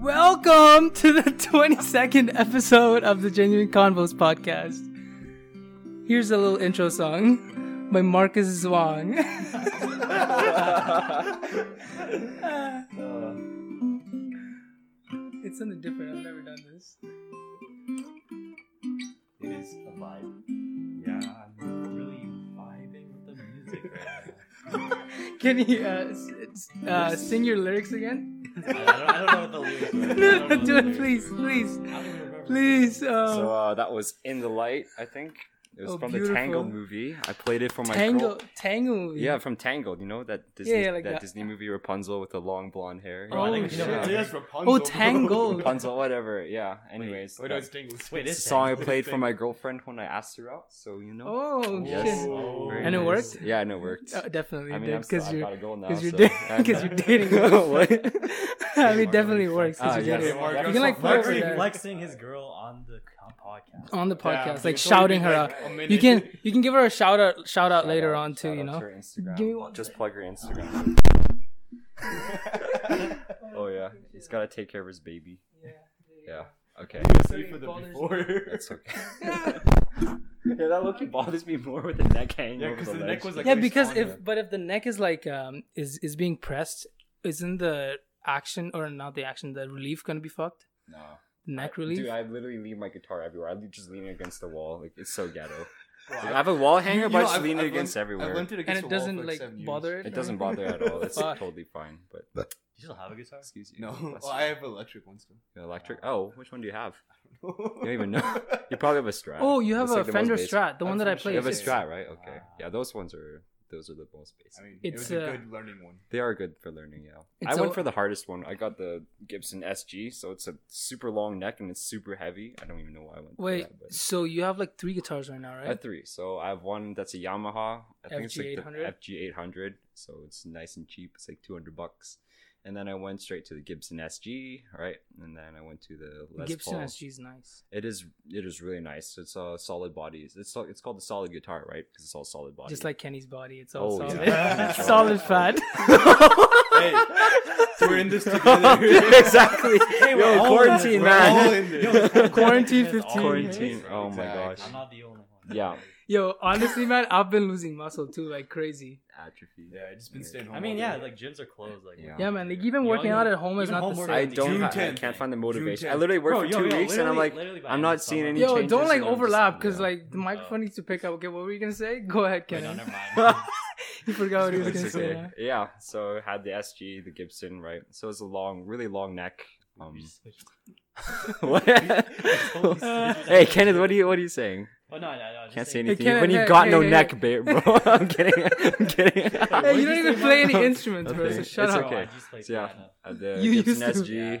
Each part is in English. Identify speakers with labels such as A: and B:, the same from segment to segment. A: Welcome to the 22nd episode of the Genuine Convos podcast. Here's a little intro song by Marcus Zwang.
B: Uh,
A: it's something different. I've never done this.
B: It is a vibe. Yeah, I'm really vibing with the music right
A: Can you uh, s- s- uh, sing your lyrics again?
B: now. I, don't, I don't know what the lyrics were. I don't know what
A: Do
B: the
A: it,
B: lyrics
A: please,
B: were.
A: please,
B: I don't even remember.
A: please.
C: So
A: Uh,
C: uh, that was in the light, I think. It was
A: Oh,
C: from
A: beautiful.
C: the Tangle movie. I played it for my
A: Tango,
C: girl.
A: Tango. movie.
C: Yeah, from Tangled. You know that Disney
A: yeah, like
C: that,
A: that.
C: Disney movie Rapunzel with the long blonde hair.
A: Oh,
B: Bro, I think you know
A: shit.
B: what it is, Rapunzel.
A: Oh, Tangled.
C: Rapunzel, whatever. Yeah. Anyways,
B: Wait, no, it's Tangled. Wait,
C: it's a song I played for my girlfriend when I asked her out. So you know.
A: Oh,
C: Yes.
A: shit.
C: Very
A: And it
C: nice.
A: worked?
C: Yeah, and it worked.
A: Uh, definitely
C: I mean,
A: did
C: I'm still-
A: because
C: I've
A: you're
C: got a goal now.
A: because you're
C: so
A: dating
C: I'm-
A: because you're dating.
C: What?
A: I mean, definitely works
C: Ah,
A: because you're
C: yes.
A: dating.
C: Mark,
A: You can like put it
B: flexing,
A: over there
B: flexing his girl on the co- podcast.
A: on the podcast,
B: Yeah,
A: like
B: it's only
A: shouting
B: been,
A: her
B: like,
A: out.
B: a minute.
A: You can you can give her a shout out shout out
C: Shout
A: later
C: out-
A: on too.
C: shout
A: You
C: out to
A: know.
C: her Instagram.
A: Give me one
C: Just plug her Instagram. oh yeah, he's gotta take care of his baby. Yeah. Okay.
B: Sorry for the before.
C: That's okay. yeah, that looking bothers me more with the neck hanging
B: Yeah,
C: over
B: 'cause
C: the,
B: the
C: ledge.
B: neck was, like,
A: Yeah,
B: Based
A: because
B: on
A: if
B: that.
A: but if the neck is like um is is being pressed, isn't the action or not the action the relief gonna be fucked?
C: no.
A: The neck
C: Dude,
A: relief.
C: I literally leave my guitar everywhere. I just lean it against the wall. Like it's so ghetto. Like, I have a wall hanger, but I just lean it against everywhere.
A: and it doesn't like bother it.
C: It doesn't bother at all. It's
A: Fuck.
C: totally fine. But
B: you still have a guitar?
C: excuse you.
D: No,
C: Bless
D: well, I have electric ones too.
C: you. electric. Oh, which one do you have? You don't even know. You probably have a Strat.
A: Oh, you have
C: That's, like,
A: a
C: the most
A: Fender
C: basic-
A: Strat, the
B: I'm
A: one that
B: from
A: I
B: Shea.
A: played.
C: You have a
A: It's-
C: Strat, right? Okay.
B: Ah.
C: Yeah, those ones are. Those are the most basic.
D: I mean,
A: It's,
D: it was a
A: uh,
D: good learning one.
C: They are good for learning, yeah.
A: It's
C: I
A: a-
C: went for the hardest one. I got the Gibson SG, so it's a super long neck and it's super heavy. I don't even know why I went
A: Wait,
C: for that. But
A: so you have like three guitars right now,
C: I have
A: right?
C: three. So I have one that's a Yamaha. I think it's like the
A: FG800?
C: FG800. So it's nice and cheap. It's like 200 bucks. And then I went straight to the Gibson SG, right? And then I went to the Les
A: Gibson
C: Paul.
A: SG is nice.
C: It is it is really nice. It's a uh, solid body. It's so- it's called the solid guitar, right? Because it's all solid body.
A: Just like Kenny's body, it's all
C: Oh, yeah.
A: solid.
B: That's
A: solid
C: right.
A: fat.
D: Hey, we're in this together.
C: exactly. Hey,
B: we're all-
C: quarantine,
D: we're
C: man.
D: all in this.
A: Quarantine 15.
C: Quarantine. Oh my
D: Exactly.
C: gosh.
B: I'm not the only one.
C: Yeah.
A: Yo, honestly, man, I've been losing muscle too, like crazy.
C: Atrophy.
D: Yeah, I just been staying home.
B: I mean,
D: all
B: yeah,
D: day.
B: like gyms are closed. Like,
C: Yeah.
A: Yeah, man, like
B: Yeah.
A: even
B: You
A: working
B: know,
A: out
B: you-
A: at home is
B: even
A: not the
B: homework
A: same.
C: I don't.
B: June
C: ha- I
D: 10th.
C: can't find the motivation. I
D: 10th.
C: literally worked
B: Bro,
C: for
B: yo,
C: two
B: yo,
C: weeks, and I'm
B: literally-
C: like,
B: literally by
C: I'm
B: end
C: not
B: of
C: seeing
B: summer.
C: any
A: Yo,
C: changes,
A: don't like
C: and I'm just-
A: overlap because
C: yeah.
A: like the microphone needs to pick up. Okay, what were you gonna say? Go ahead,
B: Wait,
A: Kenny.
B: no, never mind.
A: you forgot what he was
C: It's
A: gonna say.
C: okay.
A: yeah.
C: Yeah. So I had the SG, the Gibson, right? So it's a long, really long neck. Um, what?
A: Uh,
C: hey, Kenneth, what are you what are you saying?
B: Oh, no, no, no. just
C: Can't
B: say-
C: say anything
A: Kenneth,
C: when you
A: hey,
C: have got
A: hey,
C: no
A: hey,
C: neck, babe, bro. I'm kidding. I'm kidding.
A: Hey, you
B: What'd
A: don't
B: you
A: even
B: say,
A: play
B: man?
A: any instruments, bro. So
C: Nothing.
A: shut
C: It's
A: up.
C: okay.
B: I just played
C: So, yeah,
B: piano.
C: uh, the
A: You used
C: Gibson
A: to.
C: SG.
B: Yeah.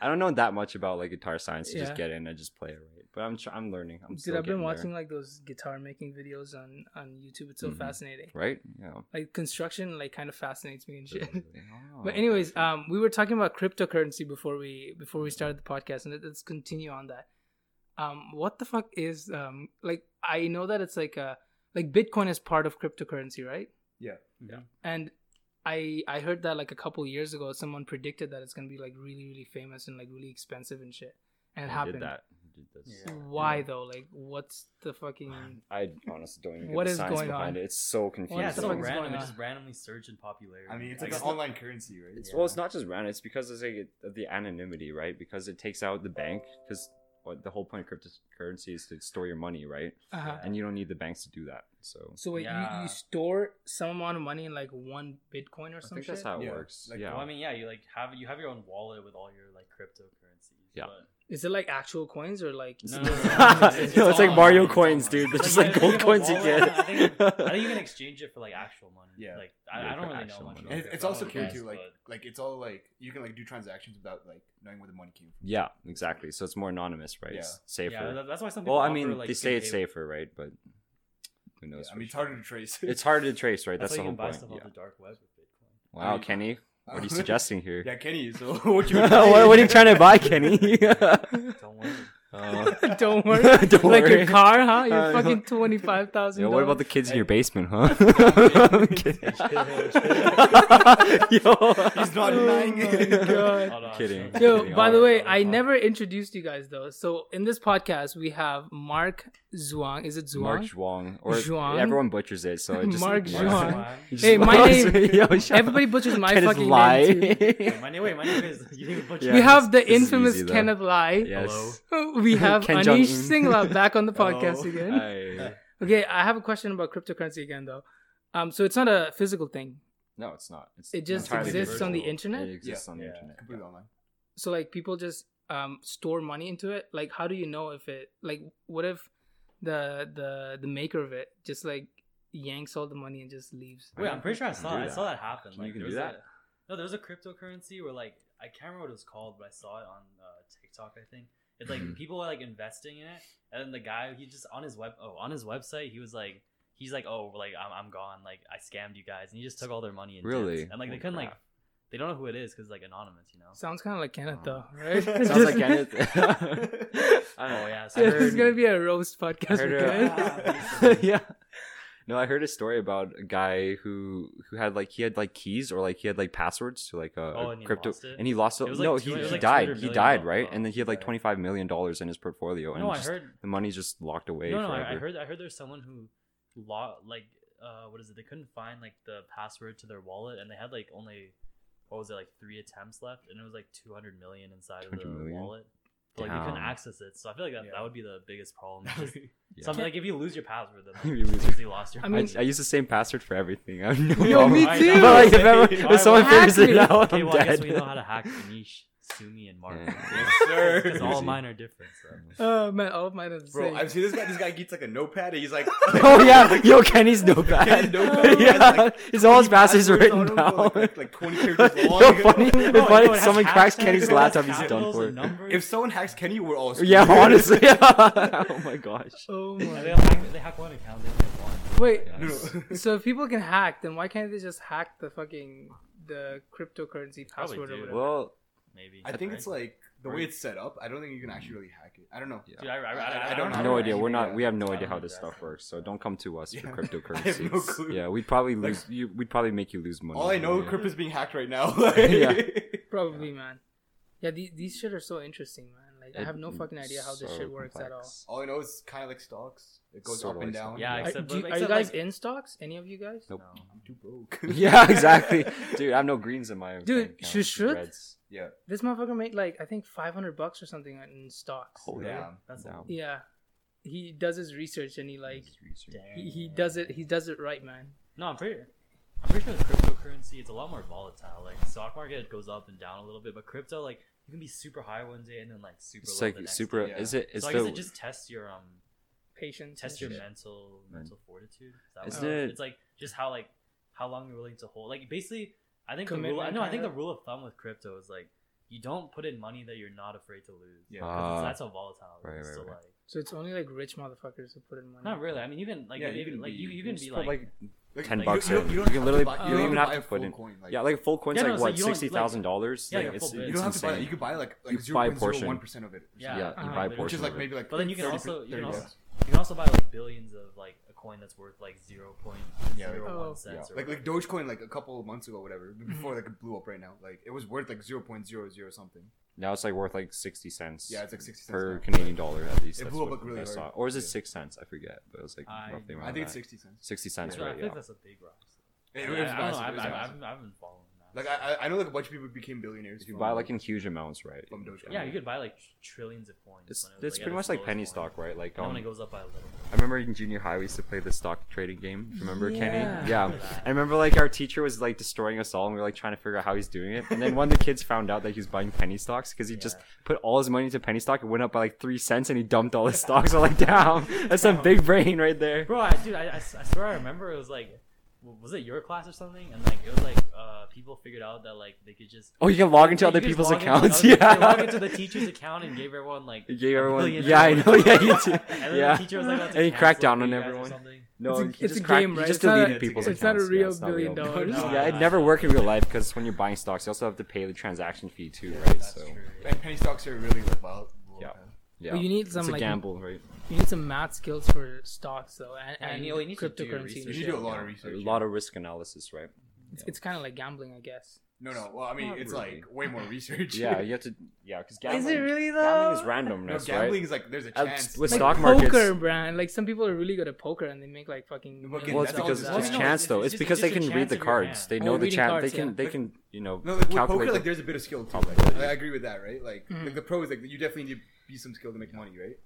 C: I don't know that much about like guitar science. You
A: Yeah.
C: just get in, I just play it right. But I'm tr- I'm learning. I'm
A: Dude,
C: still
A: I've been
C: getting there.
A: watching like those guitar making videos on on YouTube. It's so
C: Mhm.
A: fascinating.
C: Right? Yeah.
A: Like construction, like kind of fascinates me and shit.
C: Oh,
A: But
C: okay,
A: anyways,
C: okay.
A: um, we were talking about cryptocurrency before we before we started the podcast, and let- let's continue on that. Um, what the fuck is um like? I know that it's like a like Bitcoin is part of cryptocurrency, right?
D: Yeah.
B: Yeah.
A: And I I heard that like a couple years ago, someone predicted that it's gonna be like really really famous and like really expensive and shit, and it
C: I
A: happened.
C: Did that. I Did this.
B: Yeah.
A: Why though? Like, what's the fucking?
C: I honestly don't even get
A: What
C: the
A: is
C: science
A: going on?
C: behind it. It's so confusing.
B: Yeah,
A: What
B: it's
A: the
B: so
A: fuck is
B: random.
A: going
B: It
A: on?
B: just randomly surged in popularity.
D: I mean, it's like
B: Like,
D: an online currency, right?
C: It's, Well, it's not just random. It's because it's like it, the anonymity, right? Because it takes out the bank. Because what the whole point of cryptocurrency is to store your money, right?
A: Uh-huh.
C: And you don't need the banks to do that. So
A: So wait, you,
B: Yeah.
A: you store some amount of money in like one Bitcoin or
C: I
A: some
C: think
A: shit?
C: that's how it
D: Yeah,
C: works.
D: like,
C: yeah.
B: Well, I mean, yeah, you like have you have your own wallet with all your like cryptocurrencies.
C: Yeah.
B: but-
A: Is it like actual coins or like?
B: No,
C: no,
B: no,
C: it's,
B: it's-
D: it's
C: like
D: online.
C: Mario
D: It's
C: coins,
D: online.
C: dude. They're
B: Like,
C: just
B: yeah,
C: like
B: I
C: gold
B: think
C: coins
B: of
C: you
B: all-
C: get.
B: I think- I think you can exchange it for like actual money.
D: Yeah.
B: Like I,
C: Yeah,
B: I
C: for
B: don't really know
C: actual
B: much.
C: money.
B: about
D: And
B: crypto,
D: it's also
B: I
D: cool
B: guess,
D: too. Like,
B: but-
D: like it's all like you can like do transactions without like knowing where the money came from.
C: yeah, exactly. So it's more anonymous, right? It's safer.
B: yeah, that- that's why some people.
C: well, I
B: offer,
C: mean,
B: like,
C: they say it's
B: good
C: safer, right? But who
D: Yeah,
C: knows?
D: I
C: for
D: mean, it's
C: sure.
D: harder to trace.
C: It's harder to trace, right?
B: gateway.
C: That's
B: why
C: the
B: you
C: whole
B: can
C: point.
B: buy stuff
C: Yeah.
B: off the dark web with Bitcoin.
C: Wow,
D: mean-
C: Kenny, what are you suggesting here?
D: Yeah, Kenny. So what you?
C: what, what are you trying to buy, Kenny?
B: Don't worry.
C: Uh,
A: Don't worry.
C: Don't
A: like
C: worry.
A: your car, huh? You're
C: Uh,
A: fucking twenty five thousand.
C: Yo, what about the kids in your basement, huh? I'm kidding. Yo.
D: He's not
A: Oh
D: denying
A: my
D: it.
A: god.
B: Hold on,
C: Kidding.
B: so-
C: Yo,
A: Yo, by the way,
B: Hold on,
A: I
B: hold on.
A: never introduced you guys though. So in this podcast, we have Mark Zhuang. Is it Zhuang?
C: Mark Zhuang. Or
A: Zhuang?
C: everyone butchers it, so I just
A: Mark
B: Mark
A: Zhuang.
B: Zwan.
C: Just-
A: Hey, my name-
C: Yo, shut
A: Everybody
C: up.
A: butchers my
C: Kenneth
A: fucking
C: Lai.
A: name. Too.
B: Wait, My name, wait, my name is. You didn't butcher
C: Yeah,
A: we
B: it.
A: have the
C: this is
A: infamous
C: easy, though.
A: Kenneth Lai.
C: yes.
A: We have
C: Ken
A: Anish
C: Jong-un. Oh,
A: Singla back on the podcast
B: Hello.
A: again.
C: I-
A: Okay, I have a question about cryptocurrency again though. Um, so it's not a physical thing.
C: No, it's not. It's
A: It just
C: entirely
A: exists on the
C: virtual.
A: internet?
C: It exists on the
B: Yeah.
C: internet.
D: Completely online.
A: So like people just um store money into it. Like how do you know if it like what if the the the maker of it just like yanks all the money and just leaves?
B: Wait, I'm pretty sure I
C: You can
B: saw.
C: do
B: I
C: that.
B: saw that happen.
C: You
B: Like,
C: can
B: there
C: do
B: was
C: that.
B: a- no, there was a cryptocurrency where like I can't remember what it was called, but I saw it on uh, TikTok. I think it's like
C: Mhm.
B: people were like investing in it, and then the guy he just on his web oh on his website he was like he's like oh like I'm, I'm gone like I scammed you guys and he just took all their money and dipped.
C: Really?
B: and like they
C: Holy
B: couldn't like
C: crap.
B: they don't know who it is because like anonymous you know
A: Sounds kind of like Kenneth though,
C: Oh.
A: right?
D: Sounds
C: Sounds
A: Just-
C: like Kenneth. I don't know.
B: oh yeah so
C: I
A: Yeah, It's
C: heard-
A: gonna be a roast podcast.
C: heard,
A: with
C: uh,
A: Kenneth.
C: yeah. No, I heard a story about a guy who who had like he had like keys or like he had like passwords to like a, a
B: Oh, and he
C: crypto,
B: lost it?
C: and he lost. It
B: It was, like,
C: no,
B: two-
C: he,
B: it was,
C: he
B: like,
C: died.
B: 200
C: He
B: million
C: died,
B: bucks.
C: right? And then he had like
B: Right.
C: twenty five million dollars in his portfolio, and
B: no I
C: just,
B: heard
C: the money just locked away
B: no, no,
C: forever.
B: I, I heard, I heard there's someone who, lo- like, uh, what is it? They couldn't find like the password to their wallet, and they had like only, what was it, like three attempts left, and it was like 200 million inside of the
C: 200 million?
B: wallet. But, like you couldn't
C: Damn.
B: access it, so I feel like that,
D: Yeah.
B: that would be the biggest problem. Just
C: Yeah.
B: Something like if you lose your password, then like,
C: You
B: you
C: lose
B: lose, you lost your.
A: I
C: I,
A: mean-
C: I use the same password for everything. I have no
A: Yo, me
C: problem.
B: I
A: too.
B: know.
C: But like if ever
B: Why
C: if someone
B: would-
A: Hack
C: figures it
A: me.
C: out,
B: okay,
C: I'm
B: well, I guess we know
C: dead.
B: how to hack Anish, Sumi, and Mark.
C: Yeah.
B: Yes,
D: sir.
B: Because all
C: Easy.
B: mine are different. So.
A: Oh man, all mine are the
D: Bro,
A: same.
D: I've seen this guy. This guy gets like a notepad. And he's like,
C: Oh yeah, yo, Kenny's no
D: Ken's
C: bad.
D: notepad. he has,
C: yeah,
D: like,
C: his all his
D: 20
C: passwords are
D: passwords on
C: written
D: him
C: down.
D: for, like- like- like 20 pages
C: Yo,
D: long.
C: funny. If
B: No,
C: funny,
B: no, it has
C: someone cracks
B: hashtags,
C: Kenny's
B: it has
C: laptop, he's done
B: capitals
C: for.
B: and numbers.
D: if someone hacks Kenny, we're all screwed.
C: Yeah, honestly. oh my gosh.
A: Oh
B: Yeah,
A: my.
B: they, hack, they hack one account, they only have one.
A: Wait,
D: No, no.
A: so if people can hack, then why can't they just hack the fucking the cryptocurrency
B: Probably
A: password or
B: do.
A: whatever?
C: Well,
B: Maybe.
D: I think it's
B: Right?
D: like the way it's set up. I don't think you can actually really hack it. I don't know.
B: Dude, I, I, I,
D: I- I
B: don't
D: don't
B: know.
D: know.
C: no idea. We're not. We have no
B: I
C: idea
B: don't
C: how
B: know
C: this
B: exactly.
C: stuff works. So don't come to us
D: Yeah.
C: for cryptocurrency.
D: I have no
C: It's-
D: clue.
C: Yeah, we'd probably
D: Like-
C: lose. You, we'd probably make you lose money.
D: All I know,
C: Yeah.
D: Crip is being hacked right now.
C: Yeah.
A: Probably, man. Yeah, these these shit are so interesting, man. Like I
C: It-
A: have no fucking idea how this
C: so
A: shit works at all.
C: complex.
D: All I know is kind of like stocks. It goes
C: Sorta
D: up and
C: like
D: down.
C: stocks.
B: Yeah,
A: Are,
B: except,
A: do you-
B: but,
A: are you
B: except,
A: guys
B: like,
A: in stocks? Any of you guys?
C: Nope.
B: No.
D: I'm too broke.
C: Yeah, exactly, dude. I have no greens in my bank
A: Dude,
C: account.
A: Shushut?
C: Reds.
D: Yeah.
A: This motherfucker made like I think five hundred bucks or something in stocks.
C: Holy
D: Yeah.
C: crap.
B: That's
C: Damn.
A: Yeah, he does his research and he like
C: This is research.
A: he, he does it he does it right, man.
B: No, I'm pretty. I'm pretty sure with cryptocurrency, it's a lot more volatile. Like stock market goes up and down a little bit, but crypto, like you can be super high one day and then like super
C: It's
B: low
C: like
B: the next
C: super.
B: Day.
D: yeah.
C: Is it?
B: So
C: Is
B: I
C: the
B: guess it just tests your um,
A: Patience.
B: test
A: and
B: your
A: shit.
B: mental
C: Man.
B: mental fortitude. Is that
C: Isn't
B: what it
C: it-
B: is? It's like just how like how long you're willing to hold. Like basically, I think the rule. I
A: Commitment,
B: know. I think
A: kinda?
B: the rule of thumb with crypto is like you don't put in money that you're not afraid to lose.
D: Yeah.
B: 'Cause it's-
C: Ah.
B: that's how volatile. it
C: Right,
B: is.
C: right,
B: so
C: right.
B: like,
A: So it's only like rich motherfuckers who put in money.
B: not really. I mean, even like
D: Yeah,
B: you,
D: you
B: even,
D: can
B: like
D: be-
B: you, you
D: you
B: can
C: just
B: be
C: put,
B: like,
D: Like,
C: 10
D: like,
C: bucks
D: you,
C: in.
D: don't- You,
C: You
D: don't
C: can
D: have to
C: literally-
D: buy-
A: you don't
C: even
D: have to
C: have to
D: buy a
C: put
D: full
C: in-
D: Coin. Like,
C: yeah, like full coins,
B: Yeah,
C: like
B: no, so
C: what
B: you don't,
C: sixty thousand dollars.
B: Yeah,
C: Like
B: like a
C: it's,
B: full bid.
D: you
C: it's
D: don't have to buy that.
C: insane.
D: You could buy like,
C: You
D: like
C: buy a portion.
D: 0.01 percent of it.
B: Yeah.
C: Yeah, you
A: Uh-huh.
C: buy a
A: Which
C: portion.
D: Which is
C: of
D: like
C: it.
D: maybe like.
B: But then you can
D: 30,
B: also- you can
D: 30
B: also-
D: bucks.
B: You can also buy like billions of like a coin that's worth like zero point
D: Yeah,
B: zero
A: Oh.
B: one
D: Yeah.
B: cents. or
D: Like like
B: whatever.
D: Dogecoin like a couple of months ago, whatever. Before like it blew up right now, like it was worth like zero point zero zero something.
C: Now it's like worth like sixty cents.
D: Yeah, it's like sixty cents
C: per
D: now.
C: Canadian dollar at least.
D: It
C: that's
D: blew up,
C: what
D: like, really
C: I saw.
D: hard.
C: Or is it
D: Yeah.
C: six cents? I forget, but it was like
B: I-
C: roughly around
D: I think
C: that.
D: it's sixty cents.
C: sixty cents,
B: So I
C: right?
B: think
C: Yeah.
B: that's a big rise.
D: It,
B: I-
D: it was
B: I,
D: massive, it
B: don't know.
D: was
B: I've, I've,
D: massive.
B: I've, I've been following that.
D: Like I I- I know like a bunch of people became billionaires.
C: If you
D: from-
C: buy like in huge amounts, right?
D: From Dogecoin.
B: yeah, you could buy like trillions of coins.
C: It's
B: when it was,
C: it's
B: at
C: pretty
B: its
C: much like
B: lowest
C: penny
B: point.
C: stock, right? Like
B: And
C: um,
B: when it goes up by a little.
C: I remember in junior high we used to play the stock trading game. Remember,
A: Yeah.
C: Kenny? Yeah. I remember like our teacher was like destroying us all, and we were like trying to figure out how he's doing it. And then one of the kids found out that he was buying penny stocks because he just
B: Yeah.
C: put all his money into penny stock. It went up by like three cents, and he dumped all his stocks. I'm like, damn, that's some big brain right there.
B: Bro, I, dude, I, I, s- I swear I remember it was like, w- was it your class or something? And like it was like uh, people figured out that like they could just
C: Oh, you can log into
B: Yeah,
C: other
B: you could
C: people's
B: log into
C: accounts.
B: other-
C: yeah.
B: they log into the teacher's account and gave everyone like.
C: He gave
B: a
C: everyone.
B: billion
C: Yeah, I know.
B: dollars.
C: Yeah, you too.
B: And then
C: Yeah.
B: the teacher was like, "Oh, it's a
C: And he cracked down
B: cancel for
C: on
B: you guys or
C: everyone.
B: something."
C: No,
A: It's a-
C: he
A: it's a
C: just cracked-
A: game, right?
C: He just
A: It's not
C: deleted
D: a-
C: people's
A: it's not a
C: accounts.
A: real
C: yeah, it's not
A: billion
C: real.
A: dollars.
B: No,
C: Yeah,
B: no,
C: it
B: no,
C: never
B: no.
C: worked in real life because when you're buying stocks, you also have to pay the transaction fee too, right?
B: That's
C: So
B: true.
D: And penny stocks are really like wild.
C: Yeah. Yeah,
A: But you need
C: it's
A: some
C: a
A: like
C: gamble, right?
A: you need some math skills for stocks though, and,
E: Yeah,
A: and
E: you know, you need to do your
A: cryptocurrency. and
E: research.
D: You
A: shit.
D: do a lot
A: Yeah.
D: of
C: A
D: research.
C: lot of risk analysis, right?
A: It's, it's kind of like gambling, I guess.
D: no, no. Well, I mean,
C: Not
D: it's
C: really.
D: like way more research.
C: Yeah, you have to. Yeah, because gambling.
A: really
C: Gambling is
D: no,
C: randomness,
D: gambling
C: right?
D: is like there's a
C: Uh,
D: chance.
C: with
A: Like
C: stock
A: poker,
C: markets.
A: brand. Like some people are really good at poker and they make like fucking.
D: Well,
A: millions
C: Well, it's
A: off
C: because
A: of
C: it's
D: all-
A: that.
D: No,
C: just
D: no,
C: chance,
B: it's-
C: though.
B: it's
C: It's
B: just-
C: because
B: it's
C: they
B: just a
C: can read
B: chance
C: the
B: of your
C: cards.
B: hand.
C: They
A: Oh,
C: know the
A: reading
C: chance. They
A: cards,
C: can.
A: yeah.
C: They can. You know,
D: No, like, with poker, like
C: calculate. the-
D: there's a bit of skill too.
C: Probably.
D: Like, I agree with that, right? Like,
A: Mhm.
B: Mm.
D: like the pro is like you definitely need to be some skill to make money, right?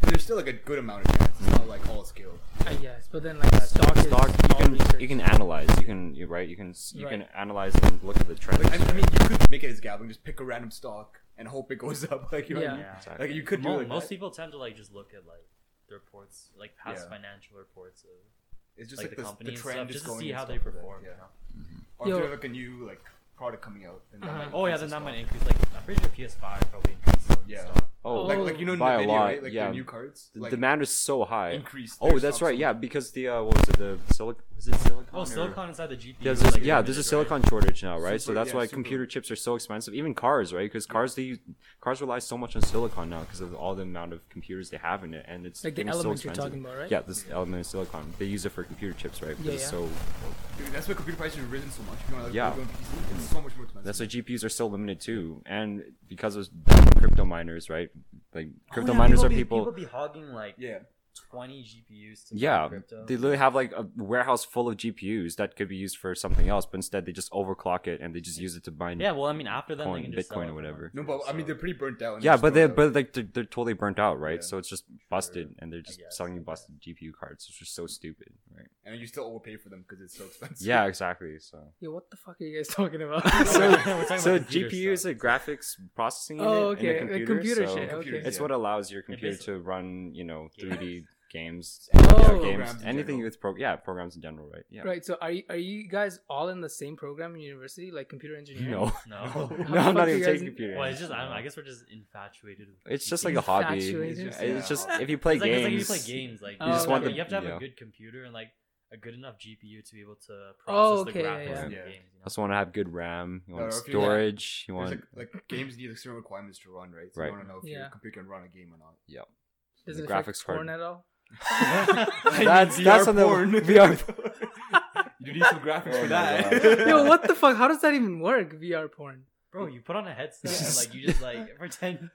D: But there's still like a good amount of chance. It's not like all skill.
A: I guess, but then like stock is
C: Stock. You
A: all
C: can.
A: research.
C: You can analyze. You can. You right. You can. s- You
A: Right.
C: can analyze and look at the trends.
D: Like I, I mean, you could make it as gambling, just pick a random stock and hope it goes up. Like you know, what I
A: Yeah.
D: mean?
B: Yeah.
C: Exactly.
D: like you could do
B: Mo-
D: it like
B: most
D: that.
B: people tend to like just look at like the reports, like past
D: Yeah.
B: financial reports of
D: It's just
B: like,
D: like,
B: the
D: the,
B: company
D: the
B: and
D: trend
B: stuff,
D: is
B: just to
D: going
B: see
D: and
B: how they
D: stuff like that,
B: perform.
D: Yeah.
B: you know?
D: Or if
A: Yo.
D: there's like a new like product coming out, then that
A: Uh-huh.
D: might
B: Oh yeah,
D: increase
B: then
D: the
B: that might
D: stock.
B: increase. Like I'm pretty sure PS5 probably increased. some
D: Yeah.
B: stuff.
C: Oh,
A: Oh.
D: Like, like you know,
C: By a
D: Nvidia,
C: lot,
D: right? Like
C: yeah.
D: their new cards,
C: the
D: like,
C: demand is so high.
D: increase.
C: Oh,
D: their
C: that's
D: stocks
C: right.
D: going
C: Yeah,
D: up.
C: because the uh, what was it? The silicon was it silicon?
B: Oh,
C: or-
B: silicon inside the GPU.
C: Yeah,
B: is,
C: there's,
B: like,
C: yeah, there's a
B: limited,
C: silicon
B: right?
C: shortage now, right? so
D: Super-
C: that's
D: yeah,
C: why
D: super.
C: computer chips are so expensive. Even cars, right? Because cars they cars rely so much on silicon now because of all the amount of computers they have in it, and it's
A: Like the
C: getting so
A: elements you're
C: expensive.
A: talking about, right?
C: Yeah, this element of silicon. They use it for computer chips, right? Because
A: Yeah,
C: it's
A: yeah.
C: so
D: Dude, that's why computer prices have risen so much. If you want to like,
C: Yeah.
D: go on PC, it's so much more expensive.
C: that's why GPUs are so limited too, and because of dumb crypto miners, right? Like crypto miners are people.
B: Oh, people be hogging like
D: yeah.
B: 20 GPUs to buy
C: yeah,
B: crypto.
C: they literally have like a warehouse full of GPUs that could be used for something else, but instead they just overclock it and they just use it to mine.
B: yeah, well, I mean, after them,
C: Coin-
B: they can just
C: Bitcoin
B: sell
C: or
B: it for
C: whatever.
B: months,
D: No, but I mean
B: so-
D: they're pretty burnt out. and
C: Yeah,
D: they're
C: but they
D: still out.
C: but like they're, they're totally burnt out, right?
D: Yeah.
C: So it's just busted, and they're just
B: guess,
C: selling you busted GPU cards, which is so stupid, right?
D: and you still overpay for them because it's so expensive.
C: Yeah, exactly. So
A: Yeah, what the fuck are you guys talking about?
C: so,
B: We're talking about
C: so
B: computer
C: GPU is
B: stuff.
C: a graphics processing unit
A: oh,
C: in a
A: okay,
C: computer.
A: like computer
C: so
A: shit.
D: computers,
A: Okay.
C: It's what allows your computer
B: basically-
C: to run, you know, 3D games,
A: Oh.
C: yeah, games,
D: Programs in
C: anything
D: general.
C: with pro, yeah, programs in general, right? Yeah.
A: Right. So are you are you guys all in the same program in university, like computer engineering?
C: No,
B: No.
D: No.
C: no, I'm
A: fuck you
C: not even
A: guys-
C: taking computer.
B: Well, it's just, I, don't know, I
C: No.
B: guess we're just infatuated. with
C: It's just like
B: PCs.
C: a hobby. It's
A: Infatuated?
C: just,
D: Yeah.
C: it's just- if you play
B: it's like,
C: games,
B: It's like if you play games, like
A: Oh,
B: you, just want
A: okay.
B: you have to have
C: Yeah.
B: a good computer and like a good enough GPU to be able to process
A: Oh, okay,
B: the
A: yeah,
B: graphics
A: yeah.
B: in the
D: Yeah.
B: games.
C: you
B: You know?
C: also want to have good RAM. You
D: No,
C: want
D: if you-
C: storage. You
D: Oh, There's,
C: want
D: like, like games need like, certain requirements to run, right? So
C: Right.
D: you want to know if
A: Yeah.
D: your computer can run a game or not.
A: Does
C: The
A: it affect
C: graphics card.
A: porn at all?
C: That's- that's on the- VR
D: you need some graphics
C: Oh my
D: for that.
C: God.
A: Yo, what the fuck? How does that even work? VR porn.
B: Bro, you put on a headset and like you just like pretend.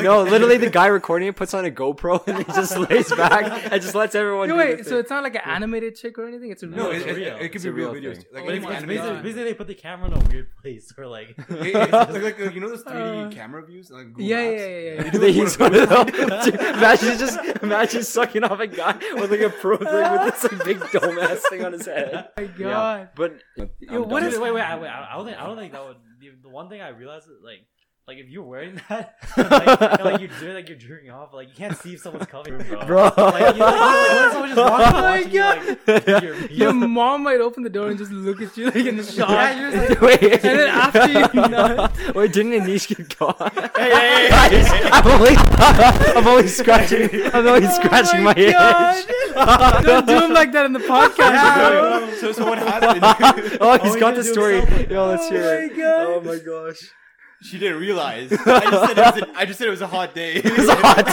C: no, literally, the guy recording it puts on a GoPro and he just lays back and just lets everyone.
A: No
C: do
A: wait,
C: their
A: so
C: thing.
A: it's not like an animated chick or anything. It's a real.
D: No, it,
B: it's
D: it,
B: real.
D: it, could
C: It's
D: be
C: a
D: real
C: real
D: videos.
C: thing.
D: Like
B: but
D: it's
B: it's,
A: my
B: it's
D: animated.
B: basically,
A: God.
B: basically they put the camera in a weird place or like.
D: It- it's like, like, like, you know those 3D
A: Uh,
D: camera views, like Google
A: yeah,
D: Maps?
A: yeah, yeah, yeah.
D: You
A: yeah.
D: do
C: they
D: it for
C: use
D: a-
C: one of them. Dude, imagine just imagine sucking off a guy with like a pro thing with this like big dome ass thing on his head.
A: Oh my god.
C: But
A: Yo, what
B: Dude,
A: is-
B: wait, wait, I- wait, I I don't think I don't think that would. The, the one thing I realized is like, like if you're wearing that, like, and, like you're doing like you're jerking off, like you can't see if someone's coming, bro.
C: bro?
B: Like, you, like, like, someone just walking,
A: Oh my
B: watching you, like, do your pee.
A: Your mom might open the door and just look at you like in the shock.
B: Yeah, you're just
C: Wait,
A: And then after you nut-
C: wait, didn't Anish get caught?
B: Hey, hey, hey,
C: I just- I'm only, I'm only scratching, I'm only scratching my,
A: Oh my
C: head.
A: Don't do him like that in the podcast.
D: Yeah. So, so what happened?
C: oh, he's
B: Oh,
C: got
B: he
C: the
B: did do
C: story.
B: himself like
C: Yo,
B: that.
C: let's hear it. Oh my gosh.
D: she didn't realize. I just said it was, a, I just said it was a hot day. It
C: It's a hot Oh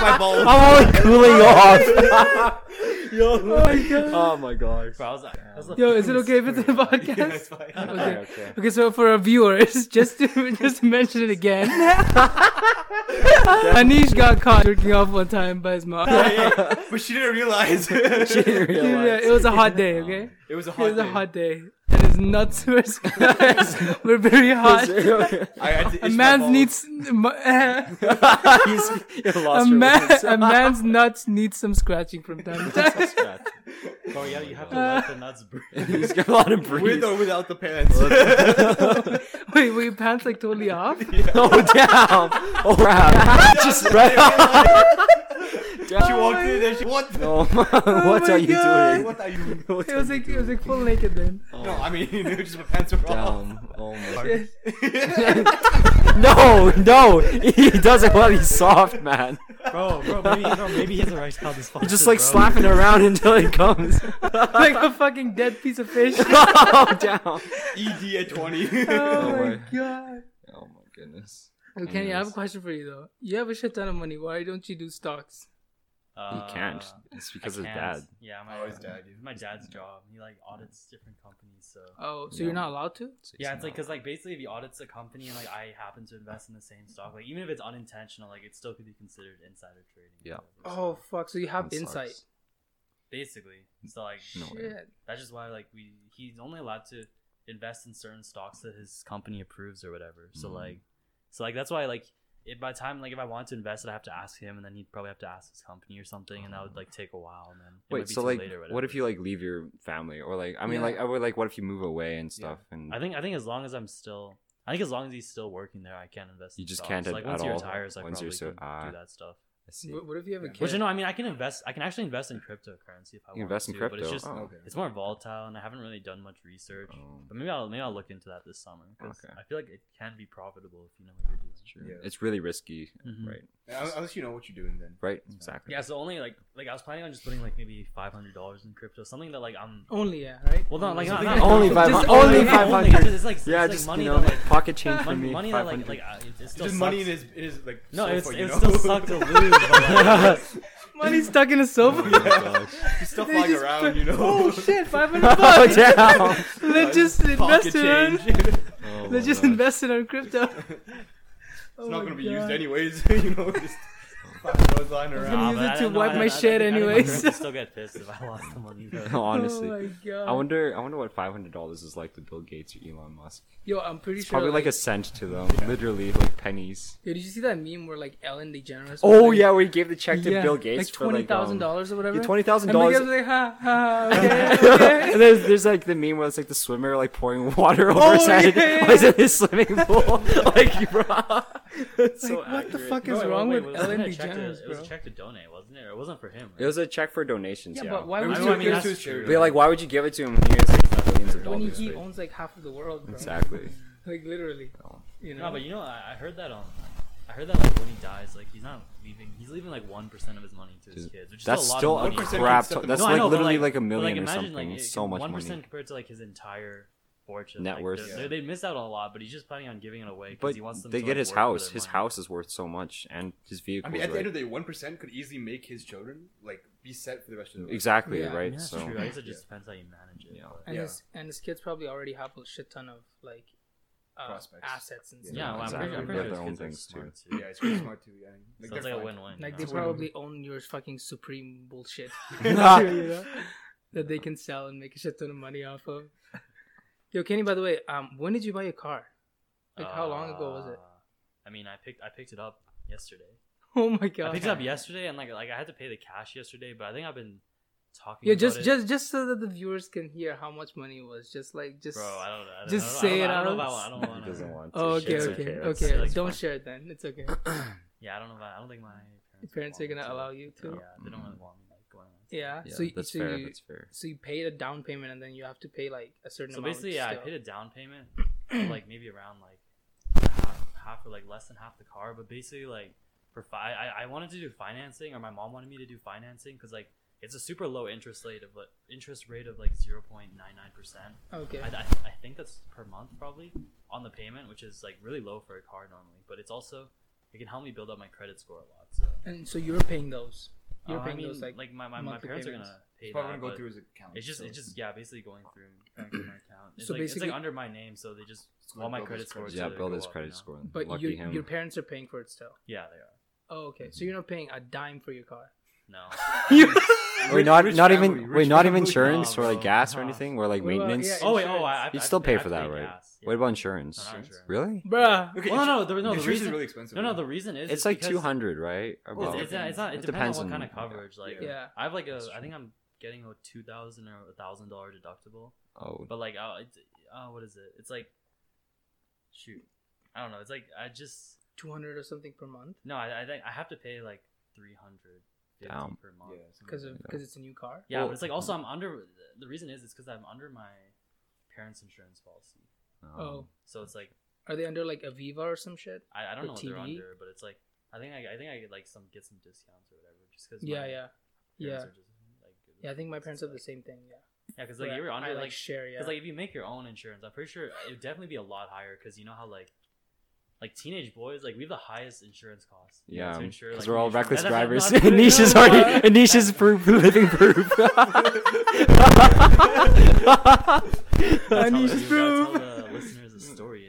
D: Scratching my balls.
C: I'm only cooling off. Yo, oh my gosh.
B: Bro, I was like, I was like,
A: Yo, is it okay if it's in the
D: Yeah, that's
A: podcast?
D: fine.
A: Okay.
C: okay.
A: Okay, so for our viewers, just to just to mention it again, Anish got caught jerking off one time by his mom.
D: But she didn't realize.
C: She didn't
A: Yeah,
C: realize.
A: it was a hot day, okay?
D: It was a
A: It
D: hot
A: was
D: day.
A: a hot day, and his nuts were were very hot.
D: I had to itch
A: A
D: my
A: man's
D: balls.
A: needs a
C: He's he lost your
A: man
C: words.
A: a man's nuts needs some scratching from time to time.
C: Scratch.
B: bro, Oh, yeah, you have to let the nuts breathe.
C: He's got a lot of
D: With
C: breathe.
D: or without the pants.
A: Wait, were your pants like totally off?
C: Oh damn! Oh crap! Just right.
D: she walked in and she what? The,
C: Oh, what
A: my
C: are you
A: God.
C: doing?
D: What are you?
C: What
A: It
C: are
A: was
C: you
A: like it was
C: doing?
A: like full naked then.
D: No, I mean, just my pants were off.
C: Damn. Oh my. No,
A: No,
C: no, he doesn't want. He's soft, man.
B: Bro, bro, maybe, bro, maybe he has erectile dysfunction.
C: Just like
B: bro.
C: slapping around until it comes.
A: like a fucking dead piece of fish.
C: oh damn!
D: ED at 20.
A: Oh
C: my
A: my god.
C: Oh my goodness.
A: Well, Kenny, I have a
C: Anyways.
A: question for you though. You have a shit ton of money. Why don't you do stocks?
B: Uh,
C: you can't. It's because
B: I
C: of
B: can't.
C: dad.
B: Yeah, my
D: Oh, his dad, yeah.
B: My dad's job. He like audits different companies. So
A: Oh, so
C: Yeah.
A: you're not allowed to?
B: yeah, it's like because like basically if he audits a company and like I happen to invest in the same stock, like even if it's unintentional, like it still could be considered insider trading. or
C: Yeah.
B: whatever.
A: Oh fuck! So you have
C: That
A: insight.
C: sucks.
B: basically. So like
C: No way.
A: Shit.
B: that's just why like we he's only allowed to invest in certain stocks that his company approves or whatever. So
C: Mm.
B: like so like that's why like if by the time like if I want to invest it, I have to ask him, and then he'd probably have to ask his company or something, and that would like take a while. And then it
C: Oh.
B: might
C: Wait,
B: be
C: so
B: too
C: like,
B: late or
C: what if
B: whatever.
C: you like leave your family, or like, I mean,
A: Yeah.
C: like, I would like, what if you move away and
B: Yeah.
C: stuff, and
B: I think I think as long as I'm still, I think as long as he's still working there, I can't invest.
C: You
B: in
C: just
B: stocks.
C: can't
B: like
C: at
B: once he
C: all.
B: retires, I
C: Once
B: probably
C: you're so-
B: can
C: ah.
B: do that stuff.
C: I see.
A: What, what if you have a
D: Yeah.
A: kid?
B: Which you know, I mean, I can invest. I can actually invest in cryptocurrency if I
C: You
B: want
C: invest in
B: to,
C: crypto.
B: but it's just
C: oh.
D: Okay.
B: it's more volatile, and I haven't really done much research.
C: Oh,
B: But maybe I'll maybe I'll look into that this summer. 'cause
C: Okay.
B: I feel like it can be profitable if you know what you're doing.
C: it's true.
D: Yeah.
C: It's really risky,
B: Mhm.
C: right?
D: Yeah, Unless you know what you're doing, then.
C: Right, exactly.
B: Yeah, so only like like I was planning on just putting like maybe five hundred dollars in crypto, something that like I'm.
A: only yeah, right?
B: Well, not like not,
A: Something
B: not
A: like-
C: Only
B: just-
C: five-
B: just-
C: only
B: not
C: 500.
B: It's just- It's like it's
C: Yeah,
B: like
C: just
B: money
C: you know,
B: that, like,
C: pocket change for
B: money,
C: me.
B: money that like
C: 500.
B: like I- it, it still
D: Just
B: sucks.
D: money in his, in his like.
B: No,
D: sofa,
B: it's,
D: you
B: it
D: know?
B: still sucked to lose. but, like,
A: Money stuck in a sofa.
D: Just stuff
A: They
D: lying
A: just
D: around,
A: put-
D: you know.
A: Oh shit! Five hundred
C: oh
A: bucks.
C: damn!
A: Let's just invest it on.
C: Oh, my
A: Let's just
C: gosh.
A: invest it on crypto.
D: It's
A: Oh,
D: not going to be used anyways, you know. Just fucking goes lying
A: gonna
D: around.
A: use
B: but
A: it
B: I
A: to
B: don't know,
A: wipe
B: I don't-
A: my
B: I think-
A: shit
B: I think my
A: anyways.
B: parents would still get pissed if I lost the money. Though.
C: Honestly,
A: Oh my god.
C: I wonder. I wonder what five hundred dollars is like to Bill Gates or Elon Musk.
A: Yo, I'm pretty
C: It's
A: sure.
C: probably like, a cent to them, literally like pennies.
A: Yo, did you see that meme where like Ellen DeGeneres? was
C: Oh
A: like-
C: yeah, we gave the check to
A: Yeah,
C: Bill Gates
A: like
C: for
A: twenty
C: like
A: thousand
C: um,
A: dollars or whatever.
C: yeah, twenty thousand
A: And Bill Gates was like,
C: dollars.
A: ha ha. Okay, okay.
C: and there's, there's like the meme where it's like the swimmer like pouring water over
A: Oh,
C: his head.
A: yeah, yeah,
C: Was
A: yeah.
C: it his swimming pool? like, bro. It's so
A: like, what the
C: accurate.
A: fuck
B: No,
A: is
B: wait,
A: wrong
B: wait,
A: with
B: wasn't
A: Ellen
B: it a check to-
A: DeGeneres,
B: It was a
A: bro?
B: check to donate, wasn't it? Or It wasn't for him. Right?
C: It was a check for donations.
A: Yeah,
C: Yeah,
A: but why
D: It
A: would
D: was
B: I
A: you?
B: know,
D: to-
B: I mean,
D: it was to
B: that's
D: his charity.
C: But like, why would you give it to him when he has like millions of
A: when
C: dollars?
A: he
C: right?
A: owns like half of the world, bro.
C: Exactly.
A: Like literally,
C: Oh.
A: you know.
B: No, but you know, I, I heard that on. I heard that like when he dies, like he's not leaving. He's leaving like one percent of his money to his
C: Dude,
B: kids, which is
C: That's
B: still a
C: still
B: lot
C: a
B: of money.
D: cr-
C: crap.
D: No,
C: ton- that's
D: I
C: like
B: know, but,
C: literally like, a
B: like- but, like,
C: million or
B: imagine,
C: something.
B: like, it-
C: so much
B: 1%
C: money.
B: compared to like his entire fortune.
C: Net
B: like,
C: worth.
B: they're- They, they miss out on a lot, but he's just planning on giving it away. 'cause
C: But
B: he wants them
C: they
B: to,
C: get
B: like,
C: his
B: work for
C: house.
B: their
C: His
B: money.
C: house is worth so much, and his
D: I
C: vehicle.
D: mean, at the end of the day, one percent could easily make his children like be set for the rest of their life.
C: exactly
A: Yeah, I
B: Yeah,
C: right.
B: that's
C: so
B: true. I guess it
D: Yeah.
B: just depends how you manage it.
C: Yeah.
B: but-
A: and
D: Yeah.
A: his and his kids probably already have a shit ton of like uh,
D: Prospects.
A: assets and stuff.
B: Yeah, well, I'm
C: exactly.
B: pretty, I'm
C: They
B: pretty
C: have
B: sure
C: their
B: his
C: own
B: kids are
C: things,
B: smart too.
D: Yeah, it's pretty smart too. Yeah,
B: So
D: like,
B: it's
D: they're
B: like a
D: fine.
B: win-win.
A: Like
B: you
A: they
B: know?
A: probably own your fucking supreme bullshit
C: Yeah.
A: that they can sell and make a shit ton of money off of. Yo, Kenny, by the way, um, when did you buy your car? Like, how long ago was it?
B: Uh, I mean, I picked I picked it up yesterday.
A: Oh my
B: I
A: god!
B: picked it up yesterday, and like like I had to pay the cash yesterday, but I think I've been talking.
A: Yeah,
B: about
A: just
B: it.
A: just just so that the viewers can hear how much money it was. Just like just.
B: bro, I don't know. I don't,
A: just
B: I don't,
A: say
B: I
A: it
B: don't, I don't know
A: out.
B: about. I don't
C: He
B: want.
C: doesn't want.
A: Oh, okay,
C: to share.
B: It's
A: okay, okay.
C: It's
B: okay, that's-
A: Don't
B: that's
A: share it then. It's okay.
B: Yeah, I don't know. About, I don't think my parents,
A: Your parents are
B: would want
A: gonna
B: me to.
A: allow you to.
B: Yeah, they don't really want me like going. on.
A: Yeah.
C: Yeah,
A: so you-
C: that's
A: so
C: fair.
A: you
C: That's fair.
A: so you paid a down payment and then you have to pay like a certain
B: So
A: amount.
B: basically, yeah, I
A: still.
B: paid a down payment, of, like maybe around like half, half or like less than half the car. But basically, like for fi- I, I wanted to do financing, or my mom wanted me to do financing because like it's a super low interest rate of like interest rate of like zero point nine nine percent.
A: Okay.
B: I, I, I think that's per month probably on the payment, which is like really low for a car normally. But it's also it can help me build up my credit score a lot. So
A: And so you're paying those. You're
B: Uh, I
A: paying
B: mean,
A: those like,
B: my, my, my
A: monthly
B: parents
A: payments.
B: are gonna pay
D: It's probably
B: that,
D: gonna go
B: but-
D: through his account.
B: it's just,
D: so
B: it's just, yeah, basically going through, going through my account. It's
A: So
B: like, it's
A: basically-
B: like under my name, so they just
D: It's like
B: all my
D: build
B: credit
D: his
B: scores.
D: credit
C: Yeah,
B: to
C: build
B: go
C: his
B: up, you
C: credit
B: know?
C: score.
A: but
C: Lucky
A: you,
C: him.
A: your parents are paying for it still.
B: Yeah, they
A: Oh, okay. So you're not paying a dime for your car.
B: are. No,
C: Wait,
D: Rich-
C: not
D: rich
C: not
D: family,
C: even
D: rich
C: wait, not even
D: family.
C: insurance
B: Nah,
C: or
B: bro.
C: like gas or
B: Nah.
C: anything. Or like
A: What about-
C: maintenance.
A: yeah,
B: oh wait, oh, I, I,
A: Insurance.
B: I
C: You'd still
B: I
C: pay
B: have
C: for
B: to
C: that,
B: pay
C: right?
B: gas, yeah.
C: What about insurance?
B: No, not
D: Insurance.
B: insurance.
C: Really?
A: Bruh.
D: Okay,
B: Well, no, no, the, no, the
D: insurance
B: reason,
D: is really expensive.
B: no, no, the reason is
C: It's,
B: just
C: like
B: because
C: two hundred, right?
B: It's,
C: About-
B: it's not- it's not- it
C: It depends
B: depends, on what kind
C: on-
B: of coverage. Like,
A: Yeah. Yeah.
B: I have like a,
C: That's
B: I
C: true.
B: think I'm getting a two thousand or a thousand dollar deductible,
C: oh,
B: but like, uh, it's, uh, what is it? It's like, shoot, I don't know. It's like I just.
A: Two hundred or something per month
B: No, I, I think I have to pay like three hundred
C: Down.
B: fifty per month.
D: Yeah,
B: Yeah,
D: something
A: because
D: like
A: of
C: Yeah.
A: because it's a new car.
B: but
C: Well- mm.
B: it's like also I'm under. The reason is it's because I'm under my parents' insurance policy,
C: no.
A: Oh,
B: so it's like
A: are they under like Aviva or some shit?
B: I, I don't
A: For
B: know what they're
A: TV?
B: under, but it's like I think I, I think I could like some get some discounts or whatever just because
A: Yeah, yeah, yeah,
B: just, like, good with
A: yeah. I think my
B: things,
A: parents have
B: so,
A: the
B: like-
A: same thing. Yeah,
B: Yeah, because like
A: Where
B: you're
A: I,
B: under
A: like,
B: like
A: share. Yeah,
B: Because like if you make your own insurance, I'm pretty sure it would definitely be a lot higher. Because you know how like like teenage boys, like we have the highest insurance costs. you know,
C: Yeah,
B: to
C: because
B: insure, like,
C: we're all reckless
B: teenage- And that's
C: drivers.
B: not good
C: Anish is
B: enough.
C: already, Anish is proof, living proof.
B: That's how
C: Anish
B: we-
C: is
B: you gotta
C: proof.
B: tell the listeners a story.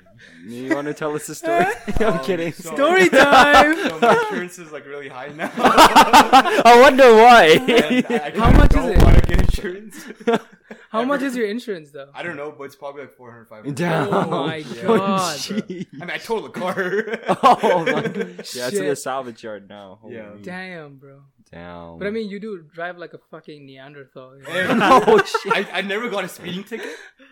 C: You want to tell us a story? I'm kidding.
D: so-
A: Story time.
D: So my insurance is like really high now.
C: I wonder
D: And
C: why.
D: I, I
A: How much is
D: don't
A: it?
D: Want to get insurance?
A: How much is your insurance though?
D: I don't know, but it's probably like 400, 500.
C: Damn.
A: Oh my
D: Yeah.
A: god. bro.
C: Gee.
D: I mean, I totaled the car.
C: Oh my god. Yeah, it's in the
A: Shit.
C: salvage yard now. Holy
D: Yeah.
A: Damn, bro.
C: Damn.
A: But I mean, you do drive like a fucking Neanderthal. you know?
D: Hey,
C: oh shit.
D: I, I never got a speeding ticket.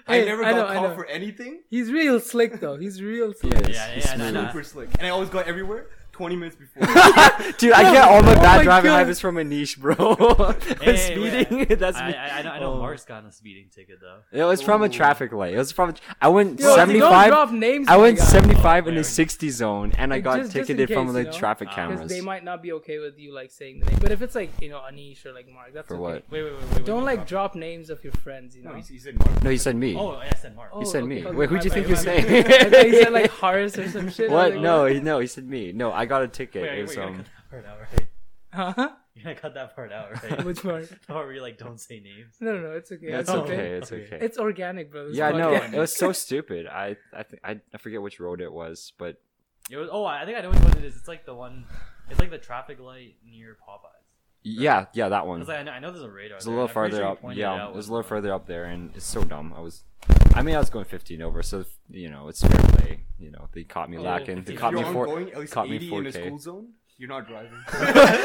D: I
A: Hey,
D: never
A: I
D: got
A: know, I
D: called
A: know.
D: for anything.
A: He's real slick though. He's real slick.
C: Yes,
B: Yeah,
C: it's
B: yeah, no, no.
C: smooth.
D: Super slick. And I always got everywhere 20 minutes before.
C: Dude, I get all my
A: Oh
C: bad
A: my
C: driving
A: God.
C: habits from Anish, bro.
B: Hey,
C: Speeding,
B: wait,
C: that's
B: I,
C: me.
B: I, I know, I know
C: Oh.
B: Mark's gotten a speeding ticket though.
C: It was from a
D: Ooh.
C: traffic light. It was from. I went
A: Yo,
C: seventy
A: Don't
C: five.
A: drop names.
C: I
A: my
C: went
A: guy.
C: seventy five in
B: Oh,
C: the
B: yeah.
C: sixty zone, and I
A: Like,
C: got
A: just- just in
C: ticketed from
A: case,
C: the
A: you know?
C: traffic
B: Ah. 'Cause
A: Because
C: cameras.
A: they might not be okay with you like saying the name. But if it's like you know Anish or like Mark, that's
C: For
A: okay.
C: what?
B: Wait, wait, wait, wait, wait.
A: Don't
B: wait,
A: like
B: Mark.
A: drop names of your friends. You
D: no,
A: know.
D: he, he said Mark.
C: No, you said me.
B: Oh, yeah, I said Mark.
A: Oh,
C: He said me.
A: okay,
C: Wait, who do you
A: my bad,
C: think
A: my
C: you're
A: bad.
C: saying?
A: I thought you said like Horace or some shit. I was
C: What?
A: like,
C: No, he, no, he said me. No, I got a ticket.
B: Wait,
C: it
B: wait,
C: was
B: you're gonna
C: um.
B: cut that part out, right?
A: Huh?
B: You're gonna cut that part out, right?
A: Which part?
B: The part where you like don't say names.
A: No, no, no. It's okay.
C: That's
A: It's
B: Oh,
A: okay.
C: okay. It's
B: okay.
C: okay.
A: It's organic, bro. this
C: Yeah, no,
A: podcast.
C: it was so stupid. I, I, think I, I forget which road it was, but
B: It was, oh, I think I know which one it is. It's like the one. It's like the traffic light near Popeyes.
C: yeah, yeah, that one.
B: Cause I know, I know there's a
C: It
B: radar.
C: was a
B: there.
C: little
B: I'm pretty
C: farther
B: sure you
C: up.
B: pointed
C: Yeah,
B: out
C: it was a
B: when-
C: little further up there, and it's so dumb. I was, I mean, I was going 15 over, so you know, it's fair play. You know, they caught me
B: Oh,
C: lacking. They
B: if
C: caught
D: you're
C: me
B: on
C: four.
D: ongoing at least
C: caught me
D: 80 in a
C: 4K.
D: school zone. You're not driving.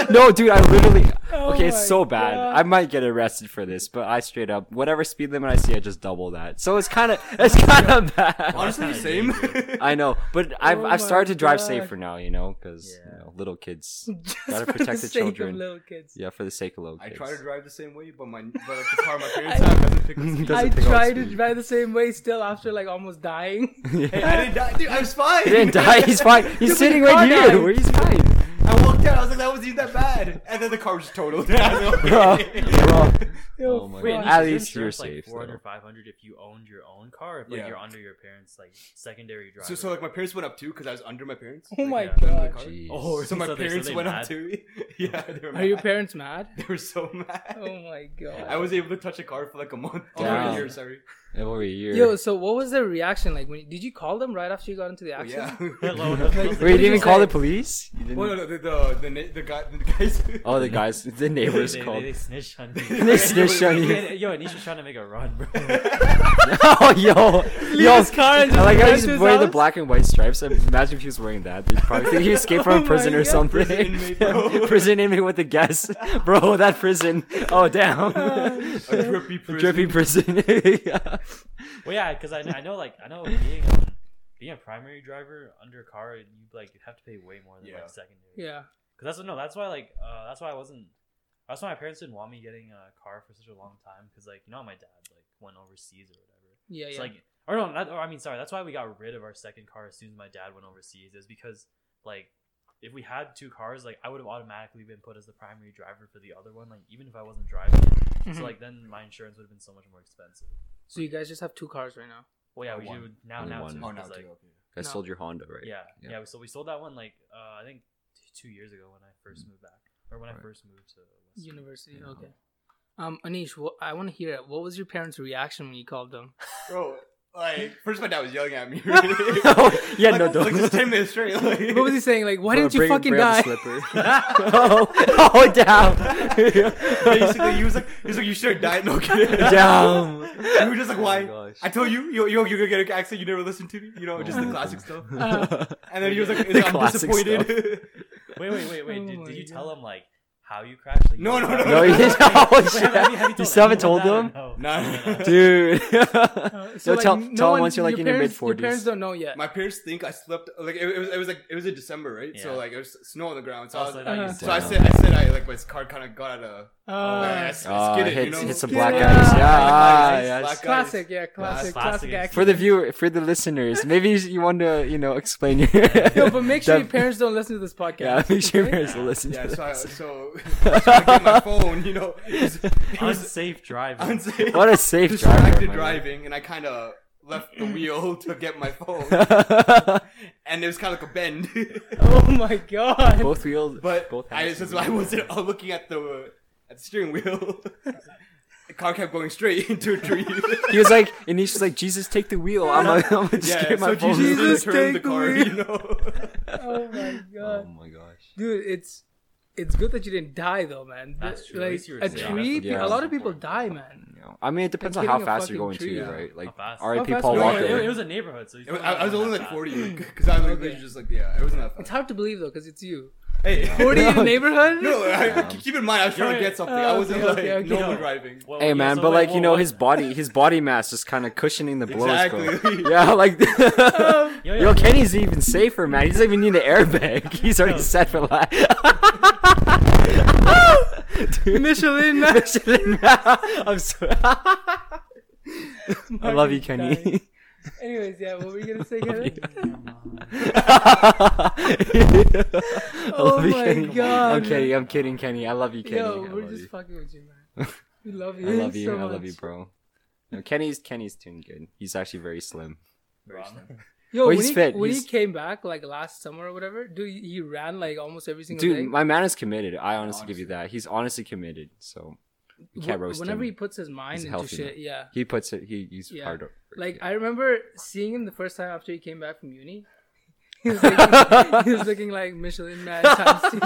C: no, dude, I literally.
A: Oh
C: okay, it's
A: my
C: so bad.
A: God.
C: I might get arrested for this, but I straight up whatever speed limit I see, I just double that. So it's kind of it's kind of bad.
D: Honestly,
B: kinda
D: same.
C: I know, but I've
A: Oh
C: I've started
A: my
C: to drive
A: God.
C: safer now, you know, because
B: Yeah.
C: you know, little kids.
A: Just
C: Gotta
A: for
C: protect the
A: sake of
C: children.
A: little kids.
C: Yeah, for the sake of little
D: I
C: kids.
D: try to drive the same way, but my but like, the car my parents have doesn't pick up speed.
C: Doesn't
A: I
C: pick up
A: tried to
C: speed.
A: drive the same way still after like almost dying.
D: Hey, I didn't die, dude. I was fine.
C: He didn't die. He's fine. He's
A: Dude,
C: sitting
A: the car
C: right here.
A: died.
C: Where he's fine.
D: I walked out. I was like, that wasn't even that bad. And then the car was just totaled. I was like,
C: Bro,
D: okay.
C: bro.
A: Yo,
C: Oh my
A: fuck.
C: God.
B: Wait,
C: At
B: is your
C: least you're
B: insurance, like
C: safe, though.
B: 400, 500 if you owned your own car, if like
D: Yeah.
B: you're under your parents' like secondary driver.
D: So so like my parents went up too because I was under my parents.
A: Oh my
B: Yeah.
A: god.
C: Jeez.
B: Oh,
D: So my
B: So they- so
D: parents
B: they
D: went
B: mad?
D: up too. yeah, they were mad.
A: Are your parents mad?
D: They were so mad.
A: Oh my god.
D: I was able to touch a car for like a month. Oh,
C: Damn.
D: a year, sorry.
C: over a year.
A: Yo, so what was their reaction like? When did you call them right after you got into the
D: Oh,
A: accident?
D: yeah.
B: Hello.
A: Like-
C: Wait, you
A: did
C: didn't
A: you
C: even call
A: say?
C: the police? You didn't-
D: Well, no, no, Oh, the the the, na- the guy the guys.
C: Oh, the guys, the
B: They-
C: neighbors
B: they,
C: called.
B: They, they snitched on me.
C: They snitched on you.
B: Yeah, Yo, Anisha's trying to make a run, bro.
C: oh, yo, yo,
A: his car and
C: I
A: just
C: like how
A: drive
C: he's
A: to his
C: wearing the
A: house?
C: black and white stripes. I imagine if he was wearing that, they'd probably think he escaped
A: Oh
C: from
A: my
C: prison or
A: God.
C: something.
D: Prison inmate, bro.
C: prison inmate with the guess, bro. That prison. Oh, damn.
A: Oh,
D: A drippy prison.
C: Drippy prison. yeah.
B: Well, yeah, because I, kn- I know like I know being um, being a primary driver under a car, you like you have to pay way more than
D: Yeah.
B: like secondary.
A: Yeah.
B: Cause that's what no, that's why like uh, that's why I wasn't. That's why my parents didn't want me getting a car for such a long time. Cause like you know how my dad like went overseas or whatever.
A: Oh, Yeah,
B: It's
A: yeah.
B: like or no, not, or I mean sorry. That's why we got rid of our second car as soon as my dad went overseas. Is because like if we had two cars, like I would have automatically been put as the primary driver for the other one. Like even if I wasn't driving, it.
A: Mhm.
B: so like then my insurance would have been so much more expensive.
A: So you guys just have two cars right now.
B: Well, yeah, we
D: One.
B: do now
C: Only
B: now
C: one.
B: too.
D: Oh, now
B: 'cause, like,
D: too, okay.
C: I
A: No.
C: sold your Honda, right?
B: yeah,
C: Yeah.
B: yeah. we- So we sold that one like uh, I think t- two years ago when I first moved back, or when I
C: Mm-hmm. Right.
B: first moved to West
A: University.
C: Yeah.
A: Okay. Um, Anish, what, I want to hear it. What was your parents' reaction when you called them?
D: Bro, like first my dad was yelling at me.
C: Oh, yeah,
D: like,
C: no, don't.
D: Like just ten minutes straight. Like,
A: What was he saying? Like, why
C: Bro,
A: didn't you
C: bring-
A: fucking
C: bring
A: die?
C: out the slipper. oh, oh, damn.
D: Basically, he was like, he was like, you should have died. No kidding.
C: damn.
D: We were just like,
C: Oh my
D: why?
C: gosh.
D: I told you, yo, yo, you're gonna get an accent. You never listened to me. You know, just the classic stuff.
A: Uh,
D: And then he was like,
C: Oh, The
D: I'm
C: classic
D: disappointed.
B: Wait, wait, wait, wait.
A: Oh
B: did,
A: my
B: did you tell
A: God.
B: him like how you crashed? Like,
D: No,
B: you-
D: no, no,
C: no, you didn't. Oh,
B: Wait, have you- have
C: shit. You
B: told
C: still haven't told
B: anyone
C: them?
B: that or
D: No.
C: Dude.
A: Uh, so,
C: no,
A: like,
C: tell,
A: no
C: tell
A: one-
C: him once you're like in your mid
A: parents- Your parents
C: 40s.
A: don't know yet.
D: My parents think I slept. Like it, it was, it was like it was in December, right? So
B: Yeah.
D: like it was snow on the ground. So,
B: Oh,
D: I, was,
B: so
D: so,
B: now you
A: Uh,
B: said-
D: I
C: Damn.
D: said, I said, I like my car kind of got out of.
A: Uh,
D: I, I skid
C: Oh,
D: it,
C: hit,
D: you know?
C: hit some
A: Yeah.
C: black
A: Yeah.
C: eyes.
D: Black
C: Yeah,
D: eyes,
C: yes.
D: black eyes.
A: classic, yeah, classic,
B: Classic.
A: classic
B: Classic.
A: action.
C: For the viewer, for the listeners, maybe you- you want to, you know, explain your.
A: Yo, but make sure your
C: Def-
A: parents don't listen to this podcast.
C: Yeah, make sure your
A: okay?
C: parents listen
D: Yeah,
C: to
D: so I,
C: this.
D: so, so I get my phone, you know, it was, it was
B: Unsafe driving.
D: unsafe,
C: What a safe driver.
D: distracted
C: my man.
D: driving, and I kind of left the wheel to get my phone, and it was kind of like a bend.
A: Oh my god.
C: both wheels,
D: but
C: both
D: I,
C: hands
D: since
C: were
D: I
C: moving.
D: wasn't uh, looking at the at the steering wheel, the car kept going straight into a tree.
C: He was like, and he's just like, Jesus, take the wheel. I'm gonna, I'm gonna just
D: yeah,
C: get my
D: so
C: phone.
D: Jesus,
A: Jesus,
D: turned the
A: take the
D: car,
A: wheel.
D: you know.
A: Oh my
C: Oh
A: god.
C: my gosh.
A: Dude, it's it's good that you didn't die though, man.
B: That's true. At
A: Like
B: least you were
A: a
B: safe.
A: tree,
C: Yeah.
A: a lot of people die, man.
C: You know, I mean, it depends on
A: It's
C: how
A: hitting a
C: fast you're going
A: fucking
C: too,
A: tree,
D: yeah.
C: right? Like,
B: How fast?
C: R.I.P.
A: How fast
C: Paul
A: was
D: it?
B: It,
C: Walker.
B: it was a neighborhood, so he's
D: It was,
B: probably
D: I, I was
B: not
D: only
B: that
D: like
B: bad.
D: 40 because I was literally just like, yeah, it wasn't that
A: It's
D: fast.
A: hard to believe though, because it's you.
D: Hey,
A: Forty in the neighborhood.
D: no, I, I- keep in mind, I was trying to
B: You're-
D: get something. I
A: Oh,
D: wasn't
A: okay,
D: like
A: okay, okay.
D: normal driving.
B: Well, yeah,
C: Hey man,
B: so
C: but like
B: what
C: you know,
B: was
C: his
B: that?
C: body, his body mass is kind of cushioning the blows. bro.
D: Exactly.
C: Yeah, like,
B: Yo, yo,
C: yo, Kenny's even safer, man. He doesn't even need an airbag. He's already set for life. Dude,
A: Michelin man.
C: Michelin man. I'm so. I love you, Kenny.
A: Anyways, yeah, what were you gonna say,
C: Love you.
A: Kevin?
C: I
A: Oh
C: love you,
A: my
C: Kenny.
A: God,
C: I'm
A: man.
C: kidding. I'm kidding, Kenny. I love you, Kenny.
A: Yo,
C: I
A: we're
C: love
A: just
C: you.
A: fucking with you, man. We love you.
C: I love you.
A: So
C: I love you,
A: much.
C: bro. No, Kenny's Kenny's doing good. He's actually very slim.
B: Wrong.
A: Yo,
C: Oh,
A: when,
C: he's
A: he,
C: fit.
A: when he
C: He's-
A: came back like last summer or whatever, dude, he- he ran like almost every single
C: Dude,
A: day.
C: my man is committed. I honestly give you
D: Honestly.
C: that. He's honestly committed. So we
A: Wh-
C: can't roast
A: Whenever he
C: him.
A: puts his mind
C: He's
A: into
C: healthy
A: shit, yeah.
C: He, puts it. He, he's
A: Yeah.
C: hard. over it.
A: Like
C: Yeah.
A: I remember seeing him the first time after he came back from uni. He was, looking, he was looking like Michelin man times two.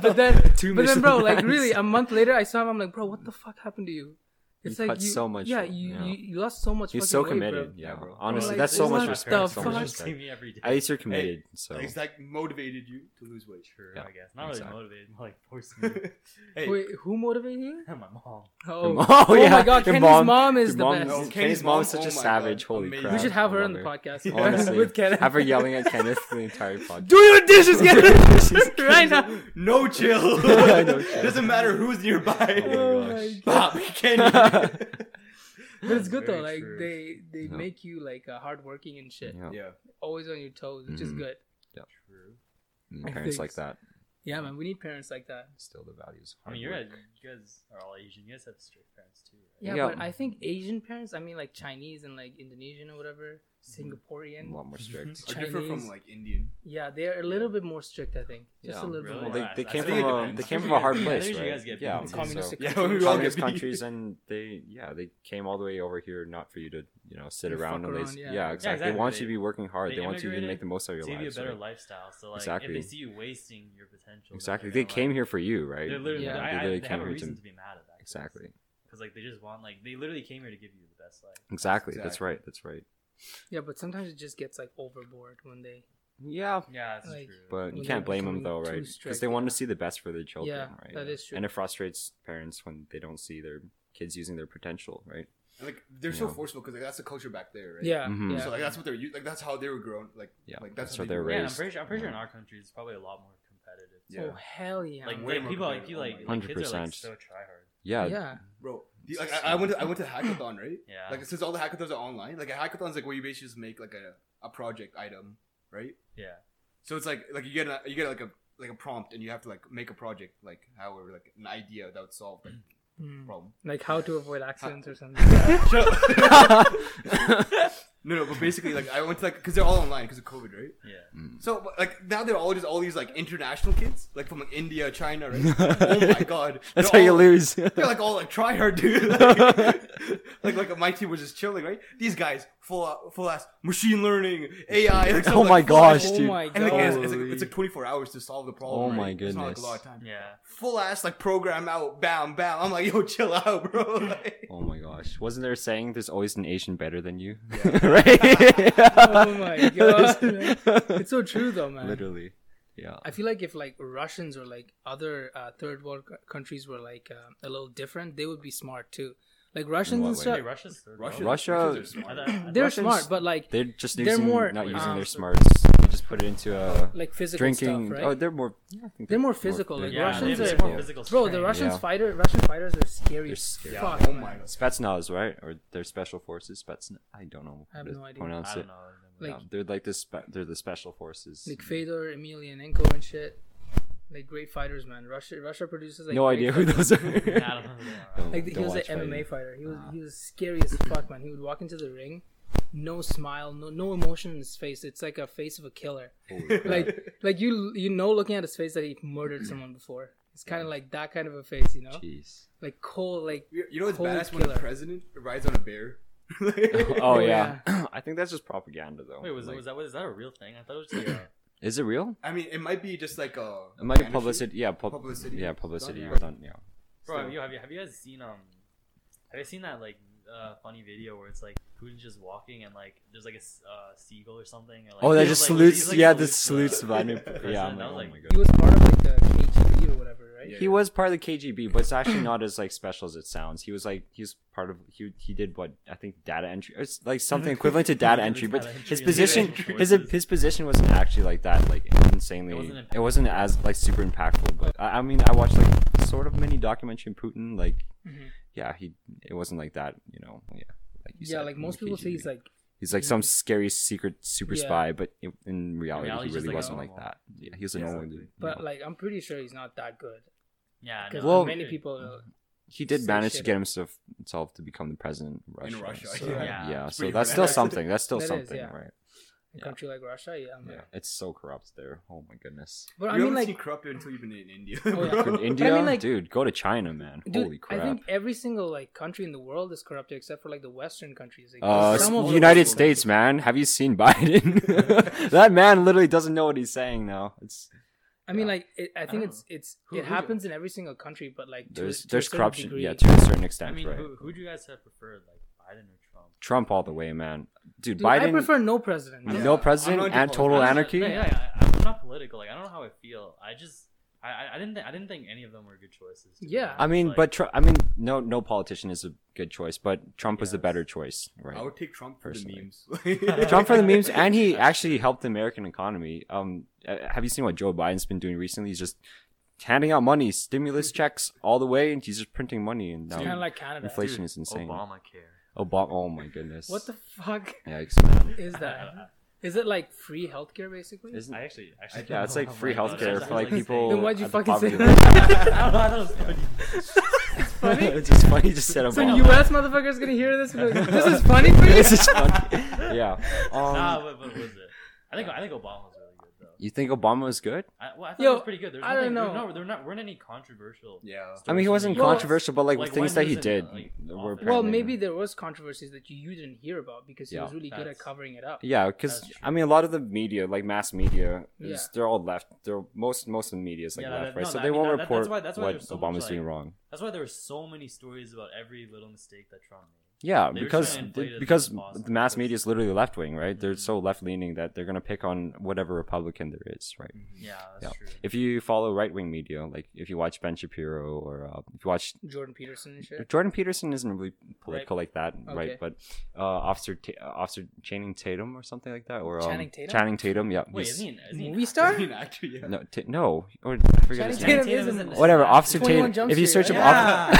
A: But then,
C: Two
A: but then, bro,
C: Michelin
A: like
C: mans.
A: really, a month later, I saw him. I'm like, bro, what the fuck happened to you? It's
C: You
A: like
C: cut
A: you,
C: so much,
A: Yeah,
C: bro.
A: you,
C: Yeah.
A: you you lost so much.
C: he's
A: fucking
C: so
A: weight, bro.
C: committed. Yeah, bro. Honestly,
A: like,
C: that's so
A: what
C: much
A: the
C: respect. So
A: fuck?
C: much
B: See
C: respect.
B: me every day.
C: At least you're committed. so
D: It's like motivated you to lose weight.
B: True,
C: Yeah,
B: I guess. Not really
C: exactly.
B: motivated, more like forced me.
D: Hey,
A: Wait, who motivated you?
B: my mom.
A: Oh,
C: mom-
A: oh,
C: yeah,
A: my god,
C: your
A: Kenny's mom,
C: mom-
A: is
C: your
A: the
C: mom
A: best.
C: is-
D: No,
C: Kenny's
D: Kenny's
C: mom's
D: mom-
C: such a
D: oh my
C: savage.
D: God,
C: Holy
D: amazing.
C: crap!
A: we should have her
C: I
A: on the
C: love
A: podcast.
C: her. Honestly,
A: with Kenneth.
C: have her yelling at Kenneth the entire podcast.
A: Do your dishes, Kenneth, right now.
D: no chill.
C: I know, chill.
D: Doesn't matter who's nearby.
A: Oh
C: Oh
A: my
C: my
A: gosh.
D: Bob, Kenny.
A: But it's good though. Like
B: Very true.
A: they they
C: Yeah.
A: make you like uh, hardworking and shit.
C: Yeah,
D: yeah.
A: Always on your toes, which is
C: Mhm.
A: good.
B: True.
C: Mm,
A: I
C: parents
A: think
C: like
A: so.
C: that.
A: Yeah, man. We need parents like that.
C: Still the values. of
B: I
C: hard
B: mean, you're
C: work.
B: guys, you guys are all Asian. You guys have strict parents too, right?
A: Yeah,
C: Yeah.
A: but I think Asian parents. I mean, like Chinese and like Indonesian or whatever, Singaporean.
C: a lot
D: Mhm.
C: more strict.
D: Are different from
A: Chinese.
D: like Indian.
A: Yeah, they're a little bit more strict. I think just
C: Yeah.
A: a little
B: Really?
A: bit more.
C: They,
B: Wow,
C: they
B: that's-
C: came
D: I think
C: from
D: it
C: a
D: depends.
C: they
D: I
C: came
D: think
C: from a
D: you
C: hard
D: guys- I
C: place,
B: think you
C: right?
B: guys get
C: yeah,
B: beat.
A: Communist
C: so,
A: Yeah,
D: we all get
C: communist
D: beat.
C: countries, and they yeah they came all the way over here not for you to you know sit
A: You
C: around
A: fuck
C: and
A: around,
C: they,
A: yeah.
C: yeah.
A: Yeah,
C: exactly.
B: exactly.
C: They want
B: They-
C: you to be working hard.
B: they
C: They, want you to
B: immigrated
C: make the most out of
B: To
C: your
B: give you a
C: life.
B: better lifestyle. So like, if
C: Exactly.
B: they see you wasting your potential, then
C: Exactly.
B: they're
C: They
B: gonna,
C: came
B: like-
C: here for you, right?
B: They're literally.
A: Yeah.
B: I- I-
C: They
B: They,
C: literally
B: have
C: came
B: a
C: here
B: reason
C: to
B: to be mad at that.
C: exactly,
B: Because like they just want like they literally came here to give you the best life.
C: exactly. That's
D: Exactly.
C: right. That's right.
A: Yeah, but sometimes it just gets like overboard when they.
C: Yeah,
B: Yeah, that's
A: Like-
B: true.
C: but
A: When
C: you
A: they're
C: can't blame them
A: becoming
C: though,
A: too
C: right? Because
A: strict,
C: they want
A: yeah.
C: to see the best for their children,
A: Yeah,
C: right?
A: that is true.
C: And it frustrates parents when they don't see their kids using their potential, right?
D: And, like they're so
C: Yeah.
D: forceful because like that's the culture back there, right?
A: Yeah,
C: Mhm.
A: yeah.
D: So like that's what they're u- like that's how they were grown. Like
C: Yeah,
D: like
C: that's
D: how
C: what
D: they
C: they're
D: were
B: yeah, and I'm
C: raised.
B: pretty sure. I'm pretty sure
C: Yeah.
B: in our country it's probably a lot more competitive.
D: Yeah.
A: Oh hell yeah!
B: Like
D: Way
B: they-
D: more
B: people like
D: competitive.
B: you like
D: Oh
B: like,
D: my
B: kids are like
C: 100%.
B: so tryhard.
C: Yeah.
A: yeah,
D: Bro, the- like I, I went to I went to hackathon, right?
B: Yeah.
D: Like since all the hackathons are online, like a hackathon's like where you basically just make like a, a project item, right?
B: yeah.
D: So it's like like you get a you get like a like a prompt and you have to like make a project like however like an idea that would solve
C: Mm-hmm.
D: like the
A: Mm.
D: problem.
A: like how to avoid accidents or something.
D: Shut up.
C: yeah.
D: no, no, but basically like I went to like because they're all online because of COVID, right?
B: Yeah.
D: So but, like now they're all just all these like international kids like from like India, China, right? oh my god,
C: That's how
D: They're
C: you
D: all-
C: lose.
D: They're like all like try hard, dude. Like, like, like, my team was just chilling, right? These guys full full ass machine learning, AI. Like, some,
C: oh
D: like,
C: my
D: full ass-
C: gosh,
A: oh
C: dude.
A: my
D: And like, it's,
A: god!
D: it's, like,
C: Holy.
D: it's like 24 hours to solve the problem.
C: Oh
D: right?
C: my
D: It's not like a lot of
C: goodness.
D: time.
B: Yeah.
D: Full ass like program out, bam, bam. I'm like, yo, chill out, bro. Like,
C: Oh my gosh. Wasn't there a saying there's always an Asian better than you? right?
A: Oh my god! man. It's so true though, man.
C: Literally. Yeah.
A: I feel like if like Russians or like other uh, third world c- countries were like um a little different, they would be smart too. Like Russians
C: what
A: and
C: way?
A: stuff,
B: Wait, Russia's third
D: Russia,
B: world?
C: Russia-
D: Russians are
B: I
D: smart.
B: thought- I thought-
A: they're
C: Russians-
A: smart, but like
C: They're just
A: They're
C: using,
A: more-
C: not
A: wait,
C: using
A: um,
C: their smarts. They just put it into a
A: like physical
C: drinking.
A: stuff, right?
C: Oh, they're more. Yeah, I think
A: They're more physical, like
B: yeah,
A: Russians
B: they
A: are-
B: have more physical
A: Bro, the
B: strength.
A: Russians
C: Yeah.
A: fighter, Russian fighters are scary.
C: They're
A: as
C: scary.
D: Yeah,
A: Fuck.
D: oh
A: man.
D: my god.
C: Spetsnaz, right? Or they're special forces. Spetsnaz. I don't know.
A: I have
C: how to
A: no idea.
C: Pronounce
B: I
C: it.
B: don't know. I
A: Like-
C: Yeah, they're like the spe- they're the special forces.
A: Like Fedor, Emelianenko, and shit. Like great fighters, man. Russia, Russia produces like
C: no
A: great
C: idea who
A: fighters.
C: those are.
B: don't know. I don't know.
A: Like he
C: Don't
A: was an
C: watch
A: MMA
C: fighting.
A: fighter. He was he was scary as fuck, man. He would walk into the ring, no smile, no no emotion in his face. It's like a face of a killer. Like like you you know looking at his face that he murdered someone before. It's kind of like that kind of a face, you know,
C: Jeez.
A: like cold, like
D: You you know what's
A: Cold
D: badass when the
A: killer.
D: president rides on a bear?
C: Oh yeah. I think that's just propaganda though.
B: Wait, was,
C: Like,
B: was that was that a real thing? I thought it was just like a,
C: Is it real?
D: I mean, it might be just like a.
C: It might be
D: fantasy.
C: publicity. Yeah, pub-
D: Publicity.
C: Yeah, publicity.
D: Done,
C: Done, yeah.
B: bro.
D: So-
B: Have you, have you have you guys seen um? Have you seen that like uh, funny video where it's like Putin's just walking and like there's like a s- uh, seagull or something? Or, like,
C: Oh, that
B: he's,
C: just
B: like-
C: salutes.
B: he's, like, uh,
C: yeah, this
B: the-
C: salutes Vladimir. Putin. Yeah, I'm
B: president.
C: like,
B: I
C: oh
B: was
C: my
A: he
B: like-
C: god.
A: was part of like the KGB or whatever, right?
D: Yeah.
C: He was part of the KGB, but it's actually not as like special as it sounds. He was like he was part of he he did what I think data entry. It's like something equivalent to data
B: Data
C: entry, but
B: entry
C: his
B: and
C: position
B: special
C: his
B: forces.
C: his position wasn't actually like that like insanely.
B: It
C: It
B: wasn't
C: wasn't,
B: impactful.
C: as like super impactful. But I, I mean, I watched like sort of mini documentary on Putin. Like
A: Mhm.
C: yeah, he it wasn't like that. You know, yeah, like you
A: yeah,
C: said,
A: like
C: in
A: most
C: the
A: people say he's
C: KGB.
A: like
C: He's like some scary secret super
A: Yeah.
C: spy, but i- in reality,
B: reality, he's
C: he really
B: just, like,
C: wasn't like
B: normal.
C: that. Yeah, he was a
D: Yeah,
C: normal
D: exactly.
C: dude.
A: But
C: Yeah.
A: like, I'm pretty sure he's not that good
B: Yeah,
A: because
B: no,
C: Well-
A: many people. uh,
C: he did
A: say
C: manage to
A: shit.
C: get himself himself to become the president of Russia. uh,
D: In Russia,
C: so,
D: yeah.
B: Yeah,
D: it's
C: so
D: pretty
C: that's still
D: badass.
C: something. That's still
A: That is,
C: something,
A: yeah.
C: right?
A: a
C: Yeah.
A: country like Russia, yeah, I'm
C: Yeah,
A: like-
C: it's so corrupt there. Oh my goodness.
A: But I
D: you
A: mean,
D: haven't
A: like,
D: seen corrupt until you've been in India.
A: Oh, yeah.
D: bro.
A: But I mean,
C: India,
A: like-
C: dude, go to China, man.
A: dude,
C: Holy crap.
A: I think every single like country in the world is corrupt except for like the Western countries. Like,
C: uh,
D: some of
C: s-
D: them-
C: United States, man. Have you seen Biden? that man literally doesn't know what he's saying now. It's
A: I mean,
C: yeah.
A: like, it, I think
B: don't
A: it's it's
B: Who-
A: it
B: who-
A: happens in every single country, but like to a-
C: there's
A: to a
C: there's
A: certain
C: corruption,
A: degree.
C: yeah, to a certain extent,
B: I mean,
C: right?
B: who who do you guys have preferred, like Biden or Trump?
C: Trump all the way, man. Dude,
A: Dude,
C: Biden.
A: I prefer no president.
D: Yeah.
C: No
D: I'm
C: president
D: not
C: and
D: Republican.
C: total
B: I'm not-
C: anarchy.
B: Yeah, yeah, I, I'm not political. Like I don't know how I feel. I just I, I, I didn't think I didn't think any of them were good choices. to be
A: Yeah.
C: I
B: honest.
C: mean,
B: Like,
C: but Tru- I mean, no, no politician is a good choice, but Trump was the
B: Yes.
C: better choice, right?
D: I would take Trump for
C: Personally.
D: the memes.
C: Trump for the memes, and he actually helped the American economy. Um, uh, have you seen what Joe Biden's been doing recently? He's just handing out money, stimulus checks all the way, and he's just printing money, and
A: kind of
C: now
A: like Canada.
C: inflation is insane.
B: Obamacare.
C: Obama, oh my goodness,
A: What the fuck
C: Yikes, man.
A: is that? Is it like free healthcare basically?
C: Isn't
B: I actually, actually
C: yeah,
B: don't
C: it's
B: know
C: like
B: how
C: free
A: Oh
B: much that
C: healthcare
B: is.
C: for like
B: That's
C: people.
A: Then why'd you
C: at the
A: fucking say
C: poverty
A: that?
C: level.
B: insane. I thought that was funny.
C: it's just funny. You just said Obama.
A: So U.S. motherfuckers gonna hear this? and be like, This is funny for you.
C: It's just funny. Yeah. Um,
B: Nah, what, what was it? I think I think Obama was really good though.
C: You think Obama was good?
B: I, well, I thought
A: Yo,
B: it was pretty good. There's
A: I don't
B: nothing- there
A: know.
B: were No, there were not, weren't any controversial.
D: yeah.
C: I mean, he wasn't
A: Well,
C: controversial, but like,
B: like,
C: the things that
B: when he
C: he
B: was in,
C: did
B: like,
C: were
B: office.
A: Well,
C: apparently-
A: maybe there was controversies that you, you didn't hear about because he
C: Yeah.
A: was really good at
B: That's-
A: covering it up.
C: Yeah, because
B: That's true.
C: I mean, a lot of the media, like mass media, is,
A: Yeah.
C: they're all left. They're most most of the media is like
B: Yeah,
C: left,
B: that-
C: right?
B: no,
C: so
B: that-
C: they
B: I mean,
C: won't
B: that- that's
C: report
B: why- that's why
C: what
B: there's so
C: Obama's
B: much,
C: doing
B: like-
C: wrong.
B: That's why there were so many stories about every little mistake that Trump made.
C: Yeah,
B: they were
C: because
B: trying to
C: the-
B: inflate it as
C: because
B: much as possible,
C: the mass
B: because-
C: media is literally left wing, right? They're
B: Mhm.
C: so left leaning that they're gonna pick on whatever Republican there is, right?
B: Yeah, that's true.
C: If you follow right wing media, like if you watch Ben Shapiro or uh, if you watch
A: Jordan Peterson and shit.
C: Jordan Peterson isn't really political like that,
A: Okay.
C: right? But uh, Officer Ta- uh, Officer Channing Tatum or something like that, or um,
A: Channing Tatum?
C: Channing Tatum, yeah.
B: Wait,
C: he's-
B: isn't he? an- Isn't he an
A: Movie
B: actor?
A: star?
D: He's an actor, yeah.
C: No, t- no, or I forget
A: Channing
C: his name.
A: Tatum
B: Tatum
A: is
B: is
A: an-
B: an-
C: Whatever, Officer
A: 21
C: Tatum.
A: Jump
C: If you
A: Street,
C: search up,
A: right?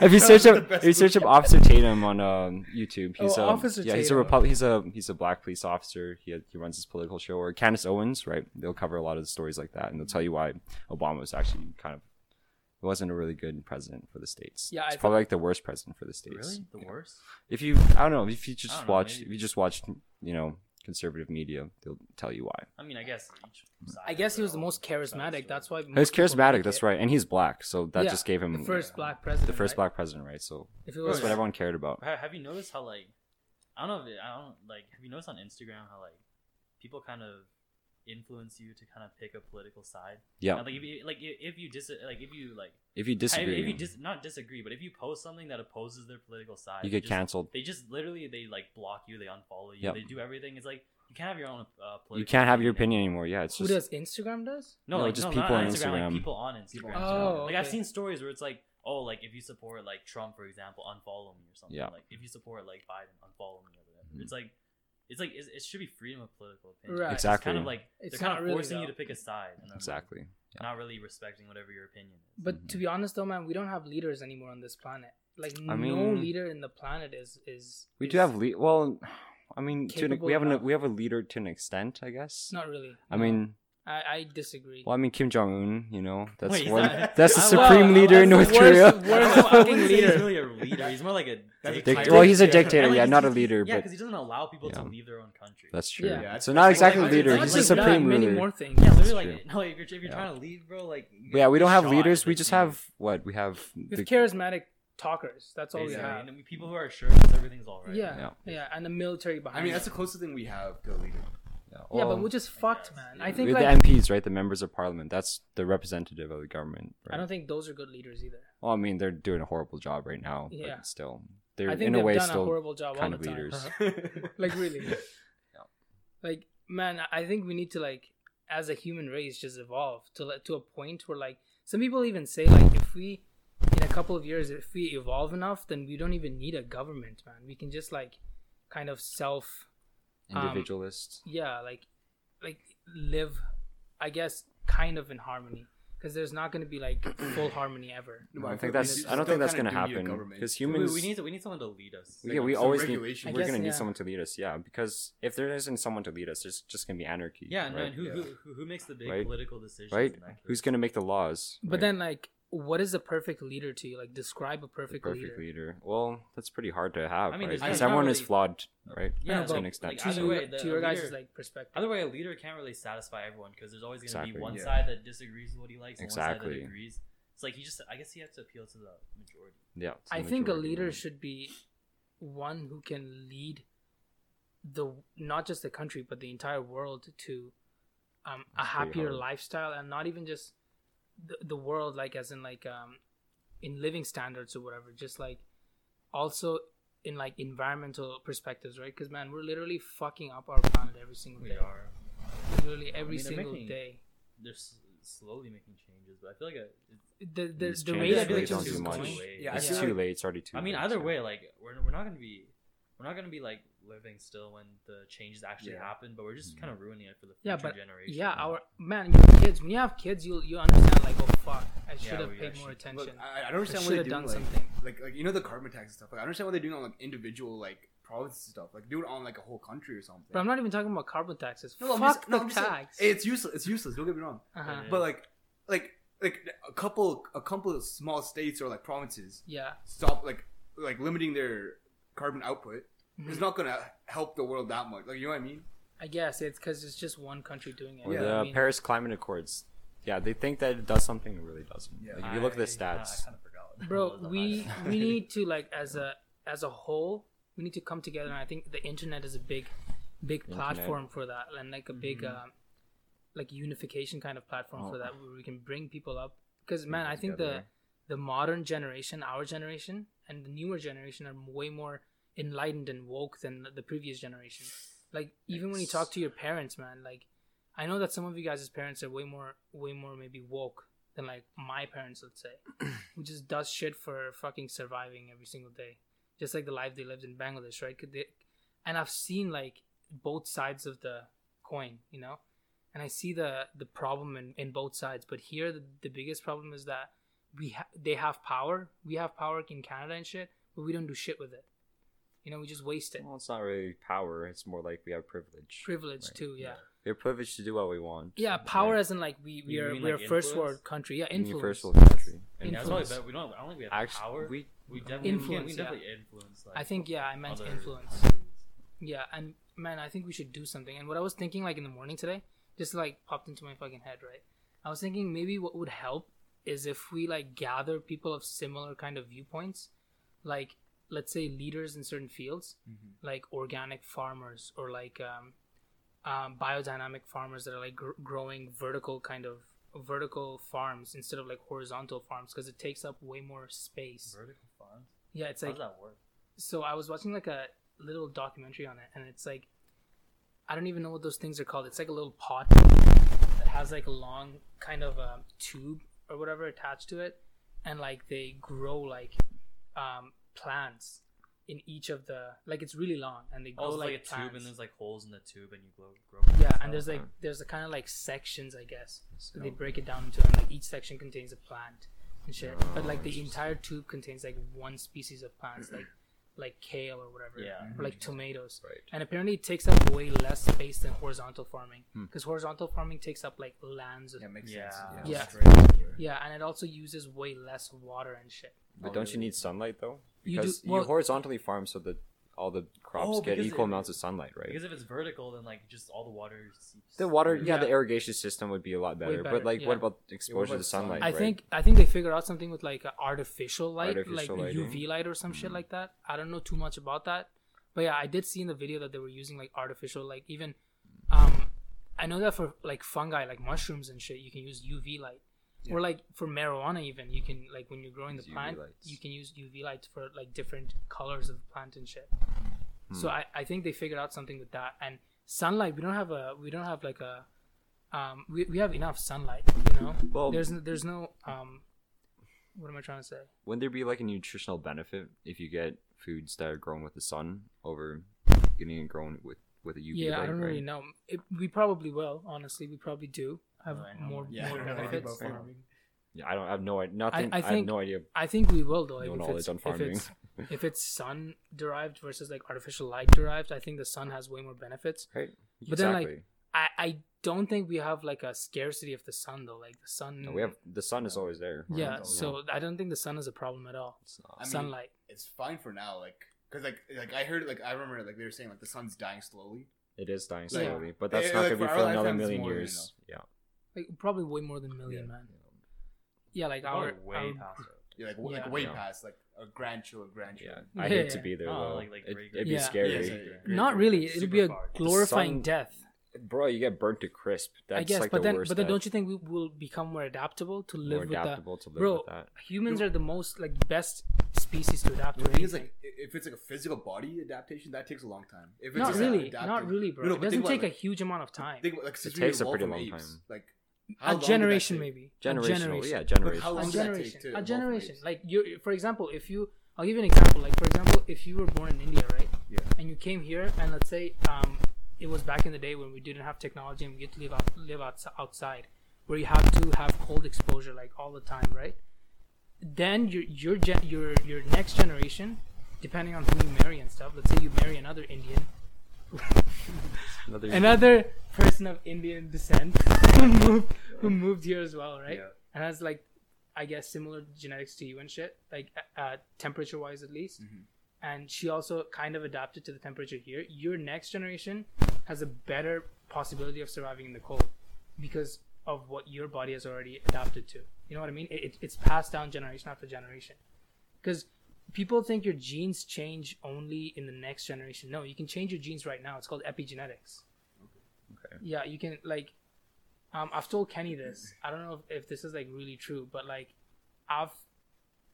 C: Officer, if you
D: That
C: search
D: was the
C: up,
D: best
C: if you search up Officer Tatum on um, YouTube, he's
A: Oh,
C: a
A: Officer
C: yeah, he's a
A: Tatum.
C: Repub- he's a he's a black police officer. He he runs his political show. Or Candace Owens, right? They'll cover a lot of the stories like that, and they'll tell you why Obama was actually kind of he wasn't a really good president for the states.
A: Yeah, I
C: it's
A: thought-
C: probably like the worst president for the states.
B: Really? The worst?
C: If you, I don't know, if you
B: I don't
C: just
B: know,
C: watched,
B: maybe.
C: if you just watched, you know, conservative media, they'll tell you why.
B: I mean, I guess each. Side
A: I guess he was the most charismatic. That's why
C: He's
A: most people like
C: charismatic, that's
A: it.
C: right, and he's black, so that
A: Yeah,
C: just gave him
A: the first black
C: the
A: president.
C: first
A: right?
C: black president, right? So
A: If it was
C: that's what
B: yeah.
C: everyone cared about.
B: Ha- Have you noticed how like I don't know. If, I don't like. Have you noticed on Instagram how like people kind of influence you to kind of pick a political side?
C: Yeah.
B: And, like if you like i- if you dis like if you like
C: If you disagree,
B: if you
C: you,
B: dis not disagree, but if you post something that opposes their political side,
C: get
B: just-
C: canceled.
B: They just literally they like block you. They unfollow you.
C: Yep.
B: They do everything. It's like you can't have your own. Uh, political
C: You can't have your opinion anymore. Yeah, it's
A: who
C: just
A: does Instagram does?
B: No,
C: No,
B: like,
C: just
B: no,
C: people
B: not on
C: on
B: Instagram. Like
C: Instagram.
B: people on Instagram.
C: People on
A: Oh,
C: Instagram.
A: okay.
B: Like I've seen stories where it's like, oh, like if you support like Trump, for example, unfollow me or something.
C: Yeah. Mm-hmm.
B: Like if you support like Biden, unfollow me or whatever. It's like, it's like it's, it should be freedom of political opinion.
A: Right.
B: It's just
C: Exactly.
B: kind of like um,
A: It's
B: they're kind
A: not
B: of
A: really,
B: forcing you
A: though.
B: to pick a side. And then,
C: exactly.
B: Like, not really respecting whatever your opinion is.
A: But
C: Mhm.
A: to be honest, though, man, we don't have leaders anymore on this planet. Like no
C: mean-
A: leader in the planet is is.
C: We
A: is-
C: do have le- well, I mean, to an,
A: Capable
C: we have an,
A: enough.
C: we have a leader to an extent, I guess.
A: Not really.
C: I
A: No.
C: mean,
A: I, I disagree.
C: Well, I mean Kim Jong Un, you know, that's
B: Wait, he's
C: one.
B: not-
C: That's the
B: Uh, well,
C: supreme
B: uh,
C: leader in
A: that's
C: North
A: the worst-
C: Korea.
A: worst-
B: I wouldn't- I wouldn't
A: fucking
B: say He's
A: leader.
B: really a leader. He's more like a
C: Dict-
B: dictator.
C: well, he's a
D: Yeah.
C: dictator,
B: And, like,
C: yeah,
B: he's-
C: not a leader,
B: Yeah,
C: but
B: because he doesn't allow people
C: yeah.
B: to leave their own country.
C: that's true.
A: Yeah.
D: Yeah,
C: so
D: it's
C: not
D: like-
C: exactly
D: it's
C: leader,
D: like
A: Not
C: he's a
A: just that,
C: supreme
A: many
C: ruler.
A: more things.
B: Yeah,
C: That's
B: literally, like
C: true.
B: no, if you're, if you're trying to leave, bro, like you
C: But yeah, we
B: get
C: don't have
B: shot
C: leaders.
B: as
C: We
B: a
C: just
B: team,
C: have what we have.
A: We
C: the-
A: have charismatic talkers. That's all we
B: basically.
A: have.
B: And people who are sure that everything's all right.
A: Yeah, yeah,
C: Yeah.
A: and the military behind.
D: I mean, that's
A: it.
D: the closest thing we have to a leader.
C: yeah,
A: yeah, but
C: well,
A: we're just fucked, man. I think
C: Um, with
A: like
C: the MPs, right? The members of parliament. That's the representative of the government. Right?
A: I don't think those are good leaders either.
C: Well, I mean, they're doing a horrible job right now.
A: Yeah.
C: But still, they're
A: I think
C: in a
A: they've
C: way
A: done
C: still
A: a horrible job all
C: kind
A: the
C: of
A: time. Uh-huh.
C: leaders.
A: Like really, like man, I think we need to like as a human race just evolve to like, to a point where like some people even say like if we in a couple of years if we evolve enough then we don't even need a government, man. We can just like kind of self Um,
C: individualist.
A: yeah like like live i guess kind of in harmony because there's not going to be like full harmony ever
C: I don't think that's. I don't think that's gonna happen because
B: We,
C: humans.
B: we need we need someone to lead us.
C: yeah, we always need.
D: regulation.
A: I
C: We're
A: guess,
C: gonna
A: yeah.
C: need someone to lead us. Yeah, because if there isn't someone to lead us, there's just gonna be anarchy.
B: Yeah, and
C: right?
B: then who,
D: Yeah.
B: who who who makes the big
C: Right.
B: political decisions?
C: right?
B: in that case?
C: Who's gonna make the laws?
A: but
C: right?
A: then like what is the perfect leader to you like describe a
C: the
A: perfect,
C: perfect
A: leader,
C: leader. Well, that's pretty hard to have,
B: I
C: right?
B: mean, there's
C: Because
B: not
C: everyone is
B: really-
C: flawed, right?
B: Yeah,
C: to
A: but,
C: an extent.
B: like,
A: To,
B: Either
A: you-
B: way, the-
A: to your
B: a
A: guys'
B: leader-
A: like perspective
B: Either way, a leader can't really satisfy everyone because there's always going to
C: Exactly.
B: be one
D: Yeah.
B: side that disagrees with what he likes, and one side
C: Exactly.
B: that agrees. It's like he just, I guess, he has to appeal to the majority.
C: yeah, it's the
A: i think a
C: majority,
A: leader
C: right?
A: should be one who can lead the not just the country but the entire world to um, a
C: That's pretty
A: happier
C: hard.
A: lifestyle and not even just the, the world like as in like um in living standards or whatever just like also in like environmental perspectives right because man we're literally fucking up our planet every single
B: We
A: day
B: are.
A: literally every
B: mean, they're
A: single
B: making-
A: day
B: They're s- slowly making changes, but I feel like a,
A: the the,
C: These
A: the
C: changes
A: rate at
C: really
A: which
C: don't
A: it's
C: do much.
A: going
B: Yeah,
D: Yeah, I
C: It's
D: feel
C: too
D: like-
C: late. It's already too.
B: I mean,
C: late,
B: either
C: yeah.
B: way, like we're, we're not gonna be we're not gonna be like living still when the changes actually
D: Yeah.
B: happen, but we're just
C: Mm.
B: kind of ruining it for the future
A: Yeah, but-
B: generation.
A: yeah our man your kids when you have kids you'll you understand like oh fuck i should have
B: we- I
A: paid more
B: should-
A: attention
D: Look, I, I don't
A: I
D: understand what they're
A: should've
D: doing.
A: done
D: like,
A: something.
D: like, like you know the carbon tax and stuff. Like, I understand what they're doing on like individual like provinces and stuff. Like, do it on like a whole country or something.
A: But I'm not even talking about carbon taxes.
D: No, I'm
A: Fuck
D: just-
A: the
D: no, I'm just saying,
A: tax.
D: it's useless. It's useless. Don't get me wrong.
A: uh-huh.
B: Yeah.
D: But like, like, like a couple, a couple of small states or like provinces
A: Yeah.
D: stop like, like limiting their carbon output. It's not gonna help the world that much. Like, you know what I mean?
A: Mm-hmm. I guess it's because it's just one country doing it.
C: Or
A: you
D: Yeah,
A: know
C: the
A: what I mean?
C: Paris Climate Accords. Yeah, they think that it does something, it really doesn't.
D: Yeah.
C: Like, if you look at the
B: I- yeah,
C: stats,
B: I kind of forgot. what that
A: Bro,
B: was on
A: we
B: that.
A: we need to like as a as a whole, we need to come together, and I think the internet is a big, big
C: Internet. Mm-hmm.
A: platform for that, and like a big, um, like unification kind of platform for
C: Oh.
A: that, where we can bring people up. Because
C: Bring
A: man,
C: them
A: I think the
C: together.
A: the modern generation, our generation, and the newer generation are way more enlightened and woke than the previous generation. Like even when you talk to your parents, man, like I know that some of you guys' parents are way more, way more maybe woke than like my parents, let's say, who just does shit for fucking surviving every single day, just like the life they lived in Bangladesh, right? Could they, and I've seen like both sides of the coin, you know, and I see the the problem in, in both sides. But here, the, the biggest problem is that we ha- they have power. We have power in Canada and shit, but we don't do shit with it. You know, we just waste it.
C: well, it's not really power. It's more like we have privilege.
A: Privilege
C: Right.
A: too, yeah.
C: We have privilege to do what we want.
A: Yeah, power as in like we we
B: You
A: are
B: mean,
A: we are
B: like,
A: first
B: influence?
A: world country. Yeah, influence.
C: universal country.
A: Yeah,
B: Yeah, that's probably
A: influence.
B: better. We don't. I don't think we have
C: Actually,
B: power.
C: we
B: we definitely influence.
A: Influence,
B: We
A: yeah.
B: definitely influence. Like,
A: I think yeah, I meant
B: other
A: influence.
B: countries.
A: Yeah, and man, I think we should do something. And what I was thinking like in the morning today, just like popped into my fucking head, right? I was thinking maybe what would help is if we like gather people of similar kind of viewpoints, like let's say leaders in certain fields,
B: Mm-hmm.
A: like organic farmers or like um, um, biodynamic farmers that are like gr- growing vertical kind of vertical farms instead of like horizontal farms because it takes up way more space.
B: Vertical farms.
A: Yeah, it's
B: How
A: like
B: does that work?
A: so I was watching like a little documentary on it, and it's like I don't even know what those things are called. It's like a little pot that has like a long kind of um tube or whatever attached to it, and like they grow like um, plants in each of the like it's really long, and they grow
B: Oh, it's
A: like,
B: like, a tube,
A: plants.
B: and there's like holes in the tube, and you grow. grow
A: yeah, and
B: stuff.
A: there's like
C: Oh, Okay. Oh.
A: there's a kind of like sections, I guess. So they
C: No.
A: break it down into and like each section contains a plant and shit. but
C: Oh,
A: like the
C: interesting.
A: entire tube contains like one species of plants, like like kale or whatever,
B: Yeah.
A: or like tomatoes.
E: Right.
A: And apparently, it takes up way less space than horizontal farming
C: Hmm.
A: because horizontal farming takes up like lands.
E: Yeah, makes
B: Yeah.
E: sense.
A: Yeah.
E: straight.
A: Yeah, and it also uses way less water and shit.
C: But
E: Oh,
C: don't you
E: really?
C: need sunlight though?
A: You do-
C: Because you,
A: well-
C: horizontally farm so that all the crops
B: Oh,
C: get
B: because
C: equal
B: it-
C: amounts of sunlight, right?
B: Because if it's vertical, then like just all the water seeps.
C: The water, yeah,
A: Yeah.
C: the irrigation system would be a lot better.
A: better,
C: but like,
A: yeah.
C: what about exposure
E: about
C: to sunlight?
A: I
C: right?
A: think I think they figured out something with like uh, artificial light,
C: Artificial
A: like
C: lighting. Mm-hmm.
A: UV light or some shit like that. I don't know too much about that, but yeah, I did see in the video that they were using like artificial, like even, um, I know that for like fungi, like mushrooms and shit, you can use UV light, or like for marijuana even you can like when you're growing
C: Use
A: the
C: UV
A: plant,
C: lights.
A: you can use UV lights for like different colors of the plant and shit. So
C: Hmm.
A: I, I think they figured out something with that and sunlight. We don't have a we don't have like a um we, we have enough sunlight you know
C: Well-
A: there's n- there's no um what am i trying to say
C: Wouldn't there be like a nutritional benefit if you get foods that are grown with the sun over getting it grown with with a UV
A: yeah
C: light?
A: i don't
C: right?
A: really know it, we probably will honestly we probably do have
B: Oh, I know.
A: more
E: Yeah,
A: more
E: I don't know anything
A: benefits
E: about farming.
C: Yeah, I don't I have no idea. Nothing.
A: I
C: I, have
A: think-
C: no idea.
A: i think we will though
C: No
A: if
C: knowledge
A: it's,
C: on
A: if
C: farming.
A: it's if it's sun derived versus like artificial light derived i think the sun has way more benefits
C: Right.
A: But then, like, i i don't think we have like a scarcity of the sun though like the sun
C: No, we have the sun is always there. right?
A: yeah
E: don't
A: so i don't think the sun is a problem at all
C: It's not-
E: I mean,
A: sunlight
E: It's fine for now, like, cause like like I heard like I remember like they were saying like the sun's dying slowly.
C: it is dying
A: Yeah.
C: slowly, but that's
E: Yeah,
C: not
E: like,
C: gonna be
E: for our
C: for another
E: lifetimes,
C: million
E: more than
C: years. Yeah.
A: like probably way more than a million man yeah like
B: Probably
A: our,
B: way
A: our
B: past it.
E: Yeah, like w-
A: Yeah.
E: like way
C: Yeah.
E: past like a grandchildren, grandchildren.
C: Yeah. I hate to
A: Yeah.
C: be there
B: Oh,
C: though.
B: like- like
C: it,
B: Reagan.
C: it'd be
A: Yeah.
C: scary.
E: Yeah, so-
A: Not really. It'll be a glorifying
C: Sun-
A: death,
C: Bro, you get burnt to crisp. That's
A: I guess.
C: like
A: but
C: the
A: then,
C: worst.
A: but then,
C: death.
A: don't you think we will become more adaptable to
C: more
A: live with that?
C: adaptable to live
A: Bro,
C: with that?
A: humans are the most like best species to adapt
E: The
A: to.
E: thing is,
A: anything.
E: like, i- if it's like a physical body adaptation, that takes a long time. If it's
A: not
E: just,
A: really,
E: adaptive-
A: not really, bro.
E: No, no,
A: it
E: but
A: doesn't
E: think about
A: take a
E: it, like,
A: huge amount of time.
E: Think about, like, since
C: It
E: we
C: takes a
E: evolved
C: pretty
E: from
C: long
E: apes,
C: time.
E: Like how long
A: a
E: did that
A: generation,
E: take?
A: maybe. A
C: Generational,
A: generation.
C: yeah, generational.
E: But how long
A: a
E: does that
A: generation,
E: take to
A: a
E: evolve from
A: generation.
E: apes?
A: Like you, for example, if you, I'll give you an example. Like for example, if you were born in India, right?
E: Yeah.
A: And you came here, and let's say um, it was back in the day when we didn't have technology and we get to live out, live outs- outside, where you have to have cold exposure like all the time, right? Then your your gen- your your next generation, depending on who you marry and stuff. Let's say you marry another Indian,
C: Another
A: another person of Indian descent who moved, who moved here as well, right?
B: Yeah.
A: And has like, I guess, similar genetics to you and shit, like uh, uh, temperature wise at least. And she also kind of adapted to the temperature here. Your next generation has a better possibility of surviving in the cold because of what your body has already adapted to. You know what I mean? It, it, it's passed down generation after generation. Because people think your genes change only in the next generation. No, you can change your genes right now. It's called epigenetics. Yeah, you can like um I've told Kenny this. I don't know if, if this is like really true, but like I've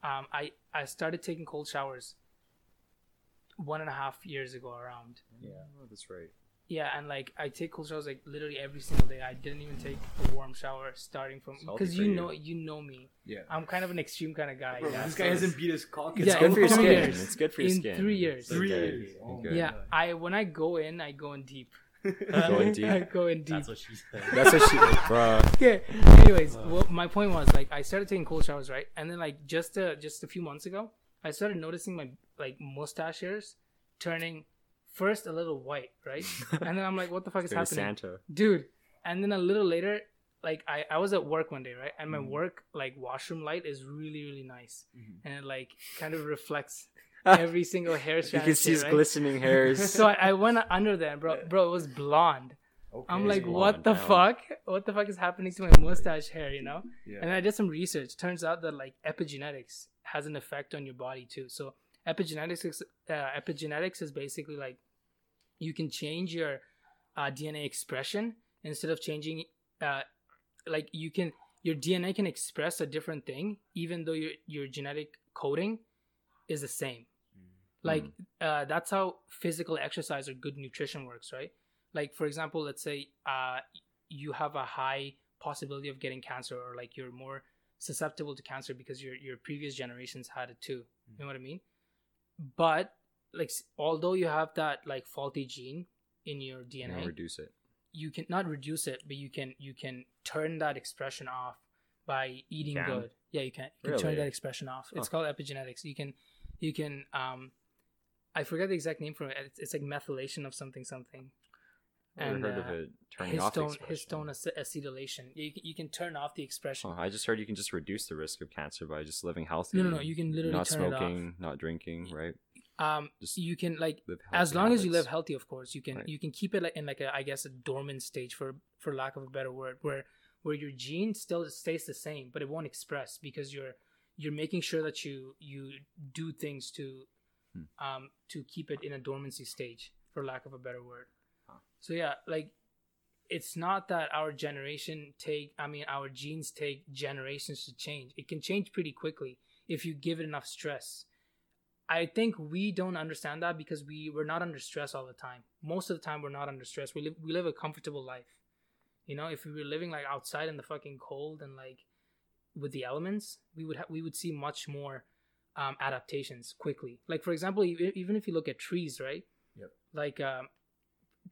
A: um I I started taking cold showers one and a half years ago around.
C: yeah, that's right.
A: Yeah, and like I take cold showers like literally every single day. I didn't even take a warm shower starting from
C: It's healthy
A: because
C: for
A: you
C: you.
A: know you know me.
E: Yeah.
A: I'm kind of an extreme kind of guy.
E: Bro,
A: yeah,
E: this
A: so
E: guy hasn't beat his cock. in
A: Yeah,
E: so
C: Good for your
E: long.
A: three
C: skin.
A: years.
C: It's good for your
A: In
C: skin.
A: three years.
C: It's good.
E: Three years.
C: It's
E: Oh my
C: good.
A: yeah, I when I go in, I go in deep.
C: Going deep.
A: I go in deep.
B: That's what she said.
C: That's what she, bruh.
A: okay. Anyways, well, my point was like I started taking cold showers, right? And then like just a, just a few months ago, I started noticing my like mustache hairs turning first a little white, right? and then I'm like, what the fuck is
C: Very
A: happening,
C: Santa.
A: dude? And then a little later, like I I was at work one day, right? And
C: Mm-hmm.
A: my work like washroom light is really really nice, and it like kind of reflects every single hair
C: You
A: strand.
C: can see his
A: right?
C: glistening hairs.
A: So I, I went under there, bro. Bro, it was blonde. I'm like, what
C: blonde,
A: the
C: damn.
A: fuck? What the fuck is happening to my mustache hair? You know.
E: Yeah.
A: And I did some research. Turns out that like epigenetics has an effect on your body too. So epigenetics, is- uh, epigenetics is basically like you can change your uh, DNA expression instead of changing. Uh, like you can, your DNA can express a different thing, even though your your genetic coding is the same. Like uh, that's how physical exercise or good nutrition works, right? Like for example, let's say uh, you have a high possibility of getting cancer, or like you're more susceptible to cancer because your your previous generations had it too. You know what I mean? But like s- although you have that like faulty gene in your
C: You
A: DNA,
C: know, reduce it.
A: you can not reduce it, but you can you can turn that expression off by eating
C: can?
A: good. Yeah, you can. You can turn
C: Really?
A: that expression off. It's called epigenetics. You can you can um I forget the exact name for it. It's, it's like methylation of something something.
C: Never
A: And,
C: heard
A: uh,
C: of it turning off the
A: histone
C: expression.
A: histone ace- acetylation. You, c- you can turn off the expression.
C: Oh, I just heard you can just reduce the risk of cancer by just living healthy.
A: no, no, no. You can literally
C: not
A: turn
C: smoking, not drinking, right?
A: it off. Um,
C: Just
A: you can like
C: Live
A: as
C: healthy
A: long as you live
C: habits.
A: healthy, of course, you can
C: Right.
A: you can keep it like in like a I guess a dormant stage for for lack of a better word, where where your gene still stays the same, but it won't express because you're you're making sure that you you do things to
C: Hmm.
A: um to keep it in a dormancy stage for lack of a better word.
C: Huh.
A: So yeah, like it's not that our generation take I mean our genes take generations to change. It can change pretty quickly if you give it enough stress. I think we don't understand that because we we're not under stress all the time. Most of the time, we're not under stress. We live we live a comfortable life. You know, if we were living like outside in the fucking cold and like with the elements, we would ha- we would see much more um, adaptations quickly. Like for example, e- even if you look at trees, right?
E: Yep.
A: Like um,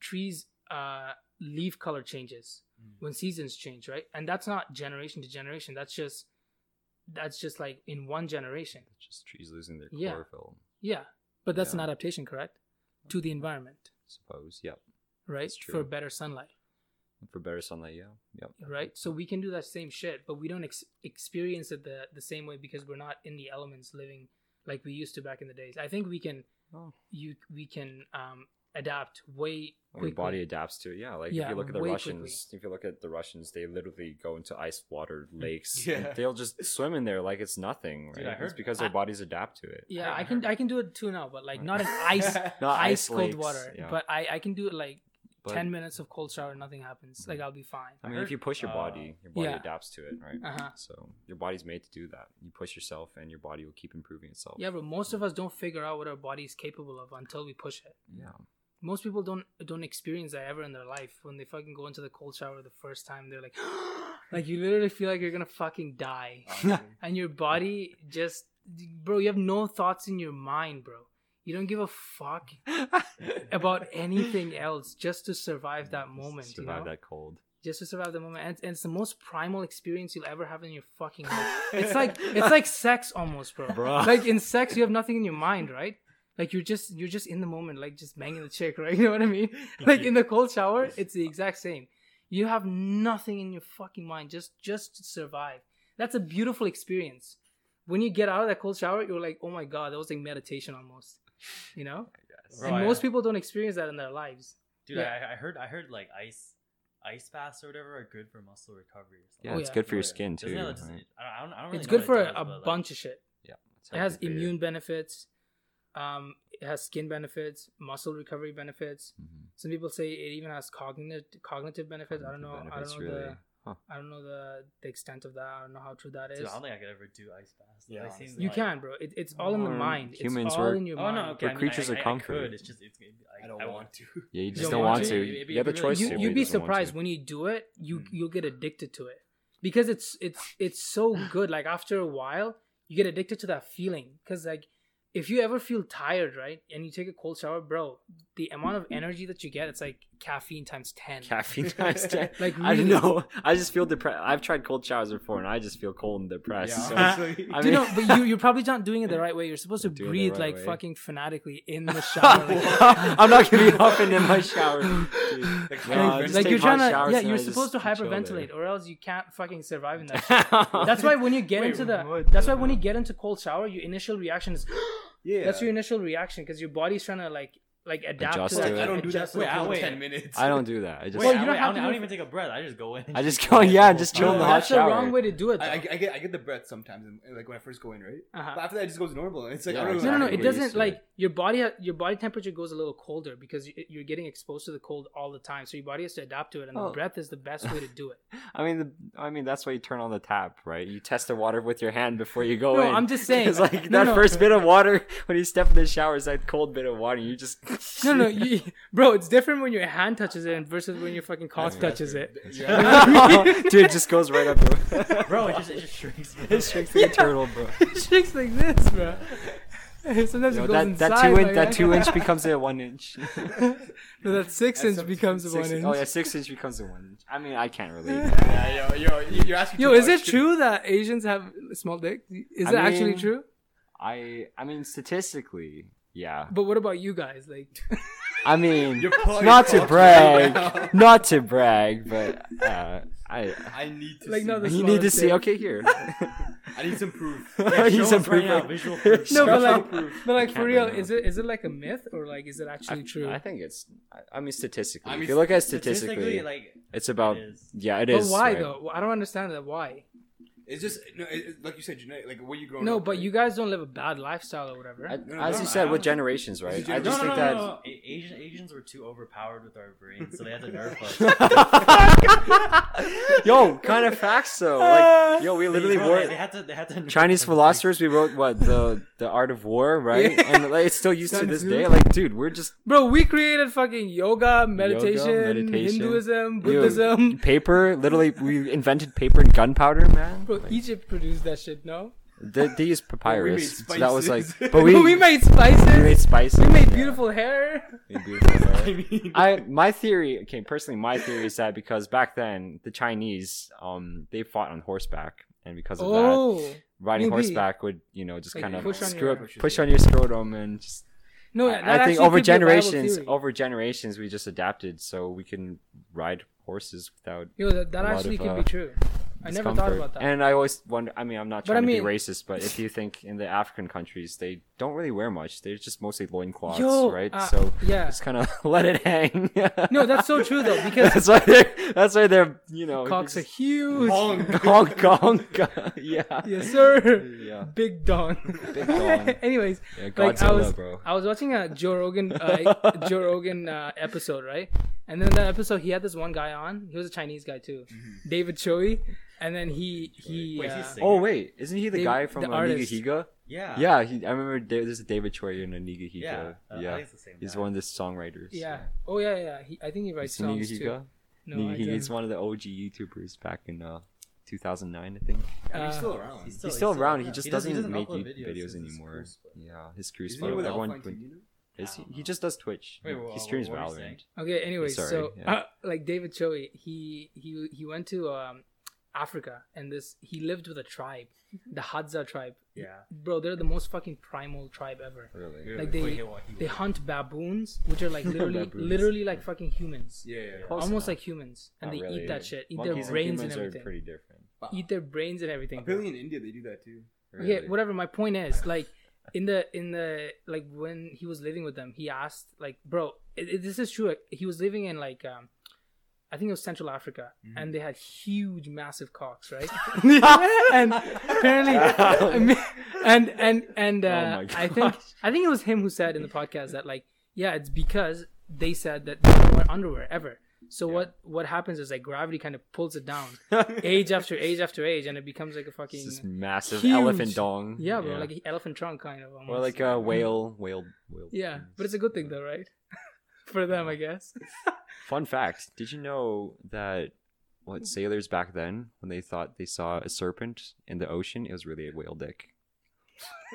A: trees, uh, leaf color changes when seasons change, right? And that's not generation to generation. That's just that's just like in one generation.
C: It's just trees losing their
A: Yeah.
C: chlorophyll.
A: Yeah, but that's an
C: Yeah.
A: adaptation, correct? To the environment,
C: Suppose, yep.
A: right?
C: That's
A: For
C: true.
A: better sunlight,
C: For better sunlight, yeah, yep.
A: right? So we can do that same shit, but we don't ex- experience it the the same way because we're not in the elements, living like we used to back in the days. I think we can
C: Oh.
A: you we can um adapt way
C: Our
A: quickly.
C: body adapts to it. Yeah, like
A: Yeah,
C: if you look at the
A: way
C: Russians, if you look at the Russians, they literally go into ice water lakes.
D: Yeah.
C: and they'll just swim in there like it's nothing. Right?
B: Dude, I
C: it's
B: heard-
C: because their bodies adapt to it.
A: yeah,
B: Yeah,
A: I
B: I
A: can
B: heard-
A: I can do it too now, but like not in ice
C: Not
A: ice cold
C: lakes,
A: water.
C: yeah.
A: But I I can do it like
C: But, Mm-hmm.
A: ten minutes of cold shower, nothing happens. Like I'll be fine.
C: I mean, if you push your
B: Uh,
C: body, your body
A: yeah.
C: adapts to it, right?
A: Uh-huh.
C: So your body's made to do that. You push yourself, and your body will keep improving itself.
A: Yeah, but most of us don't figure out what our body is capable of until we push it.
C: Yeah.
A: most people don't don't experience that ever in their life when they fucking go into the cold shower the first time they're like like you literally feel like you're gonna fucking die and your body just bro you have no thoughts in your mind bro you don't give a fuck about anything else just to survive that
C: Just
A: moment
C: Survive
A: you know?
C: that cold.
A: just to survive the moment and, and it's the most primal experience you'll ever have in your fucking life it's like it's like sex almost bro
C: Bruh.
A: like in sex you have nothing in your mind right like you're just you're just in the moment like just banging the chick right you know what i mean like in the cold shower it's the exact same you have nothing in your fucking mind just just to survive that's a beautiful experience when you get out of that cold shower you're like oh my god that was like meditation almost you know
B: Bro,
A: and
B: I-
A: most people don't experience that in their lives
B: Dude,
A: Yeah.
B: I, I heard I heard like ice ice baths or whatever are good for muscle recovery. Or something.
C: Yeah,
A: Oh,
C: it's
A: yeah.
C: good for your
B: Yeah.
C: skin
B: Doesn't
C: too.
B: it- doesn't
C: right?
B: it- I don't, I don't really
A: it's
B: know
A: good
B: what
A: for
B: it
A: a,
B: does,
A: a
B: but, like,
A: bunch of shit
C: Yeah, it's
A: it has
C: healthy for you.
A: immune benefits um it has skin benefits muscle recovery benefits
C: Mhm.
A: some people say it even has cognitive cognitive benefits i don't know
C: Cognitive
A: i
C: benefits,
A: don't know
C: really.
A: the
C: Huh.
A: i don't know the the extent of that i don't know how true that is
B: Dude, I don't think I could ever do ice baths.
E: Yeah,
B: That seems
E: honestly.
A: you
B: like-
A: can bro it, it's all in the
C: Or
A: mind it's
C: humans
A: all
C: were-
A: in your
B: Oh
A: mind
B: no, okay.
C: They're
B: I mean,
C: creatures
B: I,
C: of
B: I,
C: comfort.
B: I could. It's just it's. I,
E: I don't want to.
C: Yeah, you just
A: don't
C: don't
A: want
C: want
A: to.
C: to.
B: It'd be
C: You have the
B: really-
C: choice.
A: you,
C: to, but
A: you'd be
C: just don't want
A: surprised
C: to.
A: when you do it you
B: Mm.
A: you'll get addicted to it because it's it's it's so good like after a while you get addicted to that feeling because like if you ever feel tired right and you take a cold shower bro the amount of energy that you get it's like caffeine times 10
C: caffeine times ten.
A: like
C: I don't
A: really.
C: know. I just feel depressed. I've tried cold showers before, and I just feel cold and depressed.
E: Yeah,
C: so-
D: honestly.
C: I
A: you
C: mean,
A: know, but you, you're probably not doing it the right way. You're supposed to
C: Doing it
A: breathe
C: right
A: like
C: way.
A: fucking fanatically in the shower. like-
C: I'm not gonna be huffing in my shower. dude.
E: Like,
A: Like,
C: No, I just
A: like
C: take
A: you're
C: hot
A: trying to,
C: showers
A: yeah,
C: and
A: you're
C: I just
A: supposed to
C: chill there.
A: hyperventilate, or else you can't fucking survive in that. shit. That's why when you get into the,
C: what
A: that's
C: the
A: why when you
C: hell?
A: get into cold shower, your initial reaction is,
D: Yeah.
A: that's your initial reaction because your body's trying to like, like adapt
C: Adjust
A: to
C: to
A: that.
C: it.
E: I don't do that
A: adjust-
E: for
B: Wait,
E: a whole
B: wait.
E: ten minutes.
C: I don't do that. I just,
B: Wait,
A: Well,
B: I-
A: you don't
B: wait, I
A: have
B: don't,
A: to
B: I
A: do
B: don't
A: it-
B: even take a breath. I just go in.
C: I just go. Yeah, just
A: No,
C: chill in the hot
A: that's the
C: shower.
A: wrong way to do it.
E: I, I,
A: though.
E: I get I get the breath sometimes, and, like when I first go in, right?
A: Uh-huh.
E: But after that, it just goes normal, and it's like
C: Yeah,
E: I don't
A: No,
E: know.
A: no, no.
C: Exactly.
A: It
C: We're used
A: doesn't
C: to
A: like
C: it.
A: your body. Your body temperature goes a little colder because you- you're getting exposed to the cold all the time. So your body has to adapt to it, and the
C: Oh.
A: breath is the best way to do it.
C: I mean, the, I mean that's why you turn on the tap, right? You test the water with your hand before you go
A: No,
C: in.
A: I'm just saying-
C: it's like
A: No,
C: that
A: no.
C: first bit of water when you step in the shower is that cold bit of water. You just
A: No, no, you, bro. It's different when your hand touches it versus when your fucking cock touches it.
E: Yeah.
C: dude, it just goes right up. Bro.
B: bro, it just it just shrinks. me.
C: It shrinks like a turtle, bro.
A: it shakes like this, bro. Sometimes
C: Yo,
A: it goes
C: that,
A: inside.
C: that two
A: my
C: inch that
A: guy.
C: two inch becomes a one inch.
A: No, that six
E: That's
A: inch
E: up-
A: becomes a one
C: Six-
A: inch.
C: Oh yeah, six inch becomes a one inch. I mean, I can't relate.
E: Yeah, yo, yo, you- you're asking.
A: Yo,
E: too
A: is it
E: much.
A: true that Asians have small dick? Is
C: I
A: it actually
C: mean-
A: true?
C: I I mean, statistically, yeah.
A: But what about you guys? Like,
C: I mean,
D: You're pulling
C: Not to
D: your thoughts
C: brag.
D: right now.
C: not to brag, but uh, I
D: I need to
A: Like,
D: see.
A: no, this-
C: you need to
A: Let's
C: see.
A: see.
C: Okay, here.
D: I need some proof.
B: show us
C: He's
B: right
C: improving.
B: now, visual proof.
A: no, but
C: Show-
A: like, but like for
C: can't
A: real,
C: right now.
A: is it is it like a myth or like is it actually
C: I,
A: true?
C: I think it's. I, I mean, statistically,
D: I mean,
C: if you look at statistically,
B: statistically, like
C: it's about.
B: it is.
C: Yeah, it
A: but
C: is.
A: why
C: right?
A: though? I don't understand that. Why?
D: It's just no, it, it- like you said, genetic. Like what you growing
A: No,
D: up.
A: but
D: with.
A: you guys don't live a bad lifestyle or whatever.
C: I-
D: no,
C: as
D: no,
C: you
D: I
C: said,
D: don't
C: with
D: think-
C: generations, right?
D: you
C: I
D: do-
C: just
B: no, no,
C: think
B: no,
C: that.
B: no, no. A- Asian Asians were too overpowered with our brains, so they had to nerf us.
C: yo, kind of facts
A: Uh,
C: though. Like, yo, we
B: They-
C: literally
B: bro,
C: were
B: They, they had to. They had to nerf
C: Chinese
B: us.
C: philosophers. We wrote what the the art of war, right?
A: Yeah.
C: And like, it's still used to
A: Sun
C: this
A: Tzu.
C: day. Like, dude, we're just
A: Bro, we created fucking yoga, meditation,
C: meditation.
A: Hinduism,
C: Yo,
A: Buddhism.
C: paper. Literally, we invented paper and gunpowder, man.
A: Bro, Egypt produced that shit, no?
C: They, they used papyrus.
D: made
C: so that was like,
D: spices.
C: but we,
A: But we made spices.
C: we made spices.
A: We made
C: yeah.
A: beautiful hair.
C: We made beautiful
D: I
C: hair.
D: mean,
C: I my theory, okay, personally, my theory is that because back then the Chinese, um, they fought on horseback, and because of that,
A: Oh.
C: riding
A: maybe.
C: horseback would you know just
A: Like,
C: kind of
A: push on
C: screw
A: your-
C: up, push on your scrotum and just
A: No, that
C: I, I
A: actually
C: think over
A: could be a viable
C: generations,
A: theory.
C: over generations, we just adapted so we can ride horses without.
A: Yo, that, that
C: a lot
A: actually
C: of,
A: could
C: uh,
A: be true. I never thought
C: discomfort.
A: about that.
C: And I always wonder. I mean, I'm not
A: But
C: trying
A: I
C: to
A: mean-
C: be racist, but if you think in the African countries, they don't really wear much. They're just mostly loincloths,
A: Yo,
C: right?
A: uh,
C: so
A: yeah.
C: just kind of let it hang.
A: No, that's so true though because
C: that's why they're that's why they're you know
A: cocks are
C: just-
A: huge.
D: Hong.
C: Hong Kong. yeah.
A: Yes, sir.
C: Yeah.
A: Big Don.
C: Big Don.
A: Anyways,
C: Yeah,
A: like I
C: Godzilla,
A: was,
C: bro.
A: I was watching a Joe Rogan, uh, Joe Rogan uh, episode, right? And then that episode, he had this one guy on. He was a Chinese guy too, David Choi. And then he he.
B: Wait,
A: uh,
B: he's sick.
C: Oh wait, isn't he the
A: They-
C: guy from
A: the
C: uh,
A: artist.
C: Nigahiga?
B: Yeah.
C: Yeah, he, I remember there, there's a David Choi and a Nigahiga.
B: Ah. Yeah.
C: Yeah,
B: Uh, I think it's the same
C: he's
B: guy.
C: one of the songwriters.
A: yeah. Oh yeah, yeah. He, I think he
C: Is
A: writes
C: he
A: songs too.
C: Nigahiga?
A: No, I
C: Nigahiga, he's
A: don't.
C: one of the OG YouTubers back in uh, 2009, I think.
D: I mean, he's
A: uh,
D: still around.
B: He's
D: He's
B: still,
C: he's still around. He
B: yeah.
C: just
B: does-
C: doesn't, make
B: upload
C: YouTube videos,
B: because it's
C: anymore.
B: cool split.
C: Yeah, his crew
D: Isn't he
C: split.
D: with
C: Everyone,
D: Alpha
C: went-
D: Team, you know?
C: is
B: I
C: he,
B: don't
C: he
B: know.
C: just does Twitch.
B: Wait,
C: He-
B: wha-
C: he streams
B: what were you saying?
C: Valorant.
A: Okay. Anyways,
C: Sorry,
A: so
C: yeah.
A: uh, like David Choi, he he he went to um, Africa, and this he lived with a tribe, the Hadza tribe.
B: Yeah.
A: Bro, they're the most fucking primal tribe ever.
C: Really?
A: Like they
B: Wait, hey, what, he
A: they
B: was-
A: hunt baboons, which are like literally
C: Baboons.
A: literally like fucking humans.
D: Yeah, yeah, yeah.
C: Close
A: almost
C: enough.
A: like humans, and
C: Not
A: they
C: really.
A: eat that shit, eat
C: Monkeys
A: their brains and,
C: humans
A: everything,
C: Are pretty different.
D: Wow.
A: eat their brains and everything. bro.
D: Apparently in India they do that too.
C: really.
A: Okay, whatever. My point is, like, in the in the like when he was living with them, he asked, like, bro, i i- this is true. Like, he was living in like, um, I think it was Central Africa,
C: Mm-hmm.
A: and they had huge, massive cocks, right? and apparently, I mean, and and and uh,
C: Oh my
A: I think
C: gosh.
A: I think it was him who said in the podcast that like, yeah, it's because they said that they don't wear underwear ever. So what what happens is like gravity kind of pulls it down, age after age after age, and it becomes like a fucking
C: It's this massive
A: huge.
C: elephant dong.
A: yeah, bro, like elephant trunk kind of. Almost.
C: or like a whale, whale, whale.
A: yeah, but it's a good thing though, right? For them, I guess.
C: Fun fact: Did you know that what sailors back then, when they thought they saw a serpent in the ocean, it was really a whale dick?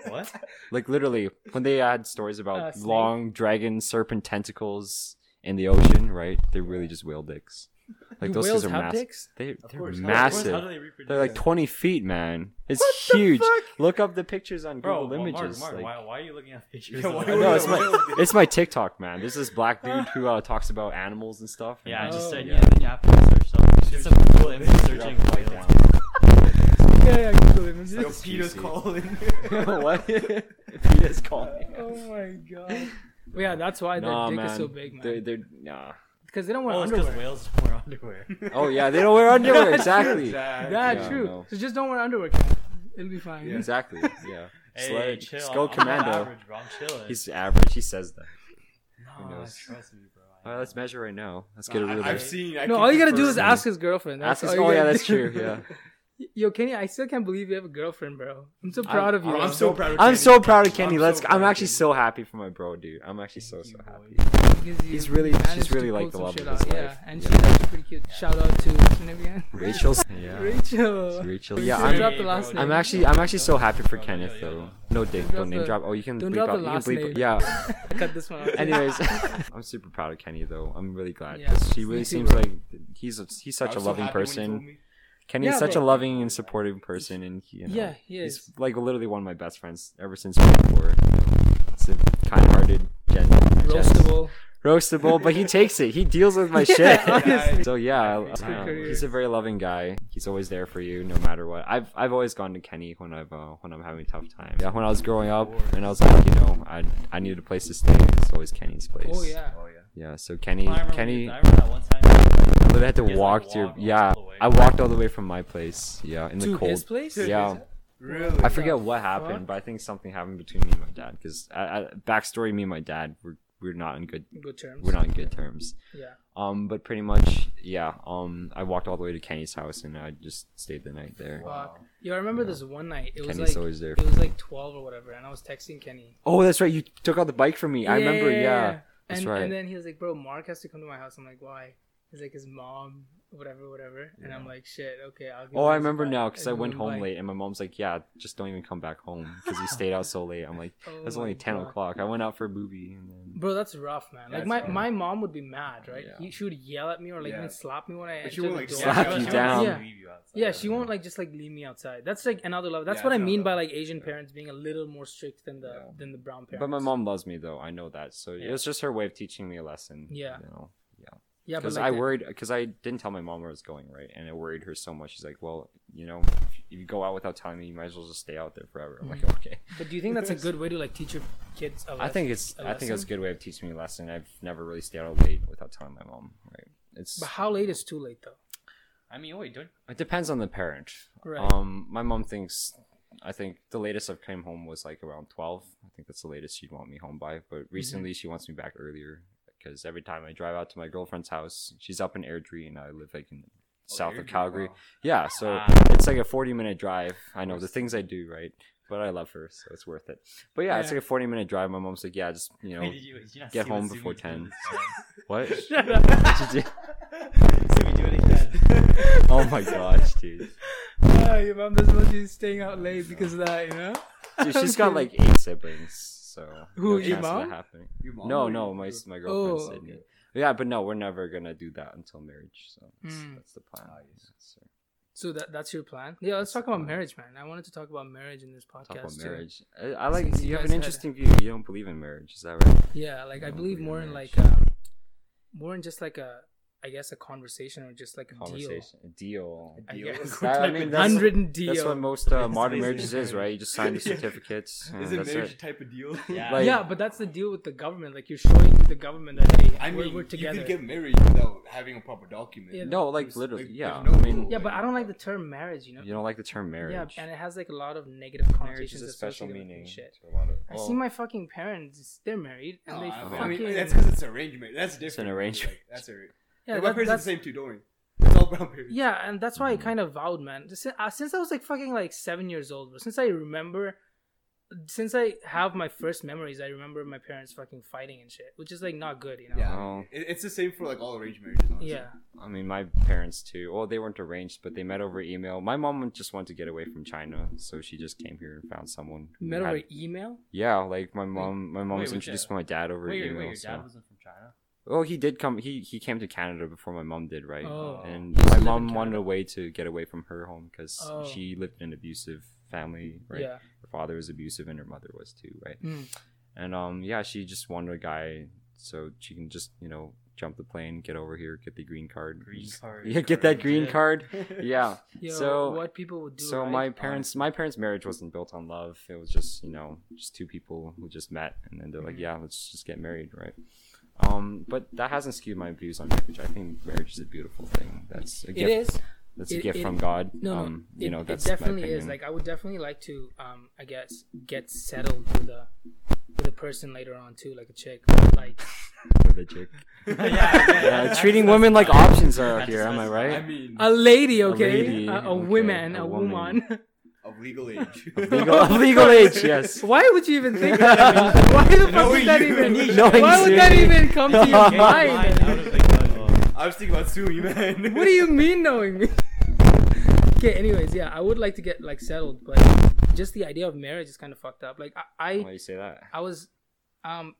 B: What?
C: Like literally, when they had stories
A: Uh,
C: about
A: snake.
C: long dragon serpent tentacles in the ocean, right? They're really just whale dicks. Like
A: Do
C: those
A: whales
C: things are
A: have
C: massive.
A: dicks?
C: They,
B: Of
C: they're
B: course.
C: massive.
B: How do they reproduce?
C: they're like
B: that?
C: twenty feet, man. It's huge. Look up the pictures on
B: Bro,
C: Google
B: well, Mark,
C: Images.
B: Mark,
C: like-
B: why, why are you looking at pictures?
D: Yeah,
B: of
D: why
B: that?
D: are you
C: no,
D: looking
C: it's my it's my TikTok, man. There's this black dude who uh, talks about animals and uh, stuff.
B: Yeah, I
C: and
B: just
A: Oh.
B: said yeah. Then you have to search something. It's a Google image searching whales.
A: yeah, yeah. Google images.
D: Yo, Peter's
C: juicy.
D: calling.
C: what? Peter's calling.
A: Oh my god. Well, yeah, that's why their
C: Nah,
A: dick
C: man. Oh,
A: is so big,
C: They're,
A: man.
C: they're, nah.
A: Because they don't wear
B: Well, it's because
A: underwear.
B: whales wear underwear.
C: Oh yeah, they don't wear underwear. Exactly.
D: Exactly.
A: Yeah,
C: Yeah,
A: true.
C: no.
A: So just don't wear underwear. Ken. It'll be fine.
D: Yeah.
C: Exactly. Yeah.
B: Hey,
C: Sledge.
B: chill.
C: Skull
B: I'm,
C: Commando.
B: I'm average, bro. I'm chilling.
C: He's average. He says that.
B: no,
C: knows?
B: trust me, bro. I
C: All right,
B: know.
C: let's measure right now. Let's get a real.
D: I, have seen. I
A: No,
D: can
A: all you gotta do
D: confirm.
A: is ask his girlfriend. That's
C: Ask
A: all
C: us.
A: you
C: Oh yeah,
A: gotta
C: that's
A: do.
C: true. Yeah.
A: Yo, Kenny, I still can't believe you have a girlfriend, bro. I'm so proud of you.
D: I'm
A: bro.
D: so proud. Of
C: I'm
D: Kenny.
C: so proud of Kenny.
D: I'm
C: Let's.
D: so
C: I'm
D: proud of
C: actually
D: Kenny.
C: so happy for my bro, dude. I'm actually so so happy.
A: Because you
C: He's really-
A: managed
C: she's
A: to
C: really,
A: pull
C: like, the
A: some
C: love of
A: shit
C: his
A: out.
C: life.
A: Yeah, and she's actually pretty cute. Shout out to what's her name again?
C: Rachel's. Yeah.
A: Rachel.
C: Rachel. Yeah.
A: Don't
C: I'm,
A: drop the last name.
C: I'm actually I'm actually so happy for
B: Yo, yo,
C: Kenneth
B: yo,
C: though.
B: yo.
C: No dick,
A: drop
C: don't name
A: the-
C: drop. Oh, you can
A: don't
C: bleep
A: drop
C: out.
A: the
C: You can
A: last
C: bleep.
A: name.
C: Yeah.
A: Cut this one. Out.
C: Anyways, I'm super proud of Kenny though. I'm really glad
A: Yeah,
C: 'cause he
A: me
C: really
A: too,
C: seems
A: bro.
C: like he's a, he's
D: I
C: such
D: was
C: a
D: so
C: loving
D: happy when he told
C: person.
D: me.
C: Kenny
A: Yeah,
C: is such
A: bro.
C: a loving and supportive person, and he, you know,
A: Yeah, he
C: he's
A: is.
C: like literally one of my best friends ever since before. offensive, kind-hearted, gentle,
A: Ah, roastable.
C: roastable, but he takes it. He deals with my
A: Yeah,
C: shit.
A: honestly.
C: So yeah, I-
B: It's
C: I
A: good
C: don't know.
A: career.
C: he's a very loving guy. He's always there for you, no matter what. I've I've always gone to Kenny when I've uh, when I'm having a tough time. Yeah, when I was growing up, and I was like, you know, I I needed a place to stay. It's always Kenny's place.
A: Oh yeah.
E: Oh yeah.
C: Yeah. So
B: I
C: Kenny,
B: remember,
C: Kenny,
B: I remember that one time. you,
C: I
B: like,
C: literally had to
B: you guys, like,
C: walk to.
B: walked all
C: Yeah,
B: the way.
C: I walked all the way from my place. Yeah, in the
A: To
C: cold.
A: his place.
C: Yeah.
E: Really?
C: I forget what
A: fuck?
C: happened, but I think something happened between me and my dad. Because backstory, me and my dad were we're not in good
A: Good terms.
C: we're not in good terms.
A: Yeah.
C: Um, but pretty much, yeah. Um, I walked all the way to Kenny's house and I just stayed the night there.
A: Fuck. Yeah, I remember
C: Yeah.
A: this one night. It was
C: Kenny's
A: like
C: always there.
A: it was like twelve or whatever, and I was texting Kenny.
C: Oh, that's right. You took out the bike from me. I remember. Yeah. that's
A: and,
C: right.
A: And then he was like, "Bro, Mark has to come to my house." I'm like, "Why?" He's like, "His mom, whatever, whatever." And I'm like, "Shit, okay." I'll give
C: Oh,
A: him
C: I
A: his
C: remember
A: bike."
C: now because I
A: give
C: went
A: him
C: home
A: bike.
C: late and my mom's like, "Yeah, just don't even come back home because you stayed out so late." I'm like,
A: Oh
C: "That's
A: my
C: only ten
A: God.
C: o'clock." I went out for a movie and then.
A: Bro, that's rough, man. Like
E: That's
A: my,
E: rough.
A: my mom would be mad, right?
C: Yeah.
A: He, she would yell at me or like
E: Yeah.
A: even slap me when I
E: But she
A: entered
E: won't,
A: the
E: like,
A: door.
C: slap you down.
A: Yeah.
B: Leave you outside.
A: Yeah, she won't like just like leave me outside. That's like another level. That's
E: Yeah,
A: what I
E: that's
A: mean
E: another
A: by
E: level.
A: like Asian parents being a little more strict than the
C: Yeah.
A: than the brown parents.
C: But my mom loves me though. I know that, so
B: Yeah.
C: it was just her way of teaching me a lesson.
A: Yeah.
C: You know? Yeah.
A: yeah, but
C: because
A: like
C: I
A: that-
C: worried because I didn't tell my mom where I was going, right? And it worried her so much. She's like, "Well, you know, if you go out without telling me, you might as well just stay out there forever." I'm
A: Mm.
C: like, "Okay."
A: But do you think that's a good way to like teach your kids? A
C: I think it's
A: a
C: I think it's a
A: lesson?
C: good way of teaching me a lesson. I've never really stayed out late without telling my mom, right? It's
A: But how late is too late though?
B: I mean, wait, don't.
C: it depends on the parent.
A: Right.
C: Um, my mom thinks I think the latest I've came home was like around twelve. I think that's the latest she'd want me home by. But
A: Mm-hmm.
C: recently, she wants me back earlier because every time I drive out to my girlfriend's house, she's up in Airdrie, and I live like in
A: Oh,
C: south of Calgary. Yeah, so
B: Ah.
C: it's like a 40 minute drive. I know the things I do, right? But I love her, so it's worth it. But yeah, it's
A: Yeah.
C: like a 40 minute drive. My mom's like, yeah, just, you know,
B: Wait, did you, did you not
C: get
B: see what
C: home
B: Sumi
C: before
B: did
C: 10.
B: this time?
C: what?
A: Shut up.
C: What'd you do?
B: Sumi, do it again.
C: Oh my gosh, dude.
A: Ah, your mom doesn't want you staying out late because of that, you know?
C: Dude, she's got like eight siblings, so.
A: Who, your
C: chance of that
A: mom?
C: happening.
E: Your mom
C: No,
E: or
C: no,
E: you-
C: my, my girlfriend,
A: Oh,
C: Sydney. Yeah, but no, we're never going to do that until marriage, so that's,
A: Mm.
C: that's the plan.
E: Ah, yes.
C: So,
A: So that that's your plan? Yeah, let's talk about
C: plan.
A: marriage, man. I wanted to talk about marriage in this podcast.
C: Talk about
A: too.
C: marriage. I, I like
A: Since you
C: you have
A: guys
C: an
A: had-
C: interesting view. You don't believe in marriage, is that right?
A: Yeah, like I
C: Don't
A: believe
C: believe in
A: more in
C: marriage.
A: like um, more in just like a I guess a conversation or just like a deal.
C: Conversation, deal.
A: I
E: Deal.
A: guess.
C: That- I mean, that's-
A: Unwritten deal.
C: That's what most uh,
B: It's
C: modern
B: basically
C: marriages is,
B: marriage.
C: right? You just sign the
D: Yeah.
C: certificates. and
D: Is it
C: Mm, that's
D: marriage
C: it.
D: type of deal?
B: Yeah.
C: Like-
A: yeah, but that's the deal with the government. Like you're showing the government that hey,
E: I
A: we're,
E: mean,
A: we're together.
E: you could get married without having a proper document.
A: Yeah.
C: No, like
E: There's-
C: literally,
E: like,
C: yeah.
E: there's no
C: I mean,
E: rule.
A: yeah, but I don't like the term marriage. You know.
C: you don't like the term marriage.
A: Yeah, and it has like a lot of negative
C: marriage
A: connotations
C: is a special
A: associated with it and
C: meaning.
A: Shit.
C: to a lot of-
A: I see
C: well,
A: my fucking parents. They're married and
E: No,
A: they
E: I,
A: fucking.
E: I mean, that's because it's arrangement. That's different.
C: an arrangement.
E: Like, that's arrangement.
A: yeah,
E: like,
A: that-
E: my parents are the
A: that's-
E: same too. Don't worry. It's all brown parents.
A: Yeah, and that's why I
C: Mm-hmm.
A: kind of vowed, man. Just Since, uh, since I was like fucking like seven years old, bro. Since I remember, since I have my first memories, I remember my parents fucking fighting and shit, which is like not good, you know.
E: Yeah.
C: well,
E: It, it's the same for like all arranged marriages. Honestly.
A: Yeah.
C: I mean, my parents too. Well, they weren't arranged, but they met over email. My mom just wanted to get away from China, so she just came here and found someone. who
A: Met over
C: had-
A: email.
C: Yeah, like my mom. My mom
B: e-, wait,
C: was
B: wait,
C: introduced
B: yeah.
C: to my dad over
B: Wait, wait,
C: email.
B: wait, your
C: so.
B: dad wasn't from China?
C: Well, he did come. He he came to Canada before my mom did, right?
A: Oh.
C: And
A: He used to
C: my
A: live in
C: mom wanted
A: Canada.
C: a way to get away from her home because
A: Oh.
C: she lived in an abusive family, right?
A: Yeah.
C: Her father was abusive and her mother was too, right?
A: Mm.
C: And um, yeah, she just wanted a guy so she can just you know jump the plane, get over here, get the green card,
B: Green
C: Just-
B: card.
C: yeah, get that green
B: Yeah.
C: card, yeah.
A: Yo,
C: So-
A: what people would do.
C: so
A: right? Um,
C: my parents, my parents' marriage wasn't built on love. It was just you know just two people who just met and then they're like,
A: Mhm.
C: yeah, let's just get married, right? Um, but that hasn't skewed my views on marriage. I think marriage is a beautiful thing. That's a
A: It
C: gift.
A: is.
C: That's a
A: it-
C: gift
A: it-
C: from God.
A: No, no.
C: um, you
A: it,
C: know,
A: it
C: that's
A: definitely
C: my
A: is.
C: opinion.
A: Like, I would definitely like to, um, I guess, get settled with a with a person later on too, like a chick. Like,
C: With a chick.
B: yeah, yeah,
C: Yeah,
B: that's-
C: Uh, treating
B: that's-
C: women like
B: that's-
C: options are
B: that's
C: here. Am I
B: just-
C: right?
E: I mean,
A: a lady,
C: A
A: okay, a,
C: lady,
A: a,
C: okay,
A: woman,
C: a
A: a,
C: woman.
A: woman.
E: of legal age.
C: legal, of legal age, yes.
A: Why would you even think of that? Why the fuck
E: Knowing
A: would that
E: you-
A: even?
C: knowing
A: Why would
C: you.
A: that even come to your
B: Get your mind out
A: mind?
B: of the
E: I was thinking about Sumi, man.
A: What do you mean knowing me? okay, anyways, yeah, I would like to get like settled, but just the idea of marriage is kind of fucked up. Like I,
C: Why do
A: I,
C: you say that?
A: I was, um,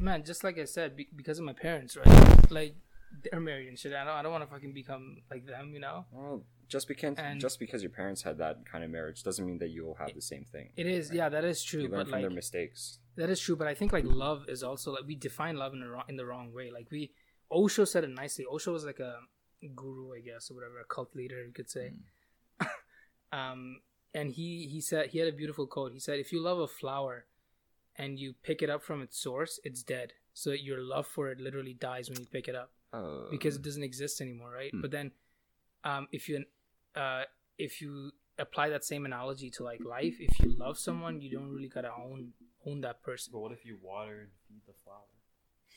A: man, just like I said, be- because of my parents, right? Like they're married and shit. I don't, I don't want to fucking become like them, you know.
C: Well, just because
A: And-
C: just because your parents had that kind of marriage doesn't mean that you will have the same thing.
A: It is, yeah, that is true.
C: you learn
A: But
C: from
A: like
C: their mistakes.
A: that is true. But I think like love is also like we define love in the wrong in the wrong way. Like we Osho said it nicely. Osho was like a guru, I guess, or whatever, a cult leader you could say.
C: Mm.
A: um, and he he said he had a beautiful quote. He said, "If you love a flower, and you pick it up from its source, it's dead. So that your love for it literally dies when you pick it up."
C: Oh,
A: because it doesn't exist anymore, right?
C: Hmm.
A: But then, um, if you uh, if you apply that same analogy to like life, if you love someone, you don't really gotta own own that person.
B: But what if you water and feed the flower?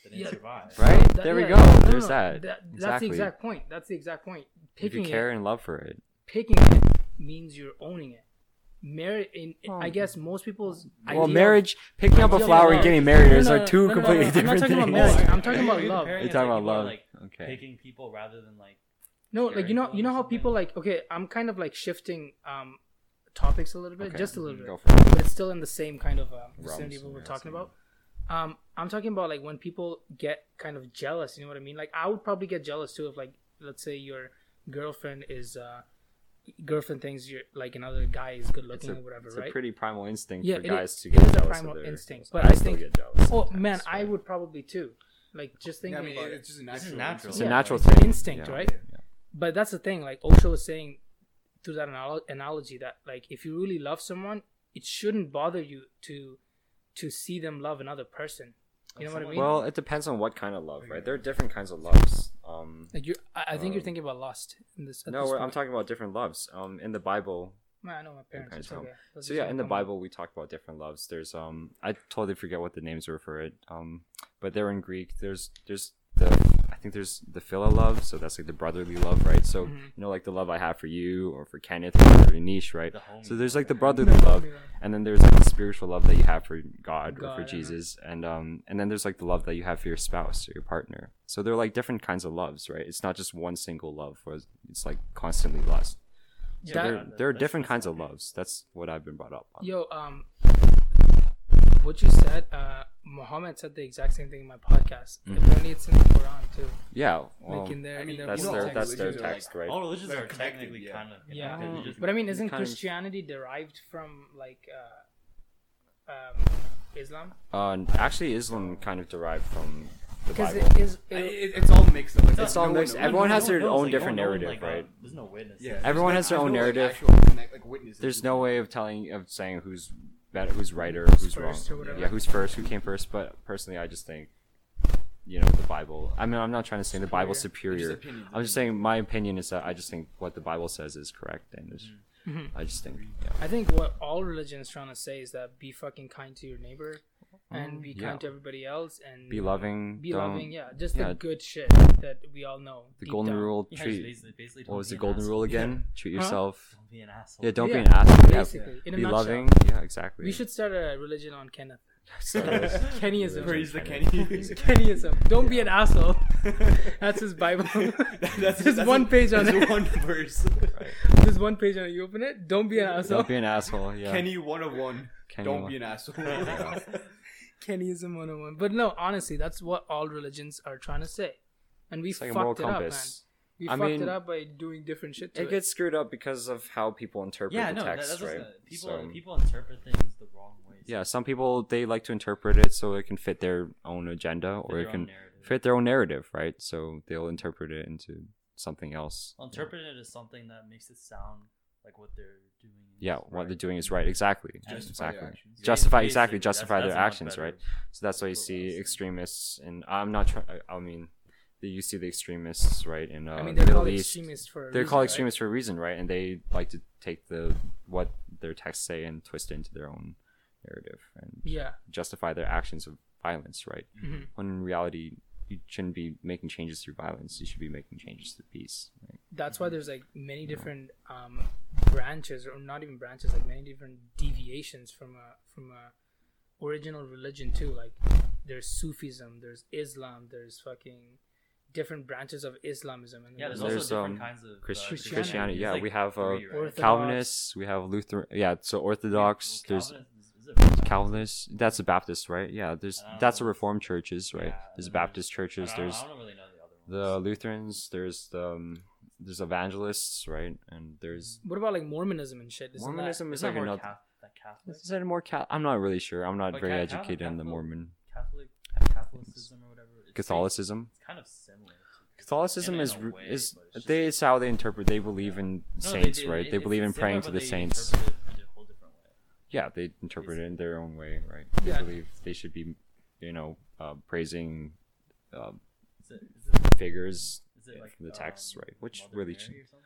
B: Then it
A: Yeah.
B: survives.
C: Right?
A: That-
C: there we
A: yeah,
C: go.
A: no, no,
C: There's
A: no,
C: that.
A: That's
C: exactly.
A: the exact point. That's the exact point.
C: if you
A: Picking
C: care
A: it,
C: and love for it.
A: picking it means you're owning it. Marriage, in I
C: Oh.
A: guess most people's idea
C: well,
A: of-
C: marriage, picking up a
A: idea of
C: flower
A: love-
C: and getting married
A: No,
C: is
A: no,
C: are
A: no,
C: two
A: no, no, no,
C: completely
A: I'm
C: different
A: not talking
C: things.
A: about marriage. I'm
B: Are
A: talking
B: you
A: about
B: comparing
A: love.
B: it
C: You're
B: to
C: talking about
B: people who are,
C: love.
B: Like
C: okay.
B: picking people rather than like
A: No, like you know,
B: Scaring
A: you know how
B: people or
A: people
B: something.
A: like okay, I'm kind of like shifting um topics a little bit,
C: Okay,
A: just a little bit,
C: go for it.
A: but it's still in the same kind of um, vicinity
C: Realms,
A: what we're
C: yeah,
A: talking
C: same.
A: about. Um, I'm talking about like when people get kind of jealous. You know what I mean? Like I would probably get jealous too if like let's say your girlfriend is uh girlfriend thinks you're like another guy is good
C: It's
A: looking
C: a,
A: or whatever,
C: it's
A: right?
C: a pretty primal instinct
A: Yeah,
C: for
A: it i-
C: guys to
A: it
C: get
A: is a
C: jealous
A: primal
C: of their
A: instinct, but
C: girls. I,
A: I
C: still
A: think-
C: get jealous.
A: oh
C: sometimes,
A: man, I
C: but-
A: would probably too. Like just
E: Yeah,
A: thinking
E: I mean,
A: about
E: it-
A: it.
E: it's just a natural.
B: This is natural.
C: It's a
A: Yeah,
C: natural
A: it's an
C: thing.
A: instinct,
C: Yeah.
A: right?
C: Yeah.
A: but that's the thing like osho was saying through that anal- analogy that like if you really love someone it shouldn't bother you to to see them love another person you know what i mean
C: Well, it depends on what kind of love, right? There are different kinds of loves. Um,
A: like you I, I think you're
C: um,
A: thinking about lust in this at
C: no,
A: this
C: we're- I'm
A: point.
C: talking about different loves. Um, in the Bible,
A: Man, i know my parents
C: parents
A: it's
C: home.
A: okay. That's
C: so
A: just
C: yeah,
A: gonna
C: in the
A: come up.
C: Bible we talk about different loves. There's um, I totally forget what the names were for it. Um, but they're in Greek. There's there's the I think there's the phila love. So that's like the brotherly love, right? So
A: Mhm.
C: you know, like the love I have for you or for Kenneth or for Anish, right?
B: The homie
C: So there's like the
B: love.
C: brotherly
A: No,
C: love,
A: homie love.
C: and then there's like the spiritual love that you have for God,
A: God,
C: or for
A: uh-huh.
C: Jesus, and um, and then there's like the love that you have for your spouse or your partner. So they're like different kinds of loves, right? It's not just one single love. Where it's like constantly lust. So
A: That-
C: there, there are
B: that's-
C: different
B: that's
C: kinds of
B: okay.
C: loves. That's what I've been brought up on.
A: yo um what you said uh muhammad said the exact same thing in my podcast
C: Mhm.
A: apparently it's in the quran too
C: Yeah, well,
A: like in their,
E: I mean,
A: in their
C: that's
E: you know,
A: whole
C: their
E: like
A: text.
C: that's their
E: religions are, like,
C: text, right?
B: All religions
E: They're
B: are
E: connected,
B: technically
E: yeah.
B: kind of
A: Yeah,
B: connected, you
C: Um,
B: just-
A: but I mean,
C: You
A: isn't
C: kind of-
A: Christianity derived from like uh, um, Islam?
C: Uh, actually, Islam kind of derived from the
A: Because
C: Bible.
A: it is.
E: I-
A: It,
E: it- it's all mixed up. Like,
C: It's
E: no
C: all
E: one
C: mixed.
E: knows.
C: Everyone
B: No
C: has
B: one
C: their
B: knows,
C: own
B: like,
C: different
B: no one knows,
C: narrative,
B: like,
C: right?
B: uh, There's no witness.
E: Yeah,
B: There's
C: Everyone
E: no-
C: has their
E: there's
C: own
E: no, like,
C: narrative.
E: actual connect- like, witnesses.
C: There's no way of telling of saying who's better, who's right or who's wrong.
A: first or whatever.
C: Yeah, who's first, who came first. But personally, I just think, you know, the Bible. I mean, I'm not trying to say the Bible's
E: It's
C: superior.
E: just opinions,
C: I'm just saying my opinion is that I just think what the Bible says is correct, and it's-
A: Mhm.
C: I just think yeah.
A: I think what all religion is trying to say is that be fucking kind to your neighbor, and be
C: yeah.
A: kind to everybody else, and
C: be loving,
A: Be
C: don't-
A: loving, yeah, just
C: yeah.
A: the good shit that we all know.
C: The
A: deep
C: golden
A: down.
C: rule.
B: Yeah, just
C: treat.
B: basically, basically don't
C: What was
B: be
C: the
B: an
C: golden
B: asshole.
C: rule again? Treat
A: Huh?
C: yourself.
B: Don't be an asshole.
C: Yeah, don't be
A: Yeah,
C: an asshole. Yeah.
A: Basically, in a
C: Be
A: nutshell.
C: loving. Yeah, exactly.
A: We should start a religion on Kenneth.
C: So there's-
A: Kennyism.
D: Praise the
C: Kenny.
D: Kenny.
A: Kennyism. Don't be an asshole. That's his Bible.
D: that's
A: There's
D: that's
A: one page on
D: that's
A: it.
D: one verse.
A: There's one page on it. You open it. Don't be an asshole.
C: Don't be an asshole. Yeah.
D: Kenny one of one.
C: Kenny
D: Don't
C: one-
D: be an asshole.
B: Yeah.
A: Kennyism 101. But no, honestly, that's what all religions are trying to say. And we
C: It's like a moral
A: fucked it
C: compass.
A: up, man. We
C: I
A: fucked it
C: mean,
A: up by doing different shit to it.
C: It gets screwed up because of how people interpret
B: Yeah,
C: the
B: no, that-
C: text,
B: that's
C: right?
B: the- people
C: So,
B: people interpret things the wrong way.
C: yeah, some people they like to interpret it so it can fit their own agenda or
B: their
C: it
B: own
C: can
B: narrative.
C: fit their own narrative, right? So they'll interpret it into something else.
B: Well, interpret it as something that makes it sound like what they're doing. is
C: Yeah,
B: right.
C: what they're doing is right. Exactly.
E: Justify their
C: exactly.
E: actions.
B: Yeah,
C: Justify
B: basically,
C: exactly
B: that's-
C: justify
B: that's a
C: their
B: much
C: actions,
B: better-
C: right? So that's why you
B: That's what I was
C: see
B: saying.
C: extremists, and I'm not trying. I mean, the- you see the extremists, right? In uh,
A: I mean,
C: the
A: they're
C: Middle
A: called
C: East,
A: extremists for. a
C: they're
A: reason,
C: called
A: right?
C: extremists for a reason, right? And they like to take the what their texts say and twist it into their own narrative and
A: Yeah.
C: justify their actions of violence, right?
A: Mhm.
C: When in reality, you shouldn't be making changes through violence. You should be making changes through peace. Right?
A: That's why there's like
C: Mm-hmm.
A: many different um, branches, or not even branches, like many different deviations from a from a original religion too. Like there's Sufism, there's Islam, there's fucking different branches of Islamism. And
B: Yeah, there's,
C: There's,
B: also different
C: um,
B: kinds of
C: Christ-
B: uh,
A: Christianity.
C: Christianity, yeah,
B: There's, like,
C: we have uh,
B: three, right?
A: Orthodox.
C: Calvinists, we have Lutheran, yeah. So Orthodox,
B: Well,
C: there's
B: Calvinist- is it Baptist?
C: Calvinists. That's a Baptist, right? Yeah, there's
B: I don't
C: that's the
B: know.
C: Reformed churches, right?
B: Yeah,
C: there's
B: and then
C: Baptist churches.
B: I don't,
C: There's
B: I don't really know the other
C: the
B: ones.
C: Lutherans. There's the um, there's evangelists, right? And there's
A: What about like Mormonism and shit? Isn't
C: Mormonism is
B: Isn't
C: like
B: that more
C: another.
B: Cath- like Catholic,
C: Is that more Catholic? I'm not really sure. I'm not
B: But
C: very
B: Ca- Catholic-
C: educated in the
B: Catholic-
C: Mormon
B: Catholic, Catholicism or whatever. It's
C: Catholicism.
B: It's kind of similar. to-
C: Catholicism
B: in a
C: is ru-
B: way,
C: is
B: but it's just-
C: they it's how they interpret. They believe in
B: No, they
C: saints,
B: do.
C: right?
B: It-
C: They
B: it's
C: believe in
B: similar,
C: praying to
B: but
C: the
B: they
C: saints.
B: interpret it in a whole different way.
C: Yeah, they interpret it in their own way, right? They
A: Yeah.
C: believe they should be, you know, uh, praising uh,
B: Is it- is it-
C: figures.
B: is it like um,
C: the text, right, which
B: Mother
C: religion?
B: Mary or something?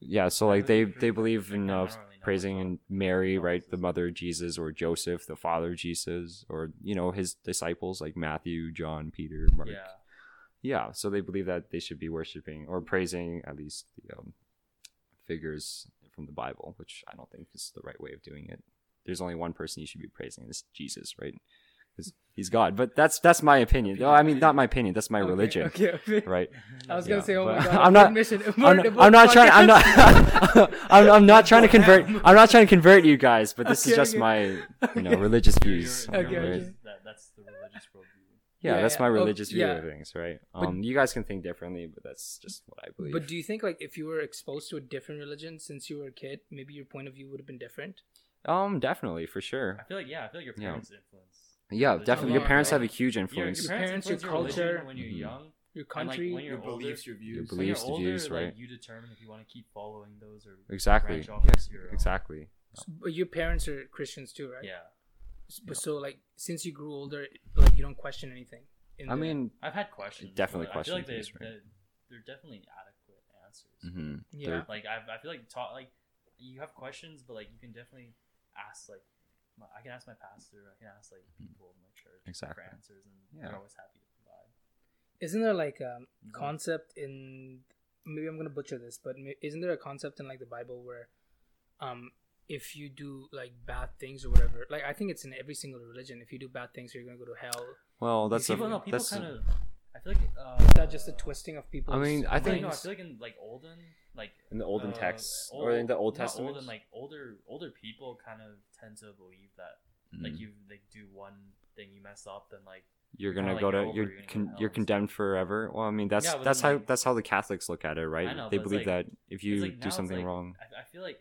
C: Yeah, so like they they believe in
B: I
C: uh,
B: don't really know
C: praising
B: much
C: in Mary, right, the
B: Catholicism.
C: mother of Jesus, or Joseph, the father of Jesus, or you know his disciples like Matthew, John, Peter, Mark.
B: Yeah,
C: Yeah, so they believe that they should be worshiping or praising at least the um, figures from the Bible, which I don't think is the right way of doing it. There's only one person you should be praising, and it's Jesus, right? Because he's God. But that's that's my opinion. No, I mean not my opinion. That's my
A: Okay,
C: religion,
A: Okay, okay.
C: right?
A: I was gonna
C: Yeah,
A: say, oh my
C: but-
A: god,
C: I'm not-
A: Mission,
C: I'm not, I'm not trying. I'm not. I'm, I'm not trying to convert. I'm not trying to convert you guys. But this is
A: Okay,
C: just
A: okay.
C: my, you know,
A: Okay.
C: religious
B: You're- you're-
C: views.
B: you're
A: Okay,
C: right?
B: religious.
A: okay.
B: That, that's the religious worldview.
C: Yeah,
A: Yeah,
C: that's
A: yeah.
C: my
A: Oh,
C: religious view
A: yeah.
C: of things, right?
A: But-
C: Um, you guys can think differently, but that's just what I believe.
A: But do you think like if you were exposed to a different religion since you were a kid, maybe your point of view would have been different?
C: um, definitely for
B: I
C: sure.
B: feel like yeah, I feel like your
C: Yeah.
B: parents influence.
C: Yeah,
B: Religion.
C: definitely. Your
A: Oh,
C: parents
A: yeah.
C: have a huge
B: Your, your
C: influence.
B: parents,
A: Your
B: your culture
A: culture.
B: when you're
C: Mhm.
B: young.
A: Your
B: And, like,
A: country,
B: when
E: your
B: you're older-
E: beliefs, your views.
C: belief- beliefs, the
B: when you're older,
C: views,
B: like,
C: right?
B: You determine if you want to keep following those or
C: Exactly.
B: branch off
C: Yes,
B: into your own.
C: exactly.
A: but your parents are Christians too, right?
B: Yeah,
A: S- But so like since you grew older, like you don't question anything. in
C: I
A: the-
C: mean,
B: I've had questions.
C: Definitely
B: but I feel like they,
C: questions, right?
B: they, they're definitely adequate answers.
C: hmm
A: yeah,
B: Like I, I feel like taught like you have questions, but like you can definitely ask like my, I can ask my pastor, I can ask like people in my church
C: Mm-hmm. Exactly.
B: for answers, and
C: Yeah.
B: they're always happy to provide.
A: isn't there like a
B: Mhm.
A: concept in maybe I'm gonna butcher this, but ma- isn't there a concept in like the Bible where, um, if you do like bad things or whatever, like I think it's in every single religion. If you do bad things, you're gonna go to hell.
C: well, that's
B: people,
C: a,
B: no, people
C: that's.
B: kind
C: a-
B: of. I feel like uh,
A: Is that just a twisting of people?
C: I mean, I
B: I think
C: think
B: no, I feel like in like olden, like
C: In the olden
B: uh,
C: texts, or in the Old
B: not
C: Testament?
B: olden, like older older people kind of tend to believe that
C: Mm.
B: like you they do one thing you mess up, then like
C: you're gonna
B: kinda like
C: go
B: you're
C: to you're
B: over, you're gonna go to
C: con-
B: hell
C: you're
B: and stuff.
C: condemned forever. Well, I mean that's
B: Yeah, but
C: that's
B: then,
C: how
B: like-
C: that's how the Catholics look at it, right?
B: know,
C: they
B: but it's
C: believe that
B: like-
C: if
B: it's
C: you
B: like now
C: do
B: it's
C: something
B: like-
C: wrong,
B: I, I feel like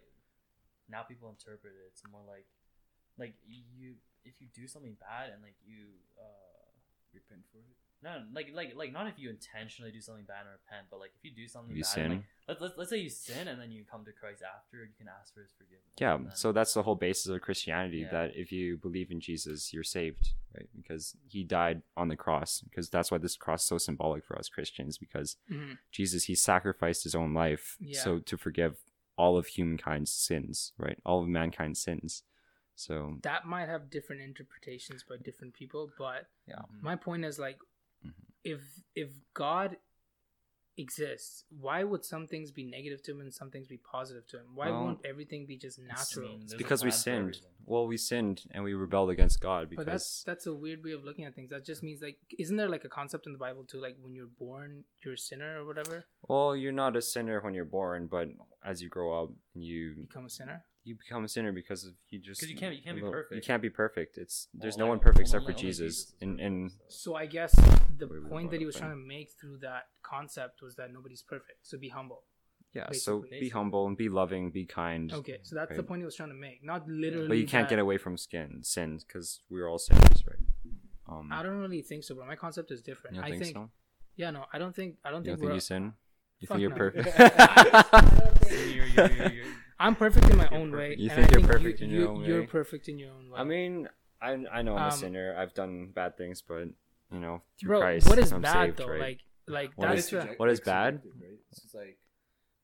B: now people interpret it. It's more like like you if you do something bad and like you uh
E: Repent for it.
B: no like like like not if you intentionally do something bad and repent, but like if you do something
C: you
B: bad,
C: sin.
B: and, like, let, let, let's say you sin and then you come to Christ after, you can ask for His forgiveness.
C: yeah,
B: and then-
C: so that's the whole basis of Christianity
B: Yeah.
C: that if you believe in Jesus, you're saved, right? Because he died on the cross. Because that's why this cross is so symbolic for us Christians because
A: Mhm.
C: Jesus he sacrificed his own life
A: Yeah.
C: so to forgive all of humankind's sins, right? All of mankind's sins. So
A: that might have different interpretations by different people, but
C: Mm-hmm.
B: Mhm.
A: my point is like
C: Mhm.
A: if if god exists why would some things be negative to him and some things be positive to him why
C: Well,
A: won't everything be just natural
B: mean,
C: it's
B: There's a
C: because we
B: plan for
C: sinned.
B: everything.
C: Well, we sinned and we rebelled against God because
A: but that's that's a weird way of looking at things that just means like isn't there like a concept in the bible too like when you're born you're a sinner or whatever
C: Well, you're not a sinner when you're born, but as you grow up, you
A: become a sinner
C: you become a sinner because of you just
B: 'Cause you can't- you can't be
C: little- You
B: perfect.
C: can't be perfect. It's there's
B: Well,
C: no
B: like,
C: one perfect except for
B: only- only
C: Jesus.
B: is
C: And
B: perfect,
C: and
B: so-
A: so i guess the
C: Wait, we were
A: point
C: brought
A: that he
C: up
A: was
C: then.
A: trying to make through that concept was that nobody's perfect so be humble
C: yeah, so
A: Basically.
C: be humble and be loving, be kind.
A: okay so that's the
C: Right.
A: point he was trying to make not literally
C: But you can't
A: that-
C: get away from skin sin because we're all sinners, right? Um,
A: i don't really think so but my concept is different
C: you don't
A: i
C: think,
A: think
C: so?
A: yeah no i don't think i don't
C: You
A: think
C: don't think
A: we're
C: you sin? You
A: Fuck
C: think you're
A: no.
C: perfect?
B: You're- you're- you're- you're-
A: I'm perfect in my
B: You're
A: own way.
C: You
A: and
C: think
A: I
C: you're perfect in your
A: you-
C: own
A: You're
C: way?
A: perfect in your own way.
C: I mean, I I know I'm a
A: Um,
C: sinner. I've done bad things, but you know, through
A: bro,
C: Christ,
A: what is
C: I'm
A: bad
C: saved,
A: though?
C: right?
A: Like, like
C: What
A: that's
C: is-
A: the,
C: what is bad?
E: Right? It's just like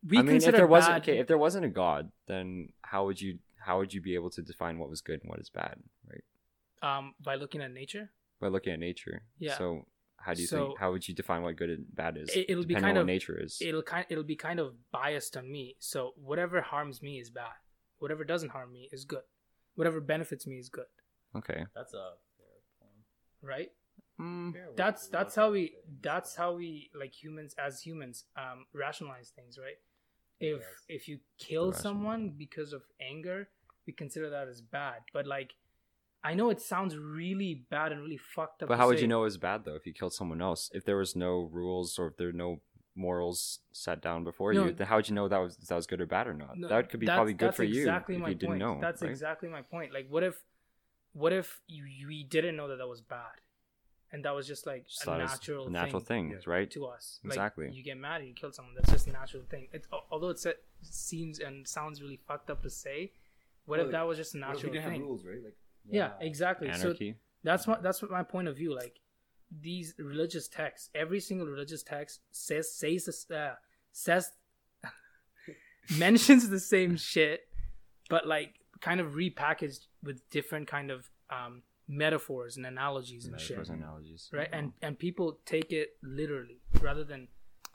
A: we
C: I mean, if
A: consider
C: there wasn't
A: bad.
C: okay, if there wasn't a god, then how would you how would you be able to define what was good and what is bad, right?
A: um, by looking at nature,
C: By looking at nature.
A: Yeah.
C: So how do you
A: So-
C: think? How would you define what good and bad is?
A: It- it'll be
C: depending
A: kind
C: on
A: of-
C: what nature is.
A: it'll kind it'll be kind of biased on me. So whatever harms me is bad. Whatever doesn't harm me is good. Whatever benefits me is good.
C: okay.
B: That's a fair point.
A: Right?
C: Mm,
B: Fair way
A: Um, That's
B: to
A: that's
B: look
A: how
B: at
A: we
B: things,
A: that's
B: but-
A: how we like humans as humans um rationalize things, right? if
B: Yes.
A: if you kill
C: Rational.
A: someone because of anger, we consider that as bad. But like, I know it sounds really bad and really fucked up.
C: but
A: to
C: how would
A: say.
C: you know it was bad though if you killed someone else? If there was no rules or if there were no morals set down before
A: No.
C: you, then how would you know that was that was good or bad or not?
A: No,
C: that could be
A: that's-
C: probably good
A: that's
C: for you
A: exactly
C: if
A: my
C: you didn't
A: point.
C: know.
A: That's
C: right?
A: exactly my point. Like, what if, what if you, you- we didn't know that that was bad, and that was just like
C: Just
A: a
C: thought it was
A: natural,
C: a natural
A: thing,
C: thing, right?
A: to us.
C: Exactly.
A: Like, you get mad and you kill someone. That's just a natural thing. It's al- although it seems and sounds really fucked up to say. What if
E: Well,
A: that was just a
E: What if we
A: natural
E: didn't have
A: thing?
E: rules, right? Like
A: Yeah, exactly. So
C: Anarchy.
A: that's what that's what my point of view like these religious texts every single religious text says says this, uh, says mentions the same shit but like kind of repackaged with different kind of um metaphors and analogies and
C: metaphors
A: shit
C: and analogies. Mm-hmm.
A: right and and people take it literally rather than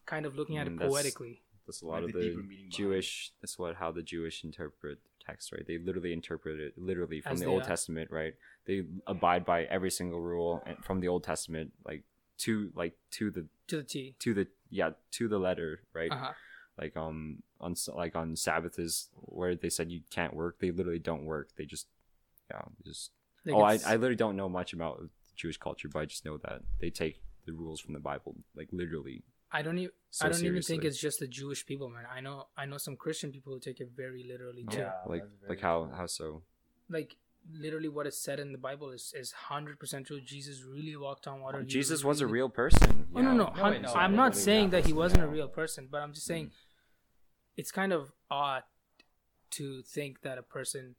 A: kind of looking at
C: Mm,
A: it
C: that's-
A: poetically
C: that's a lot
E: Like
C: of
E: the deeper
C: the
E: meaning behind it.
C: Jewish. That's what how the Jewish interpret text, right? They literally interpret it literally from
A: As
C: the
A: they
C: Old
A: are.
C: Testament, right? They abide by every single rule and- from the Old Testament, like to like to the
A: to the T
C: to the yeah to the letter, right?
A: uh-huh.
C: Like um on s- like on Sabbaths where they said you can't work, they literally don't work. They just yeah they just
A: Like
C: oh I,
A: it's-
C: I literally don't know much about Jewish culture, but I just know that they take the rules from the Bible like literally.
A: I don't even
C: So
A: I don't
C: seriously.
A: even think it's just the Jewish people man I know I know some Christian people who take it very literally too
B: Yeah,
C: like
B: that's very
C: like how
B: true.
C: how so
A: like literally what is said in the Bible is is hundred percent true. Jesus really walked on water. He
C: Jesus was a
A: really-
C: real person.
A: Oh no
C: yeah.
A: no!
B: No, wait,
A: hun-
B: no,
A: I'm
B: no,
A: not
B: no,
A: saying
B: no,
A: that he
B: no.
A: wasn't a real person, but
C: Mm.
A: I'm just saying it's kind of odd to think that a person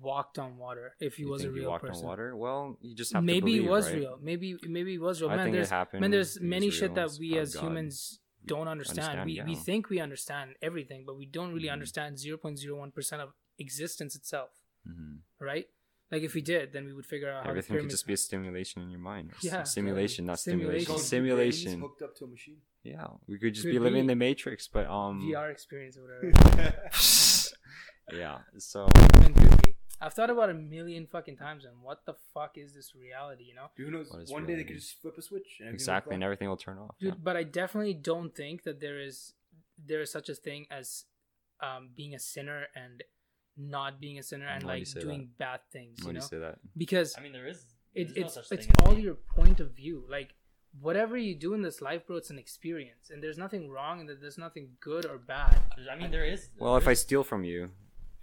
A: walked on water if he
C: You
A: was a
C: think he
A: real
C: walked
A: person.
C: on water. Well, you just have to
A: Maybe
C: believe,
A: it was
C: right?
A: real. Maybe maybe it was real.
C: I
A: man,
C: think it
A: there's
C: happened.
A: man,
C: It
A: there's
C: was
A: many shit
C: real.
A: that
C: It's
A: we
C: part of
A: as
C: God.
A: humans don't understand.
C: understand,
A: we we
C: yeah.
A: think we understand everything, but we don't really
C: Mhm.
A: understand 0.01 percent of existence itself.
C: Mhm.
A: right? Like if we did, then we would figure out how the
C: Everything could
A: pyramids.
C: just be a stimulation in your mind. S-
A: Uh, Yeah.
C: Simulation, not stimulation.
A: Simulation.
C: Simulation.
E: hooked up to a machine.
C: Yeah, we could just
A: Could
C: be living in
A: be.
C: the matrix, but um,
A: VR experience or whatever.
C: yeah. So
A: And could be. I've thought about it a million fucking times, and what the fuck is this reality? You know,
E: Who knows?
C: What is
E: One day they
C: reality?
E: could just flip a switch. And everything will
C: exactly, and
E: fly.
C: everything will turn off.
A: dude.
C: Yeah.
A: But I definitely don't think that there is there is such a thing as um, being a sinner and not being a sinner and
C: Why do you
A: like
C: say
A: doing bad things.
C: When
A: You
C: you
A: know,
C: say that,
A: because
B: I mean, there is.
A: it,
B: there's no
A: it's
B: such
A: it's
B: thing as
A: all
B: being-
A: your point of view like whatever you do in this life bro it's an experience and there's nothing wrong and there's nothing good or bad
B: there's- I mean, there is.
C: well, if I
B: there's-
C: steal from you,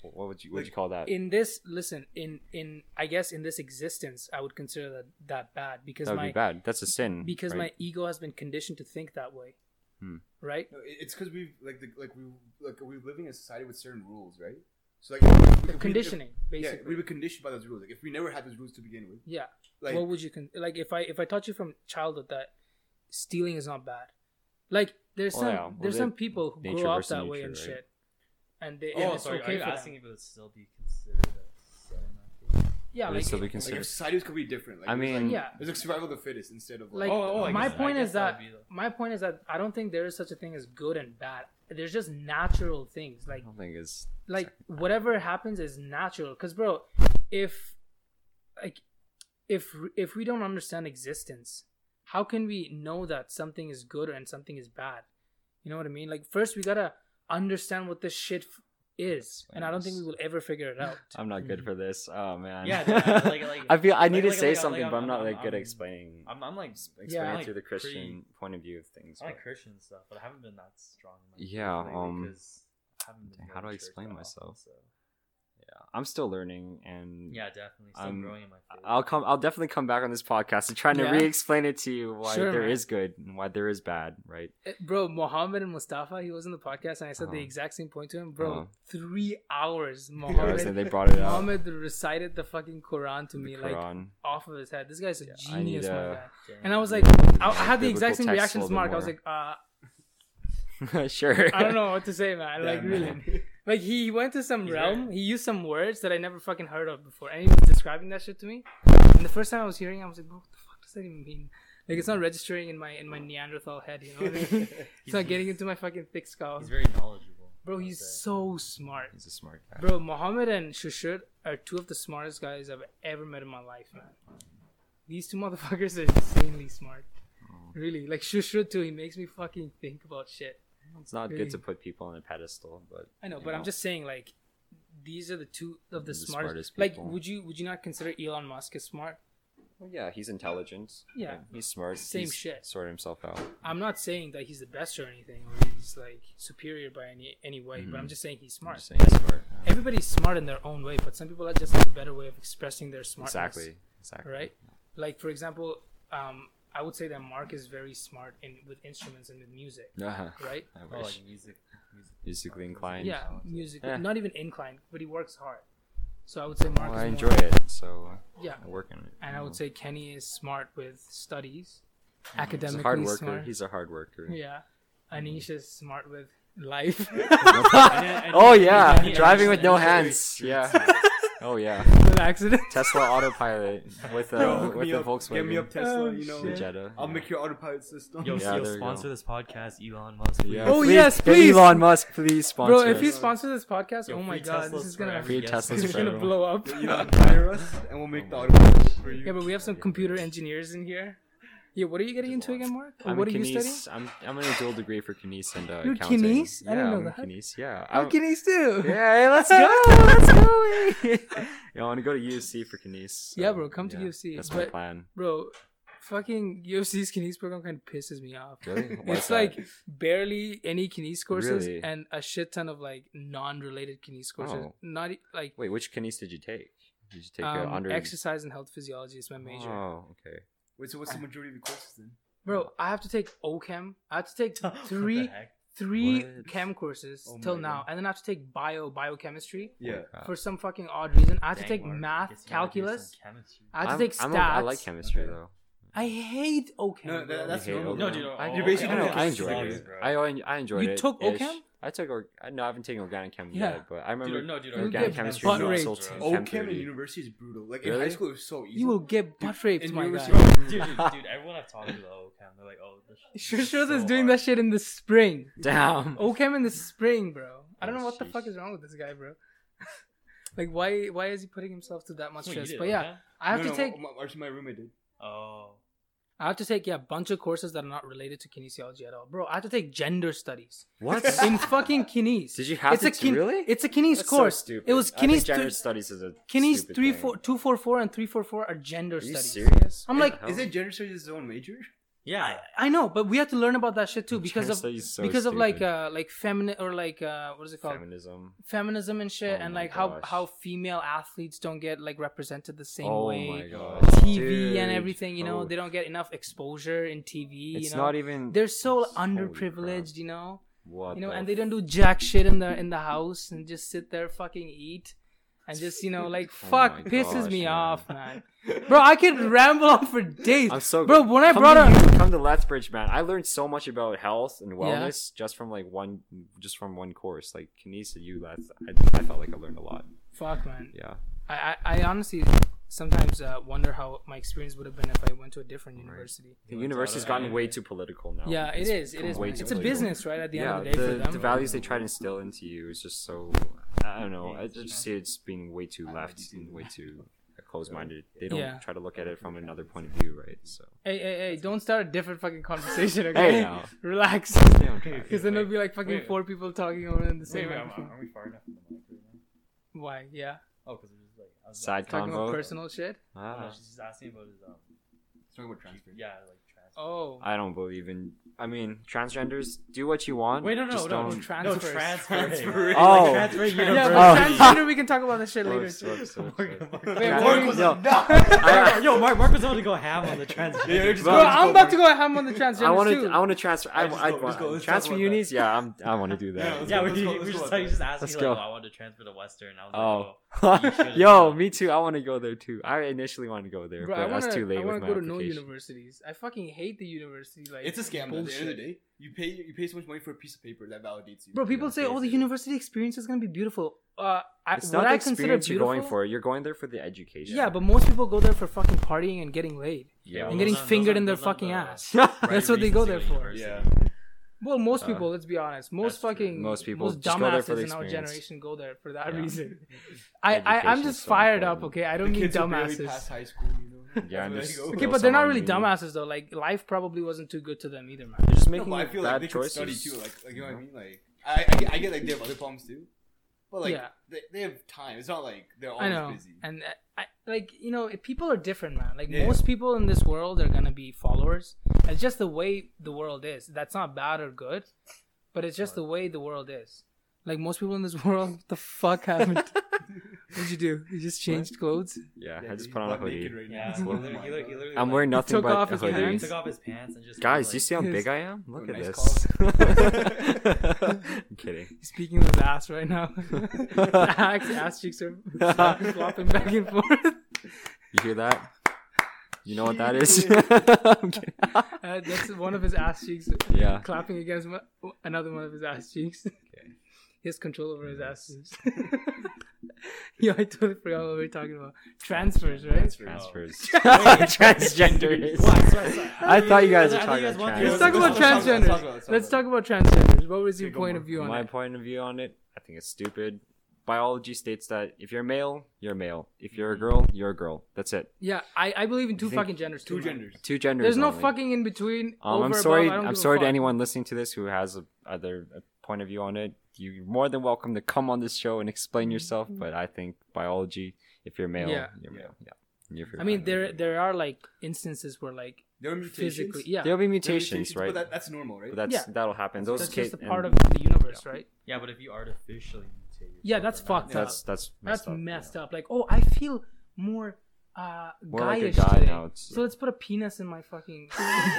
C: what would you would you call that?
A: in this listen in in i guess in this existence i would consider that that bad because
C: That would
A: my
C: be bad. That's a sin.
A: because
C: right?
A: my ego has been conditioned to think that way
C: Hmm.
A: right
E: No, it- it's because we've like the, like we like we're living in a society with certain rules, right? So like if we- if
A: the
E: we-
A: conditioning
E: if- yeah,
A: basically
E: we were conditioned by those rules. Like if we never had those rules to begin with,
A: yeah
E: like
A: what would you con- like if i if i taught you from childhood that stealing is not bad like there's
C: Well,
A: some
C: yeah, well,
A: there's
C: the-
A: some people who
C: nature
A: grow up
C: versus
A: that way
C: nature,
A: and
C: right?
A: shit and they and
B: Oh,
A: it's
B: sorry.
A: okay
B: are you
A: for
B: asking
A: them.
B: if it would still be considered a sin? I think?
A: yeah
C: Would it
A: like
C: still be
E: like
C: considered.
E: if societies could be different. Like,
C: I
E: it was,
C: mean-
E: like,
A: yeah
E: it's like survival of the fittest instead of
A: like
E: like.
B: Oh, oh, I
A: my
B: guess- I
A: point
B: guess
A: is
B: that
A: that
B: would be the-
A: my point is that I don't think there is such a thing as good and bad. There's just natural things
C: I
A: like
C: don't think it's
A: like whatever happens is natural. Cause bro, if like if if we don't understand existence, how can we know that something is good and something is bad? You know what I mean? Like first we gotta understand what this shit f- is, and I don't think we will ever figure it out.
C: I'm not
A: Mm-hmm.
C: good for this. Oh man.
B: Yeah, no, like- like-
C: I feel I
B: like-
C: need
B: like-
C: to say
B: like- like
C: something, but I'm,
B: I'm-
C: not
B: I'm-
C: like good at
B: I'm-
C: explaining.
B: I'm, I'm like
C: explaining
A: I'm,
B: like,
C: through the
B: pretty-
C: Christian point of view of things.
B: I like
C: but-
B: Christian stuff, but I haven't been that strong. In my
C: Yeah,
B: faith lately
C: um,
B: 'cause I haven't been
C: dang,
B: going
C: how do
B: to
C: I
B: church
C: explain
B: that often,
C: myself?
B: so.
C: I'm still learning, and
B: Yeah, definitely. Still
C: I'm-
B: growing in my faith.
C: I'll come. I'll definitely come back on this podcast and trying to
A: Yeah.
C: re-explain it to you why there
A: Sure,
C: is
A: man.
C: good and why there is bad. Right?
A: Eh, Bro, Mohammed and Mustafa, he was on the podcast, and I said the
C: Uh-huh.
A: exact same point to him. Bro,
C: Uh-huh.
A: three hours,
C: Whereas
A: Mohammed.
C: they brought it out.
A: Muhammad recited the fucking Quran to
C: the
A: me like
C: Quran.
A: off of his head. This guy's a
C: I need
A: genius, my
C: a-
A: guy.
B: Dang.
A: And I was like,
C: Yeah,
A: I, I had the
C: biblical
A: exact same
C: text a
A: reactions,
C: little
A: Mark. I was
C: more.
A: like, uh,
C: sure.
A: I don't know what to say, man. Like,
E: Yeah,
A: really, like he went to some
B: He's
A: realm.
B: right.
A: He used some words that I never fucking heard of before, and he was describing that shit to me. And the first time I was hearing, it, I was like, what the fuck does that even mean? Like, it's not registering in my in my Neanderthal head, you know? what I mean? it's not getting into my fucking thick skull.
B: He's very knowledgeable.
A: Bro,
B: I'd
A: he's
B: say.
A: so smart.
C: He's a smart guy.
A: Bro, Mohammed and Shushud are two of the smartest guys I've ever met in my life, man. These two motherfuckers are insanely smart.
C: Oh.
A: Really, like Shushud too. He makes me fucking think about shit.
C: It's not
A: really-
C: good to put people on a pedestal, but
A: I know,
C: you
A: but I'm just saying, like, these are the two of the,
C: The
A: smartest.
C: smartest
A: like,
C: people.
A: would you would you not consider Elon Musk as smart?
C: Well, yeah, he's intelligent.
A: Yeah.
C: and he's smart.
A: Same
C: he's
A: shit.
C: Sorted himself out.
A: I'm not saying that he's the best or anything, or he's like superior by any any way. But I'm
C: Mhm.
A: just saying he's smart.
C: I'm just saying he's smart.
A: Everybody's smart in their own way, but some people have just like a better way of expressing their smartness.
C: Exactly. Exactly.
A: Right. Like for example, um, I would say that Mark is very smart in with instruments and with music.
C: Yeah.
A: Right.
C: Uh-huh. I
B: Or,
C: wish.
B: like music, music.
C: Musically inclined.
A: Oh, yeah, music.
C: Yeah.
A: Not even inclined, but he works hard. So I would say Mark.
C: Well,
A: is
C: I
A: more-
C: enjoy it, so
A: Yeah,
C: I work on it.
A: and I would say Kenny is smart with studies,
C: Mm, he's
A: academically
C: a hard worker.
A: smart.
C: He's a hard worker.
A: Yeah, Anish is smart with life.
B: And then- and
C: oh
B: then-
C: yeah,
B: and then-
C: driving
B: and
C: with
B: then-
C: no
B: and then-
C: hands. Yeah. Oh yeah.
A: with accident.
C: Tesla autopilot with
D: Yo,
C: a
D: hook
C: with
D: me
C: a
D: up,
C: Volkswagen.
D: Get me up Tesla,
A: Oh,
D: you know.
C: the
A: shit.
C: Jetta.
D: I'll make your autopilot system.
B: Yo,
C: Yeah,
B: yo,
C: there you
B: sponsor
C: go.
B: this podcast, Elon Musk. please.
C: Yeah.
A: Oh,
C: please,
A: yes,
C: get
A: please.
C: Elon Musk, please sponsor.
A: Bro, if you
C: us.
A: sponsor this podcast,
B: Yo,
A: oh my
B: free
A: god,
B: Teslas
A: this is
B: for
A: gonna
B: every
C: Free
B: guest.
A: this
C: Teslas
A: is
C: for
A: gonna
C: everyone.
A: blow up.
D: You know, hire us and we'll make the autopilot for you.
A: Yeah, but we have some computer engineers in here. Yeah, what are you getting into again, Mark? Or
C: I'm
A: what
C: a
A: are you
C: kines.
A: studying?
C: I'm I'm in a dual degree for kines and uh,
A: You're
C: accounting.
A: kines? I
C: Yeah,
A: didn't know
C: I'm
A: that.
C: kines. Yeah,
A: I'm kines too. Yeah.
C: Yeah, hey, let's go, let's go. yeah, I want to go to UFC for kines. so,
A: Yeah, bro, come to UFC,
C: That's my
A: but-
C: plan.
A: Bro, fucking UFC's kines program kind of pisses me off.
C: Really? Why
A: It's
C: is that?
A: like barely any kines courses
C: Really?
A: and a shit ton of like non-related kines courses.
C: Oh.
A: Not e- like
C: wait, which kines did you take? Did you take uh,
A: um,
C: under
A: exercise and health physiology is my major.
C: Oh, okay.
D: Wait, so what's the majority of your courses then?
A: Bro, I have to take OChem. I have to take three
B: What the heck?
A: three
C: What?
A: chem courses
D: Oh
A: till
D: my
A: now,
D: God.
A: and then I have to take bio biochemistry.
D: Yeah.
C: Uh,
A: for some fucking odd reason. I had to
B: Dang,
A: take
B: Mark, guess
A: math,
B: you gotta do some
A: calculus.
B: chemistry.
A: I had to
C: I'm-
A: take stats.
C: I'm a- I like chemistry
D: Okay.
C: though.
A: I hate OChem.
D: No,
A: bro.
D: that, that's
C: You hate
D: normal.
C: No,
B: No,
C: dude,
B: dude,
D: I- you're basically
C: I, know,
D: don't
C: I
D: like
C: enjoyed
D: sucks,
C: it. I, I enjoyed
A: You
C: it.
A: took
C: ish.
A: OChem?
C: I took. Or, I, no, I haven't taken organic chem
A: Yeah.
C: yet, but I remember
B: Dude, no, dude,
A: You
C: organic
A: get
C: chemistry.
A: butt
C: was
A: raped.
C: also till
D: OChem
C: 10:30.
D: in university is brutal. Like in
C: Really?
D: high school, it was so easy.
A: you will get butt raped,
D: in
A: my
D: university-
A: guy.
B: dude, dude, dude, everyone I've talked to though, okay, they're like, oh, this
A: Sure,
B: this is
A: sure, is
B: so
A: doing
B: hard.
A: that shit in the spring.
C: Damn.
A: OChem in the spring, bro. I don't
C: Oh,
A: know what the
C: sheesh.
A: fuck is wrong with this guy, bro. like, why, why is he putting himself to that much
B: That's what you
A: stress?
B: did,
A: But yeah,
B: okay?
A: I have
D: No,
A: to
D: no,
A: take,
D: My, actually, my roommate did.
B: Oh,
A: I have to take, yeah, a bunch of courses that are not related to kinesiology at all, bro. I have to take gender studies
C: What?
A: in fucking kines.
C: Did you have
A: it's
C: to
A: a kin-
C: really?
A: It's a kines
C: That's so
A: course.
C: stupid.
A: It was
C: I think
A: kines.
C: gender
A: two-
C: studies is a
A: Kenny's
C: stupid
A: three
C: thing.
A: four two four four and three four four are gender
C: Are you
A: studies.
C: serious?
A: I'm like,
C: What the
D: Is
C: hell?
D: it gender studies his own major?
B: yeah.
A: I know, but we had to learn about that shit too because
C: Gender
A: of
C: studies is so
A: because of like
C: stupid.
A: uh like feminine or like uh what is it called
C: feminism?
A: feminism and shit
C: Oh
A: and
C: my
A: like
C: gosh.
A: how how female athletes don't get like represented the same
C: oh
A: way.
C: my god.
A: TV and
C: Dude,
A: everything, you know,
C: oh.
A: they don't get enough exposure in TV.
C: It's
A: you know,
C: not even.
A: they're so
C: Holy
A: underprivileged,
C: crap.
A: you know.
C: What
A: you know,
C: the
A: and they don't do jack shit in the in the house and just sit there fucking eat and just you know like
C: Oh
A: fuck
C: my
A: pisses
C: gosh,
A: me
C: man.
A: off, man. Bro, I could ramble on for days.
C: I'm so
A: bro. When I
C: come
A: brought
C: to
A: up,
C: you- come to Lethbridge, man. I learned so much about health and wellness just from like one, just from one course. Like Kinesa, you Leth, I, I felt like I learned a lot.
A: fuck, man.
C: Yeah,
A: I I, I honestly sometimes uh, wonder how my experience would have been if I went to a different university.
C: the
B: went to
C: university's
B: LA,
C: gotten way
B: right?
C: too political now.
A: Yeah, it is. It
C: become
A: is.
C: Oh, way
A: man.
C: too
A: It's a
C: political.
A: business, right? At the end
C: yeah,
A: of the day, for
C: the,
A: them.
C: the values they try to instill into you is just so. I don't know. I just see it's being way too left and way too closed-minded. They don't
A: Yeah.
C: try to look at it from another point of view, right? So.
A: hey, hey, hey! Don't start a different fucking conversation.
C: Hey,
A: Okay,
C: now.
A: relax.
C: Stay on track.
A: Because then
B: Wait,
A: it'll be like fucking
B: wait.
A: four people talking over in the
B: Wait,
A: same.
B: wait,
A: microphone.
B: are we far enough from the mic right now?
A: Why? Yeah,
B: Oh, because just like I was
C: Side
A: talking about
C: convo.
A: personal shit.
B: Like,
C: Ah.
B: no, she's just asking about his um.
D: Talking about transfer.
B: Yeah, like trans.
A: Oh,
C: I don't believe in. I mean, transgenders do what you want.
B: Wait, no, no,
C: just
B: no,
C: don't.
B: No,
A: transfers.
B: transferring.
C: Oh.
B: Like, transferring
A: Yeah,
B: university.
A: but
C: Oh.
A: transgender, we can talk about that shit later.
C: Whoops, whoops, whoops, whoops.
A: Wait,
C: Trans-
A: what are we-
C: Yo,
B: Mark- yo, Mark, Mark was able to go ham on the transgender.
D: just
A: Bro,
D: Well,
A: I'm about to go ham on the transgender
C: I want
A: too.
C: to. I want to transfer. I,
D: Yeah, just go,
C: I,
D: just go,
C: want
D: let's
C: transfer
D: talk about
C: unis. Yeah, I'm. I want to do that.
B: yeah,
D: go,
B: we,
D: let's go,
B: we
D: let's
B: just,
D: go.
B: you just asked
C: Let's
B: me, like,
C: go.
B: oh, I want to transfer to Western. I was
C: Oh.
B: You should.
C: Yo, me too. I want to go there too. I initially wanted to go there,
A: Bro, I
C: but
A: want
C: that's
A: to.
C: too late
A: I
C: with
A: want
C: my
A: to go to no
C: application.
A: universities. I fucking hate the university. Like
D: It's a scam. though, At the end
A: bullshit.
D: of the day, you pay you pay so much money for a piece of paper that validates you.
A: Bro, people say, "Oh, the university experience is gonna be beautiful." Uh, I,
C: It's
A: what
C: not the
A: I consider
C: experience
A: beautiful.
C: you're going for. You're going there for the education.
A: Yeah, but most people go there for fucking partying and getting laid.
C: yeah.
A: and getting
B: those aren't-
A: fingered
B: those
A: in their
B: aren't-
A: fucking
B: those aren't
A: ass.
B: the right
A: That's what they go
B: reasons to
A: there
B: to
A: for.
B: university.
D: Yeah.
A: Well, most
C: Uh,
A: people. Let's be honest. Most
B: that's true.
A: fucking
C: Most people
A: most
C: just go there for
A: dumbasses
C: the
A: in our
C: experience.
A: generation go there for that
C: Yeah.
A: reason. I, I I'm
C: Education's
A: just
C: so
A: fired up.
C: important.
A: Okay, I
D: The
A: don't mean
D: kids who barely
A: dumbasses.
D: pass high school, you know.
C: Yeah,
D: That's
C: I'm
D: where
C: just-
D: they go.
A: Okay,
C: Go
A: but they're not
C: somewhere
A: really
C: new.
A: dumbasses though. Like life probably wasn't too good to them either, man.
C: You're just
D: No,
C: making
D: but I feel
C: bad
D: like they could
C: choices.
D: study too. Like, like you know what I mean? Like, I, I, get- I get like they have other problems too.
E: But like
A: Yeah.
E: they, they have time. It's not like they're
A: I
E: always
A: know,
E: busy.
A: and uh, I like you know if people are different, man. Like
E: Yeah.
A: most people in this world are gonna be followers. It's just the way the world is. That's not bad or good, but it's just the way the world is. Like most people in this world, what the fuck happened? What'd you do? You just changed clothes.
C: Yeah,
E: Yeah,
C: I just
E: he's
C: put on a
E: butt
C: hoodie.
E: naked right now.
B: Yeah,
E: Oh
B: he
E: my
B: literally, he literally- he
E: God.
B: literally,
C: I'm
B: like,
C: wearing nothing
A: took
C: but
A: off
C: a
A: his
C: hoodie.
A: pants.
B: took off his pants and just
C: Guys,
B: like,
C: you see how
A: his-
C: big I am? Look at
E: nice
C: this. I'm kidding.
A: He's speaking with ass right now. ass, ass cheeks are flopping back and forth.
C: You hear that? You know what that is? I'm kidding.
A: Uh, that's one of his ass cheeks
C: Yeah.
A: clapping against my, another one of his ass cheeks. He has control over his ass cheeks. Yo, I totally forgot what we were talking about. Transfers, right?
E: Transfer.
C: Transfers. Transgender is. I thought you guys were
B: I thought you
C: talking
B: guys
C: about
B: wanted to-
A: Let's
C: trans.
A: talk about
E: Let's talk about- let's talk about- let's
A: transgenders.
E: talk
A: Let's
E: about-
A: talk about transgenders. What was your
E: Okay, go on.
A: point of view on
C: My
A: that?
C: point of view on it, I think it's stupid. Biology states that if you're male, you're male. If you're a
A: Mm-hmm.
C: girl, you're a girl. That's it.
A: Yeah, I, I believe in two
C: think-
A: fucking genders.
E: Two
A: too, man.
E: genders.
C: Two genders.
A: There's no
C: only.
A: fucking in between.
C: Um,
A: over,
C: I'm
A: above,
C: sorry.
A: I don't give
C: I'm
A: a
C: sorry to
A: fuck.
C: anyone listening to this who has a other a point of view on it. You're more than welcome to come on this show and explain yourself. But I think biology, if you're male,
A: Mm-hmm. Yeah.
C: you're male. Yeah. And if you're
A: I mean,
C: female, you're
A: there there are like instances where like
E: There are mutations.
A: physically,
E: There
A: yeah,
C: There'll be
E: are
C: mutations, right?
E: But that, that's normal, right?
C: But that's
A: Yeah.
C: that'll happen. Those
A: that's
C: kids.
A: just a part of the universe, right?
B: Yeah, but if you artificially mutate, yourself,
A: Yeah, that's
B: then
A: fucked up.
C: That's that's messed
A: That's
C: up.
A: messed up. Like, oh, I feel more uh
C: More like a
A: guyish
C: guy
A: today.
C: now. It's-
A: So let's put a penis in my fucking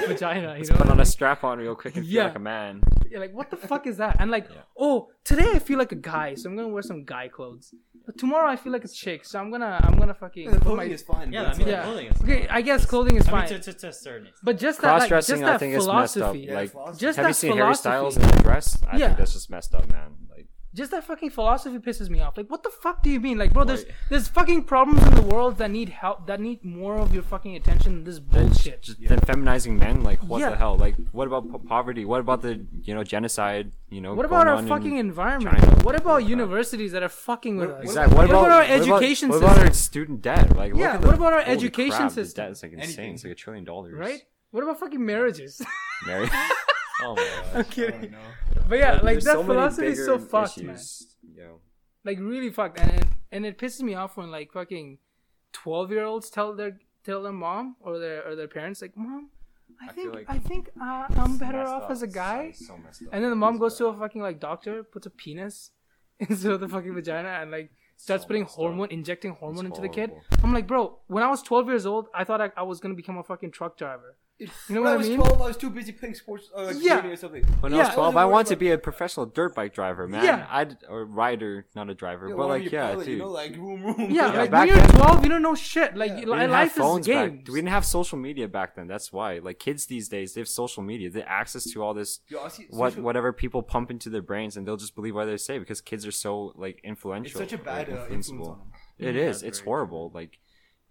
A: vagina. You
C: Let's
A: know?
C: put on a strap on real quick and feel
A: Yeah.
C: like a man.
A: You're like, what the fuck is that? And like,
C: Yeah.
A: oh, today I feel like a guy, so I'm gonna wear some guy clothes. But tomorrow I feel like a chick, so I'm gonna I'm gonna fucking
E: Yeah, the
A: put
E: clothing
A: my
E: is fine.
B: Yeah,
E: but
B: I
E: it's
B: mean,
E: like-
A: Yeah.
B: clothing is
A: okay.
B: fine.
A: I guess clothing is
B: I mean,
A: fine,
B: to, to, to a certain extent.
A: but just that
C: Cross
A: like, just
C: dressing, I
A: that
C: think it's messed up.
A: philosophy,
E: Yeah,
C: like,
E: philosophy.
A: Just
C: have you
A: that
C: seen Harry Styles in
A: philosophy.
C: a dress? I
A: Yeah.
C: think that's just messed up, man. Like,
A: just that fucking philosophy pisses me off. Like, what the fuck do you mean? Like, bro, there's
C: Right.
A: there's fucking problems in the world that need help, that need more of your fucking attention than this bullshit.
C: just, then feminizing men, like, what
A: Yeah.
C: the hell? Like, what about po- poverty? What about the, you know, genocide? You know,
A: What about
C: going
A: our
C: on in-
A: fucking environment?
C: China.
A: What about universities that are fucking with us?
C: Exactly. What about,
A: our
C: what about-
A: education
C: What about our
A: system?
C: student debt? Like,
A: Yeah,
C: Look at
A: what
C: the-
A: about our
C: holy
A: education
C: crap, the
A: system?
C: Debt is like insane.
E: Anything.
C: It's like a trillion dollars,
A: Right? What about fucking marriages?
C: Mary. oh my
A: I'm
C: god.
E: I
A: kidding.
E: don't know.
A: But yeah, like
C: There's
A: that
C: so many
A: philosophy is so
C: bigger
A: fucked, man.
C: issues, You know.
A: Like really fucked, and and, and it pisses me off when like fucking twelve year olds tell their tell their mom or their or their parents like, mom, I
C: I
A: think
C: feel
A: I,
C: like
A: think uh, I'm
C: It's
A: better
C: messed
A: off
C: up.
A: as a
C: It's
A: guy.
C: like so messed up.
A: And then the mom
C: It's
A: goes to
C: bad.
A: a fucking like doctor, puts a penis instead of the fucking vagina, and like starts
C: So
A: putting
C: messed up.
A: hormone, injecting hormone
C: It's
A: into the kid.
C: horrible.
A: I'm like, bro, when I was 12 years old, I thought I, I was gonna become a fucking truck driver. You know what
D: When I
A: I
D: was
A: mean?
D: 12, I was too busy playing sports, uh, like
A: Yeah.
D: skating or something.
C: When I
A: Yeah,
C: was
A: I
C: 12,
D: wasn't
C: I
D: worried
C: wanted to
D: about-
C: be a professional dirt bike driver, man.
A: Yeah.
C: I'd or rider, not a driver,
D: Yeah,
C: but
D: whatever
C: like
D: you
C: yeah,
D: call it,
C: dude.
D: You know, like room, room.
A: Yeah,
C: Yeah,
A: like when
C: back
A: you're
C: then-
A: 12, you don't know shit. Like li-
C: we didn't have
A: life is
C: phones back.
A: games.
C: We didn't have social media back then. That's why. Like kids these days, they have social media. They have access to all this
D: Yo, I see-
C: what
D: social-
C: whatever people pump into their brains, and they'll just believe what they say because kids are so like
E: It's
C: influential.
E: such a
C: or
E: bad uh, influence on
C: influenceable.
E: them.
C: It
B: Yeah,
C: is.
B: that's
C: It's
B: very
C: horrible. Like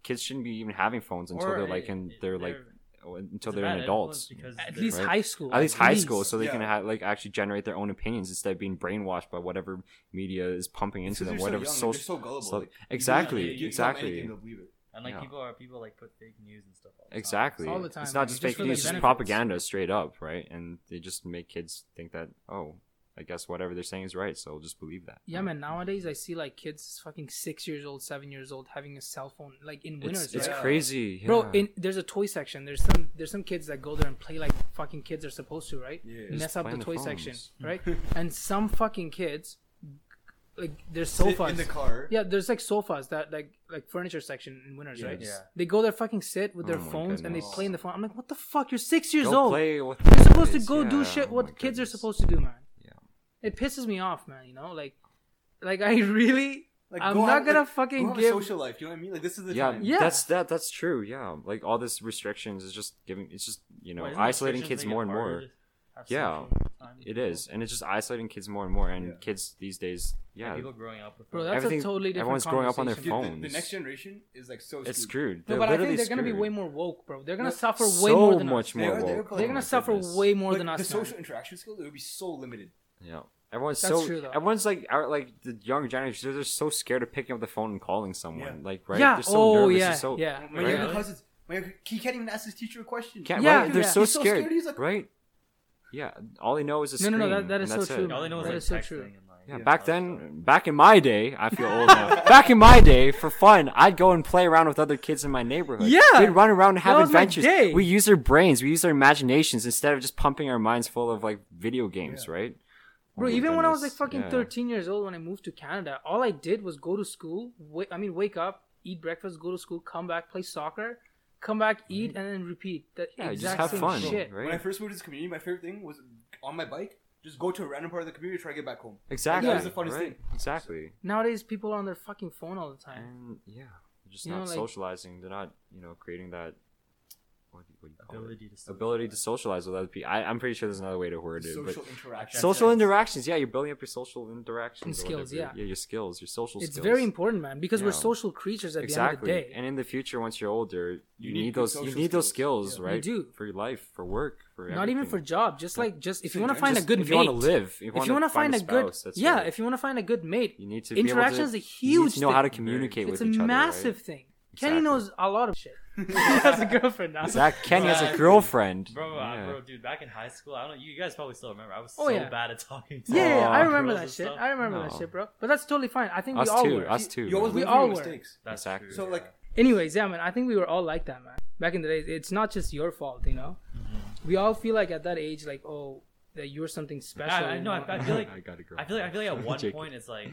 C: kids shouldn't be even having phones until
B: Or
C: they're like
B: it-
C: in
B: it-
C: they're like
B: they're-
C: oh, until
B: it's a
C: they're in
B: bad
C: adults.
B: influence because
A: At
B: they're-
A: least
C: right?
A: high school.
C: At least high school, so they can
E: Yeah.
C: ha- like actually generate their own opinions instead of being brainwashed by whatever media is pumping into
E: Because
C: them,
E: they're so
C: whatever
E: young, like,
C: social.
E: they're so gullible, like, you can-
C: exactly,
B: you can tell them
C: exactly,
B: and like
C: Yeah.
B: people are people like put fake news and stuff. All the time.
C: exactly.
A: All the time,
C: it's
A: man.
C: not
A: It's
C: just
A: just
C: fake
A: for their
C: news; it's just
A: benefits.
C: propaganda, straight up, right? And they just make kids think that, oh, I guess whatever they're saying is right, so I'll just believe that.
A: Yeah, man. Nowadays, I see like kids, fucking six years old, seven years old, having a cell phone, like in winters.
C: It's, it's
A: right?
E: yeah.
C: crazy,
A: Bro,
C: yeah.
A: in, there's a toy section. There's some there's some kids that go there and play like fucking kids are supposed to, right?
E: Yeah.
C: Just
A: Mess up the
C: playing the
A: toy section,
C: phones.
A: right? and some fucking kids, like there's
E: So
A: sofas.
E: in the car.
A: Yeah, there's like sofas that like like furniture section in Winners, right?
B: Yeah.
A: They go there, fucking sit with their
C: Oh my
A: phones, and they
C: goodness.
A: play in the phone. I'm like, what the fuck? You're six years
C: Go
A: old.
C: play with
A: You're supposed to
C: kids,
A: go do
C: yeah,
A: shit
C: oh
A: what
C: my
A: kids are
C: goodness.
A: supposed to do, man.
C: Yeah.
A: It pisses me off, man. You know, like, like I really,
D: Like,
A: I'm
D: go
A: not
D: have-
A: gonna
D: like,
A: fucking
D: go have a
A: give.
D: social life. You know what I mean? Like this is the
C: yeah,
D: time.
A: Yeah.
C: that's that. That's true. Yeah, like all this restrictions is just giving. It's just you know
B: Why doesn't
C: isolating
B: restrictions
C: kids
B: make it
C: more and
B: harder
C: more.
B: to have
C: Yeah,
B: social time with
C: It
B: people?
C: is, and it's just isolating kids more and more. And
E: Yeah.
C: kids these days,
B: Like,
C: yeah,
B: people growing up with
A: Bro,
B: like-
A: that's
C: Everything-
A: a totally different.
C: everyone's growing up on their
A: conversation.
E: Dude, the, the
C: Phones.
E: next generation is like so.
C: it's
E: screwed.
C: screwed.
A: No,
C: They're
A: but I
C: literally
A: think they're gonna be
C: screwed.
A: way more woke, bro. They're gonna
C: Like,
A: suffer
C: so
A: way more than
C: much
A: us.
C: more.
E: They are-
C: woke.
E: they're
C: Oh
A: They're
C: my
A: gonna suffer
C: goodness.
A: way more
E: Like,
A: than us.
E: the
A: man.
E: social interaction skills it would be so limited.
C: Yeah, everyone's
A: That's
C: so
A: true, though.
C: everyone's like our- like the young generation. They're just so scared of picking up the phone and calling someone.
E: Yeah.
C: Like right,
A: Yeah.
C: they're so
A: oh
C: nervous.
A: yeah.
C: They're so,
A: yeah.
E: My
C: Right.
E: younger cousins, my younger, he can't even ask his teacher a question.
C: Can't,
A: Yeah,
C: right? They're
A: yeah.
C: so
E: He's so
C: scared,
E: scared, he's like-
C: right? Yeah, all they know is a
A: No,
C: screen.
A: no, no, that- that
C: and
A: is so
C: that's
A: true.
C: It.
B: all they know is
A: That
B: like
A: is so
B: texting
A: true.
B: and like you
C: Yeah,
B: know
C: back
B: how it goes.
C: then, back in my day, I feel old now. back in my day, for fun, I'd go and play around with other kids in my neighborhood.
D: Yeah.
C: we'd run around and
D: That
C: have
D: was my
C: adventures.
D: day.
C: We use our brains, we use our imaginations instead of just pumping our minds full of like video games, right?
A: Bro,
C: Oh my
A: even when I was like
C: goodness,
A: fucking
C: yeah.
A: 13 years old when I moved to Canada, all I did was go to school. Wait, I mean, wake up, eat breakfast, go to school, come back, play soccer, come back, eat, and then repeat. The
C: Yeah,
A: exact
C: just have
A: same
C: fun,
A: shit.
C: right?
D: When I first moved to this community, my favorite thing was on my bike, just go to a random part of the community, try to get back home.
C: Exactly.
A: That was
D: the funniest
C: right?
D: thing.
C: Exactly.
A: Nowadays, people are on their fucking phone all the time.
C: And yeah, they're just
A: You
C: not
A: know, like-
C: socializing. They're not, you know, creating that. What do you, what do you call
B: ability to
C: it? Ability to
B: socialize.
C: socialize with other people. I, I'm pretty sure there's another way to word it. but
D: Social interaction.
C: social interactions. Yeah, you're building up your social interactions
A: And
C: or
A: skills,
C: whatever.
A: yeah.
C: your skills, your social
A: It's
C: skills.
A: very important, man, because we're
C: Yeah.
A: social creatures at
C: Exactly.
A: the end of the day.
C: And in the future, once you're older, you,
D: You
C: need,
D: need good
C: those. You need
D: social
C: those
D: skills.
C: skills,
A: Yeah.
C: right?
A: You do.
C: for your life, for work, for
A: Not even
C: everything.
A: for job, just like just if you
D: Yeah,
A: want to
D: just
A: find a
C: Just
A: good
C: if
A: mate.
C: you want to live,
A: if you
C: want to
A: find a
C: find
A: good
C: spouse, that's
A: yeah,
C: right.
A: if you want to find a good mate,
C: you need to be able
A: interaction
C: to-
A: is a
C: you need
A: huge.
C: to know how to
A: thing.
C: communicate
A: It's
C: with each
A: a
C: other. right?
A: massive thing. Kenny
C: Exactly.
A: knows a lot of shit. he has a girlfriend now.
C: Zach Kenny has a
B: Exactly.
C: girlfriend.
B: Bro,
C: Yeah.
B: uh, bro, dude, back in high school, I don't. You guys probably still remember. I was
A: Oh,
B: so
A: yeah.
B: bad at talking. to
A: Yeah, yeah, yeah, I
C: Aw.
B: girls
A: remember
B: and
A: that shit.
B: stuff.
A: I remember that
C: No.
A: shit, bro. But that's totally fine. I think
C: Us
A: we all
C: too,
A: were.
C: us too.
D: You always
C: man.
A: We
D: learn
A: all
D: from your
A: were.
D: mistakes.
B: That's
C: Exactly.
B: true.
D: So,
B: yeah.
D: like,
A: Anyways, yeah, man. I think we were all like that, man. Back in the day, it's not just your fault, you know. We all feel like at that age, like, oh, that you're something special.
B: I- I
A: you
B: know, I feel like-
C: I got a girl.
B: I feel like I feel like at one
C: Jake,
B: point it's like,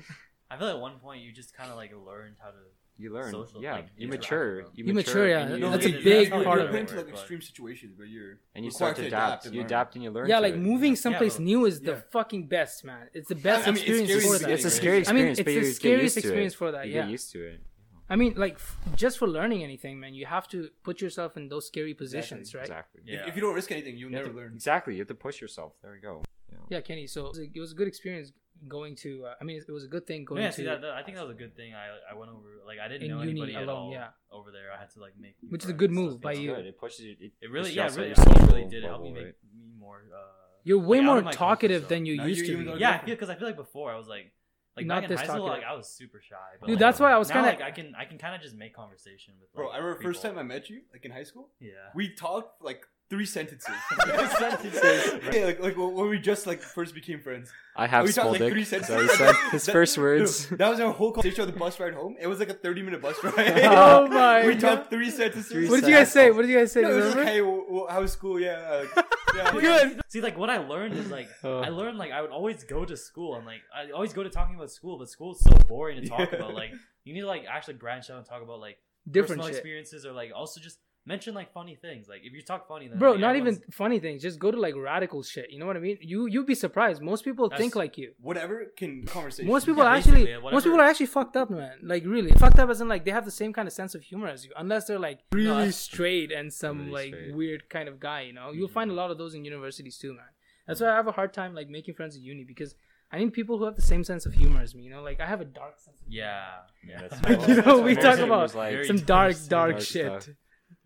B: I feel like at one point you just kind of like learned how to.
C: you learn.
B: social,
C: yeah,
B: like,
C: you
B: interact
C: mature.
B: with them.
C: You
A: You
C: mature.
A: mature, yeah,
C: and you,
A: that's
D: that's
A: a
D: a
A: it- big
D: how
A: part
D: you're
A: of
D: put
A: it.
D: into like
B: But-
D: extreme situations, but you're
C: and you
D: required
C: start to adapt.
D: and
C: you
D: learn.
C: adapt and you learn.
A: yeah,
C: to
A: like
C: it.
A: moving someplace
B: but-
A: new is the
D: yeah.
A: fucking best, man. It's the best
D: I mean, it's
A: experience
D: scary
A: for
D: to
A: that.
D: be-
C: It's a
A: I
C: scary
A: mean, it's
C: experience. but
A: the
C: you get used
A: scariest
C: to it.
A: experience for that,
C: You
A: yeah.
C: get used to it.
A: I mean, like f- just for learning anything, man, you have to put yourself in those scary positions, right?
C: Exactly.
B: Yeah.
D: If, if you don't risk anything, you'll
C: You have
D: never
C: to-
D: learn.
C: Exactly. You have to push yourself. There we go.
A: Yeah, Kenny. So it was a, it was a good experience going to. Uh, I mean, it was a good thing going
B: yeah,
A: to,
B: see that, that- I think that was a good thing. I I went over like I didn't
A: In
B: know
A: uni
B: anybody at
A: alone,
B: all
A: yeah.
B: over there. I had to like make. new
A: Which is a
B: friends
A: good
B: and stuff,
A: move by
B: know?
A: you.
C: Good. It pushes you. It,
B: It really,
C: pushes
B: yeah,
C: outside
B: really,
C: your
B: I think it
C: social
B: really did help me
C: bubble,
B: make
C: right?
B: me more. Uh,
A: You're way
B: like, out
A: more
B: of my comfort
A: talkative
B: zone.
A: than you
D: Now
A: used
D: you're
A: to
D: even
A: be.
D: though-
B: Yeah, because I feel like before I was like, like
A: Not
B: back in
A: this
B: high school,
A: talkative.
B: like I was super shy. But,
A: Dude,
B: like,
A: that's why I was
B: now,
A: kinda-
B: like I can I can kind of just make conversation with. Like,
D: Bro, I remember the first
B: people.
D: time I met you, like in high school,
B: Yeah.
D: we talked for, like three sentences.
B: Sentences.
D: Yeah, like, like when we just like first became friends.
C: I have
D: we
C: small
D: talked like
C: dick.
D: three
C: Is that what he
D: sentences.
C: said? His
D: That-
C: first
D: dude,
C: words.
D: That was our whole conversation on the bus ride home. It was like a thirty-minute bus ride.
A: Oh my
D: We
A: God.
D: talked three sentences.
C: Three
A: What did you guys say? What did you guys say?
D: No, it was
A: Remember?
D: like, hey, w- w- how was school? Yeah, like, yeah.
A: Good.
B: See, like what I learned is like
C: Oh.
B: I learned like I would always go to school and like I always go to talking about school, but school's so boring to talk
D: Yeah.
B: about. Like you need to like actually branch out and talk about like
A: Different
B: personal
A: shit.
B: experiences or like also just mention like funny things. Like if you talk funny, then
A: Bro,
B: like,
A: not even
B: everyone's-
A: funny things. Just go to like radical shit. You know what I mean? You you'd be surprised. Most people
B: That's-
A: think like you.
D: Whatever can conversation.
A: Most people
B: Yeah,
A: actually,
B: basically,
A: most people
B: whatever-
A: are actually fucked up, man. Like really fucked up, as in like they have the same kind of sense of humor as you, unless they're like really
B: that's-
A: straight and some
C: Really
A: like
C: straight.
A: weird kind of guy. You know, you'll find a lot of those in universities too, man. That's why I have a hard time like making friends at uni because I need people who have the same sense of humor as me. You know, like I have a dark sense. of
B: yeah.
C: Yeah, that's
B: yeah.
C: how-
A: You know,
C: what
A: we
C: most
A: talk
C: of it
A: about
C: was like-
B: Very
A: some dark,
B: intense.
A: dark,
C: dark
A: shit.
C: stuff.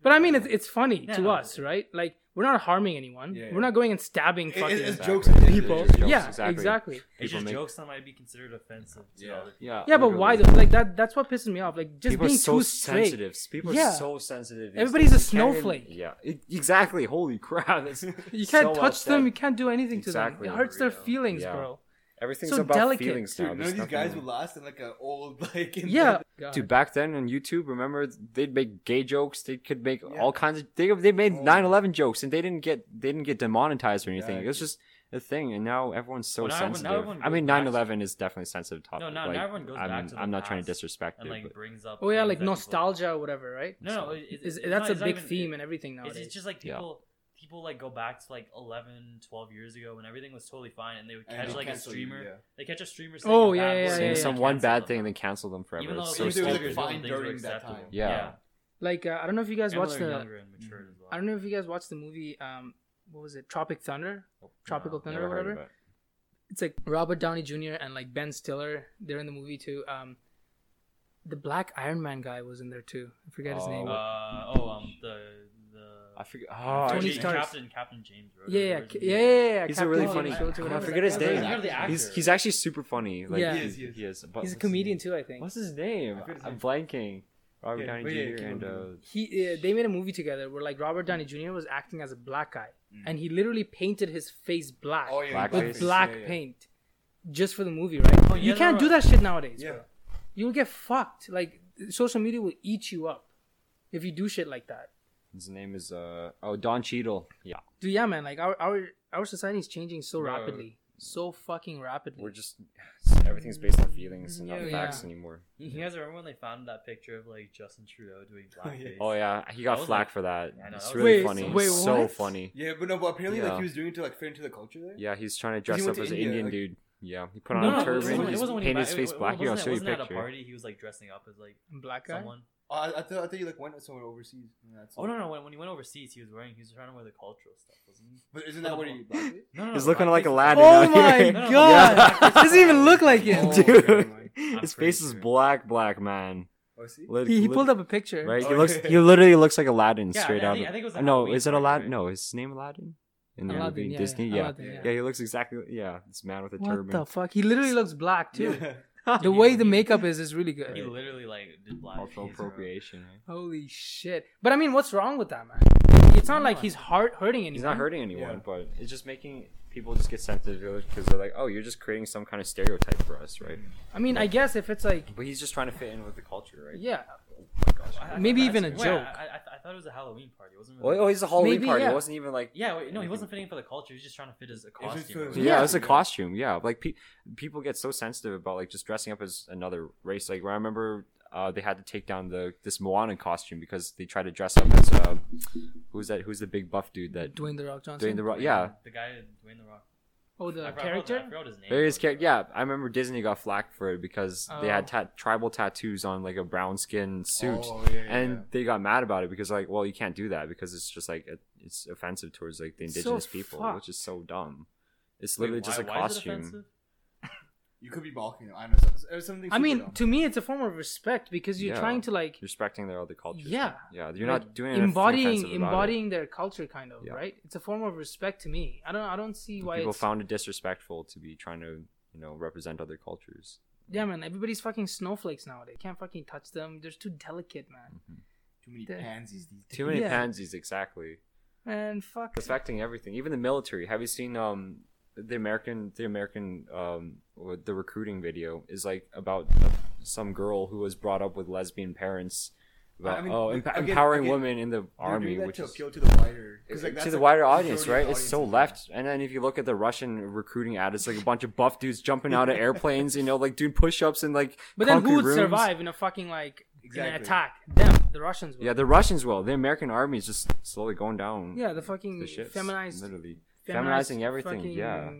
A: But I mean, it's, it's funny
B: Yeah,
A: to
B: no,
A: us,
B: it-
A: right? Like we're not harming anyone.
D: Yeah,
A: We're
D: yeah.
A: not going and stabbing
D: It-
A: fucking.
D: it's
C: Exactly.
D: jokes and
A: people.
C: It's jokes,
A: yeah, exactly.
B: It's
C: People
B: just
C: make-
B: jokes that might be considered offensive to
D: Yeah.
B: other people.
C: Yeah.
A: Yeah, but why though? Like that. That's what pisses me off. Like just
C: people
A: being
C: are so
A: too straight.
C: sensitive. People
A: Yeah.
C: are so sensitive. these
A: Everybody's
C: days.
A: a
C: You can't even-
A: snowflake.
C: yeah, e- exactly. Holy crap! It's
A: You can't
C: so
A: touch them. You
C: upset.
A: can't do anything
C: Exactly.
A: to them. It hurts their
B: Yeah.
A: feelings,
C: Yeah.
A: bro.
C: Everything's
A: so
C: about
A: delicate.
C: feelings
D: Dude,
C: now.
D: none
C: There's
D: of these
C: nothing-
D: guys would last in like an old like. In
A: Yeah.
C: Dude, back then on YouTube, remember they'd make gay jokes. They could make
D: Yeah.
C: all kinds of. They they made
D: Oh.
C: 9/11 jokes, and they didn't get they didn't get demonetized or anything. It was
D: Exactly.
C: just a thing, and now everyone's so
B: Well, now everyone- now
C: sensitive.
B: everyone
C: I mean,
B: goes back to-
C: 9/11 is definitely a sensitive topic.
B: No, now- now
C: like,
B: everyone goes
C: I'm,
B: back to the
C: I'm not trying to
B: past
C: disrespect
B: And
C: it.
B: like
C: but
B: brings up.
A: oh yeah,
B: things
A: like
B: that people-
A: nostalgia or whatever, right?
B: No, no,
C: So-
B: it, it,
A: Is,
B: it's
A: that's
B: not-
A: a
B: it's not
A: big
B: even-
A: theme
B: it-
A: in everything nowadays.
B: It's, it's just like
C: Yeah.
B: people people like go back to like 11, 12 years ago when everything was totally fine, and they would
D: And
B: catch
D: they
B: like a
D: cancel you,
B: streamer.
D: yeah.
B: They catch a streamer. saying
A: Oh,
B: a
A: yeah,
B: bad
A: yeah,
B: word,
A: yeah,
C: saying
B: and
A: yeah.
C: some
B: they
C: one
B: cancel
C: bad
B: them.
C: thing, then cancel them forever.
B: Even though
C: It's
D: it
C: so
D: was like
C: stupid.
D: fine during that time.
C: Yeah.
A: like uh, I don't know if you guys watched the.
B: and matured as well.
A: I don't know if you guys watched the movie. Um, what was it? Tropic Thunder. Tropical Thunder
C: Oh, Never
A: or
C: heard of
A: whatever.
C: it.
A: it's like Robert Downey Jr. and like Ben Stiller. They're in the movie too. Um, the Black Iron Man guy was in there too. I forget his
C: Oh.
A: name.
B: Uh, oh, um, the
C: I
B: the
C: forget. Oh,
A: Tony
B: Captain-
A: Stark.
B: Captain Captain James. Rhodes,
A: yeah, yeah,
B: whatever his
A: yeah,
B: name
A: yeah,
B: is.
A: yeah, yeah.
C: He's a really
A: Captain
C: funny-
A: Schultz or
B: I
A: whatever
C: forget his
A: that
B: I
A: guy's
C: name.
B: forget the actor.
C: He's he's actually super funny. Like
A: Yeah.
C: he
D: He is, he is.
C: he is. but
A: He's a
C: what's his
A: comedian
C: name?
A: too, I think.
C: What's his name?
D: forget his
C: I'm
D: name.
C: blanking. Robert
D: Yeah,
C: Downey
D: but yeah,
C: Jr.
D: Keanu
C: and uh,
D: Reeves.
A: He uh, they made a movie together where like Robert Downey Jr. was acting as a black guy, and he literally painted his face black
D: Oh yeah.
C: Blackface.
A: with
C: Blackface,
A: black
D: yeah, yeah.
A: paint. just for the movie, right?
B: Oh,
A: you
B: yeah,
A: can't
B: no,
A: do that shit nowadays.
D: Yeah.
A: bro. You'll get fucked. Like social media will eat you up if you do shit like that.
C: His name is uh oh Don Cheadle. Yeah,
A: Dude, yeah, man. Like our our our society is changing so
C: Bro.
A: rapidly, so fucking rapidly.
C: we're just everything's based on feelings and not
A: Yeah.
C: facts
A: Yeah.
C: anymore.
B: You guys remember when they found that picture of like Justin Trudeau doing blackface?
C: Oh yeah, he got
B: That was
C: flack
B: like-
C: for that.
B: Yeah, I know,
C: it's
B: that was
C: really
A: like-
C: funny.
A: Wait, wait,
C: so
A: what?
C: funny.
D: Yeah, but no, but apparently like
C: Yeah.
D: he was doing it to like fit into the culture there.
C: Yeah, he's trying to
D: he
C: dress
D: went
C: up
D: to
C: as an
D: India,
C: Indian
D: like-
C: dude. Yeah, he put
A: No,
C: on
A: no,
C: a
A: it wasn't-
C: turban.
A: it
C: He's
A: wasn't when
C: painted
B: ba-
C: his face
B: it-
C: black. Here, I'll
B: wasn't
C: show
B: it-
C: you a
B: wasn't at a
C: picture.
B: party. He was like dressing up as like
A: Black guy.
B: someone.
D: Oh, I, I, thought, I thought you like went somewhere overseas. And that's
B: Oh no no! When, when he went overseas, he was wearing he was trying to wear the cultural stuff, wasn't he?
D: But isn't that what he?
B: No, no, no,
C: He's looking like
B: blackface-
C: Aladdin.
A: Oh
C: out
A: my
C: here.
B: No, no,
A: god!
B: blackface-
A: Doesn't even look like him.
D: Oh,
C: dude.
D: never mind.
B: I'm
C: His
B: pretty
C: face is
B: sure.
C: black, black man.
D: Oh, see?
C: Lit-
A: He, he
C: lit-
A: pulled up a picture.
C: Right, he
D: Oh,
C: looks.
D: yeah.
C: He literally looks like Aladdin
B: Yeah, I
C: straight
B: think- I
C: out.
B: think-
C: of-
B: I think it was
C: uh, no,
B: Aladdin,
C: is it
B: right?
C: Aladdin? No, is his name Aladdin in the
A: Aladdin,
C: movie
A: yeah,
C: Disney.
A: yeah,
C: Yeah.
A: Aladdin, yeah.
C: yeah, he looks exactly. Yeah, this man with a
A: What
C: turban.
A: the fuck? He literally looks black too.
D: Yeah.
A: The
B: He-
A: way the
B: he-
A: makeup is is really good.
B: He literally like did blackface.
C: Cultural
B: bro.
C: appropriation. eh?
A: Holy shit! But I mean, what's wrong with that, man? It's not like he's heart hurting anyone.
C: He's not hurting anyone, but it's just making people just get sensitive because they're like, "Oh, you're just creating some kind of stereotype for us, right?"
B: Mm-hmm.
A: I mean, I guess if it's like,
C: But he's just trying to fit in with the culture, right? Oh
A: yeah,
B: I- I-
A: Maybe
B: I-
A: even a
B: wait,
A: joke.
B: I, I, I thought it was a Halloween party. It wasn't
C: Oh,
B: really.
C: oh, he's a Halloween
A: Maybe,
C: party.
A: yeah.
C: It wasn't even like.
B: yeah, wait, no, he wasn't fitting for the culture. He was just trying to fit as a costume.
D: for-
B: or
C: Yeah,
A: Yeah.
C: it's a costume. Yeah, like pe- people get so sensitive about like just dressing up as another race. Like when I remember, uh, they had to take down the this Moana costume because they tried to dress up as uh, who's that? Who's the big buff dude that
A: Dwayne the Rock Johnson.
C: doing the ro-
B: Dwayne-
C: yeah?
B: The guy, Dwayne the Rock.
A: oh, the
B: I forgot- I
A: character.
B: forgot his name.
C: There is
B: was,
C: char-
B: but-
C: yeah, I remember Disney got flack for it because
A: Oh.
C: they had ta- tribal tattoos on like a brown skin suit.
E: Oh, yeah, yeah,
C: and
E: yeah.
C: they got mad about it because like well you can't do that because it's just like it, it's offensive towards like the
A: So
C: indigenous people
A: fucked.
C: which is so dumb it's
B: Wait,
C: literally
B: why-
C: just a
B: why is it
C: costume
B: offensive?
E: you could be balking. I don't know. Something, there's something
A: I
E: super
A: mean,
E: dumb.
A: to me, it's a form of respect because you're
C: Yeah.
A: trying to like
C: respecting their other cultures
A: Yeah.
C: yeah you're
A: like,
C: not doing anything
A: embodying
C: offensive about it.
A: embodying their culture, kind of
C: Yeah.
A: right. It's a form of respect to me. I don't I don't see why
C: people
A: it's
C: found it disrespectful to be trying to you know represent other cultures
A: yeah, man. Everybody's fucking snowflakes nowadays. Can't fucking touch them. They're too delicate, man.
E: too many
A: the-
E: pansies these days.
C: too many
A: Yeah.
C: pansies exactly
A: Man, fuck.
C: affecting everything even the military have you seen um the american the american um or the recruiting video is like about uh, some girl who was brought up with lesbian parents about
D: I mean,
C: oh
D: look,
C: emp-
D: again-
C: empowering
D: again,
C: women in the
D: They're
C: army
D: doing that
C: which
D: to
C: is
D: appeal to the wider 'cause, like,
C: to
D: that's,
C: the
D: like,
C: wider audience,
D: majority of
C: right? It's
D: the
C: so
D: audience.
C: left. And then if you look at the Russian recruiting ad, it's like a bunch of buff dudes jumping out of airplanes, you know, like doing push-ups and like.
A: But then
C: concrete
A: who would
C: rooms.
A: survive in a fucking like in an
D: Exactly.
A: attack? Them, the Russians. Would.
C: Yeah, the Russians will. The American army is just slowly going down.
A: Yeah, the fucking
C: shits,
A: feminized-
C: literally feminizing everything. yeah,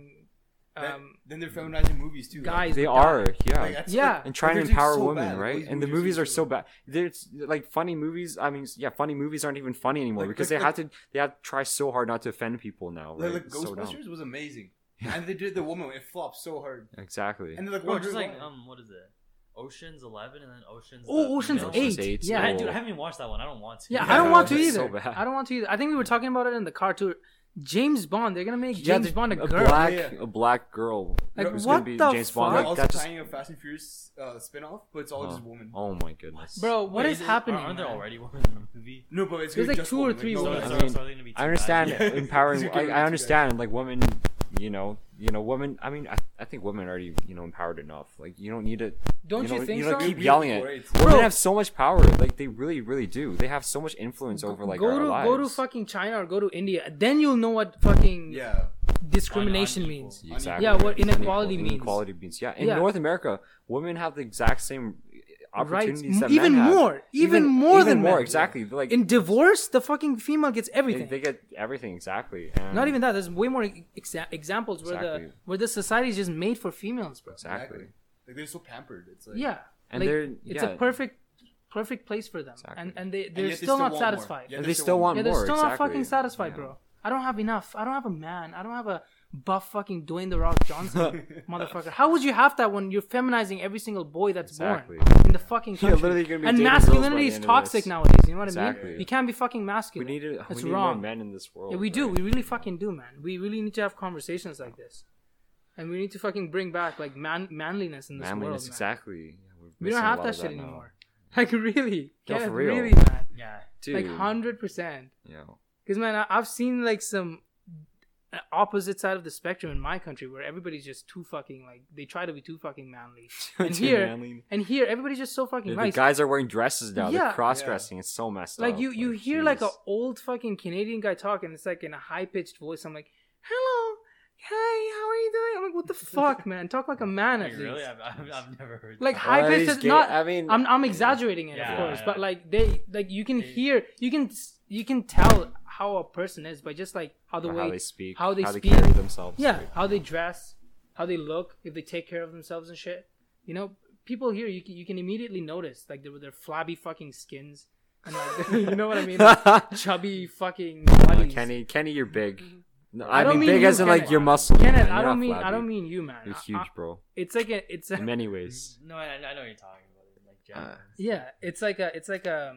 D: That-
A: Um,
D: then they're feminizing movies too.
A: guys.
C: they
A: would
C: are.
A: die.
C: Yeah,
D: Like, that's-
A: Yeah.
C: and trying to
D: But they're doing
C: empower
D: so
C: women,
D: bad. Like,
C: right?
D: these
C: and the movies are so bad. There's like funny movies. I mean, yeah, funny movies aren't even funny anymore
D: Like-
C: because
D: like-
C: they have to. They have to try so hard not to offend people now.
D: Like,
C: Right?
D: like
C: It's so dumb.
D: Ghostbusters was amazing, and they did the woman. It flopped so hard,
C: Exactly.
D: and they're like,
B: Bro,
D: what?
B: just like um, what is it? Ocean's Eleven and then Ocean's.
A: Oh,
B: the
A: Ocean's
B: female-
A: Eight.
C: Ocean's Eight,
A: Yeah,
B: I,
C: Oh.
B: dude, I haven't even watched that one. I don't want to.
A: yeah.
C: Yeah,
A: I don't want to
C: that's so
A: either.
C: bad.
A: I don't want to either. I think we were talking about it in the car too. James Bond. They're gonna make James
C: the-
A: Bond a girl.
C: black,
D: Yeah, yeah.
C: a black girl.
A: Like,
C: who's
A: what
C: gonna be
A: the
C: James
A: fuck?
C: Bond? Like,
D: also
C: that just,
D: trying a Fast and Furious uh, spin-off, but it's all
C: Huh.
D: just woman.
C: oh my goodness,
A: Bro, what
B: Wait,
A: is happening?
B: Aren't there
A: man?
B: already women in the movie?
D: No, but it's
A: There's,
D: gonna
A: like,
D: just
A: two or
D: women,
A: three
D: like,
B: So,
D: no,
A: women.
D: it's
B: so,
D: not-
C: mean,
B: so are they gonna be too
C: I understand
B: bad?
D: Yeah.
C: empowering.
D: You're giving
C: I, I
D: it to
C: understand, like women, you know, you know, women. I mean, I, I think women are already, you know, empowered enough. Like, you don't need to.
A: Don't
C: you, know, E
A: you think
C: don't
A: so?
C: keep
D: Maybe
C: yelling
D: before
C: it.
D: it's-
C: Women
A: Bro.
C: have so much power. Like, they really, really do. They have so much influence over like
A: go
C: our
A: to
C: lives.
A: go to fucking China or go to India. Then you'll know what fucking
D: Yeah,
A: discrimination
B: Unequal.
A: means.
C: Exactly.
A: Yeah, what
C: Unequal-
A: inequality means.
C: Inequality means. Yeah, in
A: Yeah.
C: North America, women have the exact same opportunities
A: Rights.
C: that
A: Even
C: men have.
A: more. Even more
C: even
A: than
C: more.
A: men.
C: Exactly. Like
A: In divorce, the fucking female gets
C: they,
A: everything.
C: they get everything exactly. And
A: Not even that. There's way more e-, exa- examples where the
C: Exactly.
A: where the society is just made for females, bro.
C: exactly.
E: Like they're so pampered. It's like
A: Yeah,
C: And
A: like,
C: they're-
A: it's
C: yeah.
A: a perfect perfect place for them,
C: Exactly.
A: and and they
D: yet
A: they're
D: they
A: still,
D: still
A: not
D: want more.
A: satisfied.
D: Yeah,
A: Yeah,
C: And they still want
A: they're
C: more.
A: still not
C: exactly.
A: fucking satisfied,
C: Yeah.
A: bro. I don't have enough. I don't have a man. I don't have a buff fucking Dwayne the Rock Johnson, motherfucker. How would you have that when you're feminizing every single boy that's born
C: Exactly.
A: in the fucking
C: You're
A: country?
C: literally gonna be
A: and
C: dating girls by
A: masculinity
C: the
A: is
C: end of
A: toxic
C: this.
A: nowadays. You know what I mean?
C: Exactly.
A: You can't be fucking
C: We
A: masculine.
C: need to,
A: That's
C: we need
A: wrong.
C: more men in this world.
A: Yeah, we do.
C: right?
A: We really fucking do, man. We really need to have conversations like this, and we need to fucking bring back like man manliness in this
C: Manliness,
A: world. Man.
C: exactly. Yeah, we're
A: We don't
C: missing a
A: have
C: lot
A: that
C: of
A: shit
C: now.
A: anymore. Like really,
C: No,
A: yeah,
C: for real.
A: really, man.
B: Yeah.
C: Dude,
A: Like hundred percent.
C: Yeah.
A: Because man, I, I've seen like some a- opposite side of the spectrum in my country where everybody's just too fucking like they try to be too fucking manly. And
C: Too
A: here-
C: manly.
A: And here everybody's just so fucking
C: The,
A: nice.
C: guys are wearing dresses now.
A: Yeah.
C: They're cross dressing. It's so messed up.
B: Oh,
A: like you you hear like a
C: jeez.
A: old fucking Canadian guy talk and it's like in a high pitched voice. I'm like, "Hello. Hey, how are you doing?" I'm like, "What the fuck, man? Talk like a man at
B: Like,
A: least."
B: really, I've, I've, I've never heard.
A: Like
B: that.
A: high
C: Well,
A: pitched
C: these
A: is
C: gay-
A: not
C: I mean,
A: I'm I'm exaggerating it,
B: Yeah,
A: of course,
B: yeah.
A: but like they like you can
B: They-
A: hear you can s- you can tell how a person is by just like how the
C: Or
A: way
C: how they speak,
A: how they speak.
C: carry themselves.
A: yeah how they dress, how they look, if they take care of themselves and shit. You know, people here you can, you can immediately notice like their their flabby fucking skins and like you know what I mean, like, chubby fucking
C: Uh,
A: bodies.
C: Kenny, Kenny, you're big. No,
A: I
C: I,
A: don't
C: mean,
A: mean
C: big
A: you,
C: as in like
A: Kenneth.
C: you're muscly.
A: Kenneth,
C: man.
A: I
C: You're
A: don't
C: not
A: mean I
C: flabby.
A: don't mean you, man.
C: You're
A: I- I-
C: huge, bro.
A: it's like a it's a,
C: In many ways.
B: No, I, I know what you're talking about. Like, generally.
C: Uh,
A: yeah, it's like a it's like a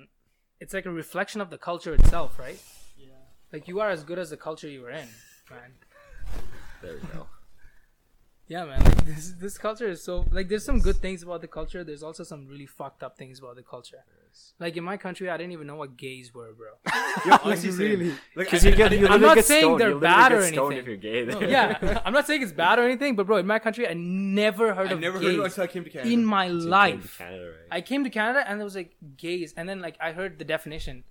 A: it's like a reflection of the culture itself, right?
B: yeah.
A: Like you are as good as the culture you were in, man.
C: There we go.
A: Yeah, man. Like this this culture is so like there's some good things about the culture. There's also some really fucked up things about the culture. Like in my country, I didn't even know what gays were, bro.
D: Yo, honestly, same.
A: really.
D: Like,
C: Because
D: I-
C: you get, you
A: I'm
C: literally
A: not
C: get
A: saying
C: stoned.
A: they're
C: You literally
A: bad
C: get
A: or
C: stoned
A: anything.
C: if you're gay. there.
A: yeah, I'm not saying it's bad or anything, but bro, in my country, I never heard
D: I
A: of
D: never
A: gays
D: heard of it until I came to Canada.
A: in my
C: Dude, came to
A: life.
C: Canada, right?
A: I came to Canada and there was like gays, and then like I heard the definition,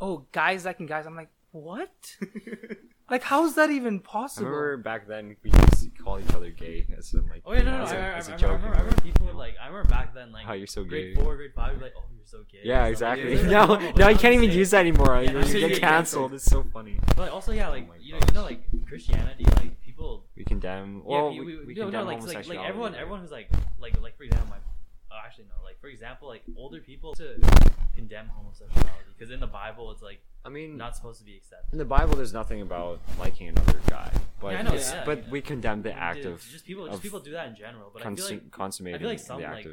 A: oh guys liking guys. I'm like, what? like how's that even
C: I
A: possible?
C: remember back then we used to call each other gay as in like
B: Oh yeah,
C: you
B: no,
C: know,
B: no.
C: as
B: I,
C: a-
B: I, I,
C: as a
B: remember, I,
C: joke, you
B: remember, I
C: know,
B: remember people
C: you know,
B: like I remember back then like
C: how you're so gay.
B: grade four, grade five, like oh you're so gay.
C: Yeah,
B: or something.
C: exactly.
B: It's like,
C: No,
B: normal,
C: no, you
B: but
C: can't even
B: I'm
C: use
B: saying-
C: that anymore.
B: Yeah,
C: you
B: I'm
C: you
B: saying
C: get
B: you're
C: canceled. It's so funny.
B: But like, also yeah, like
C: Oh my
B: you know, you know, like Christianity, like people.
C: We condemn.
B: Yeah,
C: Well,
B: we,
C: we,
B: we-
C: we
B: no,
C: condemn
B: no, like, like,
C: homosexuality.
B: like everyone,
C: right?
B: everyone who's like, like, like for example, my, oh, actually no, like for example, like older people to condemn homosexuality because in the Bible it's like
C: I mean,
B: not supposed to be accepted.
C: in the Bible, there's nothing about liking another guy, but
B: Yeah, I know,
C: it's-
B: yeah,
C: but
B: yeah.
C: we condemn the
B: Dude,
C: act of
B: just people,
C: of
B: just people do that in general. But I
C: consum-
B: feel like
C: consummating
B: like some,
C: the act
B: like-
C: of
B: I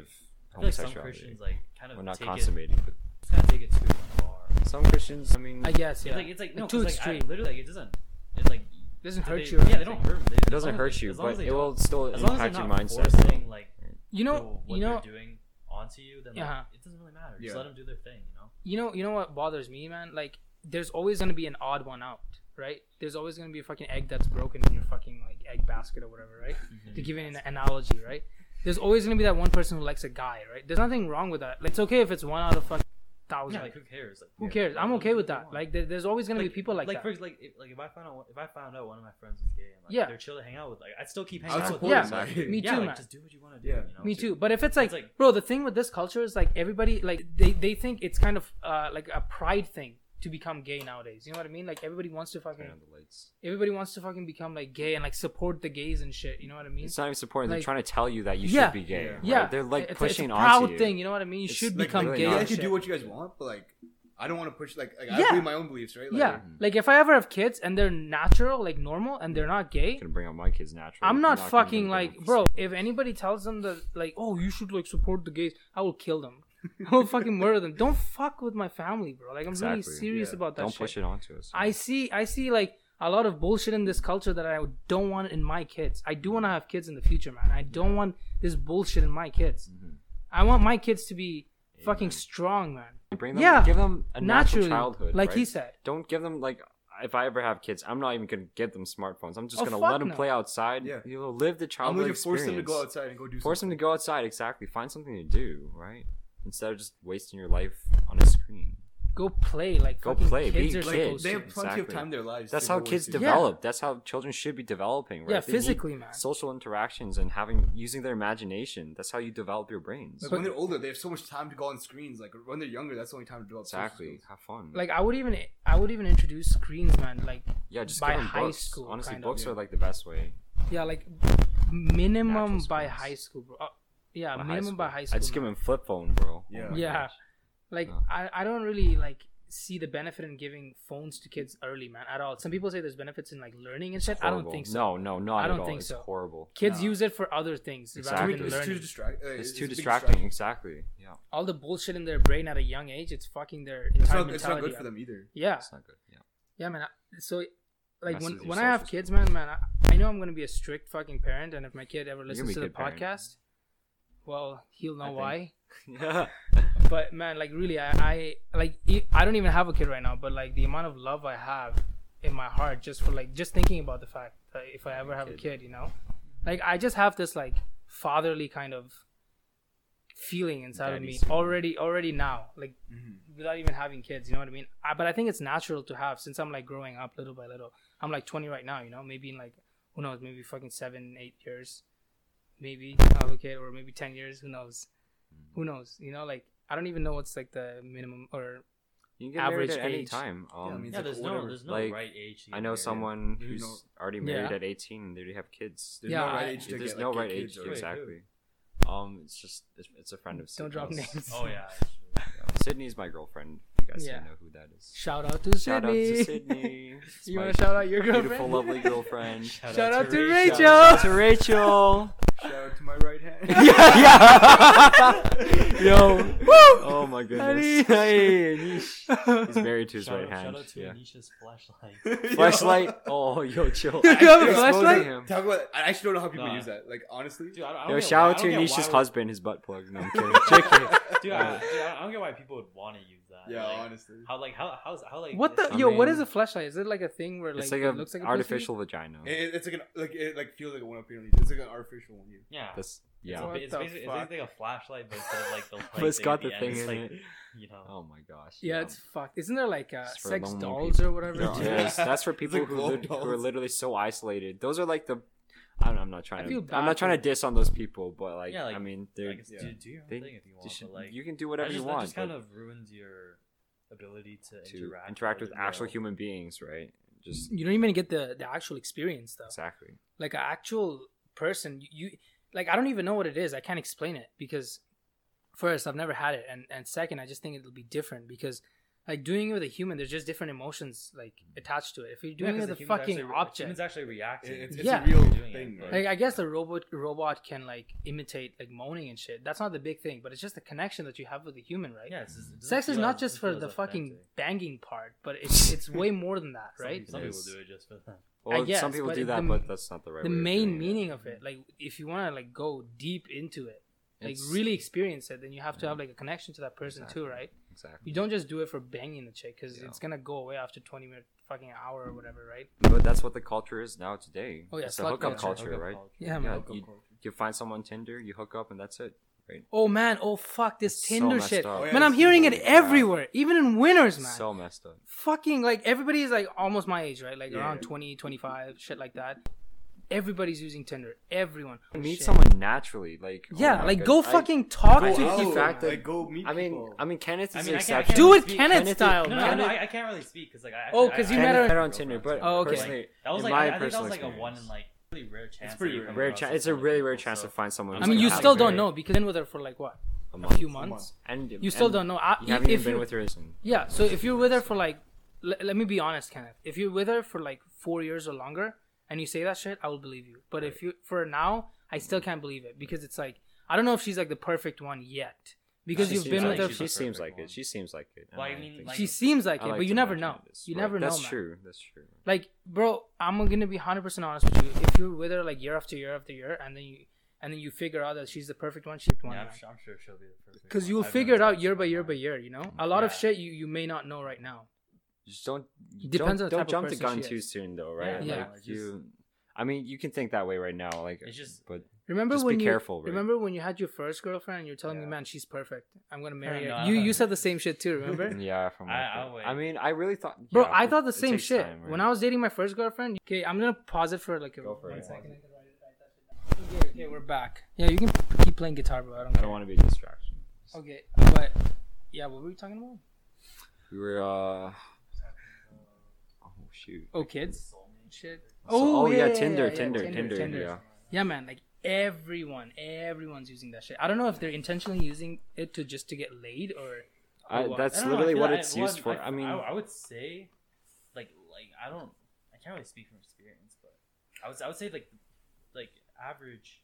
B: feel like some
C: homosexuality.
B: Christians like kind of
C: well, not
B: take
C: consummating,
B: it, just kind of take it too far.
C: but some Christians. I mean,
A: I guess yeah.
B: It's like it's like no, 'cause,
A: too
B: like, I,
A: extreme.
B: literally, like, it doesn't. It's like
A: doesn't
B: they-
A: hurt you. or
B: Yeah, they don't
A: anything.
B: hurt.
C: it doesn't hurt you, but it will still
B: As long as they're
C: impact your
B: not
C: mindset.
B: forcing like
A: You
B: the-
A: know,
B: what
A: you know,
B: they're doing onto you, then like,
A: Uh-huh.
B: it doesn't really matter.
E: Yeah.
B: Just let them do their thing, you know.
A: you know you know what bothers me man like there's always going to be an odd one out right there's always going to be a fucking egg that's broken in your fucking like egg basket or whatever right to give it an analogy right there's always going to be that one person who likes a guy right there's nothing wrong with that like it's okay if it's one out of fucking thousand
B: like who cares? Like,
A: who cares i'm
B: Let them
A: okay
B: do
A: with
B: what they
A: that
B: want.
A: like there, there's always going to be people like, that
B: like for like if, like if I found out one- if I found out one of my friends was gay and like
A: Yeah.
B: they're chill to hang out with, like I'd still keep
D: I
B: hanging
D: would
B: out
D: support
B: with them.
A: Yeah.
D: him, man.
E: Exactly.
A: me too
B: yeah, like,
A: man
B: just do what you want to do.
D: Yeah.
B: you know?
A: me too but if it's like,
B: It's like-
A: bro the thing with this culture is like everybody like they, they think it's kind of uh, like a pride thing to become gay nowadays you know what i mean like everybody wants to fucking
C: Turn on the lights.
A: everybody wants to fucking become like gay and like support the gays and shit. You know what I mean?
C: It's not even supporting.
A: Like-
C: they're trying to tell you that you
A: Yeah.
C: should be gay. right?
A: yeah,
C: they're like
A: it's,
C: pushing
A: it's a
C: onto
A: proud
C: you.
A: thing. You know what I mean? You
C: It's
A: should
C: like
A: become
C: really
A: gay.
E: You
C: not.
A: and
E: guys can
A: shit.
E: do what you guys want, but like, I don't want to push. Like, like
A: Yeah.
E: I believe my own beliefs, right? Like,
A: yeah, like if I ever have kids and they're natural, like normal, and they're not gay,
C: Gonna bring up my kids naturally.
A: I'm
C: You're
A: not
C: gonna
A: fucking
C: give
A: like,
C: them-
A: bro. If anybody tells them that, like, oh, you should like support the gays, I will kill them. I will fucking murder them. Don't fuck with my family, bro. Like, I'm really
C: Exactly.
A: serious
D: Yeah.
A: about that.
C: Don't
A: shit.
C: push it onto us.
A: I see I see like a lot of bullshit in this culture that I don't want in my kids. I do want to have kids in the future, man. I don't want this bullshit in my kids.
C: Mm-hmm.
A: I want my kids to be fucking strong, man.
C: Bring them,
A: Yeah.
C: give them a natural
A: Naturally,
C: childhood.
A: like he
C: right?
A: said.
C: Don't give them like. If I ever have kids, I'm not even gonna give them smartphones. I'm just
A: Oh,
C: gonna
A: fuck
C: let them
A: no.
C: play outside.
D: Yeah.
C: You know, live the
D: I'm
C: childhood
D: going to force
C: experience.
D: them to go outside and go do
C: Force them
D: something.
C: to go outside. Exactly. Find something to do. Right. Instead of just wasting your life on a screen.
A: Go play like
C: Go
A: fucking
C: play,
A: kids
C: be
A: are
C: a
D: Like,
C: kid.
A: supposed
D: they
A: to.
D: have plenty of
C: Exactly.
D: time in their lives.
C: That's
D: to
C: how
D: go
C: kids
D: into.
A: Yeah.
C: develop. That's how children should be developing. Right?
A: Yeah,
C: They need
A: physically, man.
C: Social interactions and having using their imagination. That's how you develop your brains.
E: Like, when they're older, they have so much time to go on screens. Like when they're younger, that's the only time to develop. social
C: Exactly.
E: skills.
C: Have fun.
A: Like I would even I would even introduce screens, man. Like
C: yeah, just
A: by
C: give them
A: high
C: books.
A: school,
C: Honestly,
A: kind of,
C: books
A: yeah.
C: are like the best way.
A: yeah, like
C: Natural
A: minimum
C: schools.
A: by high school, bro. Uh, yeah,
C: By high
A: minimum by
C: school.
A: high school.
C: I just give
A: man.
C: him flip phone, bro.
D: Yeah.
C: my
A: yeah
C: gosh.
A: like
C: No.
A: I, I don't really like see the benefit in giving phones to kids early man at all some people say there's benefits in like learning and shit i don't
C: Horrible.
A: think so
C: No, no, not
A: I don't
C: at all.
A: think
C: it's
A: so.
C: horrible.
A: kids
E: Nah.
A: use it for other things rather
C: Exactly.
E: It's
A: than
E: too
A: learning
E: distract. uh,
C: It's, too
E: a big
C: distracting.
E: distraction.
C: Exactly. Yeah.
A: all the bullshit in their brain at a young age it's fucking their entire
E: It's not,
A: mentality
E: it's not good
A: up.
E: for them either.
A: yeah
C: It's not good. Yeah.
A: yeah man I- so like
C: Messes
A: when,
C: with your
A: when i have
C: social
A: kids man man I, I know i'm gonna be a strict fucking parent and if my kid ever
C: gonna
A: listens
C: be
A: to
C: a
A: the
C: good parent.
A: podcast well he'll know
C: think.
A: why
C: yeah.
A: but man like really i, I like e- i don't even have a kid right now but like the amount of love i have in my heart just for like just thinking about the fact that if I ever have a kid, you know, like I just have this like fatherly kind of feeling inside of
C: Daddy
A: me
C: syndrome.
A: already already now like without even having kids you know what i mean I, but i think it's natural to have since i'm like growing up little by little i'm like 20 right now you know maybe in like who knows maybe fucking seven eight years maybe I'll have a kid or maybe 10 years who knows who knows you know like i don't even know what's like the minimum or
C: You can get
A: Average
C: married at any
A: age.
C: time. Um,
E: I mean,
B: Yeah,
E: like
B: there's no
E: whatever.
B: there's no
C: Like,
B: right age. to get
C: I know
B: married.
C: someone
E: There's
C: who's
E: no-
C: already
A: Yeah.
C: married at 18 and they already have kids. There's
A: Yeah,
C: no
A: I-
C: right
E: age to
C: There's
E: get,
C: no
E: like,
C: right
E: your
C: age,
E: kids or-
C: exactly. Um, it's just it's, it's a friend of
A: don't
C: Sydney's.
A: drop names
B: Oh yeah.
C: Sydney's my girlfriend. You guys
A: Yeah.
C: don't know who that is.
A: shout out to
C: Shout
A: sydney
C: out to Sydney. It's
A: you
C: my
A: want to shout out your girlfriend
C: beautiful, lovely girlfriend.
A: shout, out to
B: Rachel.
A: rachel,
C: to Rachel.
E: Shout out to my right hand.
C: yeah, yeah. Yo. Oh my goodness. Hey, Anish. He's married to his
B: Shout
C: right
B: out-
C: hand.
B: Shout out to
C: yeah.
B: Anisha's flashlight.
C: Flashlight. Oh, yo, chill.
A: you have a
C: Exposing
A: flashlight?
C: him.
E: Talk about. I actually don't know how people
B: Nah.
E: use that. Like honestly,
B: Dude, I don't, I don't
C: Yo,
B: get
C: shout
B: why-
C: out to
B: I don't get
C: Anisha's
B: why-
C: husband, his butt plug. No, I'm kidding. JK.
B: Dude, I, dude, I don't get why people would want to use that.
E: yeah,
B: like,
E: honestly.
B: How like how how's how like
A: what the
C: I
A: yo what
C: mean-
A: is a flashlight is it like a thing where like,
C: It's like
A: it
C: a
A: looks like a pussy?
C: artificial vagina.
E: It, it's like an like it like feels like a one up here. on you. It's like an artificial one. Here.
B: yeah.
C: That's
B: It's,
C: yeah.
A: What
B: it's
A: the
B: basically it's
A: fuck?
B: basically like a flashlight, but instead of like the light
C: But it's
B: thing
C: got
B: at
C: the
B: end,
C: thing
B: it's
C: in
B: like,
C: it.
B: You know,
C: Oh my gosh.
A: yeah it's fucked isn't there like uh,
C: It's for
A: sex
C: lonely
A: dolls or whatever
C: There
E: Yeah.
C: is. That's for people
E: like
C: who,
E: glow
C: lit- who are
E: dolls.
C: literally so isolated. Those are like the. I don't know, I'm not trying
A: I feel
C: to.
A: bad
C: I'm not trying to
A: for-
C: diss on those people, but like,
B: Yeah, like,
C: I mean,
B: I
C: they're,
B: guess
E: yeah.
B: do, do your own
C: They-
B: thing if you
C: you,
B: want,
C: should,
B: but like
C: you can do whatever
B: that just,
C: you
B: that
C: want.
B: just kind
C: but
B: of ruins your ability to,
C: to interact,
B: interact
C: with
B: other
C: actual
B: people.
C: human beings, right? Just
A: you don't even get the the actual experience though
C: exactly.
A: like an actual person you, you like i don't even know what it is i can't explain it because first i've never had it and and second i just think it'll be different because like doing it with a human there's just different emotions like attached to it if you're doing
B: Yeah,
A: it
B: 'cause
A: with
B: the
A: a
B: human's
A: fucking
B: actually,
A: object
B: It's actually reacting.
E: It- it's it's
A: Yeah.
E: a real
B: Doing it,
E: thing.
B: but-
E: Right?
A: like i guess the robot robot can like imitate like moaning and shit that's not the big thing but it's just the connection that you have with a human right
B: yeah, it's just, it doesn't
A: sex is
B: feel
A: not
B: as-
A: just
B: it
A: for
B: feels
A: the fucking
B: authentic.
A: banging part but it's it's way more than that
B: Some-
A: right
B: Some
C: It
B: people
C: is.
B: do it just for that.
C: Well,
A: guess,
C: some people
A: but
C: do that,
A: the-
C: but that's not the right.
A: the
C: way of doing
A: main
C: it.
A: meaning of it like if you want to like go deep into it like
C: It's- Mm-hmm.
A: really experience it then you have to have like a connection to that person too right
C: Exactly.
A: you don't just do it for banging the chick because
C: Yeah.
A: it's gonna go away after 20 minute fucking hour or whatever right
C: But that's what the culture is now today.
A: Oh, yeah,
C: it's the
A: slut
C: hookup
A: culture.
C: culture,
B: Hookup
C: right?
B: culture.
A: yeah
C: Yeah,
A: man
C: you, you find someone Tinder, you hook up, and that's it.
A: oh man oh fuck this
C: So
A: tinder
C: messed
A: shit
C: up.
E: Oh, yeah,
A: man i'm
E: it's
A: hearing it
E: super bad.
A: everywhere even in winters man
C: So messed up.
A: fucking like everybody's like almost my age right like
E: Yeah.
A: around 20 25 shit like that everybody's using tinder everyone
C: Meet
A: Shit.
C: someone naturally, like oh
A: yeah
C: my
A: like
C: God.
A: go
C: I-
A: fucking talk
C: I-
A: to
C: I-
A: people
C: the
A: man.
C: fact that-
E: Oh, like go meet.
C: I mean,
E: people.
C: I mean, Kenneth is
B: I
C: an
B: mean, I can't- I
C: exception.
A: do it
B: speak-
A: Kenneth
C: Kenneth-
A: style
B: No, no,
A: man
B: no, I, I can't really speak because like I.
A: Oh,
B: I-
A: 'cause
B: I-
A: you
B: I-
A: met her-
C: met her on Tinder, but
A: Oh, okay.
C: personally,
B: That was
C: in
B: like
C: my
B: I, I think that
C: personal
B: was like a one
C: experience,
B: in like really rare chance.
E: pretty
B: that you
E: rare.
B: come
C: rare
B: across
C: chance.
B: with
C: It's a
B: other
C: really
B: people,
C: rare chance
B: so-
C: to find someone.
A: I
C: who's
A: mean,
C: like
A: you
C: halfway
A: still don't
C: married.
A: know because then with her for like what
C: A
A: a
C: month.
A: few months.
C: and
A: You still
C: and
A: don't know. I,
C: You haven't
A: if
C: even
A: you,
C: been with her.
A: yeah, so if you're with her for like, l- let me be honest, Kenneth. If you're with her for like four years or longer, and you say that shit, I will believe you. But if you for now, I still can't believe it because it's like I don't know if she's like the perfect one yet because
C: She
A: you've
C: seems
A: been
C: like
A: with her.
C: She
A: for-
B: she's-
C: seems like
B: one.
C: it. She seems like it. and
B: Well, I
C: don't
B: mean,
C: think
B: like-
A: she seems like
C: I
A: it,
C: like
A: but you
C: to
A: never
C: imagine
A: know.
C: it is,
A: You
C: right?
A: never know.
C: That's
A: man.
C: true. That's true.
A: Like, bro, I'm gonna be hundred percent honest with you. If you're with her like year after year after year, and then you and then you figure out that she's the perfect one, she's the one.
B: Yeah,
A: man.
B: I'm sure, I'm sure she'll be the perfect.
A: because
B: one.
A: you'll
B: I've
A: figure it
B: never
A: out
B: been
A: year
B: with
A: by year by
B: someone.
A: year. You know, a lot of
B: Yeah.
A: shit you you may not know right now.
C: Just don't. you
A: Depends
C: don't,
A: on the
C: don't
A: type of
C: jump the
A: person
C: gun
A: she
C: too
A: is.
C: soon, though, right?
A: Yeah.
C: Like
B: Yeah, just-
C: you. I mean, you can think that way right now. Like,
B: It's just-
C: but
A: Remember
C: Just be
A: when you
C: careful, right?
A: remember when you had your first girlfriend and you're telling me,
B: Yeah.
A: man, she's perfect. I'm gonna marry
B: no,
A: her.
B: I
A: You you
B: haven't.
A: said the same shit too. Remember?
C: yeah, from
B: I-
C: like,
B: I'll
C: the-
B: wait.
C: I mean, I really thought,
A: Bro,
C: yeah,
A: I
C: it-
A: thought the
C: it
A: same
C: takes
A: shit
C: time, right?
A: when I was dating my first girlfriend. Okay, I'm gonna pause it for like a
C: Go for
A: one
C: it.
A: second. Okay, okay, we're back. Yeah, you can keep playing guitar, bro. I don't.
C: I
A: Care.
C: don't want to be a distraction.
A: Okay, but yeah, what were we talking about?
C: We were, uh, oh shoot.
A: Oh, kids. Shit.
C: oh, yeah, Tinder, Tinder, Tinder, yeah.
A: Yeah, man, like everyone, everyone's using that shit. I don't know if they're intentionally using it to just to get laid or.
C: I,
A: Oh, wow.
B: I
C: that's
B: don't know, I
C: literally
B: feel
C: what
B: like-
C: it's
B: well,
C: used for. I mean,
B: I, I would say, like, like I don't, I can't really speak from experience, but I would, I would say like, like average,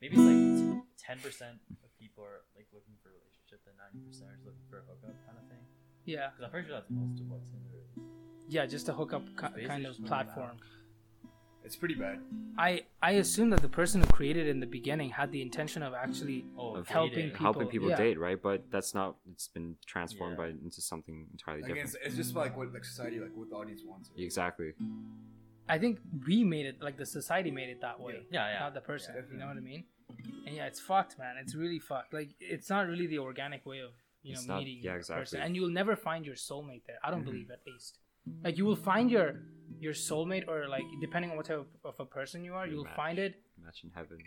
B: maybe it's like ten percent of people are like looking for a relationship, and ninety percent are just looking for a hookup kind of thing.
A: Yeah,
B: Because I'm pretty sure that's most of what Tinder is.
A: yeah, just a hookup ki-
B: Basically
A: kind of
B: just one
A: platform.
E: It's pretty bad.
A: I I assume that the person who created it in the beginning had the intention of actually
B: Oh,
C: Of
A: helping
B: dating.
A: people.
C: helping people
A: yeah.
C: date, right? But that's not. It's been transformed
B: Yeah.
C: by into something entirely
E: Like
C: different.
E: it's, it's just like what like society like what the audience wants. right?
C: Exactly.
A: I think we made it like the society made it that way,
B: Yeah, yeah.
A: not the person.
E: Yeah,
A: you know what I mean? And yeah, it's fucked, man. It's really fucked. Like it's not really the organic way of you know
C: It's not-
A: meeting
C: yeah,
A: a person,
C: exactly. Mm-hmm.
A: and you'll never find your soulmate there. I don't believe at least. Like you will find your your soulmate or like depending on what type of, of a person you are,
C: Your
A: you'll
C: match.
A: find it.
C: Match in heaven.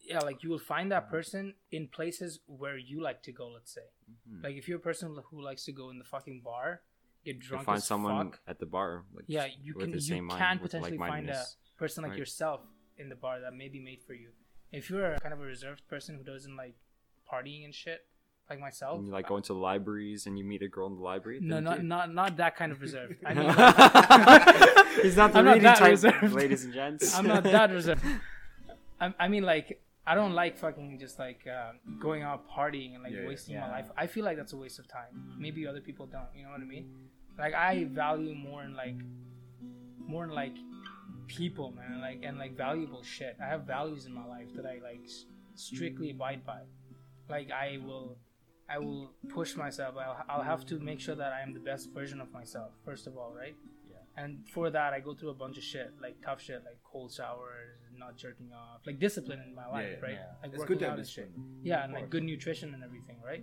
A: Yeah, like you will find that person in places where you like to go. Let's say,
C: Mhm.
A: like if you're a person who likes to go in the fucking bar, get
C: You
A: drunk,
C: find
A: as
C: someone
A: fuck,
C: at the bar. Like,
A: yeah
C: just
A: you
C: with
A: can
C: the
A: you
C: same mind,
A: can
C: with
A: potentially find a
C: like-mindedness.
A: person like
C: right?
A: yourself in the bar that may be made for you if you're a kind of a reserved person who doesn't like partying and shit like myself
C: And you like "Oh, going to libraries and you meet a girl in the library.
A: no
C: then
A: not
C: dude.
A: not not that kind of reserved i mean like,
C: He's not the
A: I'm not
C: reading
A: that
C: type,
A: reserved.
C: ladies and gents.
A: i'm not that reserved I, I mean like i don't like fucking just like uh, going out partying and like
E: Yeah, yeah,
A: wasting my
B: yeah.
A: life i feel like that's a waste of time maybe other people don't you know what i mean like i value more in like more in like people man like and like valuable shit i have values in my life that i like s-
E: Mm.
A: strictly abide by like i will i will push myself I'll, I'll have to make sure that i am the best version of myself first of all right yeah and for that i go through a bunch of shit like tough shit like cold showers not jerking off like discipline in my life
E: yeah,
A: right
B: yeah.
A: like
E: It's
A: working
E: good to
A: out
E: have
A: and
E: this.
A: shit
E: one.
A: yeah and
E: Of
A: like
E: course.
A: good nutrition and everything right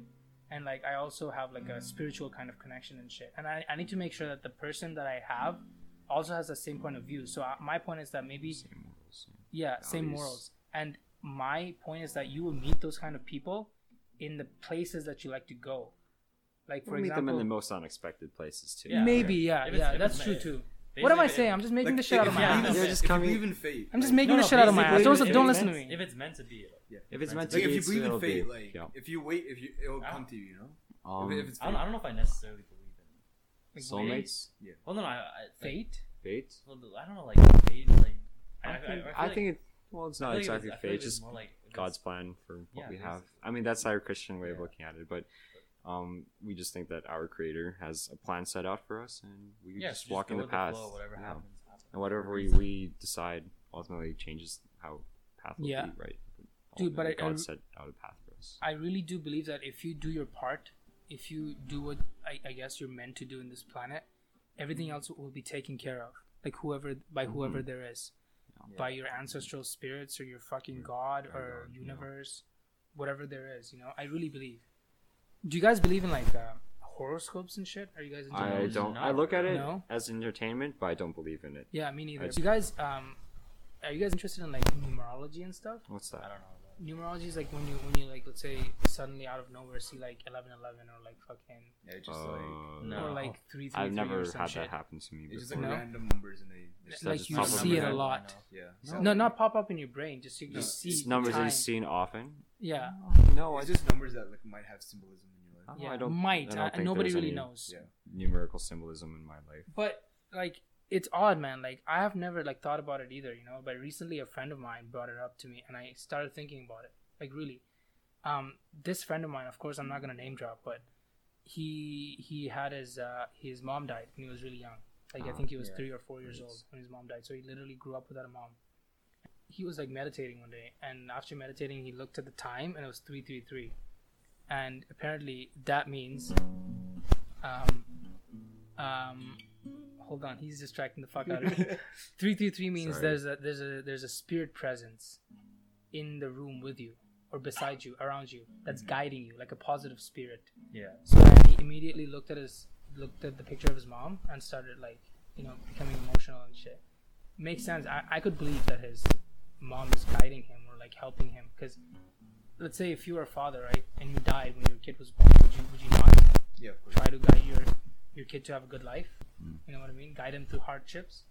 A: and like i also have like a spiritual kind of connection and shit and i, I need to make sure that the person that i have also has the same point of view so I, my point is that maybe
C: Same morals, yeah.
A: yeah same
C: Values.
A: morals and my point is that you will meet those kind of people in the places that you like to go like for
C: We'll meet
A: example
C: them in the most unexpected places too.
B: Yeah.
A: maybe yeah yeah,
B: If it's- if
A: that's
B: it's-
A: true
B: if-
A: too
B: Basically,
A: what am i
B: if-
A: saying i'm just making
E: Like,
A: the shit out of
E: if
A: my
E: you
B: yeah,
A: ass
E: even
B: no,
C: You're
E: fit-
C: just
E: if you
C: coming-
E: believe in fate.
A: i'm just
E: like,
A: making
B: No,
A: the
B: no,
A: shit out of my ass
B: basically,
A: don't,
B: if
A: don't
B: it's
A: listen to
B: meant-
A: me
B: If it's meant to be, it'll-
E: Yeah.
C: If it's
B: Right.
C: meant to
E: Like
C: be,
E: if you
C: it's-
E: believe in
C: it'll be.
E: fate, like
C: yeah.
E: if you wait, if you it'll come to you, you know.
C: Um,
E: if it's
B: I don't, I
E: fate.
B: don't know if I necessarily believe in.
A: Like, wait,
C: soulmates,
B: Well, no, no, I, I, like,
A: fate
C: fate.
B: well, the- I don't know, like fate. Like, I,
C: I
B: I,
C: think,
B: I,
C: I
B: feel
C: think
B: like,
C: it. Well, it's
B: I
C: not
B: feel
C: exactly
B: like it's- I feel
C: fate.
B: like it's
C: Just
B: more like if
C: God's
B: it's-
C: plan for what
B: Yeah,
C: we have.
B: basically.
C: I mean, that's our Christian way of
B: Yeah.
C: looking at it, but um, we just think that our Creator has a plan set out for us, and we
B: Yeah,
C: just
B: so
C: walk in
B: go
C: the
B: with
C: path.
B: flow, whatever
C: Yeah.
B: happens,
C: And whatever we,
B: Reason.
C: we decide ultimately changes how path will
A: Yeah.
C: be, right?
A: Dude, but
C: Ultimately,
A: I- I
C: God
A: re-
C: set out a path for us.
A: I really do believe that if you do your part, if you do what I, I guess you're meant to do in this planet, everything
C: Mm-hmm.
A: else will be taken care of. Like whoever by whoever there is, by your ancestral spirits or your fucking god
C: by
A: or
C: God, yeah.
A: universe, whatever there is. You know, I really believe. Do you guys believe in like uh, horoscopes and shit? Are you guys? Into
C: I
A: those?
C: don't.
B: not
C: I look at it
A: No?
C: as entertainment, but I don't believe in it.
A: Yeah, me neither.
C: I-
A: Do you guys um, are you guys interested in like numerology and stuff?
C: What's
B: I
C: that?
B: don't know. About
A: Numerology is like when you when you like let's say suddenly out of nowhere see like eleven eleven or like fucking
E: Yeah, it's just like
C: Uh,
B: No.
A: or like three three.
C: I've never
A: or
C: had
A: some
C: that
A: shit.
C: happen to me
E: it's just
C: before.
E: like
A: No.
E: random numbers and they. they
A: Like,
E: just-
C: Like,
E: just
A: you
E: pop
C: see
E: numbers
C: it a
E: out.
A: lot.
E: Yeah.
A: No,
E: So-
A: not pop up in your brain. Just you,
E: No,
A: you see
C: It's numbers
A: time.
C: you've seen often.
A: Yeah,
C: No, I
E: Oh, It's
C: just
E: just numbers that like might have symbolism in your life.
C: Oh,
A: yeah.
C: I don't-
A: might.
C: I don't
A: uh,
C: think
A: nobody
C: there's
A: really
C: any-
A: knows.
E: Yeah.
C: numerical symbolism in my life.
A: But like, it's odd, man. Like, I have never like thought about it either, you know. But recently, a friend of mine brought it up to me, and I started thinking about it. Like, really, um, this friend of mine. Of course, I'm not gonna name drop, but he he had his uh, his mom died when he was really young. Like, I
C: Ah,
A: think he was
B: yeah.
A: three or four years old when his mom died. So he literally grew up without a mom. He was like meditating one day, and after meditating, he looked at the time, and it was three three three, and apparently that means, um, um, hold on, he's distracting the fuck out of me. Three three three means
C: Sorry.
A: there's a there's a there's a spirit presence in the room with you or beside you, around you, that's guiding you, like a positive spirit.
B: it. Yeah,
A: So then he immediately looked at his looked at the picture of his mom and started like, you know, becoming emotional and shit. Makes sense. I, I could believe that his mom is guiding him or like helping him because let's say if you were a father, right, and you died when your kid was born, would you would you not
E: Yeah, of course.
A: try to guide your your kid to have a good life? You know what I mean? Guide him through hardships.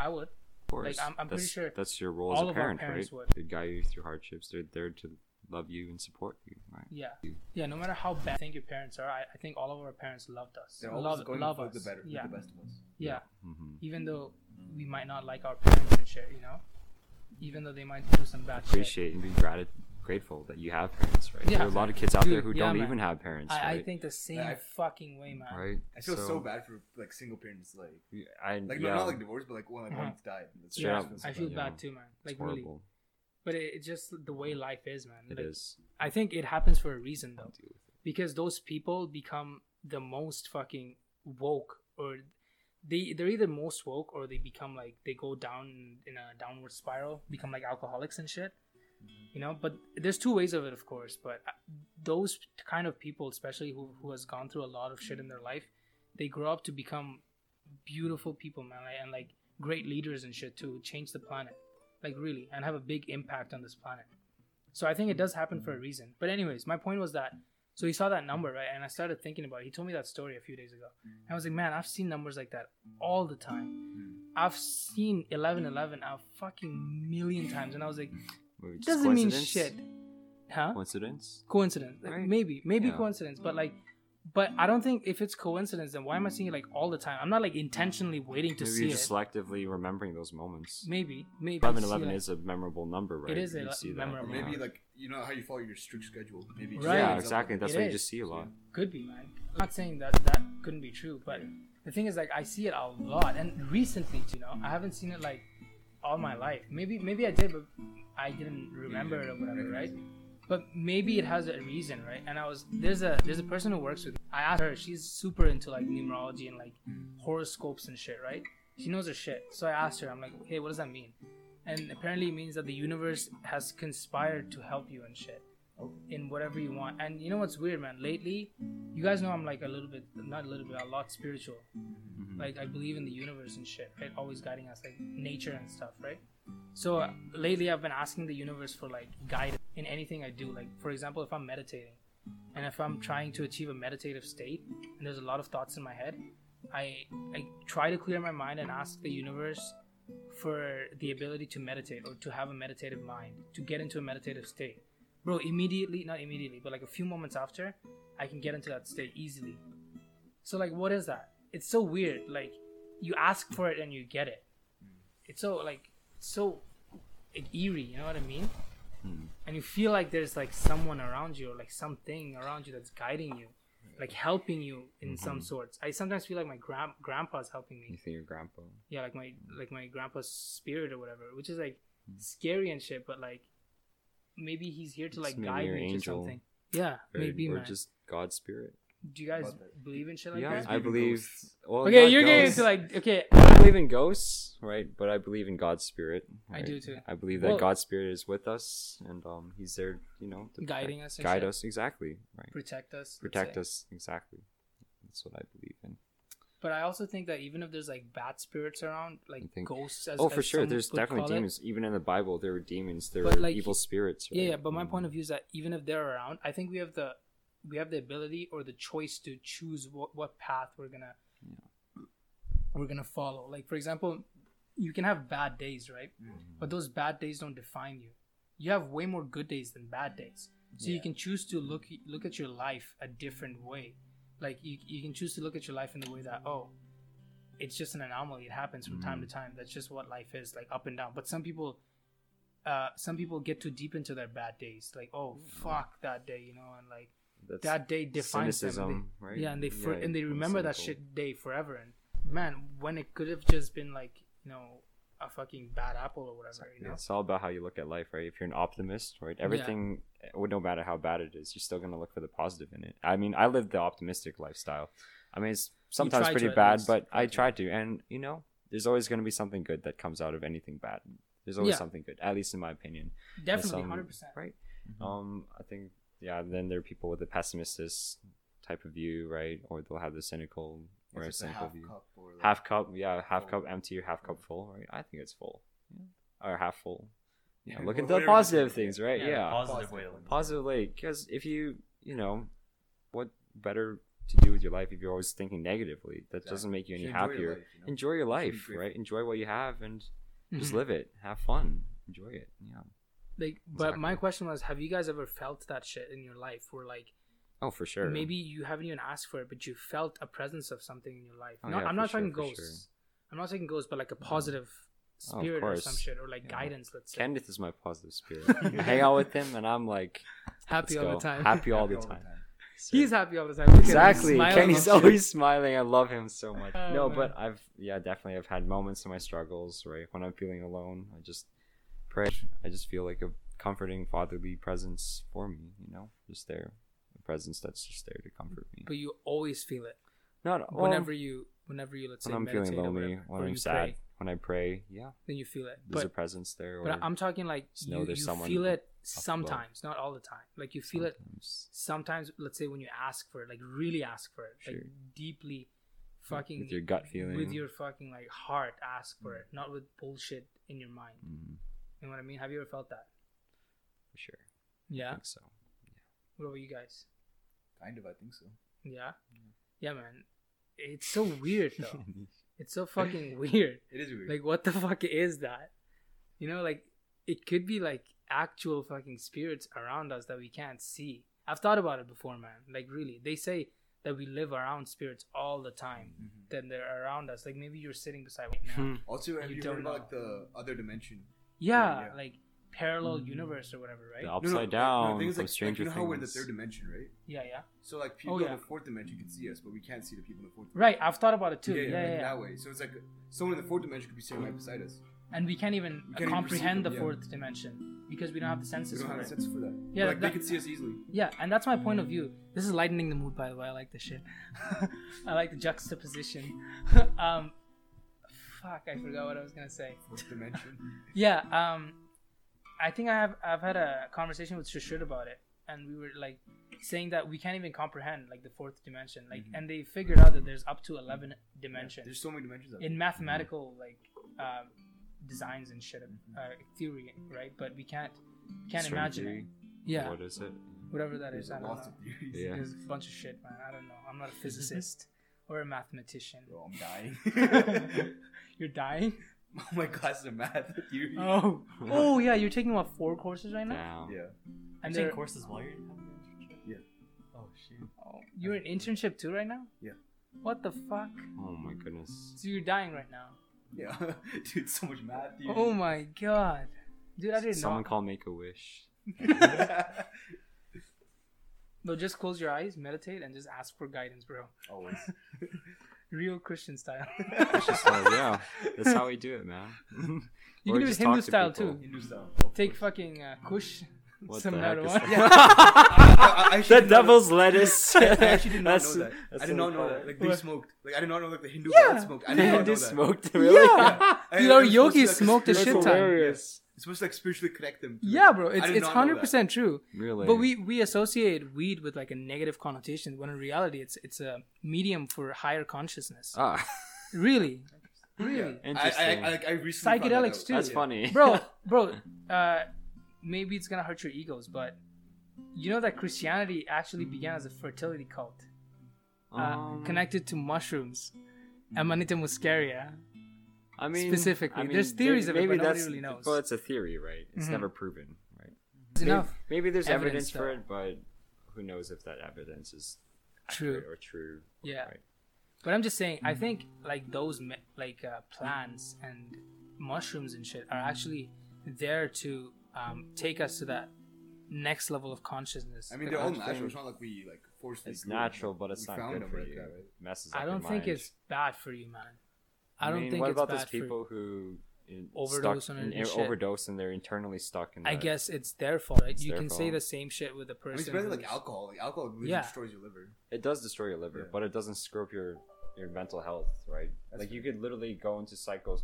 A: I would.
C: Of course,
A: I'm- I'm pretty
C: that's,
A: sure
C: that's your role
A: all
C: as a
A: of our
C: parent,
A: parents
C: right?
A: would.
C: They guide you through hardships. They're there to love you and support you, right?
A: Yeah. Yeah, no matter how bad I think your parents are, I, I think all of our parents loved us.
E: They're always
A: love
E: going
A: love
E: for
A: us.
E: the better,
A: yeah.
E: the best Mm. of us.
A: yeah.
C: Mm-hmm.
A: even though we might not like our parents and shit, you know, even though they might do some bad shit.
C: Appreciate and be grat- grateful that you have parents, right?
A: Yeah.
C: There are a lot of kids out
A: Dude,
C: there who
A: yeah,
C: don't
A: man.
C: even have parents,
A: I,
C: right?
A: I think the same
E: I-
A: fucking way, man.
C: right.
E: I feel so, bad for like single parents, like
C: I
E: like
C: yeah,
E: not, not like divorced, but like one like
A: Uh-huh.
E: one's died. That's
A: Yeah,
C: Straight up,
A: I feel
C: yeah.
A: bad too, man.
C: it's
A: Like really,
C: horrible.
A: but it, it's just the way life is, man.
C: It
A: like,
C: is.
A: I think it happens for a reason though,
C: Deal with it.
A: because those people become the most fucking woke, or they they're either most woke or they become like they go down in a downward spiral, become like alcoholics and shit. You know, but there's two ways of it, of course. But uh, those kind of people, especially who who has gone through a lot of shit in their life, they grow up to become beautiful people, man, like- and like great leaders and shit too, who change the planet, like really, and have a big impact on this planet. So I think it does happen
C: Mm-hmm.
A: for a reason. But anyways, my point was that so he saw that number right, and I started thinking about it. He told me that story a few days ago, and I was like, man, I've seen numbers like that all the
C: Mm-hmm.
A: time. I've seen eleven eleven a fucking million times, and I was like,
C: Maybe just
A: doesn't mean
C: coincidence?
A: shit, huh?
C: Coincidence?
A: coincidence Like,
C: Right.
A: maybe maybe
C: Yeah.
A: coincidence but like but i don't think if it's coincidence then why am i seeing it like all the time i'm not like intentionally waiting to
C: Maybe
A: see
C: you're
A: it
C: just selectively remembering those moments.
A: maybe maybe
C: Eleven
A: see
C: eleven
A: that.
C: is a memorable number, right?
A: is a
C: You
A: le-
C: see that,
E: Or
A: memorable
C: yeah.
E: maybe like you know how you follow your strict schedule. Maybe
A: Right.
C: Yeah, exactly. That's
A: It
C: what
A: is.
C: you just see a lot.
A: could be man i'm not saying that that couldn't be true but the thing is like i see it a lot and recently you know i haven't seen it like all my life maybe maybe i did but i didn't remember it or whatever right but maybe it has a reason right and i was there's a there's a person who works with me. i asked her she's super into like numerology and like horoscopes and shit right she knows her shit so i asked her i'm like hey what does that mean and apparently it means that the universe has conspired to help you and shit in whatever you want and you know what's weird man lately you guys know i'm like a little bit not a little bit a lot spiritual like i believe in the universe and shit right always guiding us like nature and stuff right so uh, lately i've been asking the universe for like guidance in anything i do like for example if i'm meditating and if i'm trying to achieve a meditative state and there's a lot of thoughts in my head i i try to clear my mind and ask the universe for the ability to meditate or to have a meditative mind to get into a meditative state bro immediately not immediately but like a few moments after i can get into that state easily so like what is that it's so weird like you ask for it and you get it it's so like so e-, eerie you know what i mean and you feel like there's like someone around you or like something around you that's guiding you like helping you in some sorts i sometimes feel like my grand grandpa's helping me
C: You think your grandpa?
A: yeah like my like my grandpa's spirit or whatever which is like
C: Hmm.
A: scary and shit but like maybe he's here to
C: It's
A: like
C: maybe
A: guide
C: your
A: me to
C: angel.
A: something yeah
C: Or,
A: maybe
C: or
A: man.
C: just God's spirit?
A: do you guys
E: Love it.
A: believe in shit like
C: yeah,
A: that
C: I
E: Maybe
C: believe.
E: ghosts.
C: Well,
A: okay
C: not
A: you're getting
C: ghosts.
A: into like okay
C: I don't believe in ghosts, right? But I believe in God's spirit.
A: I
C: right?
A: do too.
C: I believe that
A: Well-
C: God's spirit is with us, and um, He's there, you know, to
A: Guiding
C: protect-
A: us and
C: guide
A: shit.
C: us exactly, right?
A: protect us let's
C: Protect
A: say.
C: us exactly. That's what I believe in.
A: but i also think that even if there's like bad spirits around like
C: I think-
A: ghosts as,
C: oh, for
A: as
C: sure.
A: some
C: There's
A: would
C: definitely
A: call it.
C: demons. Even in the Bible, there were demons. There
A: But,
C: were
A: like,
C: evil spirits.
A: yeah,
C: right?
A: yeah but my
C: Mm.
A: point of view is that even if they're around i think we have the we have the ability or the choice to choose what, what path we're gonna we're gonna follow like for example you can have bad days right but those bad days don't define you you have way more good days than bad days so you can choose to look look at your life a different way like you, you can choose to look at your life in the way that oh it's just an anomaly it happens from time to time that's just what life is like up and down but some people uh, some people get too deep into their bad days, like oh fuck that day, you know, and like
C: That's
A: that day defines them.
C: cynicism,
A: They-
C: right?
A: Yeah, and they for,
C: Yeah,
A: and they
C: becomes
A: remember that
C: cynical.
A: shit day forever. And man, when it could have just been like you know a fucking bad apple or whatever, you know.
C: It's all about how you look at life, right? If you're an optimist, right, everything, well, no matter how bad it is, you're still gonna look for the positive in it. I mean, I live the optimistic lifestyle. I mean, it's sometimes
A: try
C: pretty
A: to at
C: bad,
A: least.
C: but I try to, and you know, there's always gonna be something good that comes out of anything bad. There's always
A: Yeah.
C: something good, at least in my opinion. There's
A: Definitely,
C: some-
A: hundred percent.
C: Right. Um, I think yeah. Then there are people with a pessimistic type of view, right? Or they'll have the cynical or a
E: It's just a
C: cynical
E: half
C: view.
E: cup or like,
C: half cup, yeah, half
E: Full.
C: cup empty or half cup full, right? I think it's full, or half full. Yeah,
E: Yeah,
C: look at
E: whatever
C: the
E: it is.
C: positive things, right?
B: Yeah,
C: Yeah,
B: the Positive,
E: Positive.
B: way to look.
C: positive, like because if you, you know, what better to do with your life if you're always thinking negatively? That doesn't make you any
E: Enjoy your
C: happier.
E: life, you know?
C: Enjoy your life,
E: grateful.
C: right? Enjoy what you have and just
A: Mhm.
C: live it. Have fun. Enjoy it. Yeah.
A: Like, but my
C: Exactly.
A: question was, have you guys ever felt that shit in your life, where like
C: Oh, for sure.
A: maybe you haven't even asked for it, but you felt a presence of something in your life?
C: Oh,
A: no,
C: yeah,
A: I'm not
C: for sure,
A: talking
C: for sure.
A: ghosts. I'm not talking ghosts, but like a positive spirit or
C: course.
A: some shit or like
C: Yeah.
A: guidance. Let's say
C: Kenneth is my positive spirit. I hang out with him, and I'm like
A: happy all
C: let's
A: the
C: go.
A: time.
C: Happy all the time. So-
A: He's happy all the time. Look at him,
C: exactly.
A: smiling
C: Kenny's
A: and shit.
C: always smiling. I love him so much.
A: Oh,
C: no,
A: man.
C: but I've yeah, definitely I've had moments in my struggles, right? When I'm feeling alone, I just pray. I just feel like a comforting fatherly presence for me, you know? Just there. A presence that's just there to comfort me.
A: But you always feel it
C: Not well,
A: whenever you, whenever you, let's say,
C: when I'm
A: meditate or
C: feeling lonely,
A: whatever,
C: when
A: or
C: I'm
A: you
C: sad,
A: pray,
C: when I pray, yeah,
A: then you feel it.
C: there's
A: But
C: a presence there. Or
A: But I'm talking like
C: just know
A: you,
C: there's
A: you
C: someone
A: feel it
C: above.
A: sometimes, not all the time. Like you feel it
C: sometimes.
A: sometimes. Let's say when you ask for it, like really ask for it, like
C: Sure.
A: deeply, fucking
C: with your gut feeling.
A: with your fucking like heart, ask for it, not with bullshit in your mind.
C: Mm,
A: You know what I mean? Have you ever felt that?
C: for sure. I
A: Yeah.
C: think so.
A: What about you guys?
E: Kind of, I think so.
A: Yeah. Yeah, man. It's so weird though. it's so fucking weird.
E: It is weird.
A: Like, what the fuck is that? You know, like, it could be like actual fucking spirits around us that we can't see. I've thought about it before, man. Like, really, they say that we live around spirits all the time.
E: Mhm.
A: Then they're around us. Like, maybe you're sitting beside me now.
C: Hmm.
E: Also, have
A: You
E: you,
A: don't
E: heard about
A: know.
E: like the other dimension?
A: Yeah,
E: Yeah, Mm-hmm. yeah.
A: like parallel universe or whatever, right?
C: The
E: No,
C: upside
E: no,
C: down
E: Like, no, the thing is,
C: from
E: like, like,
C: Stranger
E: you know how we're in the
C: Things.
E: third dimension, right?
A: Yeah, yeah.
E: So like people
A: Oh, yeah.
E: in the fourth dimension can see us, but we can't see the people in the fourth.
A: Right, I've thought about it too. Yeah,
E: dimension.
A: yeah,
E: like
A: yeah.
E: that way. So it's like someone in the fourth dimension could be sitting right beside us.
A: And we can't even
E: We can't even
A: comprehend
E: perceive them,
A: the
E: yeah.
A: fourth dimension because we don't have the
E: We
A: senses
E: don't
A: for
E: have a
A: it.
E: sense for that.
A: Yeah,
E: Yeah, like
A: that-
E: they could see us easily.
A: Yeah, and that's my point of view. This is lightening the mood, by the way. I like this shit. I like the juxtaposition. um, fuck, I forgot what I was gonna say.
E: Fourth dimension.
A: Yeah, um, I think I have I've had a conversation with Shishir about it, and we were like saying that we can't even comprehend like the fourth dimension, like, and they figured out that there's up to eleven dimensions
E: There's so many dimensions. Out there.
A: in mathematical like um, designs and shit, uh, theory, right? But we can't we can't
C: String
A: imagine
C: theory?
A: it. Yeah,
C: What is it?
A: whatever that
E: There's
A: is, I don't
E: lots
A: know.
E: of theories.
C: Yeah.
A: There's a bunch of shit, man. I don't know. I'm not a physicist or a mathematician.
E: Bro, I'm dying.
A: You're dying?
E: oh my class of math theory.
A: Oh. Oh, yeah. You're taking, what, four courses right now?
C: Damn.
E: Yeah.
A: And
B: You're
A: they're,
B: taking courses while you're having an internship.
E: Yeah.
B: Oh shoot.
A: oh, you're in internship too right now?
E: Yeah.
A: What the fuck?
C: Oh my goodness.
A: So you're dying right now.
E: Yeah, dude, so much math theory.
A: Oh, my God. Dude, I didn't
C: Someone
A: know.
C: call Make a Wish.
A: Oh. But just close your eyes, meditate, and just ask for guidance, bro.
E: Always.
A: Real Christian style.
C: It's just like, yeah, that's how we do it, man.
A: you
C: Or
A: can do it
C: just talk
A: Hindu
C: to
A: style
C: people.
A: too.
E: Hindu style.
A: Take fucking uh, Kush,
C: What
A: some
C: the heck is
A: marijuana.
E: I, I actually
C: that? the
E: did not know-
C: devil's lettuce.
E: I actually did not know that. I did
C: so
E: not know
C: funny.
E: that. Like they
A: What?
E: smoked. Like I did not know like the Hindu
A: Yeah.
E: god smoked. I did
C: They
E: not know
C: just
E: that.
C: smoked, really?
A: Yeah.
E: I-
A: Dude,
E: I
A: our
E: was supposed to,
A: yogis
E: like,
A: smoked a
E: conspiracy-
A: shit
C: That's
A: ton.
C: hilarious.
E: It's supposed to like spiritually connect them. to, like-
A: Yeah, bro, it's
E: did
A: it's
E: not know
A: hundred
E: that.
A: percent true.
C: Really?
A: But we we associate weed with like a negative connotation when in reality it's it's a medium for higher consciousness.
C: Ah,
A: really, really,
E: Yeah. I, I,
C: interesting.
E: I, like, I recently found that
A: Psychedelics
E: out.
A: too.
C: That's
E: Yeah.
C: funny,
A: bro, bro. Uh, maybe it's gonna hurt your egos, but you know that Christianity actually began as a fertility cult uh,
C: Um,
A: connected to mushrooms, Amanita muscaria.
C: I mean,
A: specifically.
C: I mean,
A: There's theories of it, but nobody
C: that's-
A: really knows.
C: Well, it's a theory, right? It's
A: Mhm.
C: never proven, right?
A: It's
C: Maybe,
A: enough.
C: maybe there's
A: evidence,
C: evidence, for it, but who knows if that evidence is
A: True.
C: accurate or true?
A: Yeah.
C: Right?
A: But I'm just saying, I think like those me- like uh, plants and mushrooms and shit are actually there to um, take us to that next level of consciousness.
E: I mean,
A: Like,
E: they're all
C: I'm
E: natural. It's
C: saying-
E: not like we like forced.
C: It's
E: these grew up,
C: natural, but
E: like,
C: it's
E: we
C: not
E: found
C: good
E: them
C: for
E: like
C: you.
E: that, right?
C: It messes up
A: I
C: your
A: don't think
C: mind.
A: it's bad for you, man. I don't
C: mean,
A: think
C: what
A: it's
C: about
A: bad
C: those
A: for you.
C: people who in-
A: Overdose
C: stuck
A: on it
C: in-
A: and shit?
C: overdose and they're internally stuck in?
A: I
C: that-
A: guess it's their fault, right?
C: It's
A: you
C: their
A: can say
C: fault.
A: the same shit with a
E: I
A: person.
E: mean, it's better than, like
A: who's-
E: alcohol. Like alcohol really
A: Yeah.
E: destroys your liver.
C: it does destroy your liver,
E: Yeah.
C: but it doesn't screw up your your mental health, right?
E: That's
C: like you could literally go into psychos.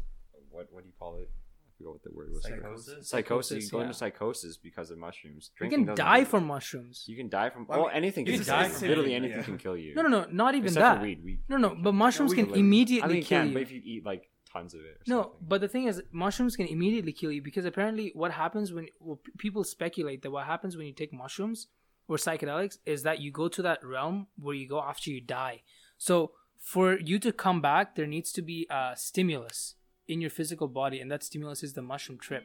C: What what do you call it? I forgot what the word was.
B: Psychosis?
C: Psychosis. psychosis. You
A: Psychosis,
C: can go
A: yeah.
C: into psychosis because of mushrooms.
A: you
C: Drinking
A: can
C: doesn't
A: die
C: do
A: from
C: that.
A: mushrooms.
C: You can die from.
E: Well, I
C: Well,
E: mean,
C: anything.
E: you
C: Can
B: can
C: die
B: die from
C: literally
E: anything,
C: anything
E: yeah.
C: can kill you.
A: No, no, no, not even
C: Except
A: that.
C: for weed. Weed.
A: No, no, but mushrooms
E: we
A: can
E: can
C: live. I
A: immediately
C: mean, it
A: kill
C: can,
A: you.
C: but if you eat like tons of it. Or
A: No,
C: something.
A: but the thing is, mushrooms can immediately kill you because apparently, what happens when well, p- people speculate that what happens when you take mushrooms or psychedelics is that you go to that realm where you go after you die. So for you to come back, there needs to be a stimulus in your physical body, and that stimulus is the mushroom trip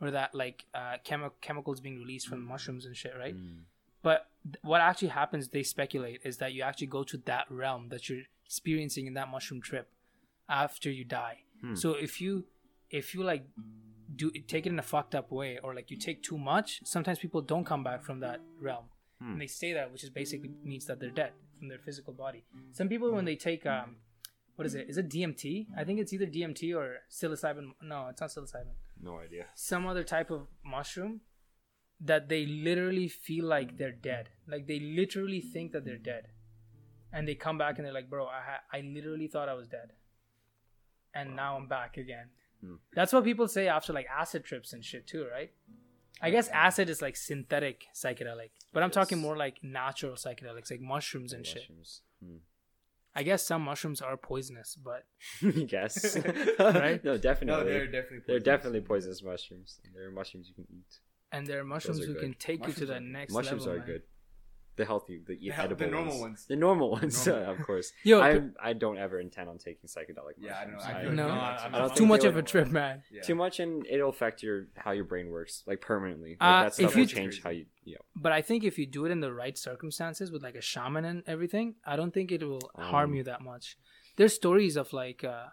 A: or that like uh, chemi- chemicals being released from mushrooms and shit, right?
C: Mm.
A: But th- what actually happens, they speculate, is that you actually go to that realm that you're experiencing in that mushroom trip after you die. So if you if you like do take it in a fucked up way or like you take too much, sometimes people don't come back from that realm.
C: Hmm.
A: And they stay there, which is basically means that they're dead from their physical body. Some people when they take um what is it? Is it DMT? I think it's either DMT or psilocybin. No, it's not psilocybin
C: No idea.
A: some other type of mushroom that they literally feel like they're dead. Like they literally think that they're dead. And they come back and they're like, bro, I, ha- I literally thought I was dead. And now I'm back again.
C: Hmm.
A: That's what people say after like acid trips and shit too, right? I guess acid is like synthetic psychedelic, but I'm talking
C: Yes.
A: more like natural psychedelics, like mushrooms and shit.
C: Mushrooms.
A: I guess some mushrooms are poisonous, but
C: Hmm. yes.
A: Right?
C: No,
D: No,
C: definitely. they're,
D: they're definitely.
C: definitely poisonous mushrooms. They're mushrooms you can eat.
A: and there are mushrooms
C: are
A: who
C: good.
A: can take you
E: Mushrooms
A: to
E: are
A: the
E: good.
A: next
C: mushrooms
A: level.
C: are
A: man.
C: good. The healthy, the,
D: The
C: the
D: hel- the
C: edible
D: normal
C: ones.
D: ones.
C: The normal ones,
E: normal.
C: of course.
A: Yo,
C: I'm, I don't ever intend on taking psychedelic mushrooms.
E: Yeah, I don't know.
C: I-
E: I feel
A: No.
E: like
A: No,
B: I- I'm
C: I don't
B: not-
A: Too
C: think
A: much
C: they
A: of a
C: would-
A: trip, man.
D: Yeah.
C: Too much, and it'll affect your how your brain works, like permanently. Like,
A: Uh,
C: that
A: if
C: stuff will
A: you-
C: change how you. Yeah.
A: but I think if you do it in the right circumstances with like a shaman and everything, I don't think it will harm
C: Um.
A: you that much. There's stories of like uh,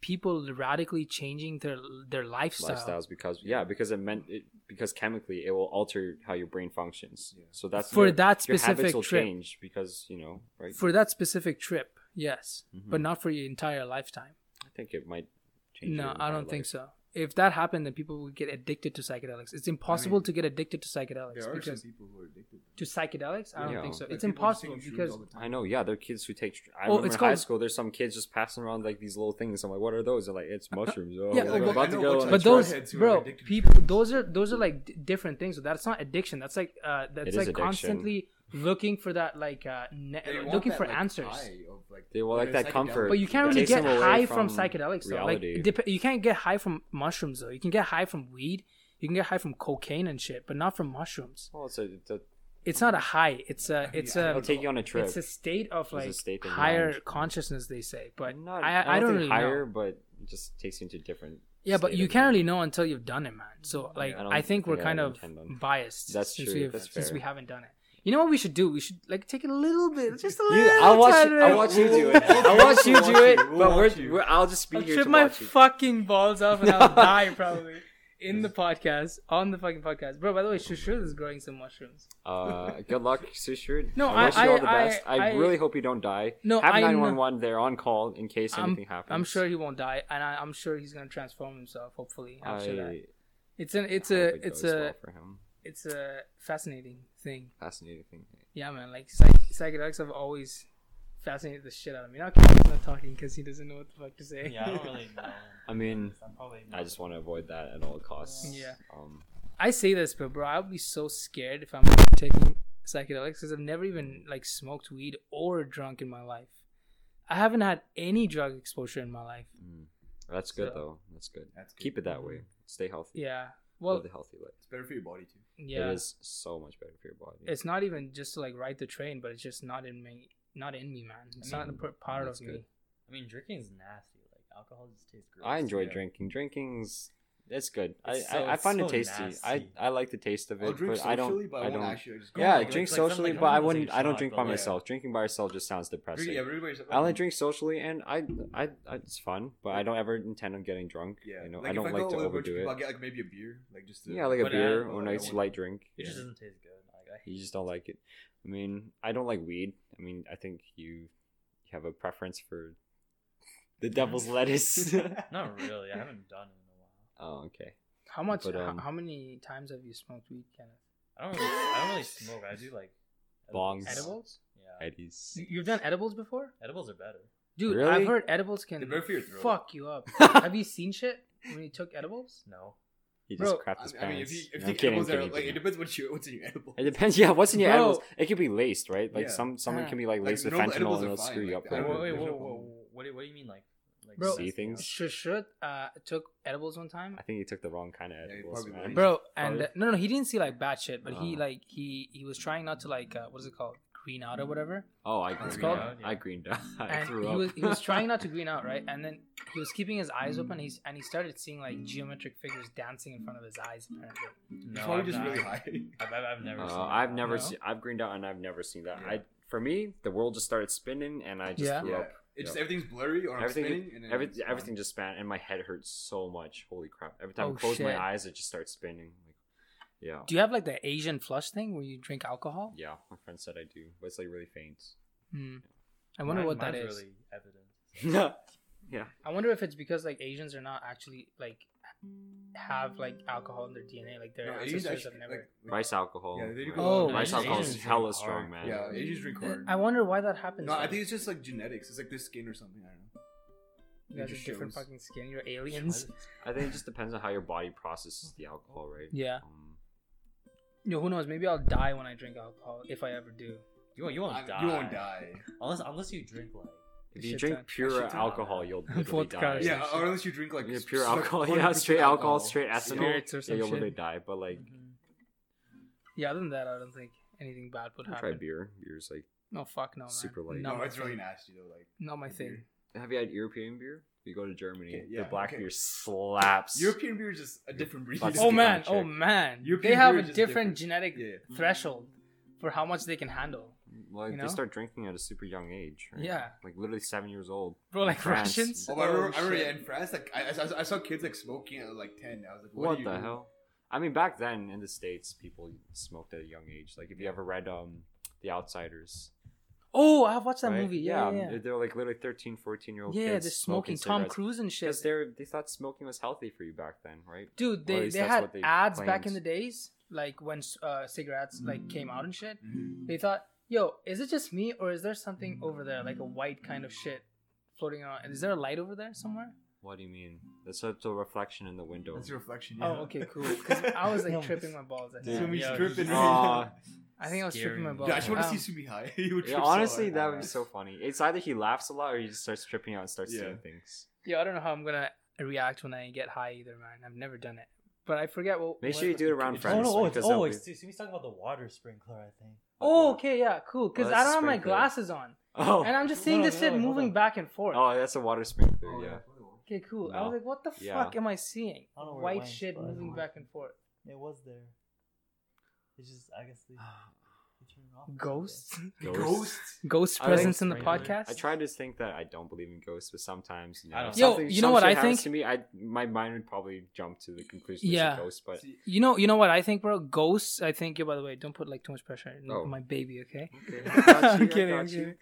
A: people radically changing their their lifestyle.
C: lifestyles because yeah because it meant it because chemically it will alter how your brain functions
D: Yeah.
C: so that's
A: For
C: your-
A: that
C: your habits
A: specific
C: will
A: trip.
C: change because you know right
A: for that specific trip, yes,
C: Mhm.
A: but not for your entire lifetime.
C: i think it might change
A: no, I don't think so. If that happened, then people would get addicted to psychedelics. It's impossible to get addicted to psychedelics
E: there are some
A: because
E: people who are addicted. to
A: to psychedelics, I don't
C: Yeah.
A: think so.
E: it. Like,
A: It's
E: people are
A: impossible
E: taking shrooms
A: because
E: all the time.
C: i know yeah there are kids who take i
A: Oh,
C: remember
A: it's
C: in high
A: called-
C: school there's some kids just passing around like these little things i'm like what are those they're like it's mushrooms oh,
A: Yeah,
C: like,
A: well,
C: I'm about
E: I
C: to
E: know
C: go
E: what's
C: on
E: on
C: a
A: but
E: Like
A: those
E: drugs who are
A: bro
E: addicted to
A: people those are those are like d- different things that's not addiction that's like uh
C: It
A: that's
C: is
A: like
C: addiction.
A: constantly looking for that like uh ne-
E: They want
A: looking
E: that,
A: for
E: like,
A: answers
E: high of, like,
C: They want, like,
E: the
C: that
E: psychedelic-
C: comfort.
A: but you can't
C: It
A: really
C: takes
A: get
C: them away
A: high from,
C: from
A: psychedelics though
C: reality.
A: like dep- you can't get high from mushrooms though you can get high from weed you can get high from cocaine and shit but not from mushrooms
C: oh it's a, it's a
A: it's not a high it's a it's
E: Yeah,
C: it'll
A: a
C: take you on a trip
A: it's a state of
C: It's a
A: like
C: state of
A: higher
C: mind.
A: consciousness they say but
C: Not-
A: I, I, don't
C: think
A: really know.
C: higher but it just takes you into different
A: Yeah, but
C: state
A: you
C: of
A: can't
C: mind.
A: really know until you've done it, man. So like,
C: I don't
A: I, think we're
C: think I
A: kind of
C: intend on-
A: biased.
C: That's
A: since
C: true,
A: We've,
C: that's
A: since we
C: fair.
A: haven't done it. You know what we should do? We should like take it a little bit, just a little.
C: You, I'll watch.
A: tiny
C: You,
A: bit.
C: I'll watch you do it. I'll watch you do it. But we're, we're, I'll just be
A: I'll
C: here
A: trip
C: to
A: my
C: watch you.
A: fucking balls off and I'll die probably in the podcast on the fucking podcast, bro. By the way, Shushur is growing some mushrooms.
C: Uh, good luck, Sushir.
A: No,
C: I wish
A: I-
C: you all
A: I-
C: the best. I,
A: I- I-
C: really hope you don't die.
A: No,
C: have
A: I kn-
C: nine one one. They're on call in case
A: I'm,
C: anything happens.
A: I'm sure he won't die, and I, I'm sure he's gonna transform himself. Hopefully,
C: I,
A: after that,
C: I
A: it's an it's
C: hope
A: a
C: it
A: it's
C: goes
A: a
C: well for him.
A: it's a fascinating thing.
C: Fascinating thing.
A: Yeah, man. Like psych- psychedelics have always fascinated the shit out of me. Now Kevin's not talking because he doesn't know what the fuck to say.
B: Yeah, I don't really know.
C: I mean,
B: I'm probably.
C: I just want to avoid that at all costs.
A: Yeah.
C: Um,
A: I say this, but bro, I'll be so scared if I'm taking psychedelics because I've never even like smoked weed or drunk in my life. I haven't had any drug exposure in my life.
C: mm. that's good
A: So-
C: though. That's good.
E: That's good.
C: Keep it that way. Stay healthy.
A: Yeah.
C: Live
A: Well,
C: the healthy life.
E: It's better for your body too.
A: yeah.
C: It is so much better for your body.
A: It's not even just to like ride the train, but it's just not in me. Not in me, man. It's
B: I
A: not a
B: mean,
A: p- part of
C: that's
A: me.
C: good.
B: I mean, drinking is nasty. Like alcohol just tastes gross.
C: I enjoy
B: Yeah.
C: drinking. Drinking's it's good.
B: It's
C: I,
B: so-
C: I, I
B: it's
C: find
B: so
C: it tasty. I
B: nasty.
C: I like the taste of it,
E: I'll drink
C: but I
E: socially,
C: don't.
E: but I
C: I
E: won't
C: don't.
E: actually just. go
C: yeah,
E: like-
B: like-
C: drink
B: like some-
C: socially,
B: like
C: but I
B: someone
C: wouldn't.
B: takes
C: I don't
B: shot,
C: drink by
B: but like-
C: myself. Drinking by yourself just sounds depressing.
E: Drink- yeah, everybody's-
C: I only drink socially, and I, I, I, it's fun, but I don't ever intend on getting drunk.
E: Yeah,
C: you know,
E: Like,
C: I
E: if
C: don't like
E: go with a
C: to
E: bunch of
C: overdo
E: people, I'll
C: it.
E: get like maybe a beer, like just. to-
C: Yeah, like a
B: But I-
C: beer
E: but
C: or
E: I
C: a nice
E: won't-
C: light drink.
B: It
C: Yeah.
B: just doesn't taste good. Like I
C: You
B: hate.
C: just don't like it. I mean, I don't like weed. I mean, I think you have a preference for the devil's lettuce.
B: Not really. I haven't done it in a while.
C: oh, okay.
A: How much?
C: But,
A: h-
C: um,
A: how, many times have you smoked weed, Kenneth?
B: I don't. Really, I don't really smoke. I do like edibles.
C: Bongs.
A: Edibles?
B: Yeah,
C: Eddie's.
A: You- You've done edibles before?
B: edibles are better.
A: Dude,
C: Really?
A: I've heard edibles can
E: They're better for your throat.
A: fuck you up. Have you seen shit when you took edibles?
B: No,
C: He
A: Bro,
C: just crapped his
E: I, I mean, if
C: pants.
E: you if
C: No,
E: the
C: I'm kidding,
E: edibles are like,
C: kidding,
E: it
C: kidding.
E: depends what you what's in your edible.
C: It depends. Yeah, what's in your
A: Bro.
C: edibles? It could be laced, right? Like
E: Yeah.
C: some someone
A: Yeah.
C: can be like
E: Like,
C: laced with
E: normal
C: fentanyl
E: edibles
C: and
E: are
C: it'll
E: fine,
C: screw you
E: like,
C: up.
E: I
B: Wait,
E: don't-
C: forever.
B: wait, wait,
E: there's
B: whoa,
E: no
B: whoa,
E: problem.
B: whoa. What do, what do you mean, like, like
A: Bro,
C: See things?
A: Shushut uh, took edibles one time.
C: I think he took the wrong kind of
E: Yeah, he
C: edibles,
E: probably
C: man.
E: was.
A: Bro, and
E: Probably.
A: uh, no, no, he didn't see like bad shit, but he
C: Oh.
A: like he he was trying not to like uh, what is it called, green out or whatever.
C: Oh, I
E: It's
C: greened
A: called-
C: out. I greened out. I
A: and
C: threw
A: he
C: up.
A: was he was trying not to green out, right? And then he was keeping his eyes
C: Mm.
A: open. He's and he started seeing like geometric figures dancing in front of his eyes. Apparently,
B: No,
E: It's probably
B: I've
E: just
B: not.
E: really high.
B: I've, I've, I've never.
C: Uh,
B: seen
C: I've never
A: No?
C: seen. I've greened out and I've never seen that.
E: Yeah.
C: I for me, the world just started spinning, and I just
A: Yeah.
C: threw
D: Yeah.
C: up.
D: It's just
C: Yeah.
D: everything's blurry or I'm
C: Everything-
D: spinning. And then
C: Every,
D: it's gone.
C: everything just span, and my head hurts so much. Holy crap! Every time
A: Oh,
C: I close
A: shit.
C: my eyes, it just starts spinning. Like, yeah,
A: Do you have like the Asian flush thing where you drink alcohol?
C: yeah. My friend said I do, but it's like really faint.
A: Hmm. I wonder
B: Mine-
A: what that
B: mine's
A: is.
B: Really evident.
C: yeah,
A: I wonder if it's because like Asians are not actually like have like alcohol in their DNA. Like their
D: No, Asians
A: ancestors have
D: actually-
A: never.
D: like- like-
C: rice alcohol.
D: Yeah, they do
C: like,
D: go
A: Oh,
C: rice
A: Asians
C: alcohol is
B: drink
C: hella
B: hard.
C: strong, man.
D: Yeah, Asians drink hard.
A: I wonder why that happens.
D: No, I
A: man.
D: think it's just like genetics. It's like their skin or something. I don't know.
A: you guys
D: it
A: are
D: just
A: different
D: shows.
A: fucking skin. You're aliens.
C: I think it just depends on how your body processes the alcohol, right?
A: Yeah.
C: Um,
A: Yo, who knows? Maybe I'll die when I drink alcohol if I ever do.
B: You won't, you won't
D: I-
B: die.
D: You won't die.
B: unless unless you drink like.
C: if
A: Shit
C: you drink
A: ton.
C: pure
D: Shit ton.
C: alcohol, you'll literally
A: Vodka or
C: die.
A: some
D: Yeah, or unless you drink like
C: Yeah,
D: s-
C: pure
D: like,
C: alcohol.
D: 40%
C: Yeah, straight alcohol, straight
D: Yeah.
C: ethanol.
A: Spirits or some
C: yeah, you'll
A: shit.
C: really die. But like,
A: Yeah, other than that, I don't think anything bad would
C: try
A: happen.
C: beer. Beer's like,
A: No, fuck no, man.
C: Super light.
A: Not
D: No,
A: my
D: it's really
A: thing.
D: nasty though. Like
A: Not my thing.
D: Beer.
C: have you had European beer? You go to Germany,
D: Okay, yeah,
C: the black
D: okay.
C: beer slaps.
D: European beer is just a different breed.
C: Fuck
A: Oh
C: Just
A: man,
C: gotta
A: oh
C: check.
A: man.
D: European
A: they have
D: beer
A: a
D: is
A: different,
D: just
A: genetic
D: different. Yeah.
A: threshold for how much they can handle.
C: Like
A: You know?
C: they start drinking at a super young age. Right?
A: Yeah.
C: like literally seven years old.
A: Bro,
C: in
A: like
C: France.
A: Russians?
D: Oh, but I remember, I remember
A: shit.
D: yeah, in France, like I, I, saw- I saw kids like smoking at like ten. I was like,
C: What,
D: what, are you
C: the
D: doing?
C: hell? I mean, back then in the states, people smoked at a young age. Like if you ever read um The Outsiders,
A: Oh, I've watched that
C: right?
A: movie. Yeah, yeah.
C: um,
A: Yeah,
C: they're like literally 13, 14 year old
A: Yeah,
C: kids
A: they're smoking, Tom Cruise and shit.
C: because they they thought smoking was healthy for you back then, right?
A: Dude,
C: Or at
A: they,
C: least
A: they
C: that's
A: had
C: what they
A: ads back in
C: claimed. Mm.
A: the days, like when uh, cigarettes like came out and shit.
D: Mhm.
C: Mm-hmm.
A: They thought, yo, is it just me or is there something over there, like a white kind of shit floating around? And is there a light over there somewhere?
C: What do you mean? That's a, it's a reflection in the window.
D: That's a reflection.
A: Oh,
D: yeah.
A: okay, cool. 'Cause I was like tripping my balls. I think,
C: Yeah.
D: Sumi's
B: Yeah,
D: tripping.
B: just-
D: right
C: Aw.
A: I, think I was tripping my
B: Scary.
A: balls.
D: now. yeah, I just want to
A: Um,
D: see Sumi high. He would
C: Yeah,
D: trip so
C: honestly,
D: hard.
C: that would be so funny. It's either he laughs a lot or he just starts tripping out and starts
D: Yeah.
C: doing things.
A: Yeah, I don't know how I'm gonna react when I get high either, man. I've never done it, but I forget what.
C: Make
A: what-
C: sure you do it around
D: It's-
B: Oh
C: friends.
B: no! Oh, it's
C: because they'll
B: always.
C: be-
B: Dude, so he's talking about the water sprinkler, I think.
A: Oh, okay, yeah, cool. Because
C: Well,
A: I
C: that's
A: don't have my
C: sprinkler.
A: glasses on,
C: Oh,
A: and I'm just
B: No,
A: seeing
B: no,
A: this
B: no,
A: shit
B: hold
A: moving
B: on.
A: back and forth.
C: oh, that's a water sprinkler.
D: Oh,
C: yeah.
A: Okay, cool. I
C: No.
A: was like, what the
C: Yeah.
A: fuck am I seeing?
B: I don't know where it
A: White
B: went,
A: shit
B: but I
A: moving
B: know.
A: back and forth.
B: It was there. It's just I guess they, they turned it off. or
A: Ghosts.
C: Ghosts.
D: Ghosts.
A: Ghost
C: I like
A: presence in the
B: sprinkler.
A: podcast.
C: I try to think that I don't believe in ghosts, but sometimes you know,
B: I don't
C: if
A: Yo,
C: something-
A: you know
C: some
A: what
C: shit
A: I
C: happens
A: think?
C: To me, I my mind would probably jump to the conclusion
A: Yeah.
C: it's a ghost, but
D: See,
A: You know, you know what I think, bro. Ghosts. I think. Yeah. By the way, don't put like too much pressure on
C: Oh.
A: my baby. Okay.
C: okay, I got you, I
A: I'm kidding.
C: got
A: I'm
C: you.
A: kidding.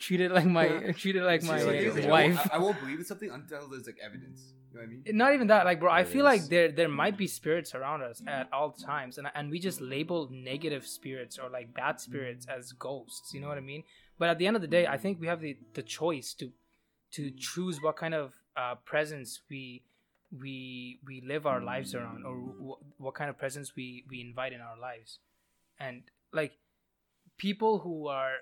A: Treat it like my.
C: Yeah.
A: Treat it like
C: See,
A: my
C: so
D: the thing is, like,
C: your
D: I
A: wife.
D: won't- I, I won't believe in something until there's like evidence. You know what I mean?
A: not even that like bro i
C: It
A: feel like
C: is.
A: there there might be spirits around us at all times and and we just label negative spirits or like
C: Mm-hmm.
A: bad spirits as ghosts you know what i mean but at the end of the day i
C: Mm-hmm.
A: think we have the the choice to to choose what kind of uh presence we we we live our lives around or wh- what kind of presence we we invite in our lives and like people who are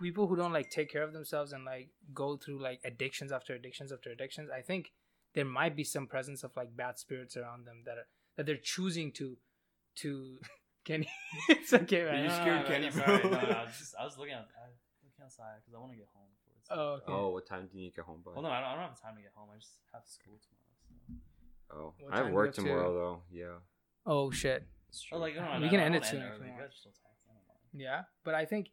A: people who don't like take care of themselves and like go through like addictions after addictions after addictions i think there might be some presence of like bad spirits around them that are that they're choosing to to Kenny it's okay
D: Are
A: man
D: you
B: No, no,
D: scared,
B: no,
D: Kenny,
B: that's all right.
D: bro?
B: No, no, I was just I was looking out, I was looking outside because I want to get home. Before it's
A: oh okay.
C: Oh, what time do you need to get home by?
B: Well, no, I don't, I don't have time to get home. I just have school tomorrow. So.
C: Oh,
A: What time do
C: I have
A: you
C: work
A: have to-
C: tomorrow though. Yeah,
A: oh shit
C: it's
B: Oh,
C: true.
B: like, no,
A: We
B: no, no,
A: can
B: I
A: end
B: don't
A: it
B: wanna
A: soon if
B: early.
A: you
B: You
A: want.
B: guys are still talking. I don't mind.
A: yeah but i think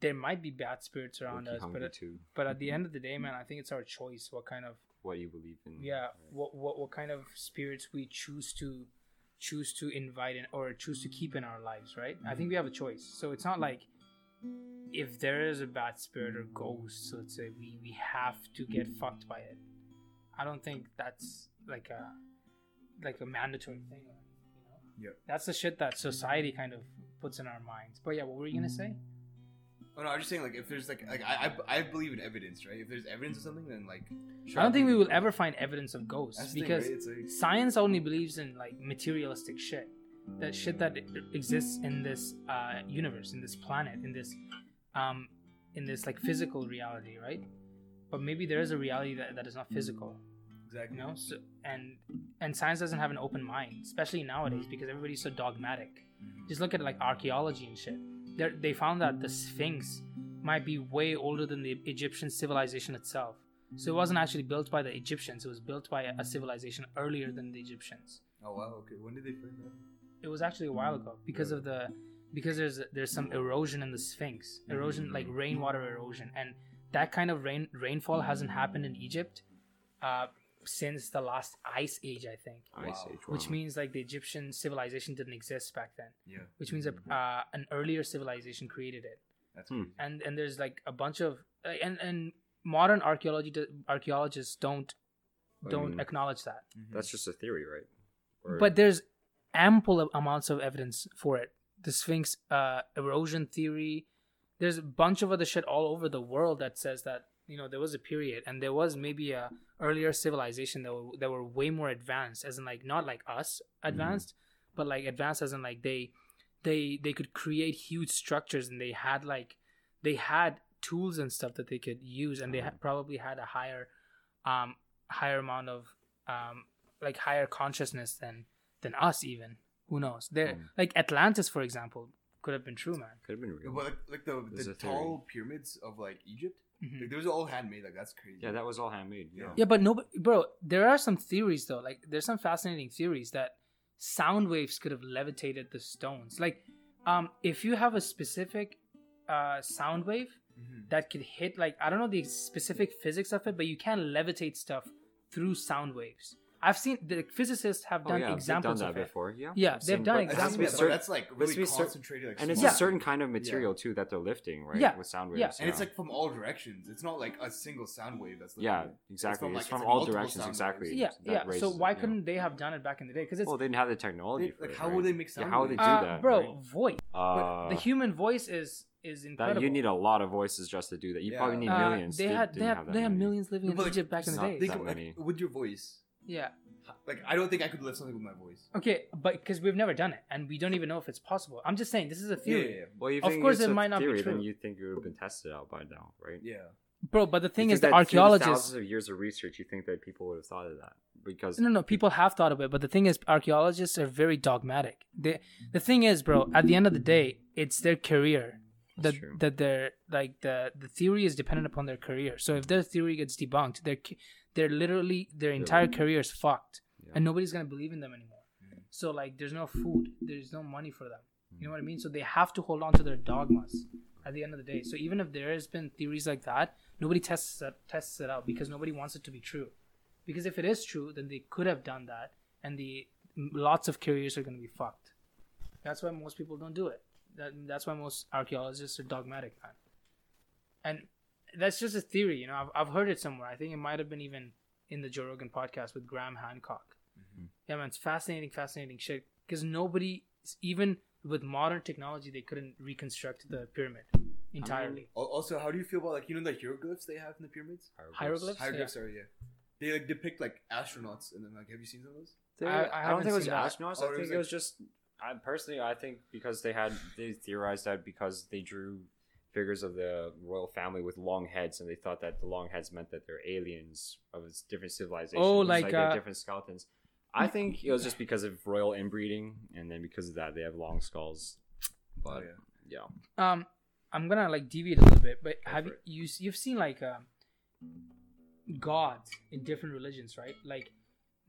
A: there might be bad spirits around
C: Low-key
A: us
C: hungry
A: but
C: too. Mm-hmm.
A: but at the end of the day man i think it's our choice what kind of
C: What you believe in?
A: yeah
C: Right.
A: what what what kind of spirits we choose to choose to invite in or choose to keep in our lives right i think we have a choice so it's not like if there is a bad spirit or ghost let's say we we have to get fucked by it i don't think that's like a like a mandatory thing you know
D: Yep.
A: that's the shit that society kind of puts in our minds but yeah what were you gonna say
D: Oh no, I'm just saying like if there's like like I I, I believe in evidence, right? If there's evidence of something, then like
A: i don't think we will ever find evidence of ghosts
D: That's the thing,
A: because
D: right? it's like
A: science only believes in like materialistic shit that shit that e-, exists in this uh, universe in this planet in this um in this like physical reality right but maybe there is a reality that, that is not physical you
D: exactly.
A: know so, and and science doesn't have an open mind especially nowadays because everybody's so dogmatic just look at like archaeology and shit they they found that the sphinx might be way older than the egyptian civilization itself so it wasn't actually built by the egyptians it was built by a civilization earlier than the egyptians
D: Oh wow, okay. When did they find that?
A: it was actually a while ago because of the because there's there's some erosion in the Sphinx, erosion like rainwater erosion, and that kind of rain rainfall hasn't happened in Egypt uh, since the last ice age, I think.
C: Ice Age.
A: Which
C: wow.
A: means like the Egyptian civilization didn't exist back then.
E: Yeah.
A: Which means a,
D: Mm-hmm.
A: uh, an earlier civilization created it.
E: That's
C: Hmm.
E: crazy.
A: And and there's like a bunch of like, and and modern archaeology do, archaeologists don't
C: I
A: don't
C: mean,
A: acknowledge that.
E: Mm-hmm.
C: that's just a theory, right?
A: But there's ample amounts of evidence for it. The Sphinx uh, erosion theory. There's a bunch of other shit all over the world that says that you know there was a period and there was maybe a earlier civilization that were, that were way more advanced, as in like not like us advanced, but like advanced as in like they they they could create huge structures and they had like they had tools and stuff that they could use and they ha- probably had a higher um higher amount of um like higher consciousness than than us even who knows there
C: Mm.
A: like atlantis for example could have been true man
C: could have been real.
E: But like, like the,
C: There's
E: the
C: a theory.
E: tall pyramids of like Egypt,
A: Mhm.
E: like those are all handmade. Like that's crazy.
C: yeah, that was all handmade. Yeah.
A: yeah but no bro there are some theories though like there's some fascinating theories that sound waves could have levitated the stones like um if you have a specific uh sound wave
C: Mm-hmm.
E: Mhm.
A: that could hit like i don't know the specific physics of it but you can levitate stuff through sound waves i've seen the physicists have
C: Oh,
A: done
C: yeah, they've
A: examples
C: done
A: of
C: that
A: it
C: before. Yeah.
A: Yeah, they've
C: Same,
A: done
C: but
E: That's-
C: it has to
A: examples.
C: be
E: but
C: a certain-
E: that's like really
C: to be a certain-
E: concentrated. Like,
C: and it's
A: Yeah.
C: a certain kind of material too that they're lifting, right?
A: Yeah.
C: With sound waves.
A: Yeah.
E: and it's like from all directions. It's not like a single sound wave that's like,
C: Yeah, exactly.
E: from,
C: It's
E: like,
C: from
E: it's
C: all
E: multiple
C: directions.
E: sound
C: Exactly.
E: waves.
A: yeah
C: That
A: yeah so
C: raises it,
A: why
C: yeah.
A: couldn't they have done it back in the day because it's
C: Well, they didn't have the technology.
E: They-
C: for
E: like,
C: it,
E: how
C: right?
E: will they make sound?
C: Yeah, how would they
E: waves?
C: do
A: uh,
C: that,
A: bro
C: right?
A: void
C: Uh,
A: the human voice is is incredible
C: that you need a lot of voices just to do that. You probably
E: Yeah.
C: need
A: Uh,
C: millions.
A: they had they
C: didn't
A: had,
C: have that
A: they had
C: many.
A: millions living
E: No, but,
A: in
E: like,
A: Egypt back in the
C: not
A: day
E: Think
C: that
E: of, like,
C: many.
E: with your voice.
A: yeah
E: Like I don't think I could lift something with my voice.
A: okay but because we've never done it and we don't even know if it's possible i'm just saying this is a
E: Yeah,
A: theory
E: yeah, yeah.
C: Well, you
A: Of
C: think
A: course
C: it's
A: it
C: a
A: might not be
C: theory, Then
A: true.
C: you think it would have been tested out by now, right?
E: yeah.
A: bro but the thing
C: You
A: is
C: think
A: the
C: that through
A: archaeologists
C: thousands of years of research, you think that people would have thought of that because
A: no no people have thought of it but the thing is archaeologists are very dogmatic they, the thing is bro at the end of the day it's their career that
C: That's true.
A: that they're like the the theory is dependent upon their career so if their theory gets debunked they're they're literally their entire career is fucked
C: Yeah. Mm.
A: and nobody's gonna believe in them anymore so like there's no food there's no money for them you know what i mean so they have to hold on to their dogmas at the end of the day so even if there has been theories like that nobody tests it, tests it out because nobody wants it to be true because if it is true then they could have done that and the lots of careers are going to be fucked that's why most people don't do it that, that's why most archaeologists are dogmatic man and that's just a theory you know I've, I've heard it somewhere i think it might have been even in the joe rogan podcast with graham hancock yeah man it's fascinating fascinating shit because nobody even with modern technology they couldn't reconstruct the pyramid entirely
E: Al- Also, how do you feel about like you know the hieroglyphs they have in the pyramids?
A: hieroglyphs
E: Hieroglyphs are yeah. They like depict like astronauts and then like have you seen some of those?
C: They-
A: I- I
C: I,
A: haven't
C: don't think it was
A: seen that.
C: astronauts.
E: Oh, it
C: I think
E: was
C: it was just. I personally, I think because they had they theorized that because they drew figures of the royal family with long heads, and they thought that the long heads meant that they're aliens of a different civilization.
A: Oh,
C: It's
A: like,
C: they have
A: uh,
C: different skeletons. I think it was just because of royal inbreeding, and then because of that, they have long skulls. But
E: Oh, yeah.
C: yeah,
A: um i'm gonna like deviate a little bit but have
C: for
A: you, you you've seen like um gods in different religions right like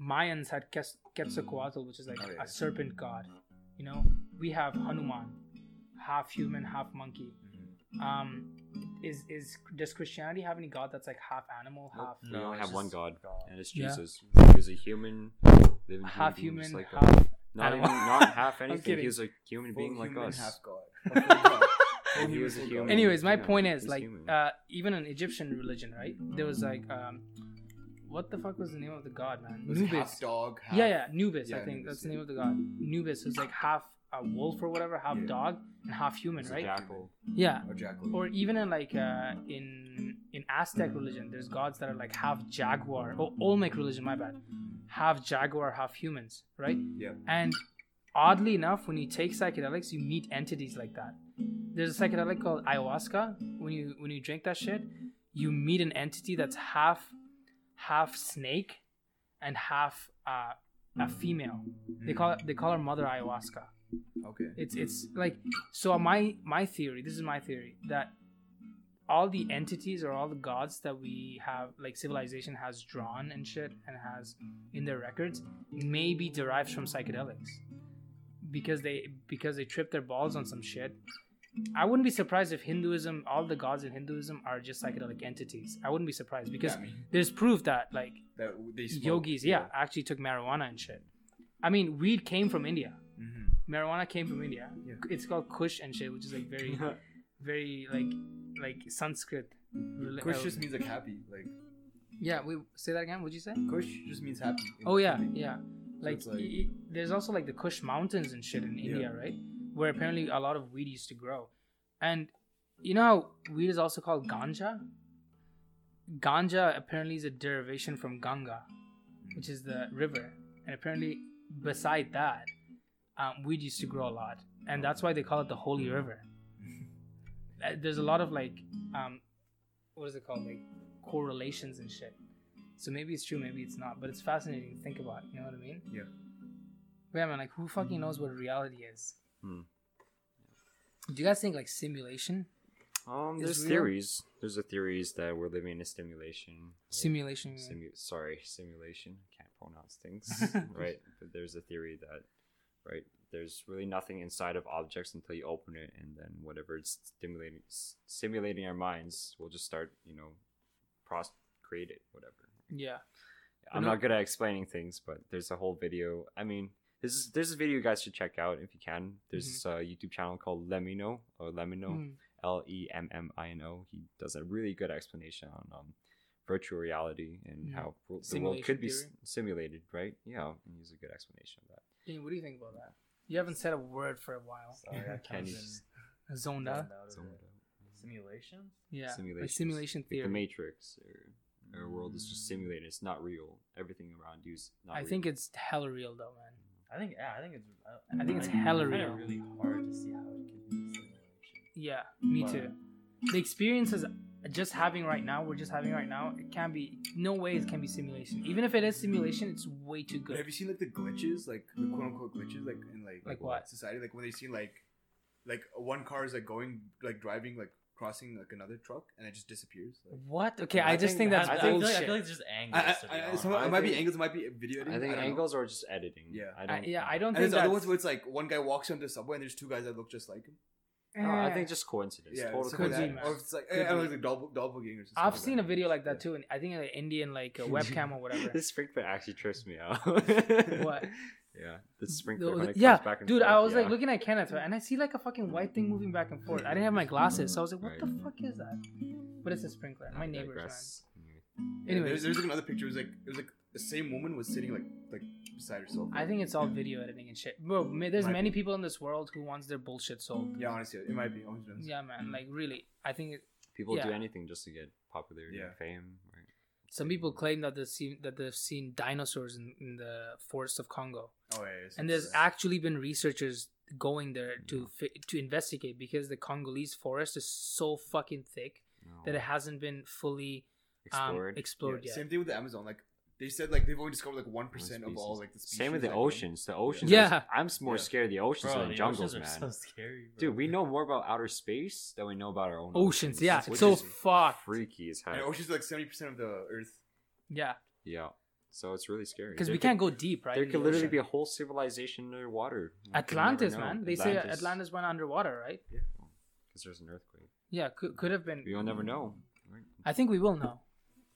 A: mayans had Kes- quetzalcoatl which is like
E: Oh, yeah.
A: a serpent god you know we have hanuman half human half monkey
E: Mm-hmm.
A: um is is does christianity have any god that's like half animal half
C: we only
B: it's
C: have one
B: just
C: god,
B: God.
C: and it's
A: Yeah.
C: Jesus. He was a human, living
A: half
C: being,
A: human
C: just like
A: half
C: a, not
A: animal.
C: even not half
A: I'm
C: anything.
A: kidding.
C: He was a human being
E: Full
C: like
E: human,
C: us.
E: half god. Full god.
C: He
E: human,
C: was a
E: full
C: human.
E: god.
A: anyways my
C: Yeah,
A: point is
C: he's
A: like
C: human.
A: uh even in egyptian religion right there was like um what the fuck was the name of the god man
E: It was half dog. Half,
A: yeah yeah nubis i
E: yeah,
A: think
E: Nubis,
A: that's the
E: yeah.
A: name of the god nubis was like half a wolf or whatever half
E: Yeah.
A: dog and half human
C: He's a
A: right
C: jackal.
A: yeah
E: Or jackal.
A: or even in like uh in in aztec religion there's gods that are like half jaguar or olmec religion my bad half jaguar half humans right
E: yeah.
A: and oddly enough, when you take psychedelics, you meet entities like that. There's a psychedelic called ayahuasca. When you when you drink that shit, you meet an entity that's half half snake and half uh, a female.
C: Mm-hmm.
A: They call it, they call her mother ayahuasca.
E: Okay.
A: It's it's like so my my theory, this is my theory that all the entities or all the gods that we have like civilization has drawn and shit and has in their records may be derived from psychedelics. because they because they trip their balls on some shit. I wouldn't be surprised if Hinduism, all the gods in Hinduism, are just psychedelic entities. I wouldn't be surprised because
E: Yeah, I mean,
A: there's proof that like
E: that they smoke,
A: yogis, yeah, actually took marijuana and shit. I mean, weed came from India.
E: Mhm.
A: Marijuana came from India.
E: Yeah.
A: It's called Kush and shit, which is like very, very like like Sanskrit. rela-
E: Kush
A: uh,
E: just means like happy. Like
A: yeah. We say that again. What'd you say?
E: Kush just means happy. in
A: Oh yeah,
E: Hindi.
A: yeah. Like,
E: it's like-
A: i- i- there's also like the Kush Mountains and shit in
E: Yeah.
A: India, right? Where apparently a lot of weed used to grow, and you know how weed is also called ganja. Ganja apparently is a derivation from Ganga, which is the river, and apparently beside that, um, weed used to grow a lot, and that's why they call it the holy river. Uh, There's a lot of like, um, what is it called, like correlations and shit. So maybe it's true, maybe it's not, but it's fascinating to think about. You know what I mean?
E: Yeah.
A: But yeah, man. Like, who fucking knows what reality is?
C: Hmm.
A: Do you guys think like simulation,
C: Um,
A: Is
C: there's
A: real?
C: theories. There's the theories that we're living in a stimulation. like-
A: simulation? you mean?
C: Simu- sorry, simulation. Can't pronounce things. right. But there's a theory that, right, there's really nothing inside of objects until you open it, and then whatever it's stimulating, s- stimulating our minds, we'll just start, you know, pros- create it, whatever.
A: yeah.
C: I'm
A: no-
C: not good at explaining things, but there's a whole video. I mean, this is there's a video you guys should check out if you can. There's this uh, YouTube channel called Lemino or Lemino,
A: Mm-hmm. Mm.
C: L E M M I N O. He does a really good explanation on um, virtual reality and
A: Mm.
C: how wo- the world
A: Simulation
C: could be s-
A: theory.
C: simulated, right? Yeah, and he's a good explanation of that.
A: Jane, what do you think about that? You haven't said a word for a while.
B: Sorry, I
C: Can
B: kind
C: you
B: of
C: s-
A: Zoned out.
B: simulation.
A: Yeah. Uh, Like
C: uh, Simulations.
A: simulation
C: Like
A: theory. Mm.
C: the Matrix or our world is just simulated. It's not real. Everything around you is not.
A: I
C: real.
A: think it's hella real though, man.
B: I think yeah, I think it's
A: I think it's
B: find it
A: hella real.
B: really hard to see how it could be a simulation.
A: Yeah, me
B: But-
A: too. The experiences just having right now, we're just having right now, it can be no way it can be simulation. Even if it is simulation, it's way too
E: But have
A: good.
E: you seen like the glitches, like the quote unquote glitches, like in like
A: Like what?
E: society, like when they see like like one car is like going like driving like crossing like another truck and it just disappears. Like,
A: What? Okay,
C: I
A: I just think,
C: think-
A: that's
B: I, I feel like, I
A: bullshit.
B: feel like it's just angles.
E: I,
B: to be
E: I, I,
B: honest.
E: some, it might be
C: think-
E: angles, it might be video editing.
C: I think
E: don't know.
C: angles are just editing.
E: Yeah.
C: I
A: I-
C: don't.
A: yeah, I don't
E: And
A: think
E: there's
A: that's.
E: other ones where it's like one guy walks onto the subway and there's two guys that look just like him.
C: No, Oh, I
A: Eh.
C: think just coincidence.
E: Yeah,
C: total
E: it's like
A: could
E: that.
A: be,
C: coincidence.
A: man.
E: Or if it's like, eh,
A: Could
E: I don't know,
A: be.
E: like double, doppelgangers. or
A: I've
E: something
A: seen a video like
E: Yeah.
A: that too. And I think an Indian like a webcam or whatever.
C: This sprinkler actually trips me out.
A: What?
C: Yeah, the
A: The-
C: sprinkler. when it
A: yeah,
C: comes back and
A: dude,
C: forth,
A: I was like
C: yeah.
A: looking at Kenneth right, and I see like a fucking white thing moving back and forth. I didn't have my glasses, so I was like, "What the fuck is that?" But it's a sprinkler. My
C: I
A: neighbors,
C: digress. Mm-hmm.
A: man.
E: Yeah,
A: Anyways,
E: there's, there's like another picture. It was like it was like the same woman was sitting like like beside herself.
A: I think it's all video editing and shit, bro. ma- There's
E: Might
A: many
E: be.
A: people in this world who wants their bullshit sold.
E: yeah, honestly, it might be. honestly.
A: Yeah, man. Like really, I think it,
C: People do
A: Yeah.
C: anything just to get popularity
E: Yeah.
C: and fame. Right?
A: some people claim that they've seen that they've seen dinosaurs in, in the forests of Congo,
E: Oh yeah. yeah, so
A: and
E: it's,
A: there's
E: uh,
A: actually been researchers going there to fi- to investigate because the Congolese forest is so fucking thick
C: No.
A: that it hasn't been fully explored, um,
C: Explored.
A: explored
E: yeah,
A: yet.
E: Same thing with the Amazon. Like they said, like they've only discovered like one percent of all
C: species.
E: like the species.
C: Same with the
E: like,
C: oceans. The oceans.
A: Yeah.
C: are- I'm s- more
E: Yeah.
C: scared of the oceans
B: Bro,
C: than
B: the
C: jungles,
B: oceans
C: man.
B: Are so scary, bro.
C: Dude, we know more about outer space than we know about our own
A: Oceans, yeah,
C: which
A: it's so
C: is
A: fucked.
C: freaky as
E: And
C: hell.
E: oceans are, like seventy percent of the Earth.
A: Yeah,
C: Yeah, so it's really scary.
A: because
C: There
A: we
C: could-
A: can't go deep, right?
C: There
A: in
C: could
A: the
C: literally
A: ocean.
C: be a whole civilization underwater. You can never
A: Atlantis,
C: know.
A: man. They say Atlantis went underwater, right?
C: because there's an earthquake.
A: Yeah, could, could have been.
C: We'll never know. Right?
A: I think we will know.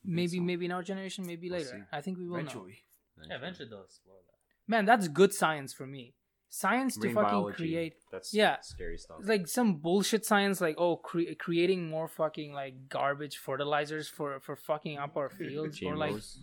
A: Maybe,
C: so.
A: maybe in our generation, maybe
C: We'll
A: later.
C: see.
A: I think we will know.
E: Eventually,
B: Yeah, eventually they'll explore that.
A: Man, that's good science for me. Science to
C: Marine
A: fucking
C: biology,
A: create,
C: That's
A: yeah,
C: scary stuff.
A: like some bullshit science, like oh, cre- creating more fucking like garbage fertilizers for for fucking up our fields, or like
C: GMOs.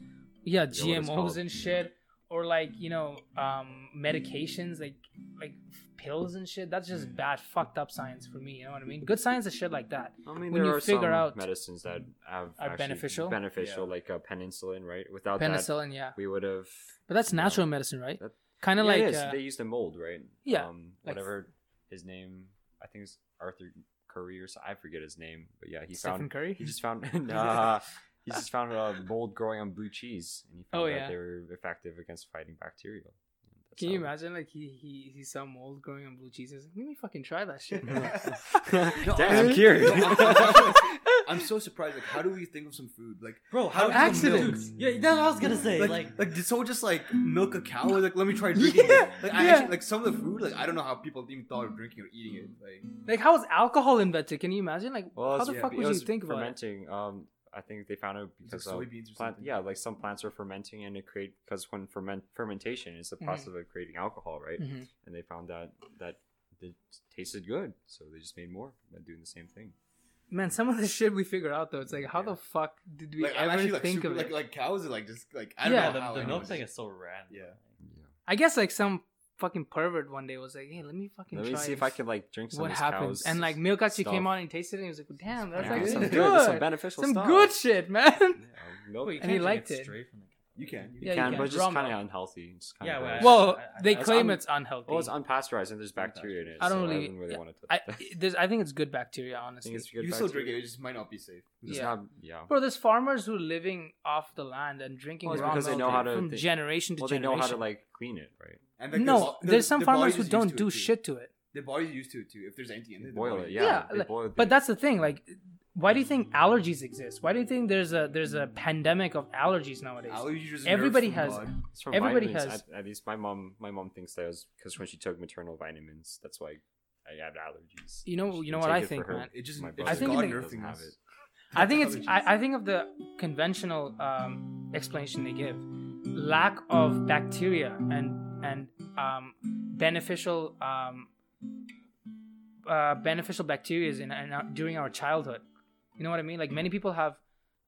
A: yeah
C: Is that what it's
A: gmos
C: called?
A: and shit or like you know um medications like like pills and shit that's
C: Mm.
A: just bad fucked up science for me you know what i mean good science is shit like that
C: I mean,
A: when
C: there
A: you
C: are
A: figure
C: some
A: out-
C: medicines that have
A: Are
C: actually
A: beneficial?
C: beneficial, like uh, penicillin, right? Without
A: penicillin yeah
C: that, we would have
A: but that's natural medicine right
C: that-
A: kind of
C: Yeah, it
A: like
C: is.
A: uh,
C: they used a mold, right?
A: yeah,
C: um,
A: like-
C: whatever his name, I think it's Arthur Curry or so. I forget his name, but yeah, he
A: stephen
C: found
A: curry
C: he just found nah, he just found a mold growing on blue cheese, and he found
A: Oh,
C: that
A: yeah.
C: they were effective against fighting bacteria. That's
A: can you
C: how-
A: imagine like he he he saw mold growing on blue cheese he's like let me fucking try that shit
C: Damn, I'm curious.
E: I'm so surprised. Like, how do we think of some food? Like,
B: bro,
E: how
B: how
E: did you
B: accidents?
A: milk?
B: Yeah, that's what I was gonna say.
E: like,
B: Like,
E: like, did someone just like milk a cow? Like, let me try drinking
A: Yeah,
E: it. Like, I
A: yeah.
E: actually, like some of the food. Like, I don't know how people even thought of drinking or eating it. Like,
A: Like, how is alcohol invented? Can you imagine? Like,
C: Well,
A: how
C: it's-
A: the
E: yeah,
A: fuck
C: it
A: would you
C: was
A: think about it?
C: fermenting. Um, I think they found out
E: it's like
C: because of
E: soybeans or
C: uh, plant,
E: something.
C: yeah, like some plants are fermenting and it create because when ferment fermentation is the
A: Mhm.
C: process of creating alcohol, right?
A: Mhm.
C: And they found that that it tasted good, so they just made more by doing the same thing.
A: Man, some of the shit we figure out though, it's like, how the fuck did we
E: like I'm
A: ever
E: actually like
A: think
E: super,
A: of it?
E: like like cows are like just like I don't
A: Yeah,
B: yeah,
E: know how
B: the, the
E: I
B: milk
E: was-
B: thing is so random.
E: Yeah.
C: Yeah.
A: I guess like some fucking pervert one day was like, hey, let me fucking
C: Let me
A: try
C: see
A: and
C: if I can like drink some.
A: what
C: of this
A: happens.
C: cow's
A: And like milk actually came
C: stuff.
A: on and he tasted it and he was like, damn, that's
B: Yeah,
A: like
E: it's
A: some
E: some
A: good,
E: good-
C: there's some beneficial
A: some
C: stuff.
A: good shit, man.
C: Yeah, milk.
A: And he liked it.
B: Straight from the
E: You can.
A: Yeah,
C: you
A: you
C: can,
A: can.
C: but it's
A: Raw
C: just kind
A: milk.
C: of unhealthy. It's kind
B: Yeah,
C: of
B: well,
A: Well,
B: I- I-
A: they
B: It's
A: claim
C: un-
A: it's unhealthy.
C: well, it's unpasteurized and there's bacteria in it.
A: I don't
C: so
A: really-
C: I wouldn't really
A: yeah,
C: want to touch
A: I
C: that.
A: there's I think it's good bacteria,
C: I think
A: honestly.
C: it's
E: You
C: good.
E: can still
C: bacteria.
E: drink it. It just might not be safe.
C: It's
A: Yeah.
C: not, yeah.
A: Bro, there's farmers who are living off the land and drinking
C: Well, it's
A: raw
C: because they
A: milk
C: know how to-
A: from
C: they-
A: generation to
C: Well, they
A: generation.
C: know how to like clean it, right?
E: And
A: no,
E: the-
A: there's
E: the
A: some
E: body
A: farmers
E: is
A: who
E: used to
A: don't
E: it,
A: do
E: too.
A: shit to it.
E: Their body's used to it too. If there's anything in
C: They
E: it,
C: boil it, yeah.
A: Yeah,
C: they
A: like-
C: boil it.
A: But that's the thing, like why do you think allergies exist? Why do you think there's a there's a pandemic of allergies nowadays?
E: Allergies.
A: Everybody has-
C: It's from
A: everybody
C: vitamins.
A: has-
C: At, at least my mom, my mom thinks that was because when she took maternal vitamins, that's why I had allergies.
A: You know-
C: She
A: you
C: didn't
A: know what
C: take
A: I
C: it for
A: think,
C: her-
A: man?
E: It just.
C: my
E: it's
C: brother.
A: I think
E: God
A: in the-
E: earthing
C: doesn't have
E: us.
C: it.
A: I think it's
E: Allergies.
A: I, I think of the conventional um, explanation they give lack of bacteria and and um, beneficial um, uh, beneficial bacteria in, in our, during our childhood. You know what I mean? Like many people have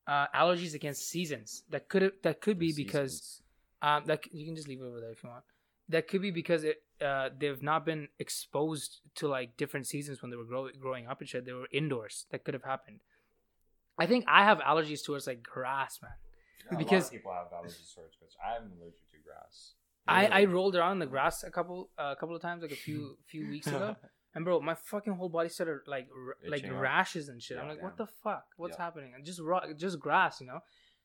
A: uh, allergies against seasons that could that could be because
C: Seasons.
A: um, that c- you can just leave it over there if you want. That could be because it uh, they've not been exposed to like different seasons when they were grow- growing up and shit. They were indoors. That could have happened. I think I have allergies towards like grass, man.
C: Yeah, a lot
A: because-
C: of people have allergies towards grass. I'm allergic to grass.
A: I, I rolled around in the grass a couple a couple of times like a few few weeks ago, and bro, my fucking whole body started like r- like
C: Itching up.
A: rashes and shit. I'm
C: Yeah,
A: like, what
E: damn.
A: the fuck? What's
E: Yeah.
A: happening? And just raw, just grass, you know.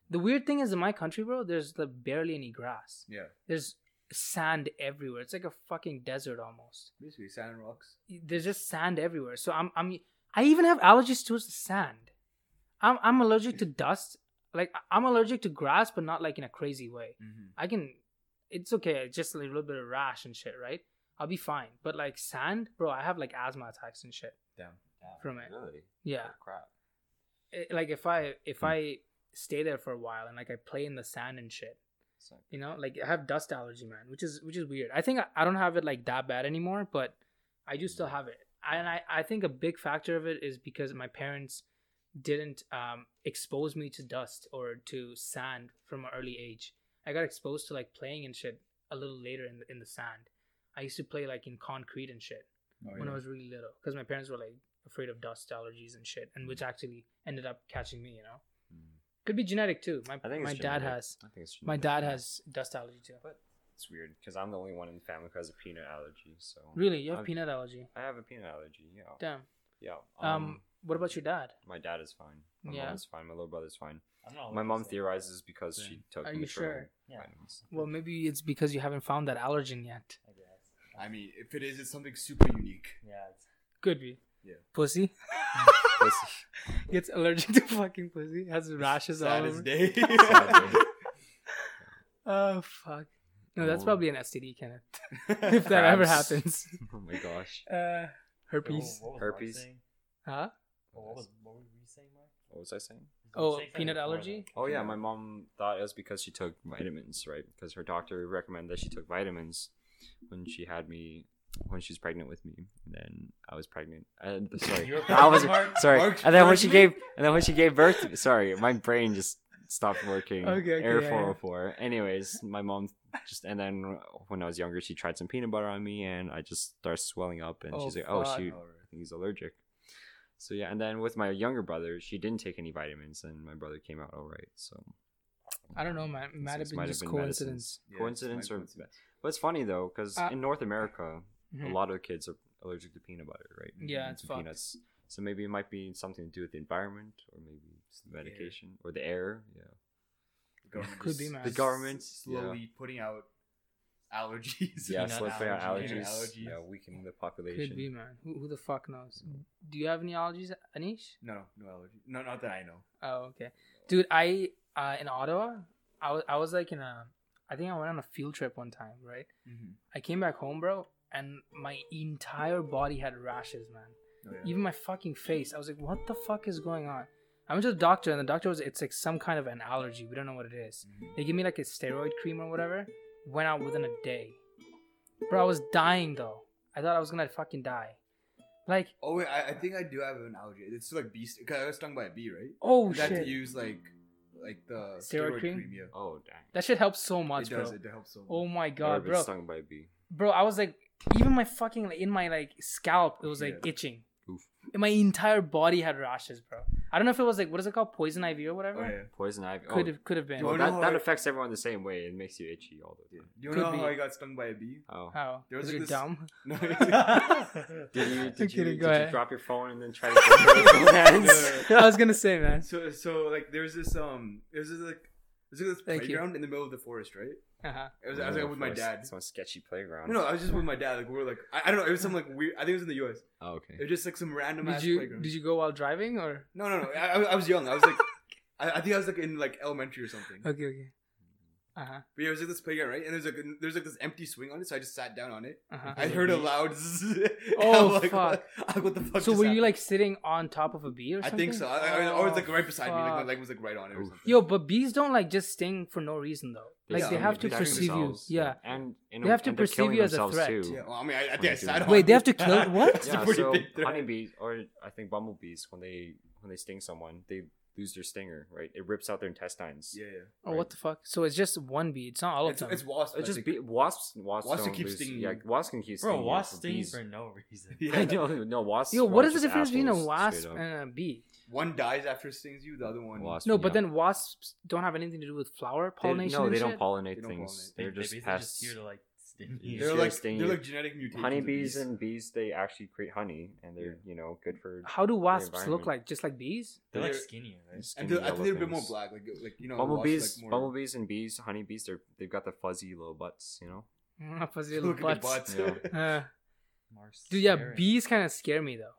A: The weird thing is in my country, bro, there's like barely any grass.
E: Yeah.
A: There's sand everywhere. It's like a fucking desert almost.
E: Basically, sand and rocks.
A: there's just sand everywhere. So I'm I'm I even have allergies towards the sand. I'm I'm allergic to dust. Like I- I'm allergic to grass, but not like in a crazy way.
E: Mm-hmm.
A: I can, it's okay. It's just like a little bit of rash and shit, right? I'll be fine. But like sand, bro, I have like asthma attacks and shit
E: Damn.
A: from it.
C: Really?
A: Yeah,
C: Oh, crap.
A: It- like if I if I stay there for a while and like I play in the sand and shit,
C: It's like-
A: you know, like I have dust allergy, man, which is which is weird. I think I, I don't have it like that bad anymore, but I do still have it. I, and I, I think a big factor of it is because my parents didn't um, expose me to dust or to sand from an early age. I got exposed to like playing and shit a little later in the, in the sand. I used to play like in concrete and shit
E: Oh,
C: Oh,
A: when I was really little because my parents were like afraid of dust allergies and shit, and which actually ended up catching me. You know,
C: Mm.
A: could be genetic too. My
C: I think
A: my
C: it's
A: dad
C: genetic.
A: has
C: I think it's
A: my
C: genetic.
A: dad has dust allergy too.
C: It's weird because I'm the only one in the family who has a peanut allergy. So
A: Really, you have
C: I've-
A: peanut allergy?
C: I have a peanut allergy. Yeah.
A: Damn.
C: Yeah.
A: Um, what about your dad?
C: My dad is fine. My
A: Yeah.
C: mom is fine. My little brother's fine.
B: I'm not
C: My mom
B: allergic to
C: theorizes because she took.
A: Are you
C: maternal
A: sure?
B: Yeah.
C: vitamins.
A: Well, maybe it's because you haven't found that allergen yet.
B: that, I guess.
E: I mean, if it is, it's something super unique.
B: Yeah, it's,
A: Could be.
E: Yeah.
A: Pussy
C: Pussy.
A: gets allergic to fucking pussy. Has rashes all over.
E: Saddest day.
A: Oh fuck. No, that's
C: Oh.
A: probably an STD, Kenneth. if that ever
C: Crabs.
A: happens.
C: oh my gosh.
A: Uh,
B: Wait,
A: herpes.
B: What, what was
C: Herpes.
B: Mark saying?
A: Huh?
B: Oh, what was what were you saying, Mark?
C: What was I saying?
A: Oh,
B: Say something
A: peanut
B: before
A: allergy.
C: Oh yeah, my mom thought it was because she took vitamins, right? Because her doctor recommended that she took vitamins when she had me, when she was pregnant with me. And then I was pregnant. And sorry,
B: You were
C: I was
B: pregnant, Mark?
C: sorry.
E: Mark's
C: and then when she gave,
E: pregnant?
C: and then when she gave birth, sorry, my brain just stopped working.
A: Okay, okay,
C: Air
A: yeah, yeah.
C: four hundred four. Anyways, my mom just and then when I was younger, she tried some peanut butter on me, and I just started swelling up, and
A: Oh,
C: she's like, "Oh
A: fuck.
C: shoot, I think he's allergic." So yeah, and then with my younger brother, she didn't take any vitamins, and my brother came out all right. So
A: I don't know, man. It might have
C: This
A: been
C: might
A: just
C: medicines.
A: coincidence.
E: Yeah,
C: coincidence
E: it's my
C: or
E: coincidence.
C: but it's funny though, because
A: Uh,
C: in North America,
A: Mhm.
C: a lot of kids are allergic to peanut butter, right?
A: Yeah,
C: And
A: it's
C: to
A: fucked.
C: peanuts. So maybe it might be something to do with the environment, or maybe it's the
E: air.
C: medication, or the air. Yeah.
E: The government
A: Could
E: is
A: be, man.
C: The government,
E: slowly putting out
D: allergies.
C: yeah,
B: peanut
C: slow down
B: allergies.
D: Peanut
C: allergies. Yeah,
D: allergies.
C: weakening the population.
A: Could be, man. Who, who the fuck knows? Do you have any allergies, Anish?
D: No, no, no allergies. No, not that I know.
A: Oh, okay, dude. I uh, in Ottawa, I was I was like in a, I think I went on a field trip one time, right?
D: Mm-hmm.
A: I came back home, bro, and my entire body had rashes, man.
D: Oh, yeah.
A: Even my fucking face. I was like, what the fuck is going on? I went to the doctor, and the doctor was, it's like some kind of an allergy. We don't know what it is.
D: Mhm.
A: They gave me like a steroid cream or whatever. Went out within a day. Bro, I was dying though. I thought I was gonna fucking die. Like,
D: Oh wait, I, I think I do have an allergy. It's like bee. st- Cause I was stung by a bee, right?
A: oh
D: You had
A: shit.
D: to use like, like the
A: Steroid cream?
D: yeah.
C: Oh dang.
A: That shit helps so
D: it
A: much,
D: does.
A: bro.
D: It helps so much.
A: Oh my
C: I would've
A: god,
C: been
A: bro.
C: Stung by a bee.
A: Bro, I was like, even my fucking like, in my like scalp, it was like
D: Yeah.
A: itching.
C: Oof.
A: And my entire body had rashes, bro. I don't know if it was like what is it called, poison ivy or
D: Oh,
A: whatever.
D: yeah.
C: Poison ivy. Oh,
A: Could have could have been.
D: Do you
C: well,
D: wanna
C: that,
D: know
C: that
D: how-
C: affects everyone the same way. It makes you itchy all the
D: Yeah.
C: time.
D: Do you
A: Could
D: know
A: be.
D: how I got stung by a bee?
C: Oh.
A: How?
D: There was,
A: Is you're
D: like, this-
A: dumb.
D: No.
C: Did you, did you,
A: kidding,
C: did
A: go
C: you
A: ahead.
C: drop your phone and then try to get it with your hands?
A: I was gonna say, man.
D: so so like there's this um there's this like there's this
A: Thank you.
D: playground in the middle of the forest, right?
A: Uh-huh.
D: I was, I was like with my
C: Forest-
D: dad.
C: Some sketchy playground.
D: No, no, I was just with my dad. Like we were like I, I don't know. It was some like weird. I think it was in the U.S.
C: Oh,
D: It
C: okay.
D: was just like some random
A: Did
D: ass
A: you
D: playground.
A: did you go while driving or?
D: No, no, no. I, I I was young. I was like, I, I think I was like in like elementary or something.
A: Okay, okay. Uh huh.
D: But yeah, it was like this playground, right? And there's like an- there's like this empty swing on it, so I just sat down on it.
A: Uh huh.
D: I heard a loud. Zzz, and
A: Oh,
D: I'm
A: fuck.
D: like, What, I'm like, what the fuck?
A: So
D: just
A: were you
D: happened?
A: like sitting on top of a bee or
D: I
A: something?
D: think so. I, I, I was like
A: Oh,
D: right beside me. Like my
A: fuck.
D: leg was like right on it or
C: Oof.
D: something.
A: Yo, but bees don't like just sting for no reason though. Like
D: Yeah,
A: they
D: I
A: have
D: mean,
A: to
D: they
C: protect
A: perceive you.
C: themselves,
A: Yeah.
C: And you
A: They have to
C: and they're
A: perceive
C: killing
A: you as a
C: themselves,
A: threat.
C: Too.
D: Yeah, well, I mean, I, I think
C: What
D: I
C: are you doing?
D: sat on.
A: Wait, they have
D: it.
A: to kill- what?
D: It's a
C: Oh, yeah,
D: pretty
C: so
D: big threat.
C: honeybees or I think bumblebees when they when they sting someone they lose their stinger right it rips out their intestines
D: Yeah, yeah.
A: Oh, what the fuck? So it's just one bee. It's not all of
D: It's,
A: them.
D: it's wasp.
C: It
D: I
C: just
D: think.
C: be, wasps wasps,
D: Wasps
C: don't
D: keep
C: lose,
D: stinging
C: yeah
D: you.
C: wasps can keep stinging
B: Bro,
C: you,
B: wasp
C: but
B: stings
C: bees-
B: for no reason.
C: I
D: Yeah.
C: know no wasps
A: Yo, what
C: are
A: is the
C: just
A: difference between a
C: assholes,
A: wasp
C: straight up.
A: and a bee?
D: One dies after it stings you. The other one.
C: Wasp,
A: No,
C: yeah.
A: but then wasps don't have anything to do with flower
C: they,
A: pollination.
C: no
A: and
C: they don't
A: shit?
C: pollinate
D: They don't
C: things
D: pollinate.
B: They-
C: they're
B: they
C: just
B: basically
C: pests
B: here to like sting
C: Yeah.
B: you.
D: They're
C: Sure,
D: like
C: sting
D: they're
C: you.
D: like genetic mutations. of
C: honeybees
D: bees.
C: and bees they actually create honey and they're you know good for
A: How do wasps look
C: environment.
A: like? Just like bees?
B: They're like
D: They're-
B: skinnier, right?
D: and
C: skinny
D: they're, I
C: yellow
D: think they're a bit more
C: things.
D: black, like like you know wasp,
C: bumblebees
D: like more-
C: bumblebees and bees honeybees they're they've got the fuzzy little butts you know
A: Mm, Fuzzy little
D: Look at
A: butts.
D: the butts.
C: Yeah.
A: Uh,
B: More
A: dude, yeah,
B: staring.
A: bees kind of scare me though.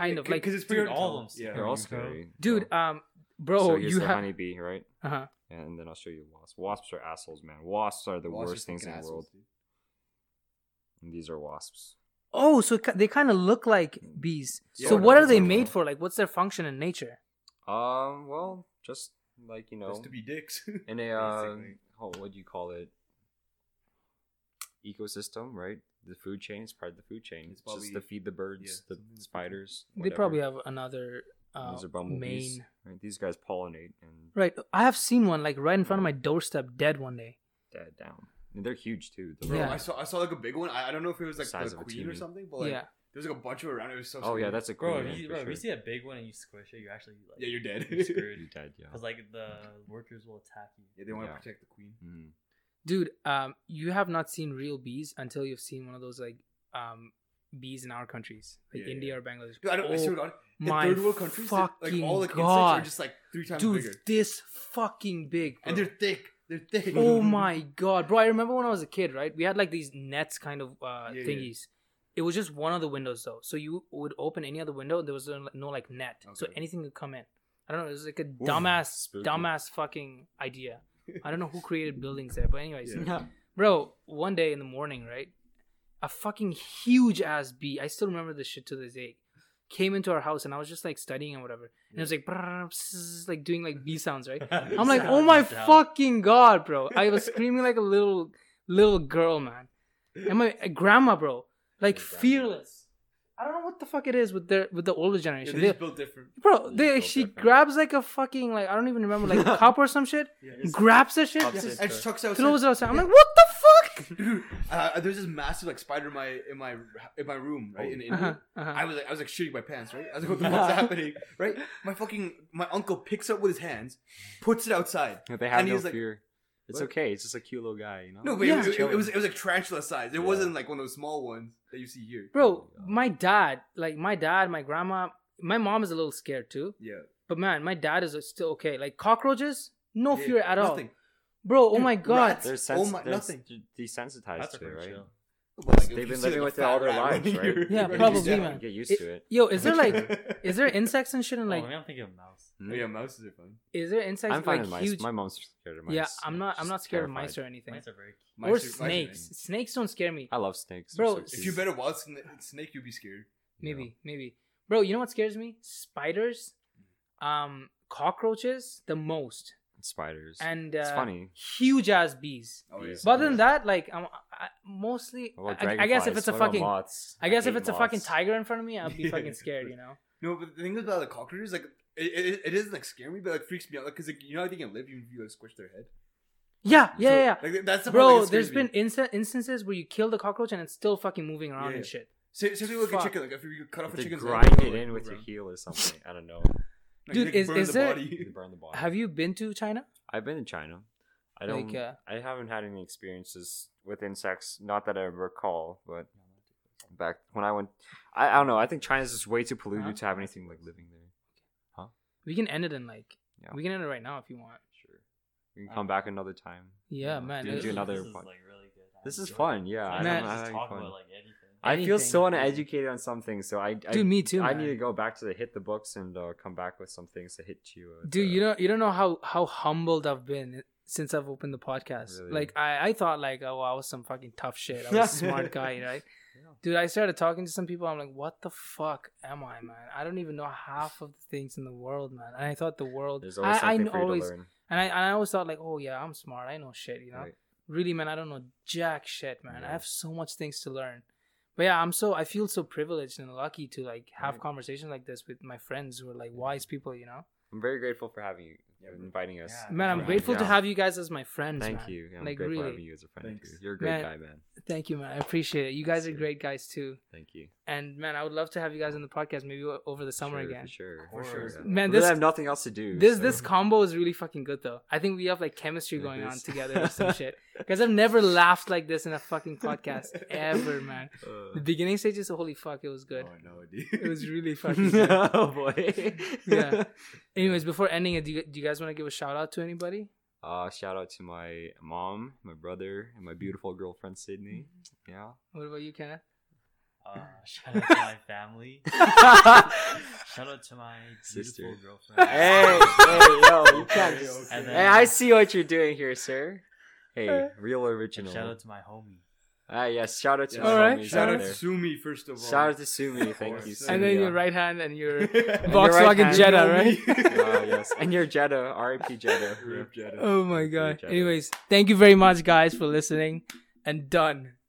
A: Kind of like,
D: because it's
B: dude,
D: pretty hard to
B: all
D: tell.
B: of them
D: Yeah.
B: stink.
C: they're all
B: Yeah.
C: scary
A: dude,
C: so,
A: um, bro,
C: so here's
A: you
C: the
A: have.
C: honeybee right
A: Uh-huh.
C: and then I'll show you wasps. Wasps are assholes, man. Wasps are the
D: Wasps are
C: worst things in
D: fucking
C: the world.
D: assholes, dude.
C: And these are wasps.
A: Oh, so ki- they kind of look like bees.
D: Yeah,
A: so
D: no,
A: what are
D: it's
A: they
C: not
A: made
C: wrong.
A: for? Like, what's their function in nature?
C: Um, well, just like you know,
D: Just to be dicks.
C: in a uh,
D: basically.
C: oh, what do you call it? Ecosystem, right? The food chain is part of the food chain.
D: It's
C: It's, just to
D: probably-
C: feed the birds,
D: yeah, something with
C: the
D: food
C: spiders.
A: They
C: whatever.
A: probably have another
C: And
A: uh,
C: these are bumblebees.
A: main.
C: Right? These guys pollinate and
A: Right, I have seen one like right in front of my doorstep, dead one day.
C: dead down. And they're huge too. They're
D: Bro,
A: Yeah.
D: I saw I saw like a big one. I, I don't know if it was like
C: Size
D: the
C: of a
D: queen or
C: TV.
D: something, but like
A: yeah,
D: there's like a bunch of around. It was so.
C: Oh yeah,
D: scary.
C: that's a
B: Bro,
C: queen,
B: if
C: yeah,
B: you,
C: for
B: bro if you
C: sure.
B: see a big one and you squish it, you're actually like,
D: yeah. You're dead.
B: you're
C: You're
B: screwed.
C: dead, yeah.
B: Because like the workers will attack you.
D: yeah, they want to
C: Yeah.
D: protect the queen.
C: Mm.
A: dude. Um, you have not seen real bees until you've seen one of those like um bees in our countries, like
D: Yeah, yeah.
A: India or Bangladesh.
D: Dude, I don't. I swear
A: Oh,
D: to God, in
A: my
D: third world countries, they- like
A: fucking
D: all the insects
A: God.
D: are just like three times
A: dude,
D: bigger,
A: this fucking big,
D: and
A: bro.
D: they're thick. They're thick.
A: oh my god, bro! I remember when I was a kid, right? We had like these nets kind of uh,
D: Yeah, yeah.
A: thingies. It was just one of the windows though, so you would open any other window. There was no, no, like net, so
D: Okay.
A: anything could come in. I don't know. It was like a dumbass,
C: spooky.
A: dumbass fucking idea. I don't know who created buildings there, but anyways,
D: Yeah.
A: bro. One day in the morning, right, a fucking huge ass bee. I still remember this shit to this day. Came into our house and I was just like studying and whatever, and it was like, brrrr, pss, like doing like bee sounds, right? I'm like, oh my fucking god, bro! I was screaming like a little little girl, man. And my uh, grandma, bro, like
C: Your grandma.
A: fearless. I don't know what the fuck it is with their with the older
D: Yeah,
A: generation.
D: they
A: They-
D: just built different.
A: bro, they
C: built
A: she
C: different.
A: grabs like a fucking like I don't even remember like a cup or some shit,
D: Yeah.
A: grabs the shit,
C: Cups
A: just
C: it.
D: And just chucks out.
A: throws it outside. I'm like, what the fuck?
D: Dude, uh, there's this massive like spider in my in my in my room,
C: Oh.
D: right? In India.
A: Uh-huh, uh-huh.
D: I was like, I was like shitting my pants, right? I was like, what the fuck's happening, right? My fucking my uncle picks up with his hands, puts it outside.
C: Yeah, They have
D: And
C: no
D: he's like-
C: fear. It's
D: What?
C: okay. It's just a cute little guy, you know.
D: No, but
A: Yeah.
D: it, was, it, was it was like tarantula size. It
C: Yeah.
D: wasn't like one of those small ones that you see here.
A: Bro, my dad, like my dad, my grandma, my mom is a little scared too.
D: Yeah,
A: But man, my dad is still okay. Like cockroaches, no
D: Yeah,
A: fear at all.
D: nothing.
A: bro. Oh my god,
D: Rats.
C: They're,
D: Oh
C: sens-
D: my-
C: they're
D: nothing.
C: d- desensitized to
B: That's
C: it,
B: pretty
C: right?
B: chill.
D: Well, like, if
C: They've
D: you
C: been
D: see, like,
C: living
D: a
C: with it
D: fat
C: all their
D: rat
C: lives,
D: running,
C: right?
D: you're-
A: Yeah,
C: You
D: you're
A: probably,
D: just dead.
A: man.
C: Get used
A: It-
C: to it.
A: yo, is there like, is there insects and shit and like,
B: oh, I don't think of mouse.
E: Oh, yeah, mouses are fun.
A: is there insects
C: Hmm? I'm fine
A: like
C: with mice.
A: huge?
C: My mom's scared of mice.
A: yeah, I'm not. I'm
C: She's
A: not scared of
C: terrified.
A: mice or anything.
B: Mice are very cute.
E: Mice
A: or
E: are- mice are
A: snakes.
E: nice.
A: snakes don't scare me.
C: I love snakes.
A: Bro,
C: They're so
E: If you
C: cute.
E: bet a wild sna- snake, you'd be scared.
C: Yeah.
A: Maybe, maybe. Bro, you know what scares me? Spiders, um, cockroaches the most,
C: spiders.
A: and uh,
C: it's funny.
A: Huge ass bees.
E: Oh yeah.
C: Yes.
A: But other than that, like I'm I, mostly.
C: What about
A: I, I guess if
C: dragonflies?
A: it's a
C: What about
A: fucking,
C: moths?
A: I guess if
C: hate
A: it's a fucking
C: moths.
A: tiger in front of me, I'll be
E: Yeah.
A: fucking scared. You know.
E: No, but the thing about the cockroaches, like, it, it, it doesn't like scare me, but like freaks me out, like, cause like, you know how they can live even if you like squish their head.
A: Yeah, yeah, yeah. yeah.
E: Like that's the part
A: Bro,
E: that
A: there's
E: scares me.
A: been insta- instances where you kill the cockroach and it's still fucking moving around
E: Yeah,
A: and
E: yeah.
A: shit.
E: Ser- Seriously, look
A: Fuck.
E: at chicken. Like if you cut off a
C: They
E: chicken's
C: grind
E: leg,
C: it in with your
E: heat.
C: heel or something. I don't know.
A: Dude, is- is there-
C: You burn the body.
A: Have you been to China?
C: I've been in China. I
A: Like,
C: don't.
A: uh,
C: I haven't had any experiences with insects. Not that I recall, but back when I went, I, I don't know. I think China's just way too polluted
A: Huh?
C: to have anything like living there.
A: We can end it in like.
C: Yeah.
A: We can end it right now if you want.
C: Sure, we can come back another time.
A: Yeah,
B: Yeah,
A: man.
C: we
A: it-
C: can do another
B: This is
C: pod-
B: like really good. I
C: This is
B: enjoy it.
C: fun. Yeah,
B: I
C: I,
A: Man.
C: don't,
B: just
C: I,
B: talk
C: fun.
B: about like anything.
C: I feel so
A: anything.
C: uneducated on some things. So I, I
A: Dude, me too.
C: I
A: man.
C: need to go back to the hit the books and uh, come back with some things to hit you. with,
A: dude
C: uh,
A: you don't you don't know how how humbled i've been since i've opened the podcast
C: Really?
A: like i i thought like oh i was some fucking tough shit i was a smart guy right
C: Yeah.
A: dude i started talking to some people i'm like what the fuck am i man i don't even know half of the things in the world man and i thought the world
C: There's always
A: i, I
C: something
A: kn-
C: for you
A: always
C: to learn.
A: and I, and I always thought like oh yeah i'm smart i know shit you know
C: Right.
A: really man i don't know jack shit man
C: Yeah.
A: i have so much things to learn but yeah i'm so i feel so privileged and lucky to like have
C: Right.
A: conversations like this with my friends who are like wise people you know
C: I'm very grateful for having you, for inviting us.
B: Yeah.
A: Man, I'm
B: Yeah.
A: grateful to
C: Yeah.
A: have you guys as my friends.
C: Thank
A: man.
C: you. Yeah, I'm
A: Like,
C: grateful
A: really.
C: having you as a friend.
E: Thanks.
C: Too. You're a great
A: Man.
C: guy, man.
A: Thank you, man. I appreciate it. You guys are
C: Sure.
A: great guys too.
C: Thank you.
A: And man, I would love to have you guys on the podcast maybe o- over the summer
C: sure,
A: again.
C: For sure.
B: For sure.
C: Yeah.
A: Man,
C: really
A: this-
C: have nothing else to do.
A: This
C: so-
A: this combo is really fucking good though. I think we have like chemistry
C: It
A: going on
C: is.
A: together or some shit. Because I've never laughed like this in a fucking podcast ever, man. The
C: Uh,
A: beginning stages, holy fuck, it was good.
E: Oh no, dude.
A: It was really fucking good.
C: oh boy.
A: Yeah. Anyways, before ending it, do you, do you guys want to give a shout out to anybody?
C: Uh, shout out to my mom, my brother, and my beautiful girlfriend Sydney. Yeah.
A: What about you, Kenneth?
B: Uh, shout out to my family. shout out to my
C: Sister.
B: beautiful girlfriend.
C: hey, hey, yo, you can't.
E: Okay,
C: just-
B: And then-
C: Hey, I see what you're doing here, sir. Hey, real
B: And
C: original.
B: shout out to my homie.
C: Ah, yes. Shout out to
E: Yeah.
C: my
A: Alright,
C: homies
E: Shout
A: Shout
E: out
C: out
E: to
C: there.
E: Sumi first of all.
C: Shout out to Sumi.
E: Of
C: Thank you.
E: course.
C: Sumi.
A: And then
C: yeah.
A: your right hand and your
C: your right
A: Volkswagen
C: hand.
A: Jetta, right?
C: Ah, yes. And your Jetta, RIP Jetta.
E: Rip Jetta.
A: Oh my god.
C: Jedi.
A: Anyways, thank you very much, guys, for listening. And done.